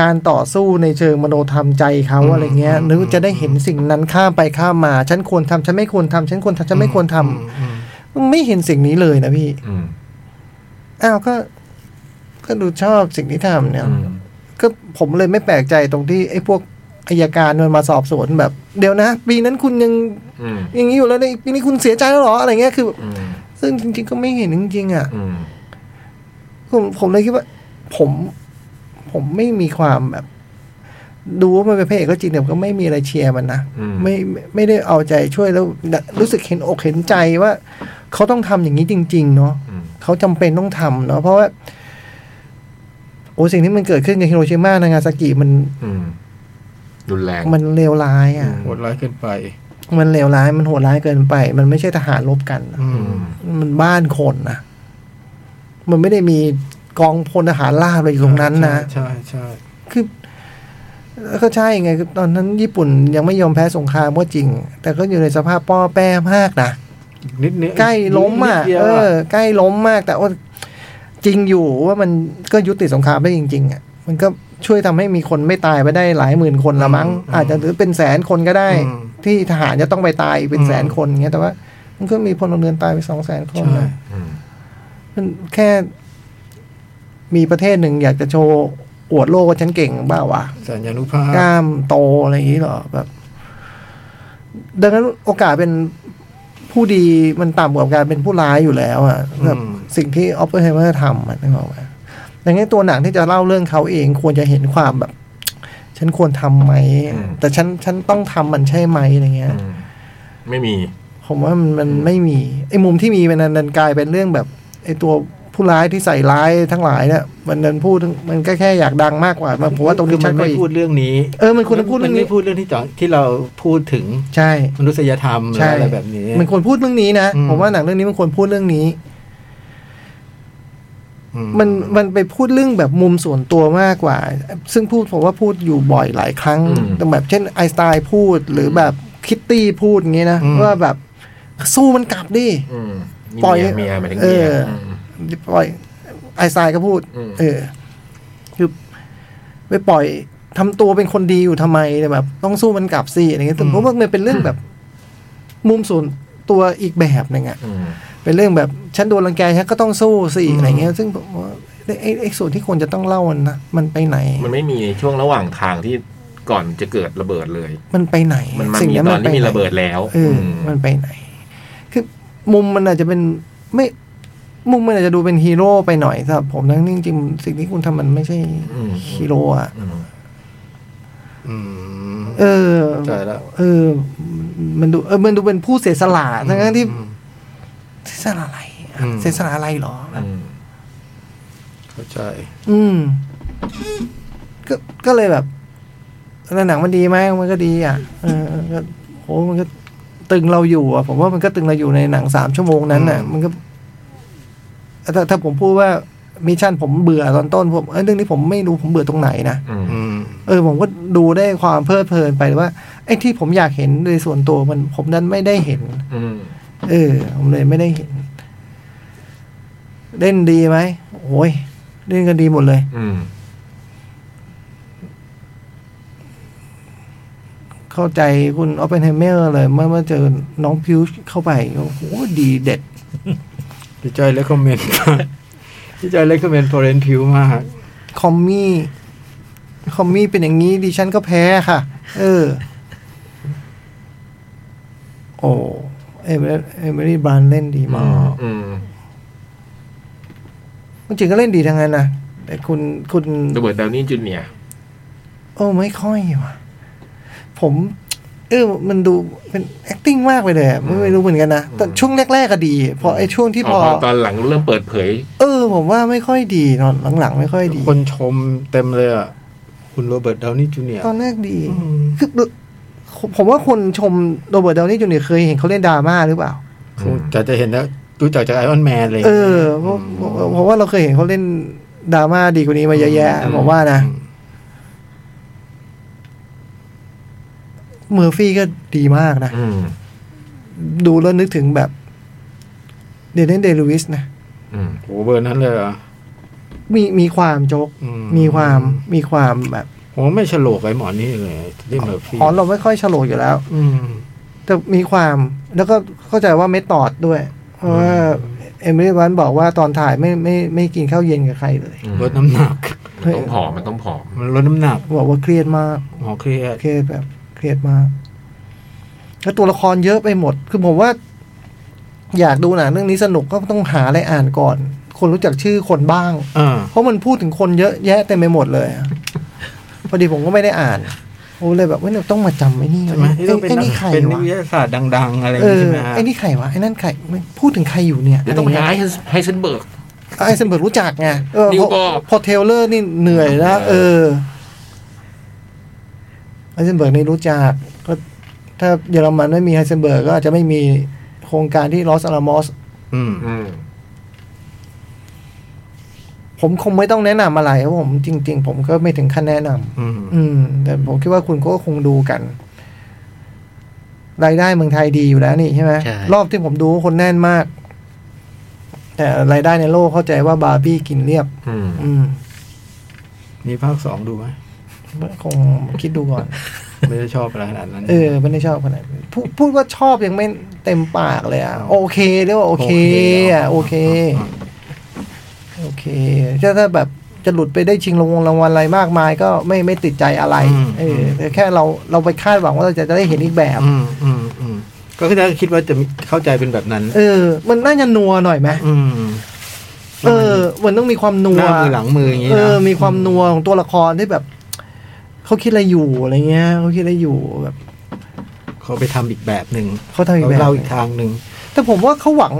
Speaker 2: การต่อสู้ในเชิงมโนธรรมใจเขาอะไรเงี้ย
Speaker 3: อืม
Speaker 2: หรือจะได้เห็นสิ่งนั้นข้ามไปข้ามมา ฉันควรทำฉันไม่ควรทำฉันควรทำฉันไม่ควรทำ
Speaker 3: อือืม
Speaker 2: ไม่เห็นสิ่งนี้เลยนะพี่
Speaker 1: อืม
Speaker 2: อ้าว ก็ ก็ดูชอบสิ่งที่ทำเนี่ย
Speaker 1: อืม
Speaker 2: ก็ผมเลยไม่แปลกใจตรงที่ไอ้พวกอายการมันมาสอบสวนแบบ เดี๋ยวนะปีนั้นคุณยัง
Speaker 1: อืม
Speaker 2: อย่างนี้อยู่แล้วนะปีนี้คุณเสียใจแล้วเหรออะไรเงี้ยคือ
Speaker 1: อืม
Speaker 2: ซึ่งจริง ๆ ก็ไม่เห็นจริงๆอ่ะ
Speaker 1: อืม
Speaker 2: ผมผมเลยคิดว่า ผมผมไม่มีความแบบ ดูว่ามันเป็นพระเอกก็จริงแต่ผมก็ไม่มีอะไรเชียร์มันนะ
Speaker 1: อืม
Speaker 2: ไม่ไม่ไม่ได้เอาใจช่วยแล้วรู้สึกเห็นอกเห็นใจว่า เขาต้องทำอย่างนี้จริง ๆ เนาะ
Speaker 1: อืม
Speaker 2: เขาจำเป็นต้องทำเนาะเพราะว่าโอ้สิ่งที่มันเกิดขึ้นในฮิโรชิมานางาซากิมัน
Speaker 1: อืมรุนแรง
Speaker 2: มันเลวร้ายอ่ะ
Speaker 3: โหดร้ายเกินไป
Speaker 2: มันเลวร้ายมันโหดร้ายเกินไป มันไม่ใช่ทหารรบกันนะ
Speaker 3: อื
Speaker 1: อื
Speaker 3: ม
Speaker 1: ม
Speaker 2: มันบ้านคนนะ มันไม่ได้มีกองพลทหารราบอะไรอยู่ตรงนั้นนะ
Speaker 3: ใช่ใช่
Speaker 2: คือแล้วก็ใช่ไงคือตอนนั้นญี่ปุ่นยังไม่ยอมแพ้สงครามก็จริง แต่ก็อยู่ในสภาพป้อแป้มากนะ
Speaker 3: นิดนึง
Speaker 2: ใกล้ล้มอ่ะ
Speaker 3: นิดดียว
Speaker 2: เออ ใกล้ล้มมาก แต่ว่าจริงอยู่ว่ามันก็ยุติสงครามได้จริง ๆ อ่ะ มันก็ช่วยทำให้มีคนไม่ตายไปได้หลายหมื่นคนละมั้ง อาจจะหรือเป็นแสนคนก็ได้
Speaker 3: อืม
Speaker 2: ที่ทหารจะต้องไปตายเป็นแสน
Speaker 3: อืม
Speaker 2: คนอย่างเงี้ย แต่ว่า มันก็มีพลเรือนตายไปสองแสนคน
Speaker 3: ใช่
Speaker 2: นะ
Speaker 1: อืม
Speaker 2: มันแค่มีประเทศหนึ่งอยากจะโชว์ อวดโลกว่าฉันเก่งบ้าวะ
Speaker 3: สัญญานุภาพ
Speaker 2: กล้ามโตอะไรอย่างนี้เหรอแบบ ดังนั้นโอกาสเป็นผู้ดีมันต่ำกว่าการเป็นผู้ร้ายอยู่แล้วอะแบบสิ่งที่ออปเปอร์ไฮเมอร์ทำอะนึกออกไหมดังนั้นตัวหนังที่จะเล่าเรื่องเขาเองควรจะเห็นความแบบ ฉันควรทำไหม แต่ฉันฉันต้องทำมันใช่ไหมอะไรเงี้ย
Speaker 1: อืมไม่มี
Speaker 2: ผมว่ามันมันไม่มีไอ้มุมที่มีมันนันกลายเป็นเรื่องแบบไอ้ตัวผู้ร้ายที่ใส่ร้ายทั้งหลายเนี่ยมันนันพูดมันก็แค่อยากดังมากกว่ามันผมว่าตรง
Speaker 3: คื
Speaker 2: นี้
Speaker 3: อมั
Speaker 2: ชัดก
Speaker 3: นไม่
Speaker 2: ว่าอีก
Speaker 3: พูดเรื่องนี้
Speaker 2: เออมันควรจะพูดเรื่อง
Speaker 3: มัน
Speaker 2: นี้
Speaker 3: ไม่พูดเรื่องที่จอที่เราพูดถึง
Speaker 2: ใช่
Speaker 3: มนุษยธรรมหรื
Speaker 2: ใช่
Speaker 3: ออะไรแบบนี้
Speaker 2: มันควรพูดเรื่องนี้นะ
Speaker 3: อืม
Speaker 2: ผมว่าหนังเรื่องนี้มันควรพูดเรื่องนี้
Speaker 3: อื
Speaker 2: มันมันไปพูดเรื่องแบบมุมส่วนตัวมากกว่า ซึ่งพูดผมว่าพูดอยู่บ่อยหลายครั้ง
Speaker 1: อืม
Speaker 2: แต่แบบเช่นไอสไตล์พูดหรือแบบคิตตี้พูดอย่างนี้นะว่าแบบสู้มันกลับดิ
Speaker 1: อืมนี่
Speaker 2: ปล่อย
Speaker 1: เมียเมียหมายถึง
Speaker 2: เอ
Speaker 1: เมีย
Speaker 2: อ
Speaker 1: ม
Speaker 2: ปล่อยไอซายก็พูด
Speaker 1: อืม
Speaker 2: เออคือไปปล่อยทำตัวเป็นคนดีอยู่ทำไมเนี่ยแบบ ต้องสู้มันกลับสิอะไรเงี้ยแต่ผมว่ามันเป็นเรื่องแบบ มุมส่วนตัวอีกแบบหนึ่งอะ
Speaker 1: อืม
Speaker 2: เป็นเรื่องแบบฉันโดนรังแกฉันก็ต้องสู้สิอะไรเงี้ย ซึ่งผมว่าไอ้ไอ้ส่วนที่ควรจะต้องเล่ามันนะมันไปไหน
Speaker 1: มันไม่มีช่วงระหว่างทางที่ก่อนจะเกิดระเบิดเลย
Speaker 2: มันไปไหน
Speaker 1: มันมา
Speaker 2: สิ่ง
Speaker 1: มี
Speaker 2: นี้
Speaker 1: ต
Speaker 2: มั
Speaker 1: อน
Speaker 2: นไป
Speaker 1: ที่มี
Speaker 2: ไหน
Speaker 1: ระเบิดแล้ว
Speaker 2: เอออ
Speaker 1: ม
Speaker 2: มันไปไหน คือมุมมันอาจจะเป็นไม่ มุมมันอาจจะดูเป็นฮีโร่ไปหน่อยสำหรับผมทั้งนี้จริงๆสิ่งที่คุณทำมันไม่ใช่
Speaker 1: อืม
Speaker 2: ฮีโร่อะ
Speaker 1: อืม
Speaker 3: อืม
Speaker 2: เออ
Speaker 3: เข้าใจแล้ว
Speaker 2: เออ มันดู เออ มันดูเป็นผู้เสียสละทั้งนั้นที่เสียสละอะไรอะเสียสละอะไรเหรอ
Speaker 1: อืม
Speaker 3: เข้าใจ
Speaker 2: อืม ก็ก็เลยแบบแล้วหนังมันดีไหมมันก็ดี อ่ะ เออก็โหมันก็ตึงเราอยู่อ่ะ ผมว่ามันก็ตึงเราอยู่ในหนังสามชั่วโมงนั้นอ่ะ
Speaker 3: อืม
Speaker 2: มันก็ถ้าถ้าผมพูดว่ามิชชั่นผมเบื่อตอนต้นผมเอยเรื่องนี้ผมไม่รู้ผมเบื่อตรงไหนนะ
Speaker 1: อืม
Speaker 3: อืม
Speaker 2: เออผมก็ดูได้ความเพลิดเพลินไปแต่ว่าไอ้ที่ผมอยากเห็นโดยส่วนตัวมันผมนั้นไม่ได้เห็น
Speaker 1: อืม
Speaker 2: เออ ผมเลยไม่ได้เห็น เล่นดีไหมโอ้ยเล่นกันดีหมดเลย
Speaker 1: อืม
Speaker 2: เข้าใจคุณออปเปนไฮเมอร์เลย เมื่อเมื่อเจอน้องพิวช์เข้าไป โอ้โห ดีเด็ด
Speaker 3: พี่จอยเลคคอมเมนต์พี่จอยเลคคอมเมนต์ฟอเรนพิวมาก
Speaker 2: คอมมี่ คอมมี่เป็นอย่างนี้ ดิฉันก็แพ้ค่ะ เออ โอ้เอเมอเอเมอรี่บรันเล่นดีมาก
Speaker 1: อืม
Speaker 2: จริงๆก็เล่นดีทั้งนั้นนะแต่คุณคุณ
Speaker 1: ระเบิดดาวนี่จูเนียร์
Speaker 2: โอ้ไม่ค่อยว่ะ ผม เออ มันดูเป็น acting มากไปเลยอะไม่ไม่รู้เหมือนกันนะ แต่ช่วงแรกๆก็ดี พอไอ้ช่วงที่พอ
Speaker 1: ตอนหลังเริ่มเปิดเผย
Speaker 2: เออ ผมว่าไม่ค่อยดีตอนหลังๆ ไม่ค่อยดี
Speaker 3: คนชมเต็มเลยอ่ะ คุณโรเบิร์ตดาวนี่จูเนียร์
Speaker 2: ตอนแรกดี คือผมผมว่าคนชมโรเบิร์ตดาวนี่จูเนียร์เคยเห็นเขาเล่นดราม่าหรือเปล่า
Speaker 3: คือจะจะเห็นแล้วรู้จักจากไอออนแมนเลย
Speaker 2: เออเพราะเพราะว่าเราเคยเห็นเขาเล่นดราม่าดีกว่านี้มาเยอะแยะผมว่านะเมอร์ฟี่ก็ดีมากนะ
Speaker 1: อืม
Speaker 2: ดูแล้วนึกถึงแบบเดนเนเดลูวิสนะ
Speaker 1: อืม
Speaker 3: โอ้โหเบอร์นั้นเลยเหรอ
Speaker 2: มีมีความโจก
Speaker 3: อืม
Speaker 2: มีความมีความแบบ
Speaker 3: ผมไม่ฉลกไอหมอนี่เลยที่เมอร์ฟี่
Speaker 2: อ๋อเราไม่ค่อยฉลกอยู่แล้ว
Speaker 3: อืม
Speaker 2: แต่มีความแล้วก็เข้าใจว่าไม่ตอดด้วย เพราะว่าเอมิลี่วันบอกว่าตอนถ่ายไม่ไม่ไม่กินข้าวเย็นกับใครเลย
Speaker 1: อืม
Speaker 3: ลดน้ำหนัก
Speaker 1: มันต้องผอมมันต้องผอม
Speaker 3: มันลดน้ำหนัก
Speaker 2: บอกว่าเครียดมาก
Speaker 3: หมอเครียด
Speaker 2: เครียดแบบเครียดมากแล้วตัวละครเยอะไปหมด คือผมว่า อยากดูหนังเรื่องนี้สนุกก็ต้องหาอะไรอ่านก่อน คนรู้จักชื่อคนบ้าง
Speaker 3: อ่า
Speaker 2: เพราะมันพูดถึงคนเยอะแยะเต็มไปหมดเลยอะพอดีผมก็ไม่ได้อ่านโอ้เลยแบบว่าเนี่ยต้องมาจำไอ้นี่
Speaker 3: ใช่ไหมที่ต้องเป็น
Speaker 2: ไอ้
Speaker 3: นัก
Speaker 2: นี่ใคร
Speaker 3: เป็น
Speaker 2: วะ
Speaker 3: นักวิทยาศาสตร์ดัง ๆ อะไรอย่า
Speaker 2: เองอ
Speaker 3: งี้ใช่ไหมฮะ
Speaker 2: ไอ้นี่ใครวะไอ้นั่นใครไม่พูดถึงใครอยู่เนี่ย
Speaker 1: เดี๋ยวต้องไปหาให้ให้เซนเบิร์ก
Speaker 2: ไอ้เซมเบิร์กรู้จักไงเออ
Speaker 1: นิว
Speaker 2: พอ
Speaker 1: บอก
Speaker 2: พอเทเลอร์นี่เหนื่อยแล้วเออไอ้เซมเบิร์กนี่รู้จักก็ถ้าเยอรมันไม่มีไฮเซนเบิร์กก็อาจจะไม่มีโครงการที่ลอสอาลามอส
Speaker 3: อืม
Speaker 1: อืม
Speaker 2: ผมคงไม่ต้องแนะนำอะไรเพราะผมจริง ๆ ผมก็ไม่ถึงขั้นแนะนำ
Speaker 3: อืม
Speaker 2: อืม แต่ผมคิดว่าคุณก็คงดูกัน รายได้เมืองไทยดีอยู่แล้วนี่ใช่ไหม
Speaker 4: ใช่
Speaker 2: รอบที่ผมดูคนแน่นมาก แต่รายได้ในโลกเข้าใจว่าบาร์บี้กินเรียบ
Speaker 1: อืม
Speaker 2: อืม
Speaker 3: มีภาคสองดูไหม
Speaker 2: คงคิดดูก่อน
Speaker 3: ไม่ได้ชอบอะไรขนาดนั้น
Speaker 2: เออไม่ได้ชอบขนาดนั้นพูดพูดว่าชอบยังไม่เต็มปากเลยอ่ะ โอเคเรียกว่าโอเคอ่ะโอเค โอเคถ้าถ้าแบบจะหลุดไปได้ชิงรางวัลรางวัลอะไรมากมาย ก็ไม่ไม่ติดใจอะไร
Speaker 3: อืม
Speaker 2: เออแต่แค่เราเราไปคาดหวังว่าเราจะได้เห็นอีกแบบ
Speaker 3: อืมอืมอืมก็คือถ้าคิดว่าจะเข้าใจเป็นแบบนั้น
Speaker 2: เออ มันน่าจะนัวหน่อยไหม
Speaker 3: อืม
Speaker 2: เออ มันต้องมีความนัว
Speaker 3: หน้ามือหลังมืออย่างนี้
Speaker 2: เอ
Speaker 3: นะ
Speaker 2: อ มีความนัวของตัวละครที่แบบ เขาคิดอะไรอยู่อะไรเงี้ย เขาคิดอะไรอยู่แบบ
Speaker 3: เขาไปทำอีกแบบหนึ่ง
Speaker 2: เขาทำอีก
Speaker 3: เขา
Speaker 2: แบบ
Speaker 3: เล่าอีกทางหนึ่ง
Speaker 2: แต่ผมว่าเขาหวัง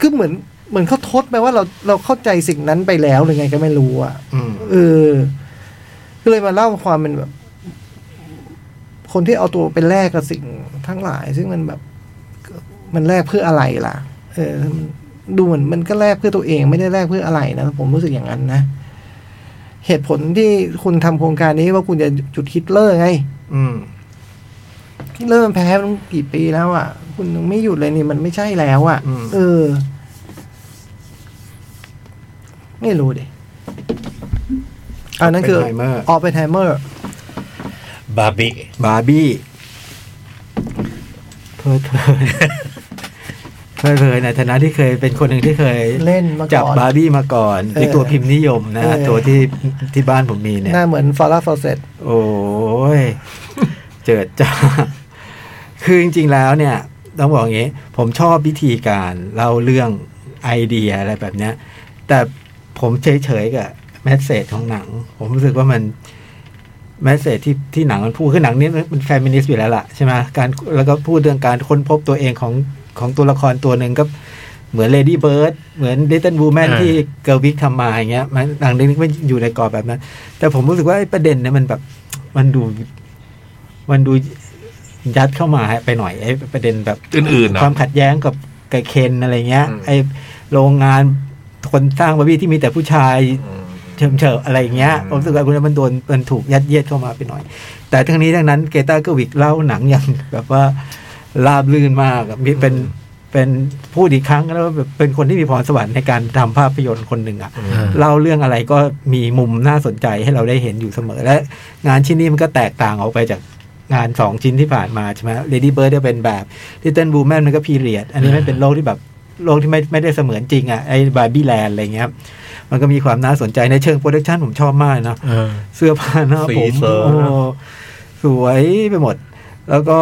Speaker 2: คือเหมือน เหมือนเขาทดไปว่าเราเราเข้าใจสิ่งนั้นไปแล้วหรือไงก็ไม่รู้อ่ะ
Speaker 3: อืม
Speaker 2: เออ ก็เลยมาเล่าความเป็นแบบ คนที่เอาตัวไปแลกกับสิ่งทั้งหลาย ซึ่งมันแบบ มันแลกเพื่ออะไรล่ะ เออ ดูเหมือนมันก็แลกเพื่อตัวเอง ไม่ได้แลกเพื่ออะไรนะ ผมรู้สึกอย่างนั้นนะ เหตุผลที่คุณทำโครงการนี้ว่าคุณจะจุดฮิตเลอร์ไง
Speaker 3: อืม
Speaker 2: ฮิตเลอร์มันแพ้มาตั้งกี่ปีแล้วอ่ะ คุณยังไม่หยุดเลยนี่มันไม่ใช่แล้วอ่ะ เออ ไม่รู้ดิอันนั้นคือ
Speaker 3: เป็ไฮเมอร์
Speaker 2: ออปเปนไฮเมอร์
Speaker 4: บาร์บี้
Speaker 3: บาร์บี้เพลิดเพลินเพลิดเพลินในฐานะที่เคยเป็นคนหนึ่งที่เคย
Speaker 2: เล่นมาก่อน
Speaker 3: จับบาร์บี้มาก่อน
Speaker 2: เออ
Speaker 3: เป็นตัวพิมพ์นิยมนะ
Speaker 2: เออ
Speaker 3: ตัวที่ที่บ้านผมมีเนี่ย
Speaker 2: หน้าเหมือนฟาร่าฟอเซต
Speaker 3: โอ้ย เจิดจ้า คือจริงๆแล้วเนี่ย ต้องบอกอย่างนี้ ผมชอบวิธีการเล่าเรื่องไอเดียอะไรแบบเนี้ย แต่ผมเฉยๆกับแมสเซจของหนัง ผมรู้สึกว่ามันแมสเซจที่ที่หนังมันพูดคือหนังนี้มันแฟมินิสต์อยู่แล้วล่ะใช่ไหมการแล้วก็พูดเรื่องการค้นพบตัวเองของของตัวละครตัวหนึ่งก็เหมือนเลดี้เบิร์ดเหมือนลิตเติ้ล o ูแมนที่เกิร์ลวิกทำมาอย่างเงี้ยมันหนังเรื่องนี้มันอยู่ในกรอบแบบนั้น แต่ผมรู้สึกว่าไอ้ประเด็นเนี่ยมันแบบ มันดู มันดูยัดเข้ามาไปหน่อยไอ้ประเด็นแบบ
Speaker 1: อื่นๆ
Speaker 3: ค
Speaker 1: เนาะ
Speaker 3: วามขัดแย้งกับกับเคนอะไรเงี้ย
Speaker 1: อืม
Speaker 3: ไอโรงงานคนสร้างบาร์บี้ที่มีแต่ผู้ชายเฉิมเฉิมอะไรเงี้ยผมรู้สึกว่าคุณมันโดนมันถูกยัดเยียดเข้ามาไปหน่อย แต่ทั้งนี้ทั้งนั้นเกตาเกอร์วิกเล่าหนังอย่าง แบบว่าราบลื่นมากมีเป็นเป็นพูดอีกครั้งแล้วาแบบเป็นคนที่มีพรสวรรค์ในการทำภาพยนตร์คนหนึ่งอ่ะ เล่าเรื่องอะไรก็มีมุมน่าสนใจให้เราได้เห็นอยู่เสมอและงานชิ้นนี้มันก็แตกต่างออกไปจากงานสองชิ้นที่ผ่านมาใช่ไหมเลดี้เบิร์ดจะเป็นแบบลิตเติ้ลบูแมนมันก็พีเรียด อันนี้มันเป็นโลกที่แบบโลกที่ไม่ไม่ได้เสมือนจริงอ่ะไอ้บาร์บี้แลนด์อะไรเงี้ยมันก็มีความน่าสนใจในเชิงโปรดักชันผมชอบมากเนาะ
Speaker 4: เออ
Speaker 3: เสื้อผ้าหน้า
Speaker 4: สี
Speaker 3: ผม
Speaker 4: เสริม
Speaker 3: โอ้สวยไปหมด แล้วก็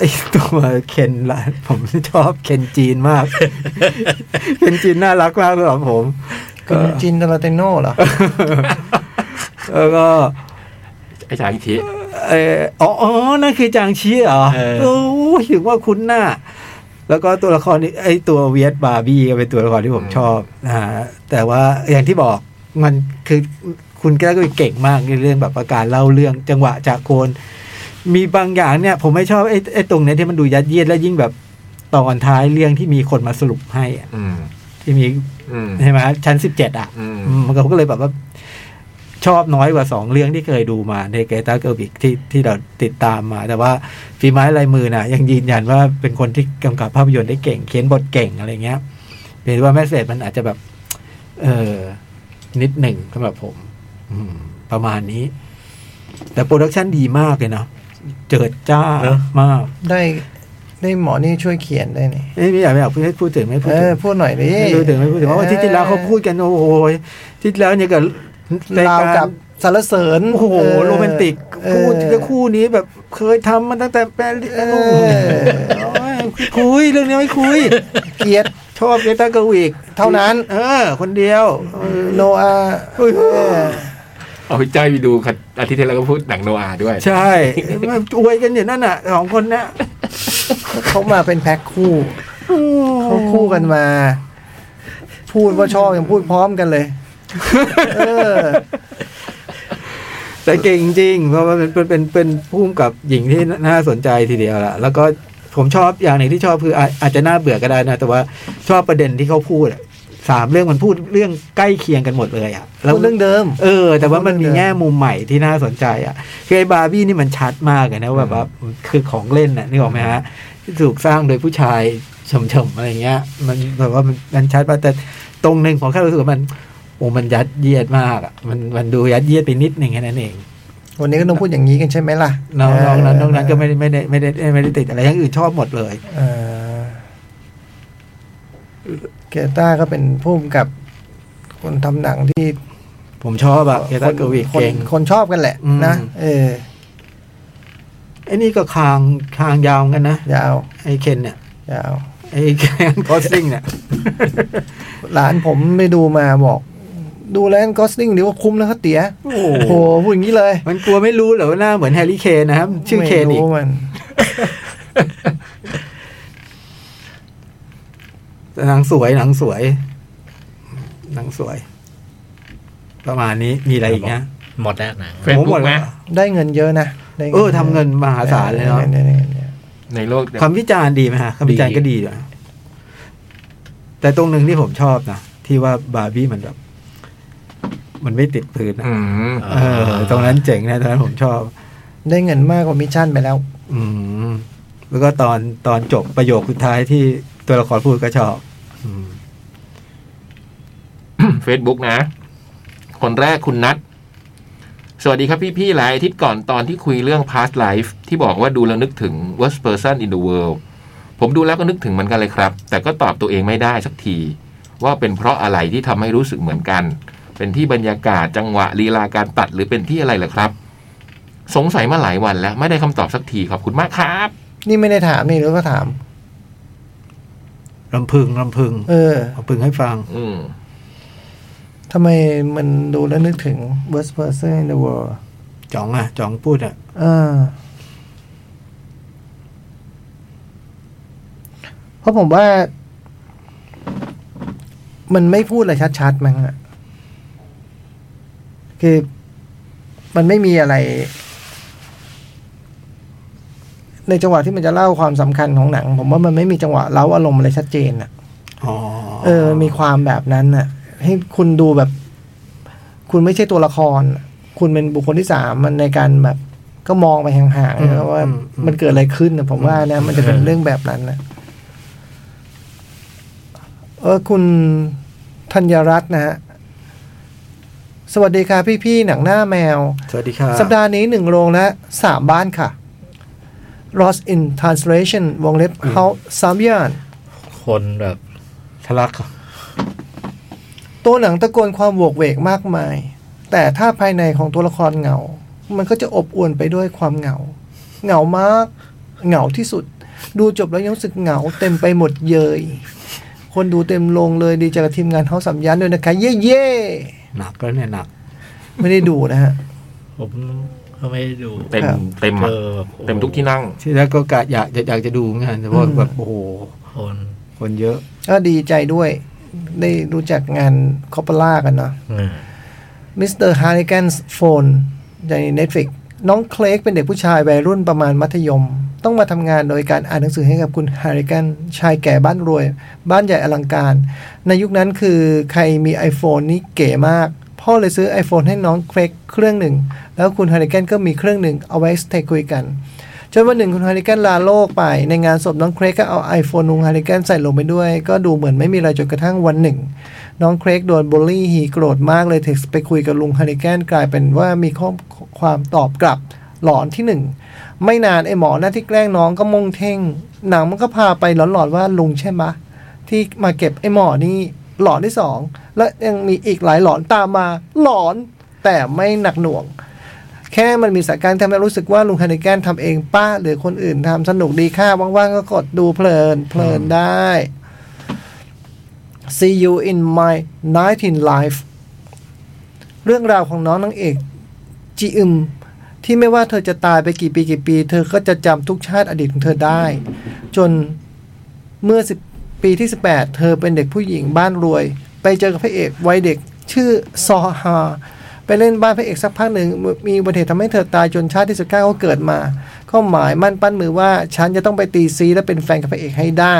Speaker 3: ไอตัวเคนละผมชอบเคนจีนมาก [LAUGHS] เคนจีนน่ารักมากสำหรับผม ก็
Speaker 2: คุณจินดาราเตโน่เหรอ
Speaker 3: แล้วก็
Speaker 1: ไอ้ชายอิทธิ
Speaker 3: เอออ๋ออ๋อนั่นคือจางชีเหรอ
Speaker 4: เออ
Speaker 3: โอ้ยถึงว่าคุ้นหน้า แล้วก็ตัวละครนี้ไอตัวเวียดบาร์บี้ก็เป็นตัวละครที่ผมชอบนะฮะแต่ว่าอย่างที่บอกมันคือคุณแก้วก็เก่งมากในเรื่องแบบประการเล่าเรื่องจังหวะจากโคน มีบางอย่างเนี่ย ผมไม่ชอบไอ้ไอ้ตรงเนี้ยที่มันดูยัดเยียดและยิ่งแบบ ตอนท้ายเรื่องที่มีคนมาสรุปให้อะ
Speaker 1: อืม
Speaker 3: ที่มี
Speaker 1: อืม
Speaker 3: ใช่ไหมฮะชั้นสิบเจ็ดอ่ะ
Speaker 1: อืม
Speaker 3: อืมมันก็เลยแบบว่าชอบน้อยกว่าสองเรื่องที่เคยดูมาในเกตาเกิร์บิกที่ที่เราติดตามมา แต่ว่าฝีไม้ลายมือน่ะ ยังยืนยันว่าเป็นคนที่กำกับภาพยนตร์ได้เก่ง เขียนบทเก่งอะไรเงี้ยเพียงแต่ว่าแมสเซจมันอาจจะแบบ เออนิดหนึ่งสำหรับผม อืม ประมาณนี้ แต่โปรดักชันดีมากเลยเนาะเจิดจ้า
Speaker 4: เนอะ
Speaker 3: มาก
Speaker 2: ได้ได้หมอนี่ช่วยเขียนได้นี่
Speaker 3: เอ้ยไม่อยากไม่อยากพูดพูดถึงไม่พูด
Speaker 2: เอ
Speaker 3: ถึ
Speaker 2: อง พูดหน่อยดิ
Speaker 3: ไม่พูดถึงไม่พูดถึงเพราะว่าที่ที่แล้วเขาพูดกันโอ้โหที่แล้วเนี่ยกับราย
Speaker 2: ราว
Speaker 3: การ
Speaker 2: กับสารเสริญ
Speaker 3: โอ้โห
Speaker 2: เออ
Speaker 3: โรแมนติกคู่ที่แล้วคู่นี้แบบเคยทำมันตั้งแต่แปลง
Speaker 2: เอ
Speaker 3: โอ้โห
Speaker 2: อ
Speaker 3: คุยเรื่องนี้ไม่คุย
Speaker 2: เกียรติ
Speaker 3: ชอบเดต้ากวีก
Speaker 2: เท่านั้น
Speaker 3: เออ คนเดียวเออ
Speaker 2: โนอา
Speaker 3: เฮ้ย
Speaker 2: เออ
Speaker 1: เอาพี่จ้อยไปดูครับอาทิตย์ที่แล้วก็พูดหนังโนอาด้วย
Speaker 3: ใช่มันอวยกันอย่างนั้นอ่ะสองคนเนะ
Speaker 2: เขามาเป็นแพ็คคู่เขาคู่กันมา พูดว่าชอบยังพูดพร้อมกันเลย เออ
Speaker 3: แต่เก่งจริงเพราะว่าเป็นเป็นเป็นเป็นผู้กำกับหญิงที่น่าสนใจทีเดียวล่ะ แล้วก็ผมชอบอย่างหนึ่งที่ชอบคืออาจอาจจะน่าเบื่อก็ได้นะ แต่ว่าชอบประเด็นที่เขาพูดอะสามเรื่องมันพูดเรื่องใกล้เคียงกันหมดเลยอ่ะแล้ว
Speaker 2: พูดเรื่องเดิม
Speaker 3: เออ แต่ว่ามันมี
Speaker 2: เรื่องเดิม
Speaker 3: แง่มุมใหม่ที่น่าสนใจอ่ะคือไอ้บาร์บี้นี่มันชัดมากเลยนะว่าแบบว่าคือของเล่นน่ะนึกออกไหมฮะที่ถูกสร้างโดยผู้ชายเฉมๆอะไรเงี้ย มันแบบว่ามันมันชัดมากแต่ตรงหนึ่งผมแค่รู้สึกว่ามันโอ้มันยัดเยียดมากอ่ะมันมันดูยัดเยียดไปนิดหนึ่งแค่นั้นเอง
Speaker 2: วันนี้ก็ต้องพูดอย่างนี้กันใช่ไหมล่ะ
Speaker 3: น้องน้องนั้นน้องนั้นก็ไม่ได้ไม่ได้ไม่ได้ไม่ได้ติดอะไรอย่างอื่นชอบหมดเลย
Speaker 2: เออเกต้าก็เป็นผู้กำกับ คนทำหนังที่
Speaker 3: ผมชอบอะเกตาเกอร์วิก
Speaker 2: คน
Speaker 3: เก่ง
Speaker 2: คนชอบกันแหละ
Speaker 3: อืม
Speaker 2: นะเออ
Speaker 3: ไอ้นี่ก็คางคางยาวเหมือนกันนะ
Speaker 2: ยาว
Speaker 3: ไอ้เคนเนี่ย
Speaker 2: ยาว
Speaker 3: ไอ้ [LAUGHS] แคนคอสซิงเนี่ย
Speaker 2: หลานผมไปดูมาบอก ดูแล้วก็สติงเดี๋ยวก็คุ้มแล้วครับเตี๋ย
Speaker 3: โอ้
Speaker 2: โอ้
Speaker 3: โห
Speaker 2: โหพูดอย่างนี้เลย
Speaker 3: มันกลัวไม่รู้เหรอว่าหน้าเหมือนแฮร์รี่เคนนะครับ ชื่อเคน
Speaker 2: ไม่
Speaker 3: อีก
Speaker 2: รู้มัน
Speaker 3: แต่หนังสวยหนังสวย หนังสวย ประมาณนี้มีอะไรอีกนะ
Speaker 4: หมดแล้วหนัง
Speaker 1: เฟซ
Speaker 3: ผมหม
Speaker 1: บุ๊
Speaker 3: ด
Speaker 1: ก
Speaker 3: แล้
Speaker 1: นะ
Speaker 3: ว
Speaker 2: ได้เงินเยอะนะได้
Speaker 3: เออทำเงินมหาศาลเลยเนาะ
Speaker 2: ได้งินเยอะ
Speaker 1: ในโลกเนี่ย
Speaker 3: คำวิจารณ์ดีไหมฮะคำวิจารณ์ก็ดีด้วยแต่ตรงหนึ่งที่ผมชอบนะที่ว่าบาร์บี้มันแบบ มันไม่ติดพื้นนะ
Speaker 1: อืม
Speaker 3: เออตรงนั้นเจ๋งนะตรงนั้นผมชอบ
Speaker 2: ได้เงินมากกว่ามิชชั่นไปแล้ว
Speaker 3: อืมแล้วก็ตอนตอนจบประโยคสุดท้ายที่ตัวละครพูดก็ชอบ อืม
Speaker 1: Facebook นะ คนแรกคุณนัทสวัสดีครับพี่พี่ๆหลายอาทิตย์ก่อนตอนที่คุยเรื่อง past life ที่บอกว่าดูแล้วนึกถึง worst person in the world ผมดูแล้วก็นึกถึงเหมือนกันเลยครับ แต่ก็ตอบตัวเองไม่ได้สักที ว่าเป็นเพราะอะไรที่ทำให้รู้สึกเหมือนกัน เป็นที่บรรยากาศจังหวะลีลาการตัดหรือเป็นที่อะไรเหรอครับ สงสัยมาหลายวันแล้ว ไม่ได้คำตอบสักทีขอบคุณมากครับ
Speaker 2: นี่ไม่ได้ถามนี่หรือก็ถาม
Speaker 3: ลำพึงลำพึง
Speaker 2: เออ
Speaker 3: ลำพึงให้ฟัง
Speaker 1: อืม
Speaker 2: ทำไมมันดูแล้วนึกถึง worst person in the world
Speaker 3: จ๋องอ่ะจ๋องพูดอ่ะ
Speaker 2: เออเพราะผมว่า มันไม่พูดอะไรชัดๆมั้งอะคือ มันไม่มีอะไร ในจังหวะที่มันจะเล่าความสำคัญของหนัง ผมว่ามันไม่มีจังหวะเล้าอารมณ์อะไรชัดเจนอะ
Speaker 3: อ๋อ
Speaker 2: เออมันมีความแบบนั้นน่ะ ให้คุณดูแบบ คุณไม่ใช่ตัวละครน่ะคุณเป็นบุคคลที่สามมันในการแบบ ก็มองไปห่างๆนะว่า มันเกิดอะไรขึ้นนะผมว่านะมันจะเป็นเรื่องแบบนั้นนะเออคุณธัญรัตน์นะฮะสวัสดีค่ะพี่ๆหนังหน้าแมว
Speaker 3: สวัสดีครับ
Speaker 2: สัปดาห์นี้หนึ่งโรงและสามบ้านค่ะ Lost in Translation วงเล็บ How s a m y a n
Speaker 4: คนแบบ
Speaker 3: ทะลัก
Speaker 2: ตัวหนังตะโกนความโหวกเวกมากมาย แต่ถ้าภายในของตัวละครเหงา มันก็จะอบอวนไปด้วยความเหงา เหงามาก เหงาที่สุด ดูจบแล้วยังรู้สึกเหงาเต็มไปหมดเยย คนดูเต็มลงเลยดีใจกับทีมงานเฮาสัมยันด้วยนะคะ เย่เย่
Speaker 3: หนักแล้วเนี่ยหนัก
Speaker 2: ๆไม่ได้ดูนะฮะ
Speaker 4: ผมก็ไม่ได้ดู
Speaker 1: เต็ม
Speaker 2: ครับ
Speaker 1: เต็ม
Speaker 4: เจ
Speaker 1: อะ
Speaker 4: อแบบโอ้โห
Speaker 1: เต็มทุกที่นั่ง
Speaker 3: ที่แล้วก็กะอยากอยากอยากจะดูเหมือนกันแต่ว่า
Speaker 2: อืม
Speaker 3: แบบโอ้โห
Speaker 4: คน
Speaker 3: คนเยอะ
Speaker 2: ก็ดีใจด้วย ได้รู้จักงานคอปเปล่ากันเนาะ
Speaker 4: อืม
Speaker 2: มิสเตอร์ฮาริเกนส์โฟนใน Netflix น้องเคลกเป็นเด็กผู้ชายวัยรุ่นประมาณมัธยม ต้องมาทำงานโดยการอ่านหนังสือให้กับคุณฮาริกันชายแก่บ้านรวย บ้านใหญ่อลังการ ในยุคนั้นคือใครมี iPhone นี่เก๋มาก พ่อเลยซื้อ iPhone ให้น้องเคลกเครื่องหนึ่ง แล้วคุณฮาริกันก็มีเครื่องหนึ่งเอาไว้สเตคุยกัน จนวันหนึ่งคุณฮาริกันลาโลกไป ในงานศพน้องเครกก็เอา iPhone ลุงฮาริกันใส่ลงไปด้วย ก็ดูเหมือนไม่มีอะไรจนกระทั่งวันหนึ่ง น้องเครกโดนบูลลี่ฮีโกรธมากเลยเท็กซ์ไปคุยกับลุงฮาริแกนกลายเป็นว่ามีข้อความตอบกลับหลอนที่หนึ่ง ไม่นานไอหมอหน้าที่แกล้งน้องก็มงเท่ง หนังมันก็พาไปหลอนๆว่าลุงใช่ไหมะ ที่มาเก็บไอหมอนี่หลอนที่สอง และยังมีอีกหลายหลอนตามมา หลอนแต่ไม่หนักหน่วง แค่มันมีสถานการณ์ทำให้รู้สึกว่าลุงฮาริแกนทำเองป้าหรือคนอื่นทำสนุกดีค่ะ ว่างๆก็กดดูเพลินเพลินได้ See you in my 19 life เรื่องราวของน้องนางเอก จีอึม ที่ไม่ว่าเธอจะตายไปกี่ปีกี่ปี เธอก็จะจำทุกชาติอดีตของเธอได้ จนเมื่อ 10 ปีที่ 18 เธอเป็นเด็กผู้หญิงบ้านรวย ไปเจอกับพระเอกวัยเด็กชื่อซอฮา ไปเล่นบ้านพระเอกสักพักหนึ่งมีอุบัติเหตุทำให้เธอตายจนชาติที่สิบเก้าก็เกิดมา ก็หมายมั่นปั้นมือว่าฉันจะต้องไปตีซีและเป็นแฟนกับพระเอกให้ได้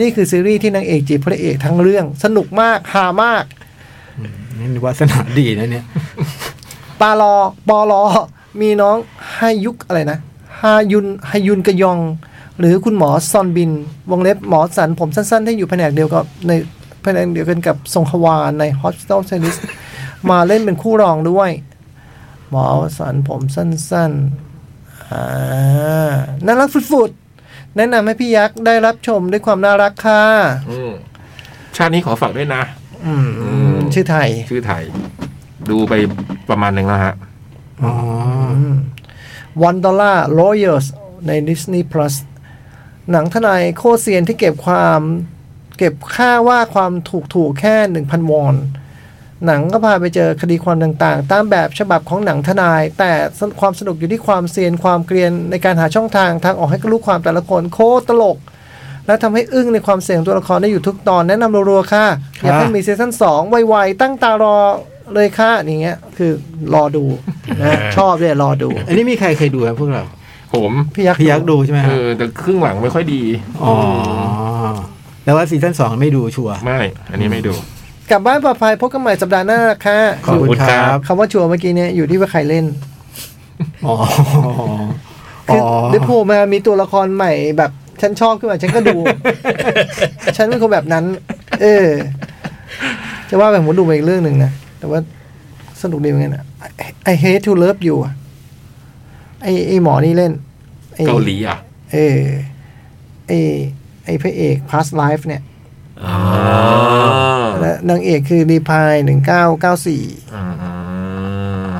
Speaker 2: นี่คือซีรีส์ที่นางเอกจีบพระเอกทั้งเรื่อง สนุกมากฮามาก
Speaker 3: นี่วาสนาดีนะเนี่ย
Speaker 2: ปาลอปอลอ มีน้องฮายุกอะไรนะฮายุนฮายุนกะยอง หรือคุณหมอซอนบิน วงเล็บหมอสันผมสั้นๆ ที่อยู่แผนกเดียวกับในแผนกเดียวกันกับทรงควานใน Hospital s e r i s มาเล่นเป็นคู่รองด้วย หมอสันผมสั้นๆอ่าน่ารักฟุดๆแนะนำให้พี่ยักษ์ได้รับชมด้วยความน่ารักค่ะ
Speaker 1: อืมชาตินี้ขอฝากด้วยนะ
Speaker 2: อืม
Speaker 1: อืม
Speaker 2: ชื่อไทย
Speaker 1: ชื่อไทย ดูไปประมาณหนึ่งแล้วฮะ
Speaker 3: อ๋อ
Speaker 2: วันดอลลาร์ Lawyers ใน Disney Plus หนังทนายโคตรเซียนที่เก็บความ เก็บค่าว่าความถูกถูกๆแค่ 1,000 วอน หนังก็พาไปเจอคดีความต่างๆ ตามแบบฉบับของหนังทนาย แต่ความสนุกอยู่ที่ความเซียนความเกรียนในการหาช่องทางทางออกให้กับลูกความแต่ละคนโคตรตลก และทำให้อึ้งในความเสี่ยงตัวละครได้อยู่ทุกตอนแนะนำรัวๆค่ะ อยากให้มีซีซั่นสองไวๆตั้งตารอเลยค่ะอย่างเงี้ยคือรอดูนะชอบเลยรอดู
Speaker 3: อันนี้มีใครเคยดูไหมพวกเรา
Speaker 1: ผม
Speaker 2: พี่ยักษ์
Speaker 3: พี่ยักษ์ดูใช่ไหม
Speaker 1: เอ
Speaker 3: ฮะ
Speaker 1: อแต่ครึ่งหลังไม่ค่อยดี
Speaker 3: อ๋อ แล้วว่าซีซั่นสองไม่ดูชัวร์
Speaker 1: ไม่ อันนี้ไม่ดู
Speaker 2: กลับบ้านปลอดภัยพบกันใหม่สัปดาห์หน้าค่ะ
Speaker 3: ขอบคุณครับ
Speaker 2: คำว่าชัวร์เมื่อกี้เนี่ยอยู่ที่ว่าใครเล่น
Speaker 3: อ๋อ
Speaker 2: คือ
Speaker 3: อ๋อ
Speaker 2: เดี๋ยวโผล่มามีตัวละครใหม่แบบฉันชอบขึ้นมาฉันก็ดู [LAUGHS] ฉันเป็นคนแบบนั้น เออ จะว่าแบบผมดูมาอีกเรื่องหนึ่งนะ แต่ว่าสนุกดีเหมือนกันอะ I- I hate to love you อะไอไอหมอนี่เล่นไอ้
Speaker 1: เกาหลีอ่ะ
Speaker 2: เออไอไอพระเอก past life เนี่ย และนางเอกคือรีพายหนึ่งเก้าเก้าสี่
Speaker 1: อ่าอ่า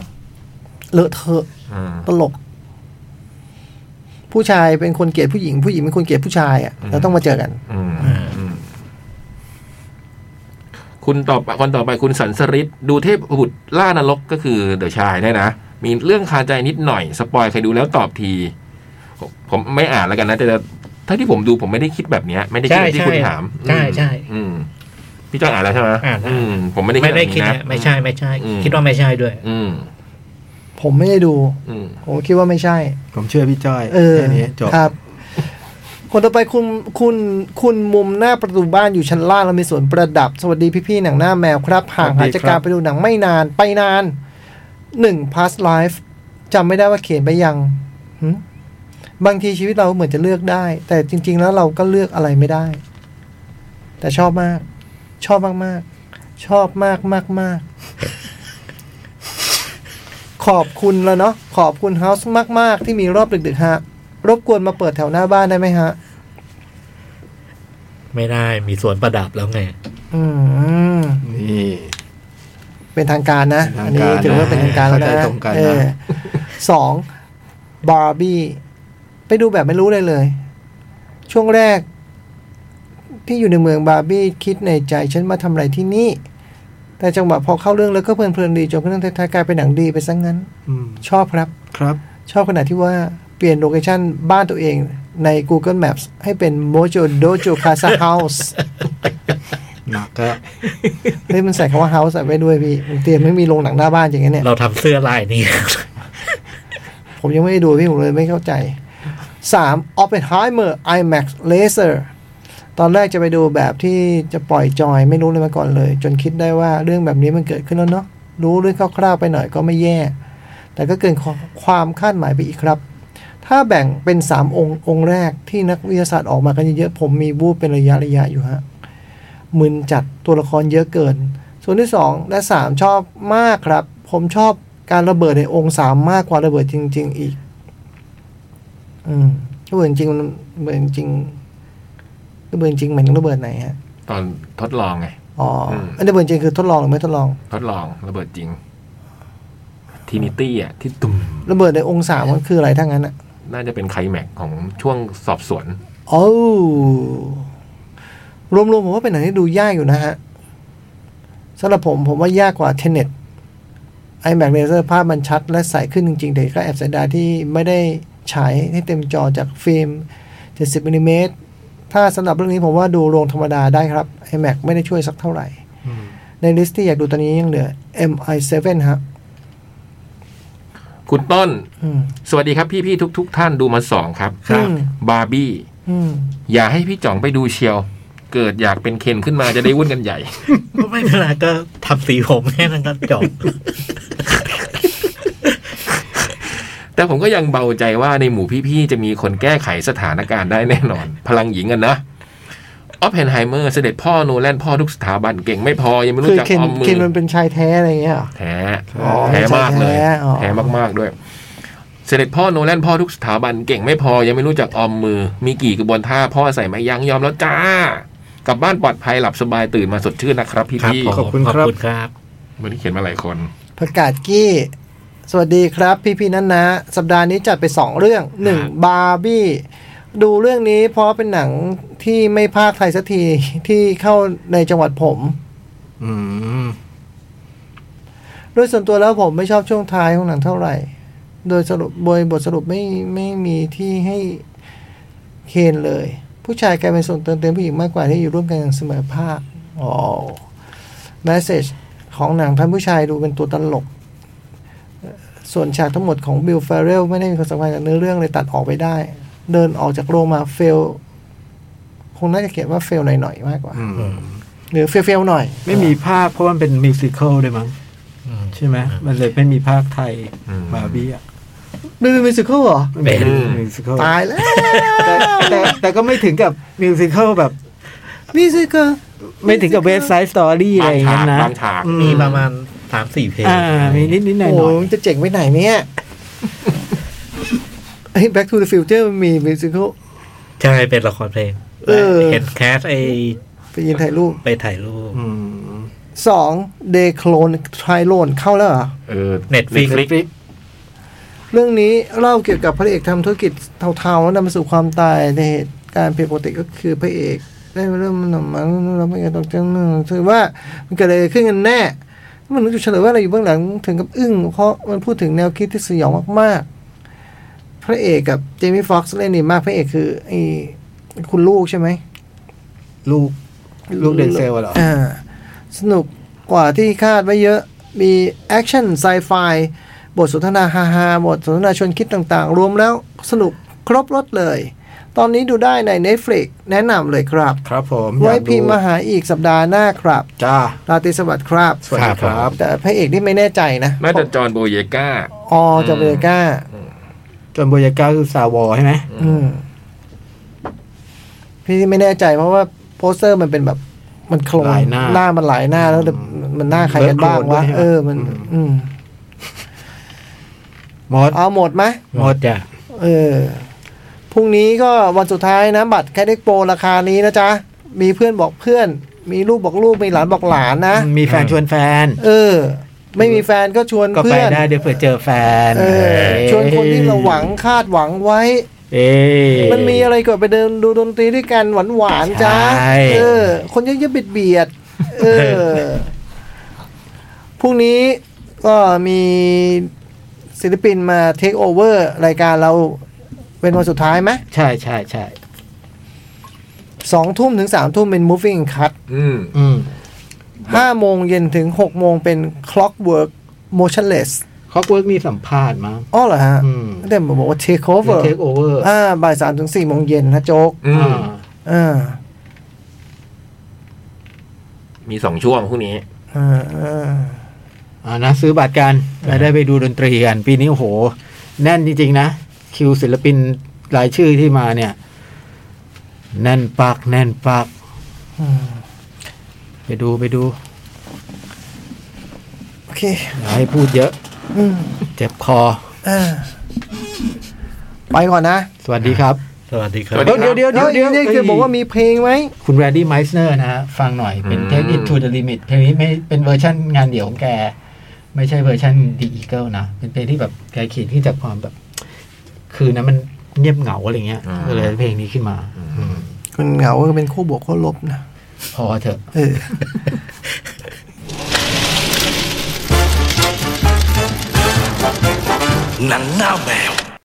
Speaker 2: เลอะเทอะ
Speaker 1: อ่า
Speaker 2: ตลก ผู้ชายเป็นคนเกลียดผู้หญิง ผู้หญิงเป็นคนเกลียดผู้ชายอ่ะ
Speaker 1: อืม
Speaker 2: เราต้องมาเจอกัน
Speaker 1: อืมอืมคุณต่อไปคนต่อไปคุณสันสริตดูเทพบุตรล่านรกก็คือเดอะชายได้นะ มีเรื่องคาใจนิดหน่อย สปอยใครดูแล้วตอบที ผมผมไม่อ่านแล้วกันนะ แต่ถ้าที่ผมดูผมไม่ได้คิดแบบเนี้ย ไม่ได้คิดแบบที่
Speaker 4: ใช่
Speaker 1: คุณถาม
Speaker 4: ใช่ใช่
Speaker 1: อืมพี่จ้องอ่านแล้วใช่ไหม
Speaker 4: อ่านแล้ว
Speaker 1: อืมผมไม่ได้
Speaker 4: ไม่ได้คิ
Speaker 1: คิ
Speaker 4: ด
Speaker 1: ดแบบ
Speaker 4: นะ
Speaker 1: นี้นะ
Speaker 4: ไม่ใช่ไม่ใช่
Speaker 1: อืม
Speaker 4: คิดว่าไม่ใช่ด้วย
Speaker 1: อืม
Speaker 2: ผมไม่ได้ดู
Speaker 1: อืม
Speaker 2: ผมคิดว่าไม่ใช่
Speaker 3: ผมเชื่อพี่จ้อย
Speaker 2: เออ
Speaker 3: แค่นี้จบ
Speaker 2: ครับ คนต่อไปคุณคุณคุณมุมหน้าประตูบ้านอยู่ชั้นล่างแล้วมีสวนประดับ สวัสดีพี่ๆหนังหน้าแมวครับ ห่าง
Speaker 3: ส
Speaker 2: หา
Speaker 3: วัส
Speaker 2: ย
Speaker 3: ดี
Speaker 2: จาก
Speaker 3: ครั
Speaker 2: กา
Speaker 3: บ
Speaker 2: รไปดูหนังไม่นานไปนานหนึ่ง past life จำไม่ได้ว่าเขียนไปยังหึบางทีชีวิตเราเหมือนจะเลือกได้ แต่จริง ๆ แล้วเราก็เลือกอะไรไม่ได้ แต่ชอบมาก ชอบมากๆ ชอบมากมากมากๆ [LAUGHS] ขอบคุณแล้วเนาะขอบคุณเฮาส์มาก ๆ ที่มีรอบดึก ๆ ฮะ รบกวนมาเปิดแถวหน้าบ้านได้ไหมฮะ
Speaker 4: ไม่ได้มีสวนประดับแล้วไง
Speaker 2: อืม
Speaker 3: นี่
Speaker 2: เป็นทางการนะ
Speaker 3: เป็นทางการ
Speaker 2: อันนี้ถือว่าเป็นทางการแล้วนะ
Speaker 3: เข้าใจตรงกันนะ
Speaker 2: เออสองบาร์บี้ไปดูแบบไม่รู้เลยเลย ช่วงแรก ที่อยู่ในเมืองบาร์บี้คิดในใจฉันมาทำอะไรที่นี่ แต่จังหวะพอเข้าเรื่องแล้วก็เพลินเพลินๆดีจนกระทั่งท้ายๆกลายเป็นหนังดีไปซะงงั้น
Speaker 3: อืม
Speaker 2: ชอบครับ
Speaker 3: ครับ
Speaker 2: ชอบขนาดที่ว่าเปลี่ยนโลเคชันบ้านตัวเองใน Google Maps ให้เป็น Mojo Dojo Casa House
Speaker 3: หนักก็
Speaker 2: เฮ้ยมันใส่คำว่า House ใส่ไว้ด้วยพี่มันเตรียมไม่มีโรงหนังหน้าบ้านอย่างเงี้ยเนี่ย
Speaker 4: เราทำเสื้อลายนี้
Speaker 2: ผมยังไม่ได้ดูพี่ผมเลยไม่เข้าใจ 3. Oppenheimer IMAX Laser ตอนแรกจะไปดูแบบที่จะปล่อยจอยไม่รู้เลยมาก่อนเลย จนคิดได้ว่าเรื่องแบบนี้มันเกิดขึ้นแล้วเนาะรู้เรื่องคร่าวๆไปหน่อยก็ไม่แย่ แต่ก็เกินความคาดหมายไปอีกครับ ถ้าแบ่งเป็น 3 องค์องค์แรกที่นักวิทยาศาสตร์ออกมากันเยอะๆผมมีบูบเป็นระยะระยะอยู่ฮะมึนจัดตัวละครเยอะเกิน ส่วนที่ 2 และ 3 ชอบมากครับ ผมชอบการระเบิดในองค์สามมากกว่าระเบิดจริง ๆ อีก อืมระเบิดจริงมันระเบิดจริงระเบิดจริงหมายถึงระเบิดไหนฮะ
Speaker 1: ตอนทดลองไง
Speaker 2: อ๋ออ
Speaker 1: ม
Speaker 2: อันระเบิดจริงคือทดลองหรือไม่ทดลอง
Speaker 1: ทดลองระเบิดจริงทีนิตี้อ่ะที่ตุ่ม
Speaker 2: ระเบิดในองค์สามมันคืออะไรทั้งนั้นอ่ะ
Speaker 1: น่าจะเป็นไคลแม็กซ์ของช่วงสอบสวน
Speaker 2: โอ้รวมๆผมว่าเป็นหนังที่ดูยากอยู่นะฮะสำหรับผมผมว่ายากกว่าเทเน็ตไอแม็กเลเซอร์ภาพมันชัด และใสขึ้นจริงๆแต่ก็แอบเสียดายที่ไม่ได้ฉายให้เต็มจอจากฟิล์ม 70มิลลิเมตรถ้าสำหรับเรื่องนี้ผมว่าดูโรงธรรมดาได้ครับไอแม็กไม่ได้ช่วยสักเท่าไหร่ ในลิสต์ที่อยากดูตอนนี้ยังเหลือ MI7 ฮะ
Speaker 1: คุณต้น
Speaker 2: อืม
Speaker 1: สวัสดีครับพี่ ๆ ทุก ๆ ท่านดูมาสองครับ
Speaker 2: ครับ
Speaker 1: บาร์บี้
Speaker 2: อืม
Speaker 1: อย่าให้พี่จ่องไปดูเชียว เกิดอยากเป็นเคนขึ้นมาจะได้วุ่นกันใหญ่ [LAUGHS]
Speaker 4: ก็ไม่เป็นไรก็ทำสีผมแค่นั้นก็จบ
Speaker 1: แต่ผมก็ยังเบาใจว่าในหมู่พี่ๆ จะมีคนแก้ไขสถานการณ์ได้แน่นอน พลังหญิงกันนะออฟเพนไฮเมอร์เสด็จพ่อโนแลนพ่อทุกสถาบันเก่งไม่พอ ยังไม่
Speaker 2: คือ
Speaker 1: รู้จัก
Speaker 2: เคน
Speaker 1: ออมมื
Speaker 2: เคน
Speaker 1: อ
Speaker 2: มันเป็นชายแท้ อะไรอย่างเงี้ยเหรอ
Speaker 1: แท้
Speaker 2: อ๋อ
Speaker 1: แท้มากเลย
Speaker 2: แท้อ๋อ
Speaker 1: แท้มากๆด้วย เสด็จพ่อโนแลนพ่อทุกสถาบันเก่งไม่พอ ยังไม่รู้จักออมมือ มีกี่กระบวนท่าพ่อใส่ไม้ยั้งยอมแล้วจ้ากลับบ้านปลอดภัยหลับสบายตื่นมาสดชื่นนะครับ พี่
Speaker 4: ครับ
Speaker 1: พี่
Speaker 4: ผม
Speaker 3: ขอบคุณครับ
Speaker 4: ขอบคุณครับ
Speaker 1: วันนี้เขียนมาหลายคน
Speaker 2: ประกาศกี้ สวัสดีครับ พี่พี่ๆนั่นนะ สัปดาห์นี้จัดไป 2 เรื่อง
Speaker 4: ครับ
Speaker 2: 1. บาร์บี้ดูเรื่องนี้เพราะเป็นหนังที่ไม่ภาคไทยสักที [LAUGHS] ที่เข้าในจังหวัดผม
Speaker 3: อืม
Speaker 2: โดยส่วนตัวแล้วผมไม่ชอบช่วงท้ายของหนังเท่าไหร่ โดยสรุปโดยบทสรุปไม่ไม่มีที่ให้เคนเลย ผู้ชายกลายเป็นส่วนเติมเต็มผู้หญิงมากกว่าที่อยู่ร่วมกันอย่างเสมอภาคอ๋อแมสเซจของหนังท่านผู้ชายดูเป็นตัวตลกเอ่อส่วนฉากทั้งหมดของบิลฟ r เรลไม่ได้มีความสำคัญกับเนื้อเรื่องเลยตัดออกไปได้ เดินออกจากโรงมาเฟล คงน่าจะเขียนว่าเฟลหน่อยๆมากกว่า
Speaker 3: อืม
Speaker 2: หรือเฟลเฟลหน่อย
Speaker 6: ไม่มีภาคเพราะมันเป็นมิวสิควลด้วยมั้ง
Speaker 4: อืม
Speaker 6: ใช่ไหมมันเลยไม่มีภาคไทย
Speaker 1: อืม
Speaker 6: บาร์บี้อ่ะ
Speaker 2: ไม่เป็นมิวสิควลเหรอ
Speaker 6: มันเป็น
Speaker 1: อืม
Speaker 6: มิวสิควล
Speaker 2: ตายแล้ว
Speaker 6: แต่แต่แต่ก็ไม่ถึงกับมิวสิควลแบบ
Speaker 2: มิวสิควล
Speaker 6: ไม่ถึงกับเวสไซส์สตอรี่อะ
Speaker 1: บา
Speaker 6: ไรงอย่าง
Speaker 1: ฉาก
Speaker 6: นั้นนะ
Speaker 1: บางฉาก
Speaker 6: อื
Speaker 4: มีประมาณสามสี่เพลง
Speaker 6: อ่ามีนิดนิดๆหน่อยหน่
Speaker 2: โอ้
Speaker 6: อย
Speaker 2: ยจะเจ๋งไปไหนเนี่ยไอ้ Back to the Future มันมีมิวสิคว
Speaker 4: ใช่เป็นละครเพลง
Speaker 2: เออ
Speaker 4: เห็นแคสไอ
Speaker 2: ไปยินถ่ายรูป
Speaker 4: ไปถ่ายรูป
Speaker 3: อืม
Speaker 2: สอง Day Clone Try Lone เข้าแล้วเหรอ
Speaker 1: เออ
Speaker 4: Netflix
Speaker 1: Netflix
Speaker 2: เรื่องนี้เล่าเกี่ยวกับพระเอกทำธุรกิจเทาๆ แล้วนำไปสู่ความตายในเหตุการณ์ผิดปกติก็คือพระเอก ได้เริ่มหนำมาแล้วไม่กันตกใจถือว่ามันเกิดอะไรขึ้นกันแน่ มันรู้จุดเฉลยว่าอะไรอยู่เบื้องหลังถึงกับอึ้ง เพราะมันพูดถึงแนวคิดที่สยองมากๆ พระเอกกับเจมี่ฟ็อกซ์เล่นดีมากพระเอกคือไอ้คุณลูกใช่ไหม
Speaker 6: ลูก ลูกเดนเซลอะเหรอ
Speaker 2: อ่าสนุกกว่าที่คาดไว้เยอะ มีแอคชั่นไซไฟบทสนทนาฮาฮาๆบทสนทนาชวนคิดต่างๆ รวมแล้วสนุกครบรถเลย ตอนนี้ดูได้ใน Netflix แนะนำเลยครับ
Speaker 3: ครับผมอ
Speaker 2: ไว้
Speaker 3: ยากดู
Speaker 2: พิมพ์มาหาอีกสัปดาห์หน้าครับ
Speaker 3: จ้า
Speaker 2: ราตรีสวัสดิ์ครับ
Speaker 3: สวัสดีครับ
Speaker 2: แต่พระเอกนี่ไม่แน่ใจนะ
Speaker 1: น่าจะจอห์นโบเยกา
Speaker 2: อ๋อจะเบก้า
Speaker 6: จนโบยาก้าคือซาวอใช่ไหม
Speaker 2: อืมพี่ไม่แน่ใจเพราะว่าโปสเตอร์มันเป็นแบบมันโครง
Speaker 3: หลายหน้า
Speaker 2: มันหลายหน้าแล้ว
Speaker 3: อืม
Speaker 2: มันหน้าใครกันบ้าง
Speaker 3: เลิ
Speaker 2: วะ
Speaker 3: ศโคลนด้วยใช่ไหม
Speaker 2: เออมัน
Speaker 3: อืม
Speaker 2: อืม
Speaker 6: หมด
Speaker 2: เอาหมดไหม
Speaker 4: หมดจ้ะ
Speaker 2: เออ พรุ่งนี้ก็วันสุดท้ายนะ บัตรแคดเด็กโปรราคานี้นะจ๊ะ มีเพื่อนบอกเพื่อน มีลูกบอกลูก มีหลานบอกหลานนะ
Speaker 6: มีแฟนชวนแฟน
Speaker 2: เออ ไม่มีแฟนก็ชวน
Speaker 6: ก็ไป
Speaker 2: เพื่อน
Speaker 6: ได้เดี๋ยวเผื่อเจอแฟน
Speaker 2: เออ ชวนคนที่เราหวังคาดหวังไว้
Speaker 6: เอ้ย
Speaker 2: มันมีอะไรก่อนไปเดินดูดนตรีด้วยกันหวานหวานๆจ้า
Speaker 6: ใช่
Speaker 2: เออ คนเยอะๆเบียดเบียดๆเออ พรุ่งนี้ก็มีศิลปินมาเทคโอเวอร์รายการเราเป็นวันสุดท้ายไหม
Speaker 6: ใช่ใช่ใช่
Speaker 2: สองทุ่มถึงสามทุ่มเป็น moving cut
Speaker 1: อืม
Speaker 6: อืม
Speaker 2: ห้าโมงเย็นถึงหกโมงเป็น clockwork motionless
Speaker 3: คอกเวิร์กนี่สัมภาษณ์มั้ง
Speaker 2: อ๋อเหรอฮะ
Speaker 3: อืม
Speaker 2: แต่บอกว่า take over
Speaker 3: เทคโอเวอร์
Speaker 2: อ่าบ่ายสามถึงสี่โมงเย็นนะโจ๊ก
Speaker 1: อืม
Speaker 2: อ่า
Speaker 1: มีสองช่วงพวกนี้
Speaker 2: อ่าอ่า
Speaker 3: อ่านะซื้อบัตรกันแล้วได้ไปดูดนตรีกัน ปีนี้โอ้โห แน่นจริง ๆ นะ คิวศิลปินรายชื่อที่มาเนี่ย แน่นปัก แน่นปัก
Speaker 2: อืม
Speaker 3: ไปดูไปดู
Speaker 2: โอเค
Speaker 3: อย่าให้พูดเยอะ
Speaker 2: อืม
Speaker 3: เจ็บคอ
Speaker 2: อ่าไปก่อนนะ
Speaker 3: สวัสดีครับ
Speaker 4: สวัสดีครับ
Speaker 1: สวัส
Speaker 2: เดี๋ยวเดี๋ยวเดี๋ยวเดี๋ยวนี่คือบอกว่ามีเพลงไหม
Speaker 3: คุณแรดดี้ไมสเนอร์นะฮะ ฟังหน่อยเป็น
Speaker 1: อืม
Speaker 3: Take It to the Limit เพลงนี้ไม่เป็นเวอร์ชั่นงานเดี่ยวของแก ไม่ใช่เวอร์ชัน The Eagle นะ เป็นเพลงที่แบบแกเขียนขึ้นจากความแบบ คืนนั้นมันเงียบเหงาอะไรเงี้ย
Speaker 1: อ่า
Speaker 3: ก็เลยเอาเพลงนี้ขึ้นมา
Speaker 2: คนเหงาก็เป็นคู่บวกคู่ลบนะ
Speaker 3: พอเถอะ
Speaker 2: เออ
Speaker 5: หนังหน้าแมว